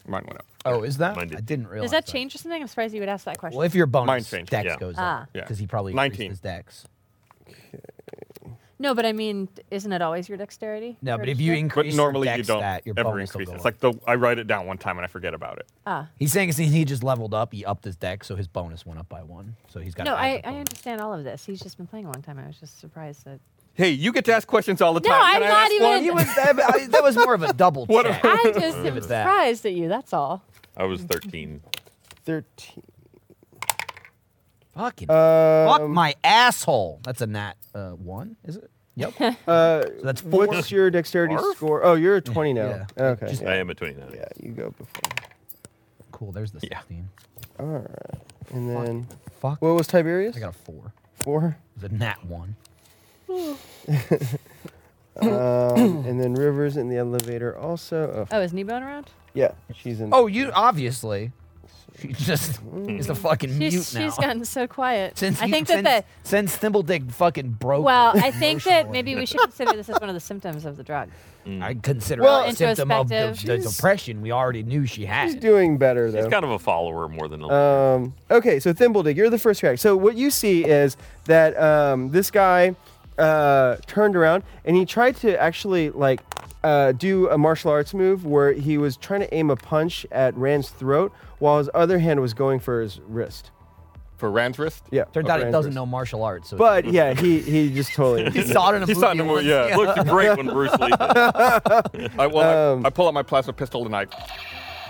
[SPEAKER 5] Mine went up.
[SPEAKER 7] Oh, is that?
[SPEAKER 2] Mine did.
[SPEAKER 7] I didn't
[SPEAKER 3] Does
[SPEAKER 7] realize.
[SPEAKER 3] that change or something? I'm surprised you would ask that question.
[SPEAKER 7] Well, if your
[SPEAKER 5] Mine
[SPEAKER 7] bonus
[SPEAKER 5] changed,
[SPEAKER 7] dex
[SPEAKER 2] yeah.
[SPEAKER 7] goes
[SPEAKER 3] Ah.
[SPEAKER 7] up,
[SPEAKER 5] Yeah.
[SPEAKER 7] because he probably increased
[SPEAKER 5] 19.
[SPEAKER 7] his dex.
[SPEAKER 3] no, but I mean, isn't it always your dexterity?
[SPEAKER 7] No,
[SPEAKER 3] Or
[SPEAKER 7] but
[SPEAKER 3] does
[SPEAKER 7] if you
[SPEAKER 3] it-
[SPEAKER 5] But
[SPEAKER 7] increase
[SPEAKER 5] normally
[SPEAKER 7] your
[SPEAKER 5] you
[SPEAKER 7] dex
[SPEAKER 5] don't
[SPEAKER 7] stat, your
[SPEAKER 5] ever
[SPEAKER 7] bonus will
[SPEAKER 5] increase
[SPEAKER 7] go
[SPEAKER 5] it.
[SPEAKER 7] up.
[SPEAKER 5] It's like the I write it down one time and I forget about it.
[SPEAKER 3] ah,
[SPEAKER 7] He's saying since he just leveled up, he upped his deck, so his bonus went up by one. So he's got.
[SPEAKER 3] no, I, I understand all of this. He's just been playing a long time. I was just surprised
[SPEAKER 7] [laughs]
[SPEAKER 3] that
[SPEAKER 5] Hey, you get to ask questions all the
[SPEAKER 3] No,
[SPEAKER 5] time.
[SPEAKER 3] I'm
[SPEAKER 5] Can I
[SPEAKER 3] not
[SPEAKER 5] ask
[SPEAKER 3] even-
[SPEAKER 5] one?
[SPEAKER 7] He was, that, I- that was more of a double
[SPEAKER 5] What a-
[SPEAKER 7] check.
[SPEAKER 3] I just am
[SPEAKER 7] that.
[SPEAKER 3] surprised at you. That's all.
[SPEAKER 2] I was thirteen.
[SPEAKER 1] Thirteen.
[SPEAKER 7] Fucking fuck
[SPEAKER 1] Um,
[SPEAKER 7] my asshole. That's a nat uh, one, is it? Yep. so
[SPEAKER 1] [laughs] uh,
[SPEAKER 7] that's four.
[SPEAKER 1] what's your dexterity
[SPEAKER 2] Barf?
[SPEAKER 1] score? Oh, you're a twenty now.
[SPEAKER 7] Yeah.
[SPEAKER 1] Okay.
[SPEAKER 7] Just-
[SPEAKER 2] I
[SPEAKER 1] yeah.
[SPEAKER 2] am at twenty nine.
[SPEAKER 1] Yeah, you go before.
[SPEAKER 7] cool. There's the sixteen.
[SPEAKER 1] And then
[SPEAKER 7] Fuck.
[SPEAKER 1] what was Tiberius?
[SPEAKER 7] I got a four.
[SPEAKER 1] four.
[SPEAKER 7] It was a nat one.
[SPEAKER 1] Um, and then Rivers in the elevator also. Oh,
[SPEAKER 3] Oh, is Kneebone around?
[SPEAKER 1] yeah, Mm. she's in.
[SPEAKER 7] Oh, you obviously. She just is a fucking mute
[SPEAKER 3] She's,
[SPEAKER 7] now.
[SPEAKER 3] she's gotten so quiet.
[SPEAKER 7] [laughs] since
[SPEAKER 3] I
[SPEAKER 7] you-
[SPEAKER 3] think
[SPEAKER 7] since,
[SPEAKER 3] that
[SPEAKER 7] since Thimbledick fucking
[SPEAKER 3] the
[SPEAKER 7] broke.
[SPEAKER 3] well,
[SPEAKER 7] [laughs] her
[SPEAKER 3] I think that
[SPEAKER 7] emotionally.
[SPEAKER 3] maybe we should consider this as one of the symptoms of the drug.
[SPEAKER 7] I consider
[SPEAKER 1] Well,
[SPEAKER 7] it a symptom of the, the
[SPEAKER 3] introspective.
[SPEAKER 7] depression we already knew she had.
[SPEAKER 1] she's doing better though.
[SPEAKER 2] He's kind of a follower more than a.
[SPEAKER 5] Uh,
[SPEAKER 1] Um, okay, so Thimbledick, you're the first guy. So what you see is that um, this guy uh, turned around and he tried to actually like uh, do a martial arts move where he was trying to aim a punch at Rand's throat while his other hand was going for his wrist.
[SPEAKER 5] For Rand's wrist?
[SPEAKER 1] Yeah,
[SPEAKER 7] Turns
[SPEAKER 1] up
[SPEAKER 7] out it
[SPEAKER 1] Rand's
[SPEAKER 7] doesn't
[SPEAKER 1] wrist.
[SPEAKER 7] know martial arts. So
[SPEAKER 1] But yeah, he he just
[SPEAKER 2] [laughs]
[SPEAKER 7] he [laughs]
[SPEAKER 1] totally.
[SPEAKER 7] saw it in a
[SPEAKER 5] He
[SPEAKER 7] movie.
[SPEAKER 5] saw it in a
[SPEAKER 7] once.
[SPEAKER 5] movie, yeah.
[SPEAKER 2] Looked great when Bruce Lee. Did. it.
[SPEAKER 5] I, well, I-
[SPEAKER 1] Um,
[SPEAKER 5] I, pull out my plasma pistol and I.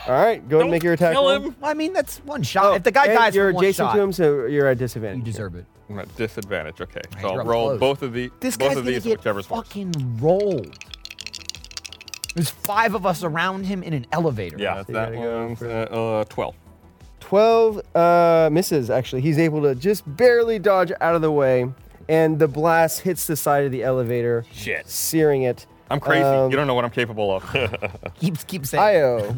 [SPEAKER 1] All right, go and make your attack.
[SPEAKER 2] kill
[SPEAKER 1] roll.
[SPEAKER 2] him.
[SPEAKER 7] I mean, that's one shot. if the guy
[SPEAKER 1] And
[SPEAKER 7] dies,
[SPEAKER 1] Oh, you're
[SPEAKER 7] from one
[SPEAKER 1] adjacent
[SPEAKER 7] shot,
[SPEAKER 1] to him, so you're at
[SPEAKER 7] You
[SPEAKER 1] disadvantage.
[SPEAKER 7] deserve it.
[SPEAKER 5] I'm at disadvantage. Okay,
[SPEAKER 7] Right,
[SPEAKER 5] so
[SPEAKER 7] you're
[SPEAKER 5] I'll
[SPEAKER 7] up
[SPEAKER 5] roll
[SPEAKER 7] close.
[SPEAKER 5] both of the
[SPEAKER 7] This
[SPEAKER 5] both
[SPEAKER 7] guy's
[SPEAKER 5] of these,
[SPEAKER 7] gonna
[SPEAKER 5] whichever's
[SPEAKER 7] get
[SPEAKER 5] worse.
[SPEAKER 7] fucking rolled. There's five of us around him in an elevator.
[SPEAKER 2] Yeah.
[SPEAKER 5] That's that
[SPEAKER 1] You gotta go
[SPEAKER 5] one. Uh, uh, Twelve.
[SPEAKER 1] 12 uh, misses, actually. He's able to just barely dodge out of the way, and the blast hits the side of the elevator,
[SPEAKER 2] Shit.
[SPEAKER 1] searing it.
[SPEAKER 5] I'm crazy.
[SPEAKER 1] Um,
[SPEAKER 5] [laughs] you don't know what I'm capable of.
[SPEAKER 1] uh,
[SPEAKER 7] Keeps keep saying.
[SPEAKER 1] Io.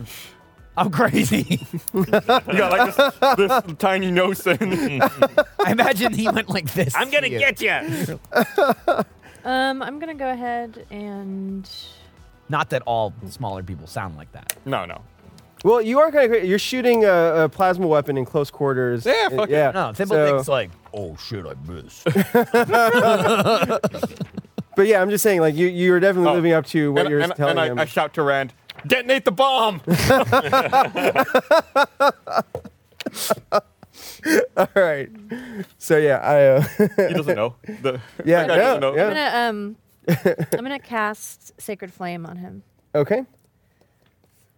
[SPEAKER 7] I'm crazy. [laughs]
[SPEAKER 5] You got like this, this tiny nose thing.
[SPEAKER 7] I imagine he went like this.
[SPEAKER 2] I'm gonna
[SPEAKER 7] to you.
[SPEAKER 2] get you.
[SPEAKER 3] Um, I'm gonna go ahead and
[SPEAKER 7] Not that all smaller people sound like that.
[SPEAKER 5] No, no.
[SPEAKER 1] Well, you are kind of you're shooting a, a plasma weapon in close quarters.
[SPEAKER 5] Yeah,
[SPEAKER 1] Uh,
[SPEAKER 5] fuck it.
[SPEAKER 1] yeah.
[SPEAKER 7] No, Thimble
[SPEAKER 1] So-
[SPEAKER 7] Dick's like, oh shit, I missed.
[SPEAKER 1] But yeah, I'm just saying, like you you're definitely
[SPEAKER 5] Oh.
[SPEAKER 1] living up to what
[SPEAKER 5] and
[SPEAKER 1] you're
[SPEAKER 5] and,
[SPEAKER 1] telling
[SPEAKER 5] and
[SPEAKER 1] him. [laughs]
[SPEAKER 5] I, I shout to Rand, detonate the bomb.
[SPEAKER 1] All right. So yeah, I. Uh, [laughs]
[SPEAKER 5] he
[SPEAKER 2] [laughs]
[SPEAKER 5] doesn't know. The,
[SPEAKER 1] Yeah,
[SPEAKER 5] that guy
[SPEAKER 1] yeah,
[SPEAKER 5] doesn't know.
[SPEAKER 1] yeah.
[SPEAKER 3] I'm gonna um, I'm
[SPEAKER 7] [laughs]
[SPEAKER 3] gonna cast Sacred Flame on him,
[SPEAKER 1] okay.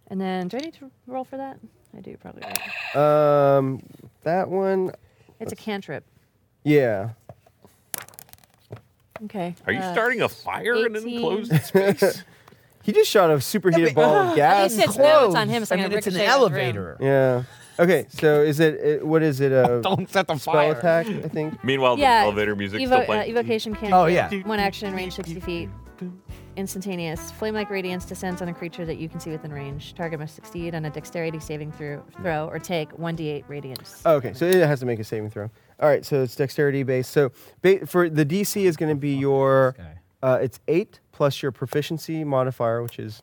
[SPEAKER 3] and then do I need to roll for that? I do probably. Right.
[SPEAKER 1] Um, that one.
[SPEAKER 3] It's a cantrip.
[SPEAKER 1] Yeah.
[SPEAKER 3] Okay.
[SPEAKER 2] Are you
[SPEAKER 3] uh,
[SPEAKER 2] starting a fire in an
[SPEAKER 3] 18.
[SPEAKER 2] enclosed
[SPEAKER 5] [laughs]
[SPEAKER 2] space?
[SPEAKER 1] He just shot a superheated ball of
[SPEAKER 3] At
[SPEAKER 1] gas.
[SPEAKER 3] least it's, now it's on him. It's
[SPEAKER 7] I
[SPEAKER 3] not
[SPEAKER 7] mean,
[SPEAKER 3] gonna
[SPEAKER 7] it's an
[SPEAKER 3] ricochet out of the room.
[SPEAKER 7] elevator.
[SPEAKER 1] Yeah. Okay. So is it, it what is it? A
[SPEAKER 7] [laughs] Don't set the
[SPEAKER 1] spell
[SPEAKER 7] fire.
[SPEAKER 1] attack? I think.
[SPEAKER 2] Meanwhile,
[SPEAKER 3] Yeah,
[SPEAKER 2] the elevator music
[SPEAKER 3] Evo-
[SPEAKER 2] still
[SPEAKER 3] uh,
[SPEAKER 2] playing.
[SPEAKER 3] evocation cantrip.
[SPEAKER 7] Oh, yeah.
[SPEAKER 3] One action, range 60 feet. Instantaneous. Flame-like radiance descends on a creature that you can see within range. Target must succeed on a dexterity saving throw, throw or take 1d8 radiance.
[SPEAKER 1] Oh, okay. So it has to make a saving throw. All right. So it's dexterity based. So ba- for the DC is going to be your.
[SPEAKER 7] guy.
[SPEAKER 1] Uh, it's eight plus your proficiency modifier, which is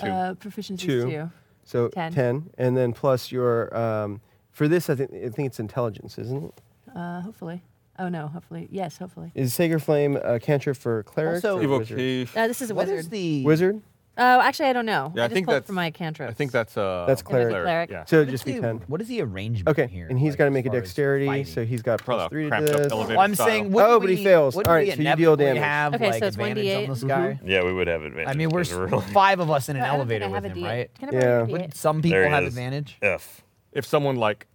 [SPEAKER 3] Uh, proficiency
[SPEAKER 1] Two.
[SPEAKER 3] is two.
[SPEAKER 1] so
[SPEAKER 3] Ten.
[SPEAKER 1] and then plus your um, for this I think I think it's intelligence, isn't it?
[SPEAKER 3] Uh, hopefully. Oh no, hopefully. Yes, hopefully.
[SPEAKER 1] Is Sager Flame a cantrip for cleric?
[SPEAKER 4] Also-
[SPEAKER 1] or wizard?
[SPEAKER 5] Evocation.
[SPEAKER 3] Uh, this is a
[SPEAKER 4] What
[SPEAKER 3] wizard.
[SPEAKER 4] is the
[SPEAKER 1] Wizard?
[SPEAKER 3] oh, actually, I don't know.
[SPEAKER 5] Yeah,
[SPEAKER 3] I,
[SPEAKER 5] I
[SPEAKER 3] just
[SPEAKER 5] think
[SPEAKER 3] pulled
[SPEAKER 5] that's-
[SPEAKER 3] from my cantrip.
[SPEAKER 5] I think that's uh.
[SPEAKER 1] That's cleric.
[SPEAKER 3] cleric.
[SPEAKER 5] Yeah.
[SPEAKER 1] So
[SPEAKER 7] What
[SPEAKER 1] it'd
[SPEAKER 7] is
[SPEAKER 1] just be
[SPEAKER 7] the-
[SPEAKER 1] ten.
[SPEAKER 7] What is the arrangement
[SPEAKER 1] Okay,
[SPEAKER 7] here?
[SPEAKER 1] and he's
[SPEAKER 7] like,
[SPEAKER 1] got to
[SPEAKER 7] as
[SPEAKER 1] make a
[SPEAKER 7] far as
[SPEAKER 1] dexterity,
[SPEAKER 7] fighting?
[SPEAKER 1] so he's got
[SPEAKER 5] Probably
[SPEAKER 1] plus
[SPEAKER 5] a
[SPEAKER 1] three to
[SPEAKER 5] cramped up
[SPEAKER 1] this.
[SPEAKER 5] elevator.
[SPEAKER 7] Well, I'm
[SPEAKER 5] style.
[SPEAKER 7] saying, wouldn't
[SPEAKER 1] Oh, but he
[SPEAKER 7] we-
[SPEAKER 1] fails.
[SPEAKER 7] wouldn't
[SPEAKER 1] All right,
[SPEAKER 7] we
[SPEAKER 1] so you deal
[SPEAKER 7] inevitably
[SPEAKER 1] damage. Mm-hmm.
[SPEAKER 7] Have,
[SPEAKER 3] Okay,
[SPEAKER 7] like,
[SPEAKER 3] so it's
[SPEAKER 7] advantage
[SPEAKER 3] 1d8.
[SPEAKER 7] on this guy.
[SPEAKER 2] yeah, we would have advantage.
[SPEAKER 7] I mean, we're
[SPEAKER 2] 'cause
[SPEAKER 7] s-
[SPEAKER 2] really
[SPEAKER 7] five of us in an
[SPEAKER 3] I don't think
[SPEAKER 7] elevator
[SPEAKER 3] I have
[SPEAKER 7] with
[SPEAKER 3] a
[SPEAKER 7] him,
[SPEAKER 3] D8.
[SPEAKER 7] right?
[SPEAKER 3] Can I borrow
[SPEAKER 1] Yeah.
[SPEAKER 3] your
[SPEAKER 1] Would
[SPEAKER 3] D8?
[SPEAKER 7] Some people
[SPEAKER 2] There he
[SPEAKER 7] have
[SPEAKER 2] is.
[SPEAKER 7] advantage.
[SPEAKER 2] [laughs] F.
[SPEAKER 5] if someone like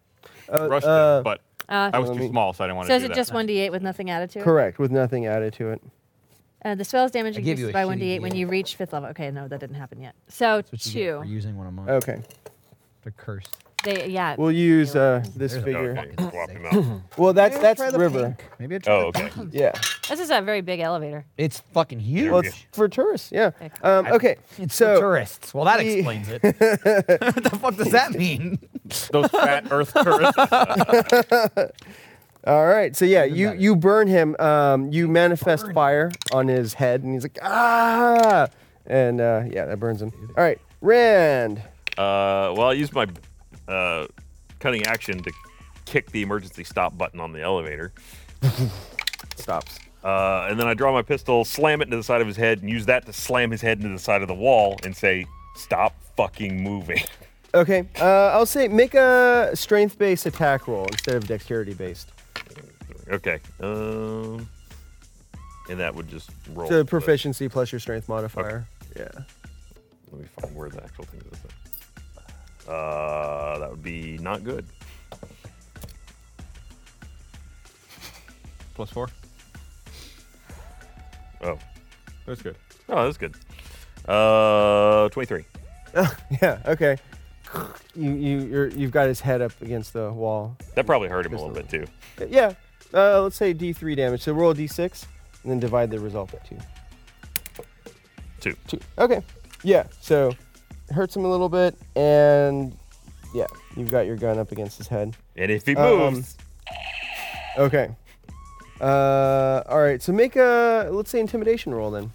[SPEAKER 5] rushed
[SPEAKER 1] uh,
[SPEAKER 5] him, but
[SPEAKER 3] Uh,
[SPEAKER 5] I was
[SPEAKER 1] let
[SPEAKER 5] too
[SPEAKER 1] me-
[SPEAKER 5] small, so I didn't want
[SPEAKER 3] so
[SPEAKER 5] to
[SPEAKER 3] is
[SPEAKER 5] do
[SPEAKER 3] it
[SPEAKER 5] that.
[SPEAKER 3] just 1d8 with nothing added to it?
[SPEAKER 1] Correct, with nothing added to it.
[SPEAKER 3] Uh, the spell's damage
[SPEAKER 7] I give
[SPEAKER 3] increases
[SPEAKER 7] you a
[SPEAKER 3] by
[SPEAKER 7] shitty
[SPEAKER 3] 1d8 when
[SPEAKER 7] D8.
[SPEAKER 3] you reach fifth level. Okay, no, that didn't happen yet. So
[SPEAKER 7] That's what you get for
[SPEAKER 3] two.
[SPEAKER 7] using one of mine.
[SPEAKER 1] Okay,
[SPEAKER 7] They're cursed.
[SPEAKER 3] They, yeah.
[SPEAKER 1] we'll use uh, this
[SPEAKER 7] There's a-
[SPEAKER 1] figure.
[SPEAKER 2] [laughs] Okay, swap him out.
[SPEAKER 1] Well, that's
[SPEAKER 7] Maybe I'll
[SPEAKER 1] that's
[SPEAKER 7] try the
[SPEAKER 1] river.
[SPEAKER 7] pink. Maybe I try.
[SPEAKER 2] Oh,
[SPEAKER 7] the [laughs]
[SPEAKER 2] okay.
[SPEAKER 7] pink.
[SPEAKER 1] Yeah.
[SPEAKER 3] this is a very big elevator.
[SPEAKER 7] It's fucking huge.
[SPEAKER 1] Well, it's for tourists. Yeah. Um, okay.
[SPEAKER 7] It's for
[SPEAKER 1] So
[SPEAKER 7] tourists. Well, that
[SPEAKER 1] we-
[SPEAKER 7] explains [laughs] it. what the fuck does that mean?
[SPEAKER 1] [laughs]
[SPEAKER 5] Those fat
[SPEAKER 7] [laughs]
[SPEAKER 5] Earth tourists.
[SPEAKER 1] all right. So yeah, you
[SPEAKER 7] matter.
[SPEAKER 1] you burn him. Um, you manifest fire on his head, and he's like ah, and uh, yeah, that burns him. All right, Rand.
[SPEAKER 2] Uh, well, I used my uh, cunning action to kick the emergency stop button on the
[SPEAKER 7] [laughs]
[SPEAKER 2] elevator.
[SPEAKER 1] Stops.
[SPEAKER 2] Uh, and then I draw my pistol, slam it into the side of his head, and use that to slam his head into the side of the wall and say, Stop fucking moving. [laughs]
[SPEAKER 1] Okay. Uh, I'll say make a strength-based attack roll instead of dexterity-based.
[SPEAKER 2] okay. Um, and that would just roll.
[SPEAKER 1] So
[SPEAKER 2] but
[SPEAKER 1] proficiency plus your strength modifier. Yeah. [laughs]
[SPEAKER 2] Let me find where the actual thing is. Uh, that would be not good.
[SPEAKER 5] Plus four.
[SPEAKER 2] Oh.
[SPEAKER 5] That's good.
[SPEAKER 2] Oh, that's good. Uh, 23.
[SPEAKER 1] Yeah. Okay. You you you're, you've got his head up against the wall.
[SPEAKER 2] That probably hurt him a little bit too.
[SPEAKER 1] Yeah. Uh, let's say D3 damage. So roll a D6 and then divide the result by two.
[SPEAKER 2] Two.
[SPEAKER 1] Two. Okay. Yeah. So it hurts him a little bit, and yeah, you've got your gun up against his head.
[SPEAKER 2] And if he
[SPEAKER 1] Um,
[SPEAKER 2] moves,
[SPEAKER 1] Okay. Uh, all right. So make a let's say intimidation roll then.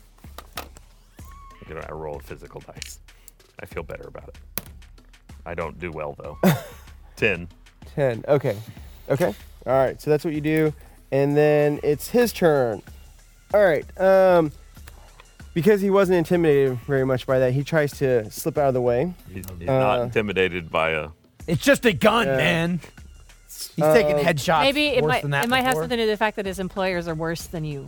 [SPEAKER 2] You know, I rolled physical dice. I feel better about it. I don't do well
[SPEAKER 1] [laughs]
[SPEAKER 2] though. Ten.
[SPEAKER 1] Ten. Okay. Okay. All right. So that's what you do, and then it's his turn. All right. Um, because he wasn't intimidated very much by that, he tries to slip out of the way.
[SPEAKER 2] He's, he's not
[SPEAKER 1] Uh,
[SPEAKER 2] intimidated by a.
[SPEAKER 7] It's just a gun,
[SPEAKER 1] Yeah.
[SPEAKER 7] man. He's taking headshots.
[SPEAKER 3] Maybe it
[SPEAKER 7] worse
[SPEAKER 3] might, it
[SPEAKER 7] than that
[SPEAKER 3] might have
[SPEAKER 7] before.
[SPEAKER 3] something to do with the fact that his employers are worse than you.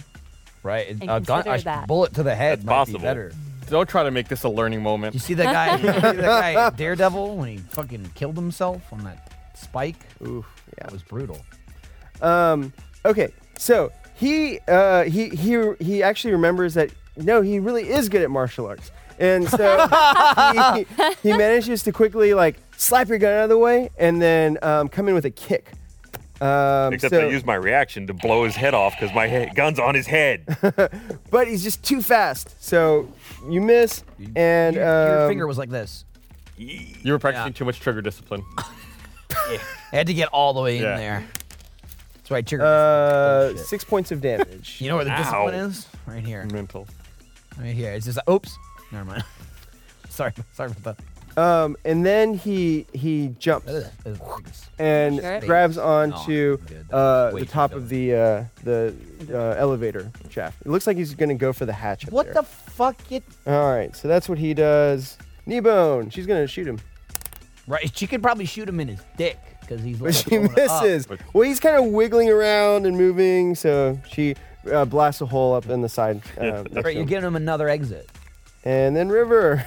[SPEAKER 7] Right,
[SPEAKER 3] and
[SPEAKER 7] a gun,
[SPEAKER 3] consider
[SPEAKER 7] a sh-
[SPEAKER 3] that.
[SPEAKER 7] bullet to the head
[SPEAKER 2] That's
[SPEAKER 7] might
[SPEAKER 2] possible.
[SPEAKER 7] be better.
[SPEAKER 5] Don't try to make this a learning
[SPEAKER 7] You
[SPEAKER 5] moment.
[SPEAKER 7] see that
[SPEAKER 3] [laughs]
[SPEAKER 7] guy, you see that guy in Daredevil when he fucking killed himself on that spike.
[SPEAKER 1] Oof. Yeah.
[SPEAKER 7] That was brutal.
[SPEAKER 1] Um, okay, so he uh, he he he actually remembers that no, he really is good at martial arts, and so he, he manages to quickly like slap your gun out of the way and then um, come in with a kick. Um,
[SPEAKER 2] Except
[SPEAKER 1] so-
[SPEAKER 2] I use my reaction to blow his head off because my he- gun's on his head.
[SPEAKER 1] but he's just too fast, so you miss, and
[SPEAKER 7] your, your
[SPEAKER 1] um,
[SPEAKER 7] finger was like this.
[SPEAKER 5] You were practicing
[SPEAKER 7] Yeah.
[SPEAKER 5] too much trigger
[SPEAKER 7] [laughs]
[SPEAKER 5] discipline.
[SPEAKER 7] I had to get all the way in
[SPEAKER 5] Yeah.
[SPEAKER 7] there. That's why I triggered.
[SPEAKER 1] Uh,
[SPEAKER 7] Bullshit.
[SPEAKER 1] six points of
[SPEAKER 7] [laughs]
[SPEAKER 1] damage.
[SPEAKER 7] you know where the
[SPEAKER 2] Ow.
[SPEAKER 7] discipline is? Right here.
[SPEAKER 5] Mental.
[SPEAKER 7] Right here. It's just. Oops. Never mind. [laughs] sorry. Sorry about
[SPEAKER 1] Um, and then he he jumps
[SPEAKER 7] that. That was-
[SPEAKER 1] and
[SPEAKER 3] Sure.
[SPEAKER 1] grabs onto
[SPEAKER 7] Oh, good.
[SPEAKER 1] uh,
[SPEAKER 7] Way
[SPEAKER 1] the
[SPEAKER 7] too
[SPEAKER 1] top of the uh, the uh, elevator shaft. It looks like he's gonna go for the hatchet.
[SPEAKER 7] What the fuck? It,
[SPEAKER 1] All right, so that's what he does. Kneebone. She's gonna shoot him,
[SPEAKER 7] right. She could probably shoot him in his dick because he's.
[SPEAKER 1] but
[SPEAKER 7] like
[SPEAKER 1] she
[SPEAKER 7] going up.
[SPEAKER 1] misses. Well, he's kind of wiggling around and moving, so she uh, blasts a hole up in the side. Uh, next to
[SPEAKER 7] Right, you're
[SPEAKER 1] him.
[SPEAKER 7] giving him another exit.
[SPEAKER 1] and then River.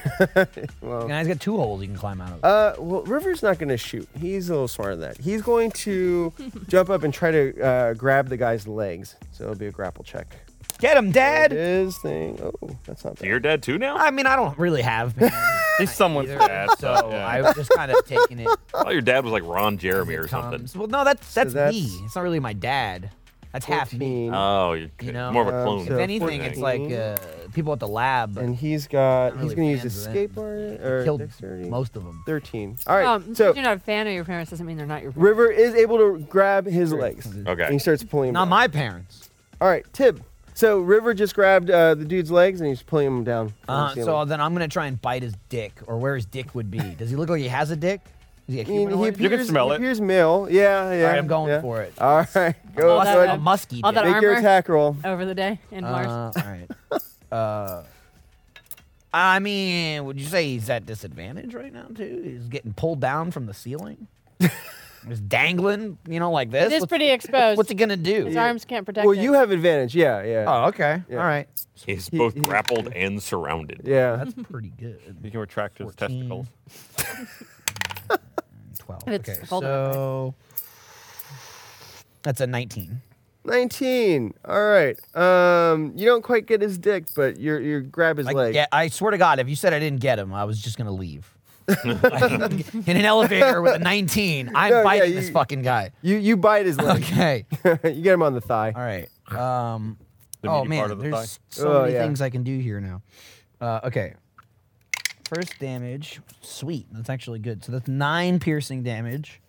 [SPEAKER 1] [laughs] well,
[SPEAKER 7] Now he's got two holes he can climb out of.
[SPEAKER 1] Uh, well, River's not going to shoot. He's a little smarter than that. He's going
[SPEAKER 7] [laughs]
[SPEAKER 1] to jump up and try to uh, grab the guy's legs. So it'll be a grapple check.
[SPEAKER 7] Get him,
[SPEAKER 1] It
[SPEAKER 7] Dad!
[SPEAKER 1] is thing. Oh, that's not bad.
[SPEAKER 2] You're dead too now?
[SPEAKER 7] I mean, I don't really have. him
[SPEAKER 5] He's someone's
[SPEAKER 7] either,
[SPEAKER 5] dad.
[SPEAKER 7] so
[SPEAKER 5] yeah.
[SPEAKER 7] I was just kind of taking it.
[SPEAKER 2] I thought your dad was like Ron Jeremy or something.
[SPEAKER 7] Comes. Well, no, that's that's,
[SPEAKER 1] that's-
[SPEAKER 7] me. It's not really my dad. That's half me.
[SPEAKER 1] 14.
[SPEAKER 2] Oh, you're
[SPEAKER 7] You know,
[SPEAKER 2] more of a
[SPEAKER 1] um,
[SPEAKER 2] clone.
[SPEAKER 1] so
[SPEAKER 7] If anything, it's like uh, people at the lab
[SPEAKER 1] and he's got. he's
[SPEAKER 7] Not really
[SPEAKER 1] going to use
[SPEAKER 7] fans
[SPEAKER 1] his
[SPEAKER 7] of them.
[SPEAKER 1] skateboard or
[SPEAKER 7] killed
[SPEAKER 1] dexterity.
[SPEAKER 7] most of them.
[SPEAKER 1] Thirteen. All right.
[SPEAKER 3] Um,
[SPEAKER 1] so
[SPEAKER 3] you're not a fan of your parents doesn't mean they're not your.
[SPEAKER 1] River is able to grab his legs.
[SPEAKER 2] Okay.
[SPEAKER 1] And he starts pulling.
[SPEAKER 7] Not
[SPEAKER 1] them
[SPEAKER 7] my parents.
[SPEAKER 1] All right, Tib. So River just grabbed uh, the dude's legs and he's pulling him down. from the
[SPEAKER 7] Uh,
[SPEAKER 1] ceiling.
[SPEAKER 7] so then I'm gonna try and bite his dick, or where his dick would be.
[SPEAKER 1] [laughs]
[SPEAKER 7] Does he look like he has a dick? Is he a
[SPEAKER 1] I mean, he
[SPEAKER 7] humanoid?
[SPEAKER 1] appears,
[SPEAKER 5] smell
[SPEAKER 1] he
[SPEAKER 5] it.
[SPEAKER 1] appears male. Yeah, yeah.
[SPEAKER 7] All right, I'm going
[SPEAKER 1] yeah.
[SPEAKER 7] for it.
[SPEAKER 1] All right, go.
[SPEAKER 3] All
[SPEAKER 7] Mus-
[SPEAKER 1] ahead.
[SPEAKER 3] that,
[SPEAKER 7] a
[SPEAKER 3] uh,
[SPEAKER 7] musky
[SPEAKER 3] all
[SPEAKER 7] dick.
[SPEAKER 3] that
[SPEAKER 1] Make your
[SPEAKER 3] armor.
[SPEAKER 1] attack roll.
[SPEAKER 3] Over the day in Mars.
[SPEAKER 7] Uh, all right.
[SPEAKER 1] [laughs]
[SPEAKER 7] Uh, I mean, would you say he's at disadvantage right now too? He's getting pulled down from
[SPEAKER 1] [laughs]
[SPEAKER 7] the ceiling. he's dangling, you know, like this.
[SPEAKER 3] It is
[SPEAKER 7] What's-
[SPEAKER 3] pretty exposed.
[SPEAKER 7] What's he gonna
[SPEAKER 3] His
[SPEAKER 7] do?
[SPEAKER 3] arms can't protect.
[SPEAKER 1] Well,
[SPEAKER 3] it.
[SPEAKER 1] you have advantage. Yeah, yeah.
[SPEAKER 7] Oh, okay.
[SPEAKER 1] Yeah.
[SPEAKER 7] All right.
[SPEAKER 2] He's both
[SPEAKER 1] he-
[SPEAKER 2] grappled and surrounded.
[SPEAKER 1] yeah.
[SPEAKER 7] That's pretty good.
[SPEAKER 5] You can retract his
[SPEAKER 7] 14.
[SPEAKER 5] testicles.
[SPEAKER 7] 12.
[SPEAKER 3] It's
[SPEAKER 7] Okay,
[SPEAKER 3] folded up,
[SPEAKER 7] so that's a 19.
[SPEAKER 1] 19. All right. Um, you don't quite get his dick, but you you grab his
[SPEAKER 7] I,
[SPEAKER 1] leg.
[SPEAKER 7] yeah, I swear to God, if you said I didn't get him, I was just going to leave. In an elevator with a 19, I'm
[SPEAKER 1] No, yeah,
[SPEAKER 7] biting this
[SPEAKER 1] you-
[SPEAKER 7] fucking
[SPEAKER 1] [laughs]
[SPEAKER 7] guy.
[SPEAKER 1] You you bite his leg.
[SPEAKER 7] Okay.
[SPEAKER 1] [laughs] you get him on the thigh.
[SPEAKER 7] All
[SPEAKER 5] [laughs]
[SPEAKER 7] right. Um,
[SPEAKER 5] The
[SPEAKER 7] oh,
[SPEAKER 5] meaty
[SPEAKER 7] man,
[SPEAKER 5] part of the
[SPEAKER 7] there's
[SPEAKER 5] thigh.
[SPEAKER 7] so
[SPEAKER 1] Oh,
[SPEAKER 7] many
[SPEAKER 1] yeah.
[SPEAKER 7] things I can do here now. Uh, okay. First damage. Sweet. That's actually good. So that's nine piercing damage.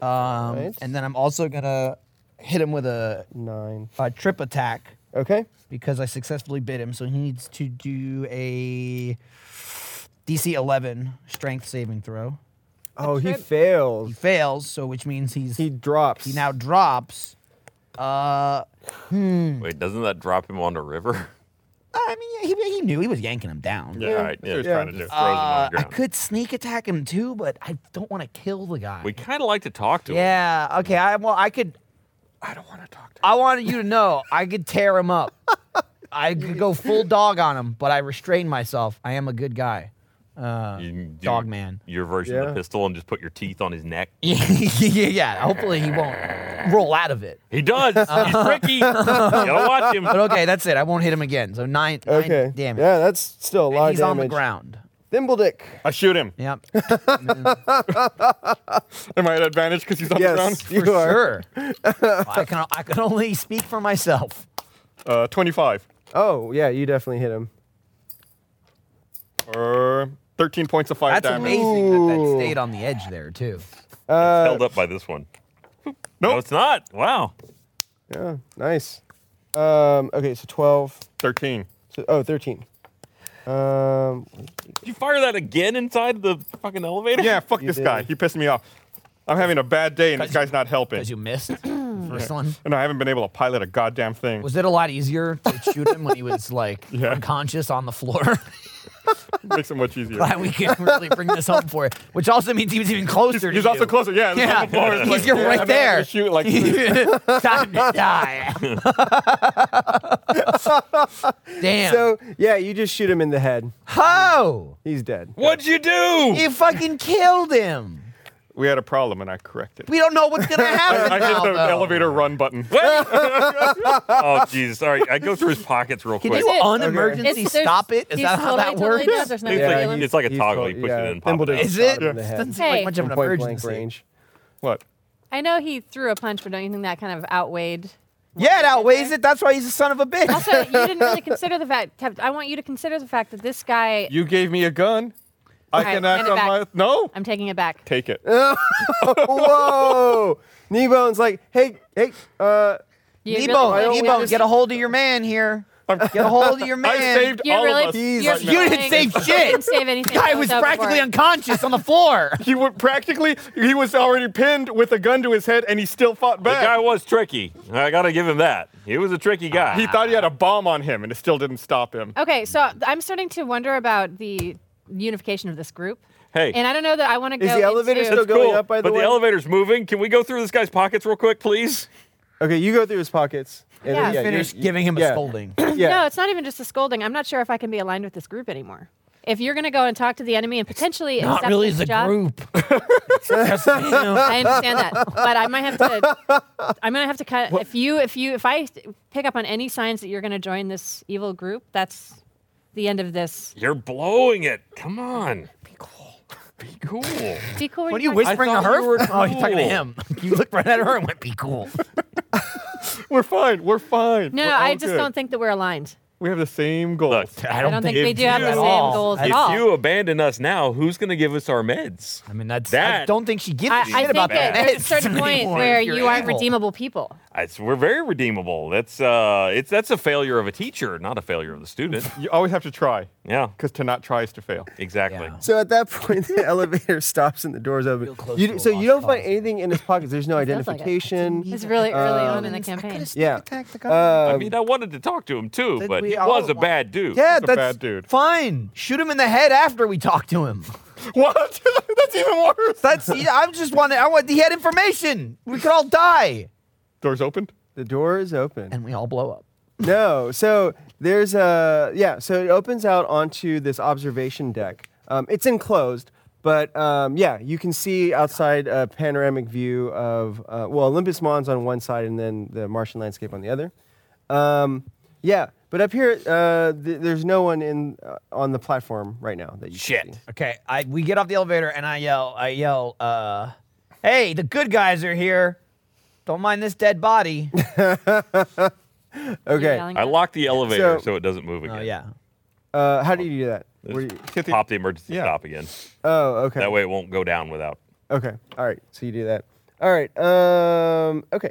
[SPEAKER 7] Um,
[SPEAKER 1] right.
[SPEAKER 7] And then I'm also going to hit him with a,
[SPEAKER 1] Nine.
[SPEAKER 7] a trip attack.
[SPEAKER 1] Okay.
[SPEAKER 7] because I successfully bit him, so he needs to do a DC 11 strength saving throw.
[SPEAKER 1] Oh, he
[SPEAKER 3] trip.
[SPEAKER 1] fails.
[SPEAKER 7] He fails, so which means he's
[SPEAKER 1] He
[SPEAKER 7] he,
[SPEAKER 1] drops.
[SPEAKER 7] now drops. Uh,
[SPEAKER 2] Wait, doesn't that drop him on the river?
[SPEAKER 7] Uh, I mean, yeah, he, he knew he was yanking him down.
[SPEAKER 5] Yeah,
[SPEAKER 2] All right,
[SPEAKER 5] that's what he was
[SPEAKER 1] yeah.
[SPEAKER 5] trying to do.
[SPEAKER 2] Just throws him
[SPEAKER 7] Uh,
[SPEAKER 2] on the
[SPEAKER 7] I
[SPEAKER 2] ground.
[SPEAKER 7] could sneak attack him too, but I don't want to kill the guy.
[SPEAKER 2] We kind of like to talk to him.
[SPEAKER 7] yeah, okay. I well, I could.
[SPEAKER 5] I don't want to talk to
[SPEAKER 7] I wanted you to know I could tear
[SPEAKER 2] [laughs]
[SPEAKER 7] him up. I could go full dog on him, but I restrained myself. I am a good guy. Uh,
[SPEAKER 2] You can do
[SPEAKER 7] dog man. [laughs]
[SPEAKER 2] Your version of
[SPEAKER 1] Yeah.
[SPEAKER 2] the pistol and just put your teeth on his neck.
[SPEAKER 7] yeah, yeah, yeah. Hopefully he won't roll out of it.
[SPEAKER 2] He does. He's tricky. you gotta watch him.
[SPEAKER 7] But okay, that's it. I won't hit him again. So nine, nine
[SPEAKER 1] okay.
[SPEAKER 7] damage.
[SPEAKER 1] Yeah, that's still a
[SPEAKER 7] And
[SPEAKER 1] lot
[SPEAKER 7] he's
[SPEAKER 1] of damage.
[SPEAKER 7] on the ground.
[SPEAKER 1] Thimble
[SPEAKER 7] [laughs]
[SPEAKER 1] dick.
[SPEAKER 5] I shoot him.
[SPEAKER 7] Yep.
[SPEAKER 1] [laughs]
[SPEAKER 5] Am I at advantage because he's on the ground?
[SPEAKER 1] Yes, you
[SPEAKER 7] for
[SPEAKER 1] are. [laughs]
[SPEAKER 7] sure. I can I can only speak for myself.
[SPEAKER 5] Uh, 25.
[SPEAKER 1] Oh, yeah, you definitely hit him.
[SPEAKER 5] Or 13 points of fire
[SPEAKER 7] That's
[SPEAKER 5] damage.
[SPEAKER 7] amazing that that
[SPEAKER 1] Ooh.
[SPEAKER 7] stayed on the edge there too.
[SPEAKER 2] it's held up by this one. No,
[SPEAKER 5] Nope.
[SPEAKER 2] it's not. Wow.
[SPEAKER 1] Yeah, nice. Um, okay, so 12.
[SPEAKER 5] 13.
[SPEAKER 1] So, oh, 13. Um,
[SPEAKER 2] Did you fire that again inside the fucking elevator?
[SPEAKER 5] Yeah, fuck
[SPEAKER 1] You
[SPEAKER 5] this
[SPEAKER 1] did.
[SPEAKER 5] guy. He pissed me off. I'm having a bad day and this guy's not helping.
[SPEAKER 7] Because you missed
[SPEAKER 5] [clears throat]
[SPEAKER 7] the first one.
[SPEAKER 5] And I haven't been able to pilot a goddamn thing.
[SPEAKER 7] Was it a lot easier to shoot him when he
[SPEAKER 5] [laughs]
[SPEAKER 7] was like
[SPEAKER 5] Yeah.
[SPEAKER 7] unconscious on the [laughs] floor?
[SPEAKER 5] Makes it much easier.
[SPEAKER 7] Glad we can really bring this home for you. Which also means he was even closer. to
[SPEAKER 5] He's also
[SPEAKER 7] you.
[SPEAKER 5] closer. Yeah. this is
[SPEAKER 7] Yeah,
[SPEAKER 5] on the floor. It's
[SPEAKER 7] he's
[SPEAKER 5] like,
[SPEAKER 7] you're
[SPEAKER 5] yeah,
[SPEAKER 7] right
[SPEAKER 5] I'm not gonna
[SPEAKER 7] there.
[SPEAKER 5] Shoot
[SPEAKER 3] [laughs]
[SPEAKER 5] like
[SPEAKER 7] [laughs] Time to
[SPEAKER 5] [laughs]
[SPEAKER 7] die. Damn.
[SPEAKER 1] so, yeah, you just shoot him in the head.
[SPEAKER 7] Ho!
[SPEAKER 1] He's dead.
[SPEAKER 2] What'd you do?
[SPEAKER 7] You fucking killed him.
[SPEAKER 5] we had a problem and I corrected. it.
[SPEAKER 7] We don't know what's gonna happen.
[SPEAKER 5] [laughs] I hit
[SPEAKER 7] now,
[SPEAKER 5] the
[SPEAKER 7] though.
[SPEAKER 5] elevator run button.
[SPEAKER 2] oh, Jesus. Sorry. I go through his pockets real
[SPEAKER 7] Can
[SPEAKER 2] quick.
[SPEAKER 7] you
[SPEAKER 3] it.
[SPEAKER 7] unemergency
[SPEAKER 3] It's- there's-
[SPEAKER 7] stop it? Is
[SPEAKER 3] he's
[SPEAKER 7] that how
[SPEAKER 3] totally,
[SPEAKER 7] that
[SPEAKER 3] totally
[SPEAKER 7] works?
[SPEAKER 3] dead. There's no
[SPEAKER 2] It's,
[SPEAKER 1] Yeah,
[SPEAKER 2] like,
[SPEAKER 1] he-
[SPEAKER 2] it's like a
[SPEAKER 1] he's
[SPEAKER 2] toggle.
[SPEAKER 1] totally-
[SPEAKER 2] You push
[SPEAKER 1] yeah,
[SPEAKER 2] it in and pop
[SPEAKER 1] thimble
[SPEAKER 2] it out.
[SPEAKER 1] dick.
[SPEAKER 7] Is it?
[SPEAKER 1] Shot him in the head.
[SPEAKER 7] Doesn't seem like
[SPEAKER 3] Hey.
[SPEAKER 7] much of an
[SPEAKER 1] Point blank
[SPEAKER 7] emergency.
[SPEAKER 1] range.
[SPEAKER 5] What?
[SPEAKER 3] I know he threw a punch, but don't you think that kind of outweighed?
[SPEAKER 7] Yeah, it outweighs it. That's why he's a son of a bitch.
[SPEAKER 3] [laughs] Also, you didn't really consider the fact. Kev, I want you to consider the fact that this guy.
[SPEAKER 5] You gave me a gun. I
[SPEAKER 3] right,
[SPEAKER 5] can
[SPEAKER 3] hand
[SPEAKER 5] act
[SPEAKER 3] it
[SPEAKER 5] on
[SPEAKER 3] back.
[SPEAKER 5] my. No,
[SPEAKER 3] I'm taking it back.
[SPEAKER 5] take it.
[SPEAKER 1] Whoa! Kneebone's like, hey, hey, uh,
[SPEAKER 3] You really
[SPEAKER 6] Nebo,
[SPEAKER 3] wanna do
[SPEAKER 6] Nebo,
[SPEAKER 3] this?
[SPEAKER 6] get a hold of
[SPEAKER 3] [laughs]
[SPEAKER 6] your man here. Get a hold of your man.
[SPEAKER 5] I saved
[SPEAKER 3] You
[SPEAKER 5] all
[SPEAKER 3] really,
[SPEAKER 5] of us.
[SPEAKER 1] Jeez,
[SPEAKER 3] you're
[SPEAKER 1] right
[SPEAKER 3] playing-
[SPEAKER 7] You didn't save shit.
[SPEAKER 3] You didn't save anything.
[SPEAKER 7] Guy
[SPEAKER 3] that
[SPEAKER 7] was
[SPEAKER 3] out
[SPEAKER 7] practically
[SPEAKER 3] before.
[SPEAKER 7] unconscious on the floor.
[SPEAKER 5] He would practically. He was already pinned with a gun to his head, and he still fought
[SPEAKER 2] The guy
[SPEAKER 5] back.
[SPEAKER 2] was tricky. I gotta give him that. He was a tricky guy.
[SPEAKER 5] he thought he had a bomb on him, and it still didn't
[SPEAKER 3] [laughs]
[SPEAKER 5] stop him.
[SPEAKER 3] Okay, so I'm starting to wonder about the unification of this group.
[SPEAKER 2] Hey.
[SPEAKER 3] And I don't know that I want to go.
[SPEAKER 1] is the elevator
[SPEAKER 3] into-
[SPEAKER 1] still going up? By the
[SPEAKER 2] but
[SPEAKER 1] way,
[SPEAKER 2] the elevator's moving. Can we go through this guy's pockets real quick, please?
[SPEAKER 1] okay, you go through his pockets. and
[SPEAKER 3] Yeah.
[SPEAKER 1] then-
[SPEAKER 3] You
[SPEAKER 1] you're-
[SPEAKER 7] Finish giving him
[SPEAKER 1] yeah.
[SPEAKER 7] a scolding.
[SPEAKER 3] [laughs]
[SPEAKER 1] Yeah.
[SPEAKER 3] No, it's not even just a scolding. I'm not sure if I can be aligned with this group anymore. If you're going to go and talk to the enemy and potentially
[SPEAKER 7] Not
[SPEAKER 3] accept
[SPEAKER 7] really
[SPEAKER 3] this
[SPEAKER 7] as a
[SPEAKER 3] job,
[SPEAKER 7] group. Just, you know.
[SPEAKER 3] I understand that, but I might have to. I'm gonna have to cut. If you, if you, if I pick up on any signs that you're gonna join this evil group, that's the end of this.
[SPEAKER 2] You're blowing it. Come on. Be cool. Be cool.
[SPEAKER 3] Be cool.
[SPEAKER 7] What are
[SPEAKER 3] you're
[SPEAKER 7] you
[SPEAKER 3] talking-
[SPEAKER 7] whispering
[SPEAKER 2] I
[SPEAKER 7] to
[SPEAKER 2] thought
[SPEAKER 7] her?
[SPEAKER 2] you were
[SPEAKER 7] Oh, you're talking to
[SPEAKER 2] cool.
[SPEAKER 7] him. You looked right at her and went, "Be cool."
[SPEAKER 5] We're fine. We're fine.
[SPEAKER 3] No,
[SPEAKER 5] We're
[SPEAKER 3] no, I
[SPEAKER 5] all
[SPEAKER 3] just
[SPEAKER 5] good.
[SPEAKER 3] don't think that we're aligned.
[SPEAKER 5] We have the same goal.
[SPEAKER 2] Look,
[SPEAKER 7] I
[SPEAKER 3] I
[SPEAKER 7] don't,
[SPEAKER 3] don't think
[SPEAKER 7] you
[SPEAKER 3] we do have the
[SPEAKER 7] at
[SPEAKER 3] same
[SPEAKER 7] all.
[SPEAKER 3] goals at
[SPEAKER 7] I-
[SPEAKER 3] all.
[SPEAKER 2] if you abandon us now, who's going to give us our meds?
[SPEAKER 7] I mean, that's. I
[SPEAKER 2] That-
[SPEAKER 7] don't think she gives
[SPEAKER 3] I,
[SPEAKER 7] a
[SPEAKER 3] I
[SPEAKER 7] shit
[SPEAKER 3] think
[SPEAKER 7] about
[SPEAKER 3] that
[SPEAKER 7] that.
[SPEAKER 3] there's a certain
[SPEAKER 7] Anymore,
[SPEAKER 3] point
[SPEAKER 7] if
[SPEAKER 3] where
[SPEAKER 7] you're
[SPEAKER 3] you aren't
[SPEAKER 7] evil.
[SPEAKER 3] redeemable people.
[SPEAKER 2] It's, we're very redeemable. That's uh, it's that's a failure of a teacher, not a failure of the student.
[SPEAKER 5] You always have to try,
[SPEAKER 2] Yeah,
[SPEAKER 5] because to not try is to [laughs] fail.
[SPEAKER 2] exactly.
[SPEAKER 7] Yeah.
[SPEAKER 1] So at that point, the [laughs] elevator stops and the doors open.
[SPEAKER 7] close
[SPEAKER 1] You-
[SPEAKER 7] to a
[SPEAKER 1] so you don't
[SPEAKER 7] lost
[SPEAKER 1] find anything in his pockets. There's no
[SPEAKER 3] sounds like it.
[SPEAKER 1] identification.
[SPEAKER 3] It's really early on
[SPEAKER 7] Um,
[SPEAKER 3] in the
[SPEAKER 6] I
[SPEAKER 3] campaign.
[SPEAKER 6] could've
[SPEAKER 1] Yeah.
[SPEAKER 6] attacked the guy.
[SPEAKER 2] I
[SPEAKER 1] Um,
[SPEAKER 2] mean, I wanted to talk to him too,
[SPEAKER 6] Did
[SPEAKER 2] but
[SPEAKER 6] we
[SPEAKER 2] he
[SPEAKER 6] all
[SPEAKER 2] was a
[SPEAKER 6] want-
[SPEAKER 2] bad dude.
[SPEAKER 7] Yeah,
[SPEAKER 5] That's a
[SPEAKER 7] that's
[SPEAKER 5] bad dude.
[SPEAKER 7] fine. Shoot him in the head after we talk to him.
[SPEAKER 5] What? That's even worse.
[SPEAKER 7] That's. I just wanted. I want. He had information. We could all die,
[SPEAKER 5] Doors opened.
[SPEAKER 1] the door is open.
[SPEAKER 7] and we all blow up.
[SPEAKER 1] No, so there's a yeah. So it opens out onto this observation deck. Um, it's enclosed, but um, yeah, you can see outside a panoramic view of uh, well, Olympus Mons on one side, and then the Martian landscape on the other. Um, yeah, but up here, uh, th- there's no one in uh, on the platform right now that you Can see.
[SPEAKER 7] Okay, I we get off the elevator and I yell, I yell, uh, "Hey, the good guys are here! Don't mind this dead body."
[SPEAKER 3] You're
[SPEAKER 1] Okay,
[SPEAKER 3] yelling
[SPEAKER 2] I
[SPEAKER 3] at us.
[SPEAKER 2] locked the elevator so,
[SPEAKER 1] So-
[SPEAKER 2] it doesn't move again.
[SPEAKER 7] oh yeah.
[SPEAKER 1] uh, how do you do that? Where do you-
[SPEAKER 2] Just pop the emergency
[SPEAKER 5] Yeah.
[SPEAKER 2] stop again.
[SPEAKER 1] oh, okay.
[SPEAKER 2] That way it won't go down without.
[SPEAKER 1] Okay, all right. So you do that. All right. Um, okay.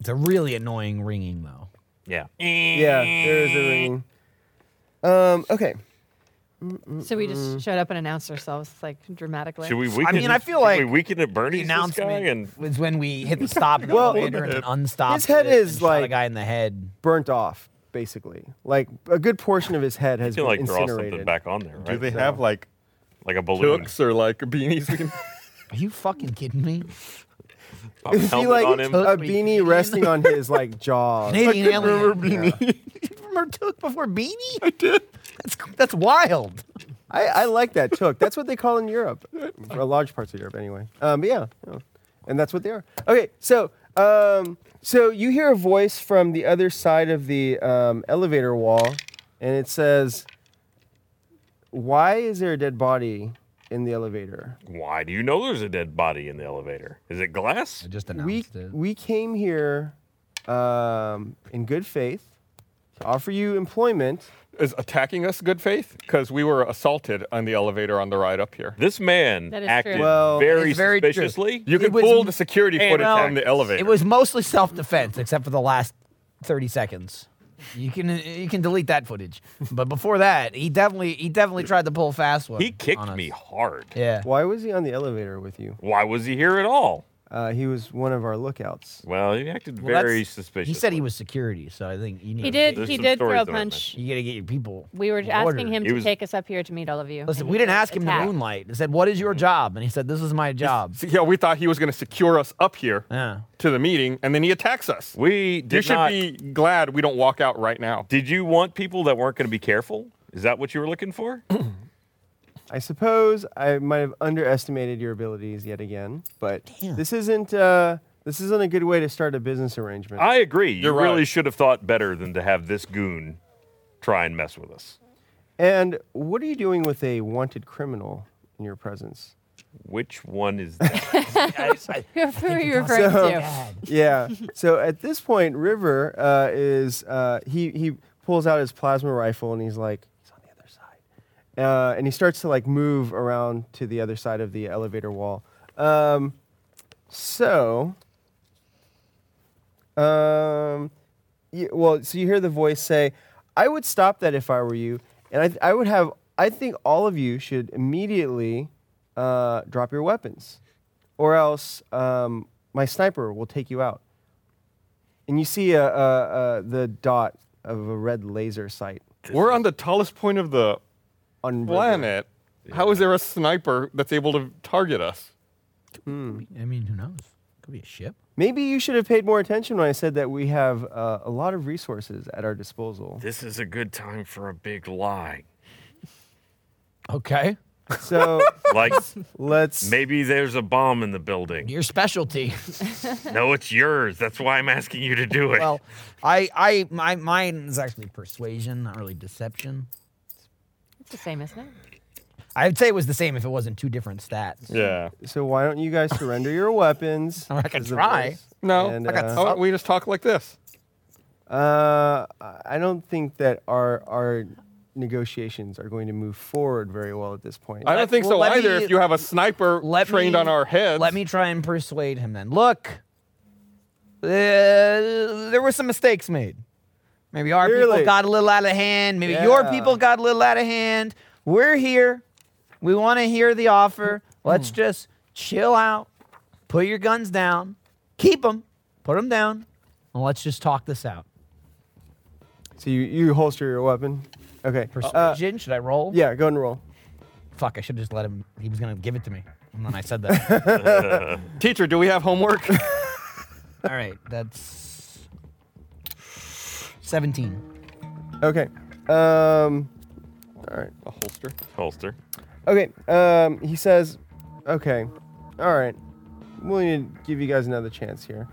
[SPEAKER 7] It's a really annoying ringing though.
[SPEAKER 2] Yeah.
[SPEAKER 1] Yeah, there is a ringing. Um, okay.
[SPEAKER 3] So we just showed up and announced ourselves like dramatically.
[SPEAKER 2] Mm. Should we weaken?
[SPEAKER 7] mean, I feel
[SPEAKER 2] should
[SPEAKER 7] like
[SPEAKER 2] we weaken at Bernie's this guy
[SPEAKER 7] announcement
[SPEAKER 2] and
[SPEAKER 7] was when we hit the stop in the
[SPEAKER 1] Well,
[SPEAKER 7] elevator and then unstopped.
[SPEAKER 1] his head
[SPEAKER 7] it and
[SPEAKER 1] is
[SPEAKER 7] shot a
[SPEAKER 1] like-
[SPEAKER 7] guy in the head.
[SPEAKER 1] burnt off, basically. Like a good portion of his head has
[SPEAKER 2] you can
[SPEAKER 1] been
[SPEAKER 2] like draw
[SPEAKER 1] incinerated. [laughs]
[SPEAKER 2] something back on there, right?
[SPEAKER 5] Do they have like
[SPEAKER 2] like a balloon?
[SPEAKER 5] hooks or like beanies? We can
[SPEAKER 7] Are you fucking kidding me?
[SPEAKER 2] Pop a
[SPEAKER 1] Is he
[SPEAKER 2] helmet
[SPEAKER 1] like
[SPEAKER 2] on
[SPEAKER 1] a
[SPEAKER 2] him?
[SPEAKER 7] Took me,
[SPEAKER 1] beanie resting on his like jaw?
[SPEAKER 7] Canadian alien.
[SPEAKER 5] beanie.
[SPEAKER 7] [laughs] You remember Took before Beanie? I did. That's that's wild.
[SPEAKER 1] I, I like that took. That's what they call in Europe, or large parts of Europe anyway. Um, but yeah, yeah. and that's what they are. Okay, so um, so you hear a voice from the other side of the um, elevator wall, and it says, "Why is there a dead body in the elevator?"
[SPEAKER 2] Why do you know there's a dead body in the elevator? Is it glass?
[SPEAKER 7] I just
[SPEAKER 1] we,
[SPEAKER 7] announced it.
[SPEAKER 1] we came here um, in good faith to offer you employment.
[SPEAKER 5] is attacking us good faith because we were assaulted on the elevator on the ride up here.
[SPEAKER 2] This man
[SPEAKER 3] That is
[SPEAKER 2] acted
[SPEAKER 3] true.
[SPEAKER 1] Well,
[SPEAKER 2] very
[SPEAKER 7] it's very true.
[SPEAKER 2] suspiciously.
[SPEAKER 5] You can
[SPEAKER 7] was-
[SPEAKER 5] pull the security
[SPEAKER 2] and
[SPEAKER 5] footage
[SPEAKER 2] well,
[SPEAKER 5] from the elevator.
[SPEAKER 7] It was mostly self-defense, except for the last thirty seconds. You can you can delete that footage, but before that, he definitely he definitely tried to pull a fast one.
[SPEAKER 2] He
[SPEAKER 7] on
[SPEAKER 2] kicked
[SPEAKER 7] us.
[SPEAKER 2] me hard.
[SPEAKER 7] Yeah.
[SPEAKER 1] Why was he on the elevator with you?
[SPEAKER 2] Why was he here at all?
[SPEAKER 1] Uh, he was one of our lookouts.
[SPEAKER 2] Well, he acted
[SPEAKER 7] Well, that's-
[SPEAKER 2] very suspicious.
[SPEAKER 7] He said he was security, so I think you need.
[SPEAKER 3] He
[SPEAKER 2] There's
[SPEAKER 3] did. He
[SPEAKER 2] some
[SPEAKER 3] did
[SPEAKER 2] stories
[SPEAKER 3] throw a
[SPEAKER 2] that I
[SPEAKER 3] punch.
[SPEAKER 7] You got to get your people.
[SPEAKER 3] We were
[SPEAKER 7] in
[SPEAKER 3] asking
[SPEAKER 7] order.
[SPEAKER 3] him
[SPEAKER 2] He
[SPEAKER 3] to
[SPEAKER 2] was-
[SPEAKER 3] take us up here to meet all of you.
[SPEAKER 7] Listen,
[SPEAKER 3] and
[SPEAKER 7] we
[SPEAKER 3] he
[SPEAKER 7] didn't
[SPEAKER 3] was
[SPEAKER 7] ask him to
[SPEAKER 3] attacked. [laughs]
[SPEAKER 7] moonlight. He said, "What is your job?" And he said, "This is my job."
[SPEAKER 5] yeah, we thought he was going to secure us up here
[SPEAKER 7] Yeah.
[SPEAKER 5] to the meeting, and then he attacks us.
[SPEAKER 2] We
[SPEAKER 5] you
[SPEAKER 2] did
[SPEAKER 5] should
[SPEAKER 2] not.
[SPEAKER 5] be glad we don't walk out right now.
[SPEAKER 2] Did you want people that weren't going to be careful? Is that what you were looking for? [clears throat]
[SPEAKER 1] I suppose I might have underestimated your abilities yet again, but this isn't uh, this isn't a good way to start a business arrangement.
[SPEAKER 2] I agree. You
[SPEAKER 5] You're right.
[SPEAKER 2] really should have thought better than to have this goon try and mess with us.
[SPEAKER 1] and what are you doing with a wanted criminal in your presence?
[SPEAKER 2] Which one is that?
[SPEAKER 3] Who who are you referring to?
[SPEAKER 1] [laughs] yeah. So at this point, River uh, is uh, he he pulls out his plasma rifle and he's like, he's on the other side, uh, and he starts to like move around to the other side of the elevator wall. Um, so, um, y well, so you hear the voice say, "I would stop that if I were you," and I, th- I would have. I think all of you should immediately uh, drop your weapons, or else um, my sniper will take you out. And you see a, a, a, the dot of a red laser sight
[SPEAKER 5] We're on the tallest point of the
[SPEAKER 1] on River.
[SPEAKER 5] planet. How is there a sniper that's able to target us?
[SPEAKER 7] I mean, who knows? Could be a ship.
[SPEAKER 1] Maybe you should have paid more attention when I said that we have uh, a lot of resources at our
[SPEAKER 2] [laughs]
[SPEAKER 1] disposal.
[SPEAKER 2] [laughs] This is a good time for a big lie.
[SPEAKER 7] Okay.
[SPEAKER 1] So
[SPEAKER 2] Like
[SPEAKER 1] let's.
[SPEAKER 2] maybe there's a bomb in the building.
[SPEAKER 7] Your specialty. [laughs]
[SPEAKER 2] No, it's yours. That's why I'm asking you to do it.
[SPEAKER 7] well, I, I, my, mine is actually persuasion, not really deception.
[SPEAKER 3] It's the same, isn't it?
[SPEAKER 7] I'd say it was the same if it wasn't two different stats.
[SPEAKER 5] Yeah.
[SPEAKER 1] So why don't you guys surrender your weapons?
[SPEAKER 7] [laughs] I can
[SPEAKER 1] Is the
[SPEAKER 7] try.
[SPEAKER 1] voice.
[SPEAKER 5] No.
[SPEAKER 1] And,
[SPEAKER 5] I got-
[SPEAKER 1] uh,
[SPEAKER 5] oh, we just talk like this.
[SPEAKER 1] Uh, I don't think that our our negotiations are going to move forward very well at this point.
[SPEAKER 5] I
[SPEAKER 7] Let-
[SPEAKER 5] don't think
[SPEAKER 7] well,
[SPEAKER 5] so
[SPEAKER 7] let
[SPEAKER 5] either.
[SPEAKER 7] me-
[SPEAKER 5] if you have a sniper
[SPEAKER 7] Let
[SPEAKER 5] trained
[SPEAKER 7] me-
[SPEAKER 5] on our heads,
[SPEAKER 7] Let me try and persuade him then. Look, uh, there were some mistakes made. Maybe our
[SPEAKER 1] Really?
[SPEAKER 7] people got a little out of hand. Maybe your
[SPEAKER 1] Yeah.
[SPEAKER 7] people got a little out of hand. We're here. We want to hear the offer. Let's
[SPEAKER 5] Hmm.
[SPEAKER 7] just chill out. Put your guns down. Keep them. Put them down. And let's just talk this out.
[SPEAKER 1] so you, you holster your weapon. Okay. Uh,
[SPEAKER 7] Persuasion? should I roll?
[SPEAKER 1] yeah, go and roll.
[SPEAKER 7] Fuck, I should have just let him. He was going to give it to me. And then I said
[SPEAKER 5] [laughs]
[SPEAKER 7] that.
[SPEAKER 5] teacher, do we have [laughs] homework?
[SPEAKER 7] All right, that's 17.
[SPEAKER 1] Okay. Um. All right.
[SPEAKER 5] a holster.
[SPEAKER 2] Holster.
[SPEAKER 1] Okay. Um, he says, "Okay, all right, we'll need to give you guys another chance here."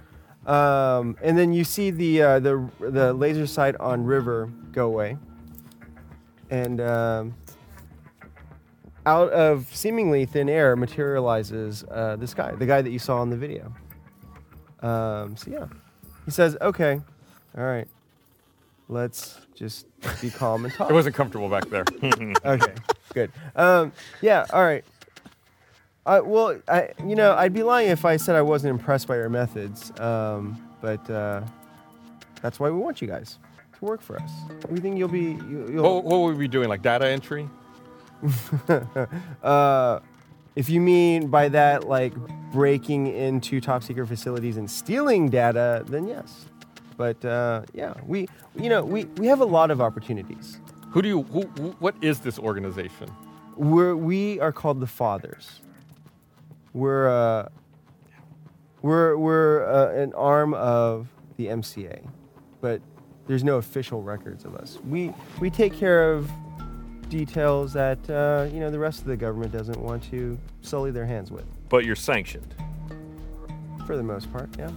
[SPEAKER 1] Um, and then you see the uh, the the laser sight on River go away, and um, out of seemingly thin air materializes uh, this guy, the guy that you saw in the video. Um, so yeah, he says, "Okay, all right, let's just be calm and talk."
[SPEAKER 5] [laughs] It wasn't comfortable
[SPEAKER 7] [laughs]
[SPEAKER 5] back there.
[SPEAKER 1] okay, good. Um, yeah, all right. I, well, I, you know, I'd be lying if I said I wasn't impressed by your methods. Um, but uh, that's why we want you guys to work for us. We think you'll be. You,
[SPEAKER 5] what,
[SPEAKER 1] you'll,
[SPEAKER 5] what were we doing? Like data entry?
[SPEAKER 1] if you mean by that, like breaking into top secret facilities and stealing data, then yes. But uh, yeah, we, you know, we, we have a lot of opportunities.
[SPEAKER 5] Who do you? Who, who, what is this organization?
[SPEAKER 1] we're we are called the fathers. We're uh, we're we're uh, an arm of the MCA, but there's no official records of us. We we take care of details that uh, you know the rest of the government doesn't want to sully their hands with,
[SPEAKER 2] But you're sanctioned.
[SPEAKER 1] for the most part. Yeah.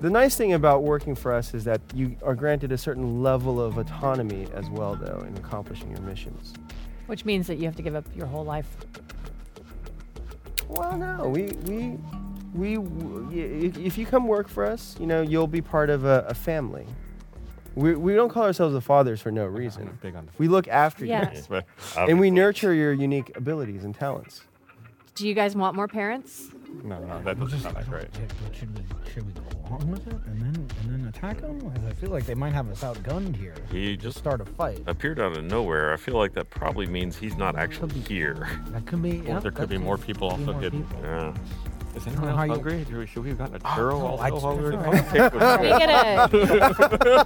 [SPEAKER 1] The nice thing about working for us is that you are granted a certain level of autonomy as well, though, in accomplishing your missions.
[SPEAKER 3] Which means that you have to give up your whole life.
[SPEAKER 1] Well, no, we we we w- y- if- if you come work for us, you know you'll be part of a, a family. We, we don't call ourselves the fathers for no reason.
[SPEAKER 5] big on the-
[SPEAKER 1] We look after
[SPEAKER 3] Yeah.
[SPEAKER 1] you,
[SPEAKER 5] But
[SPEAKER 1] and we nurture your unique abilities and talents.
[SPEAKER 3] Do you guys want more
[SPEAKER 7] [laughs]
[SPEAKER 3] parents?
[SPEAKER 5] no, no, that doesn't sound like right.
[SPEAKER 7] Should we, should we go along with it and then and then attack them? I feel like they might have us outgunned here.
[SPEAKER 2] He
[SPEAKER 7] Just
[SPEAKER 2] just
[SPEAKER 7] start a fight.
[SPEAKER 2] appeared out of nowhere. I feel like that probably means he's not actually here.
[SPEAKER 7] That could be. yeah,
[SPEAKER 5] there could
[SPEAKER 7] that
[SPEAKER 5] be more people
[SPEAKER 7] could be
[SPEAKER 5] also
[SPEAKER 7] more
[SPEAKER 5] hidden.
[SPEAKER 7] people.
[SPEAKER 2] Yeah.
[SPEAKER 5] Is
[SPEAKER 7] know
[SPEAKER 5] anyone
[SPEAKER 7] how
[SPEAKER 5] else
[SPEAKER 7] you- Oh,
[SPEAKER 5] hungry? Should we- Should we have gotten a churro
[SPEAKER 7] no, I
[SPEAKER 5] also
[SPEAKER 7] just-
[SPEAKER 5] while we were
[SPEAKER 7] [laughs]
[SPEAKER 2] [laughs]
[SPEAKER 7] that's
[SPEAKER 3] Are you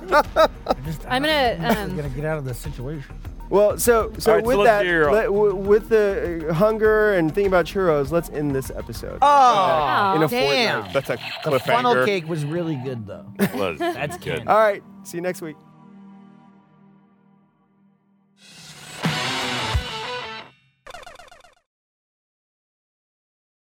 [SPEAKER 3] gonna?
[SPEAKER 7] I'm just-
[SPEAKER 3] I'm gonna,
[SPEAKER 7] I'm
[SPEAKER 3] um,
[SPEAKER 7] gonna get out of this situation.
[SPEAKER 1] Well, so so
[SPEAKER 2] All right, so
[SPEAKER 1] with
[SPEAKER 2] let's
[SPEAKER 1] that,
[SPEAKER 2] hear-
[SPEAKER 1] let- w- with the uh, hunger and thing about churros, let's end this episode.
[SPEAKER 2] Ah!
[SPEAKER 3] Aw,
[SPEAKER 1] in a
[SPEAKER 6] damn.
[SPEAKER 1] fortnight.
[SPEAKER 5] That's a
[SPEAKER 7] The funnel
[SPEAKER 5] cliffhanger.
[SPEAKER 7] cake was really good though.
[SPEAKER 2] That's
[SPEAKER 7] canon.
[SPEAKER 1] All right, see you next week.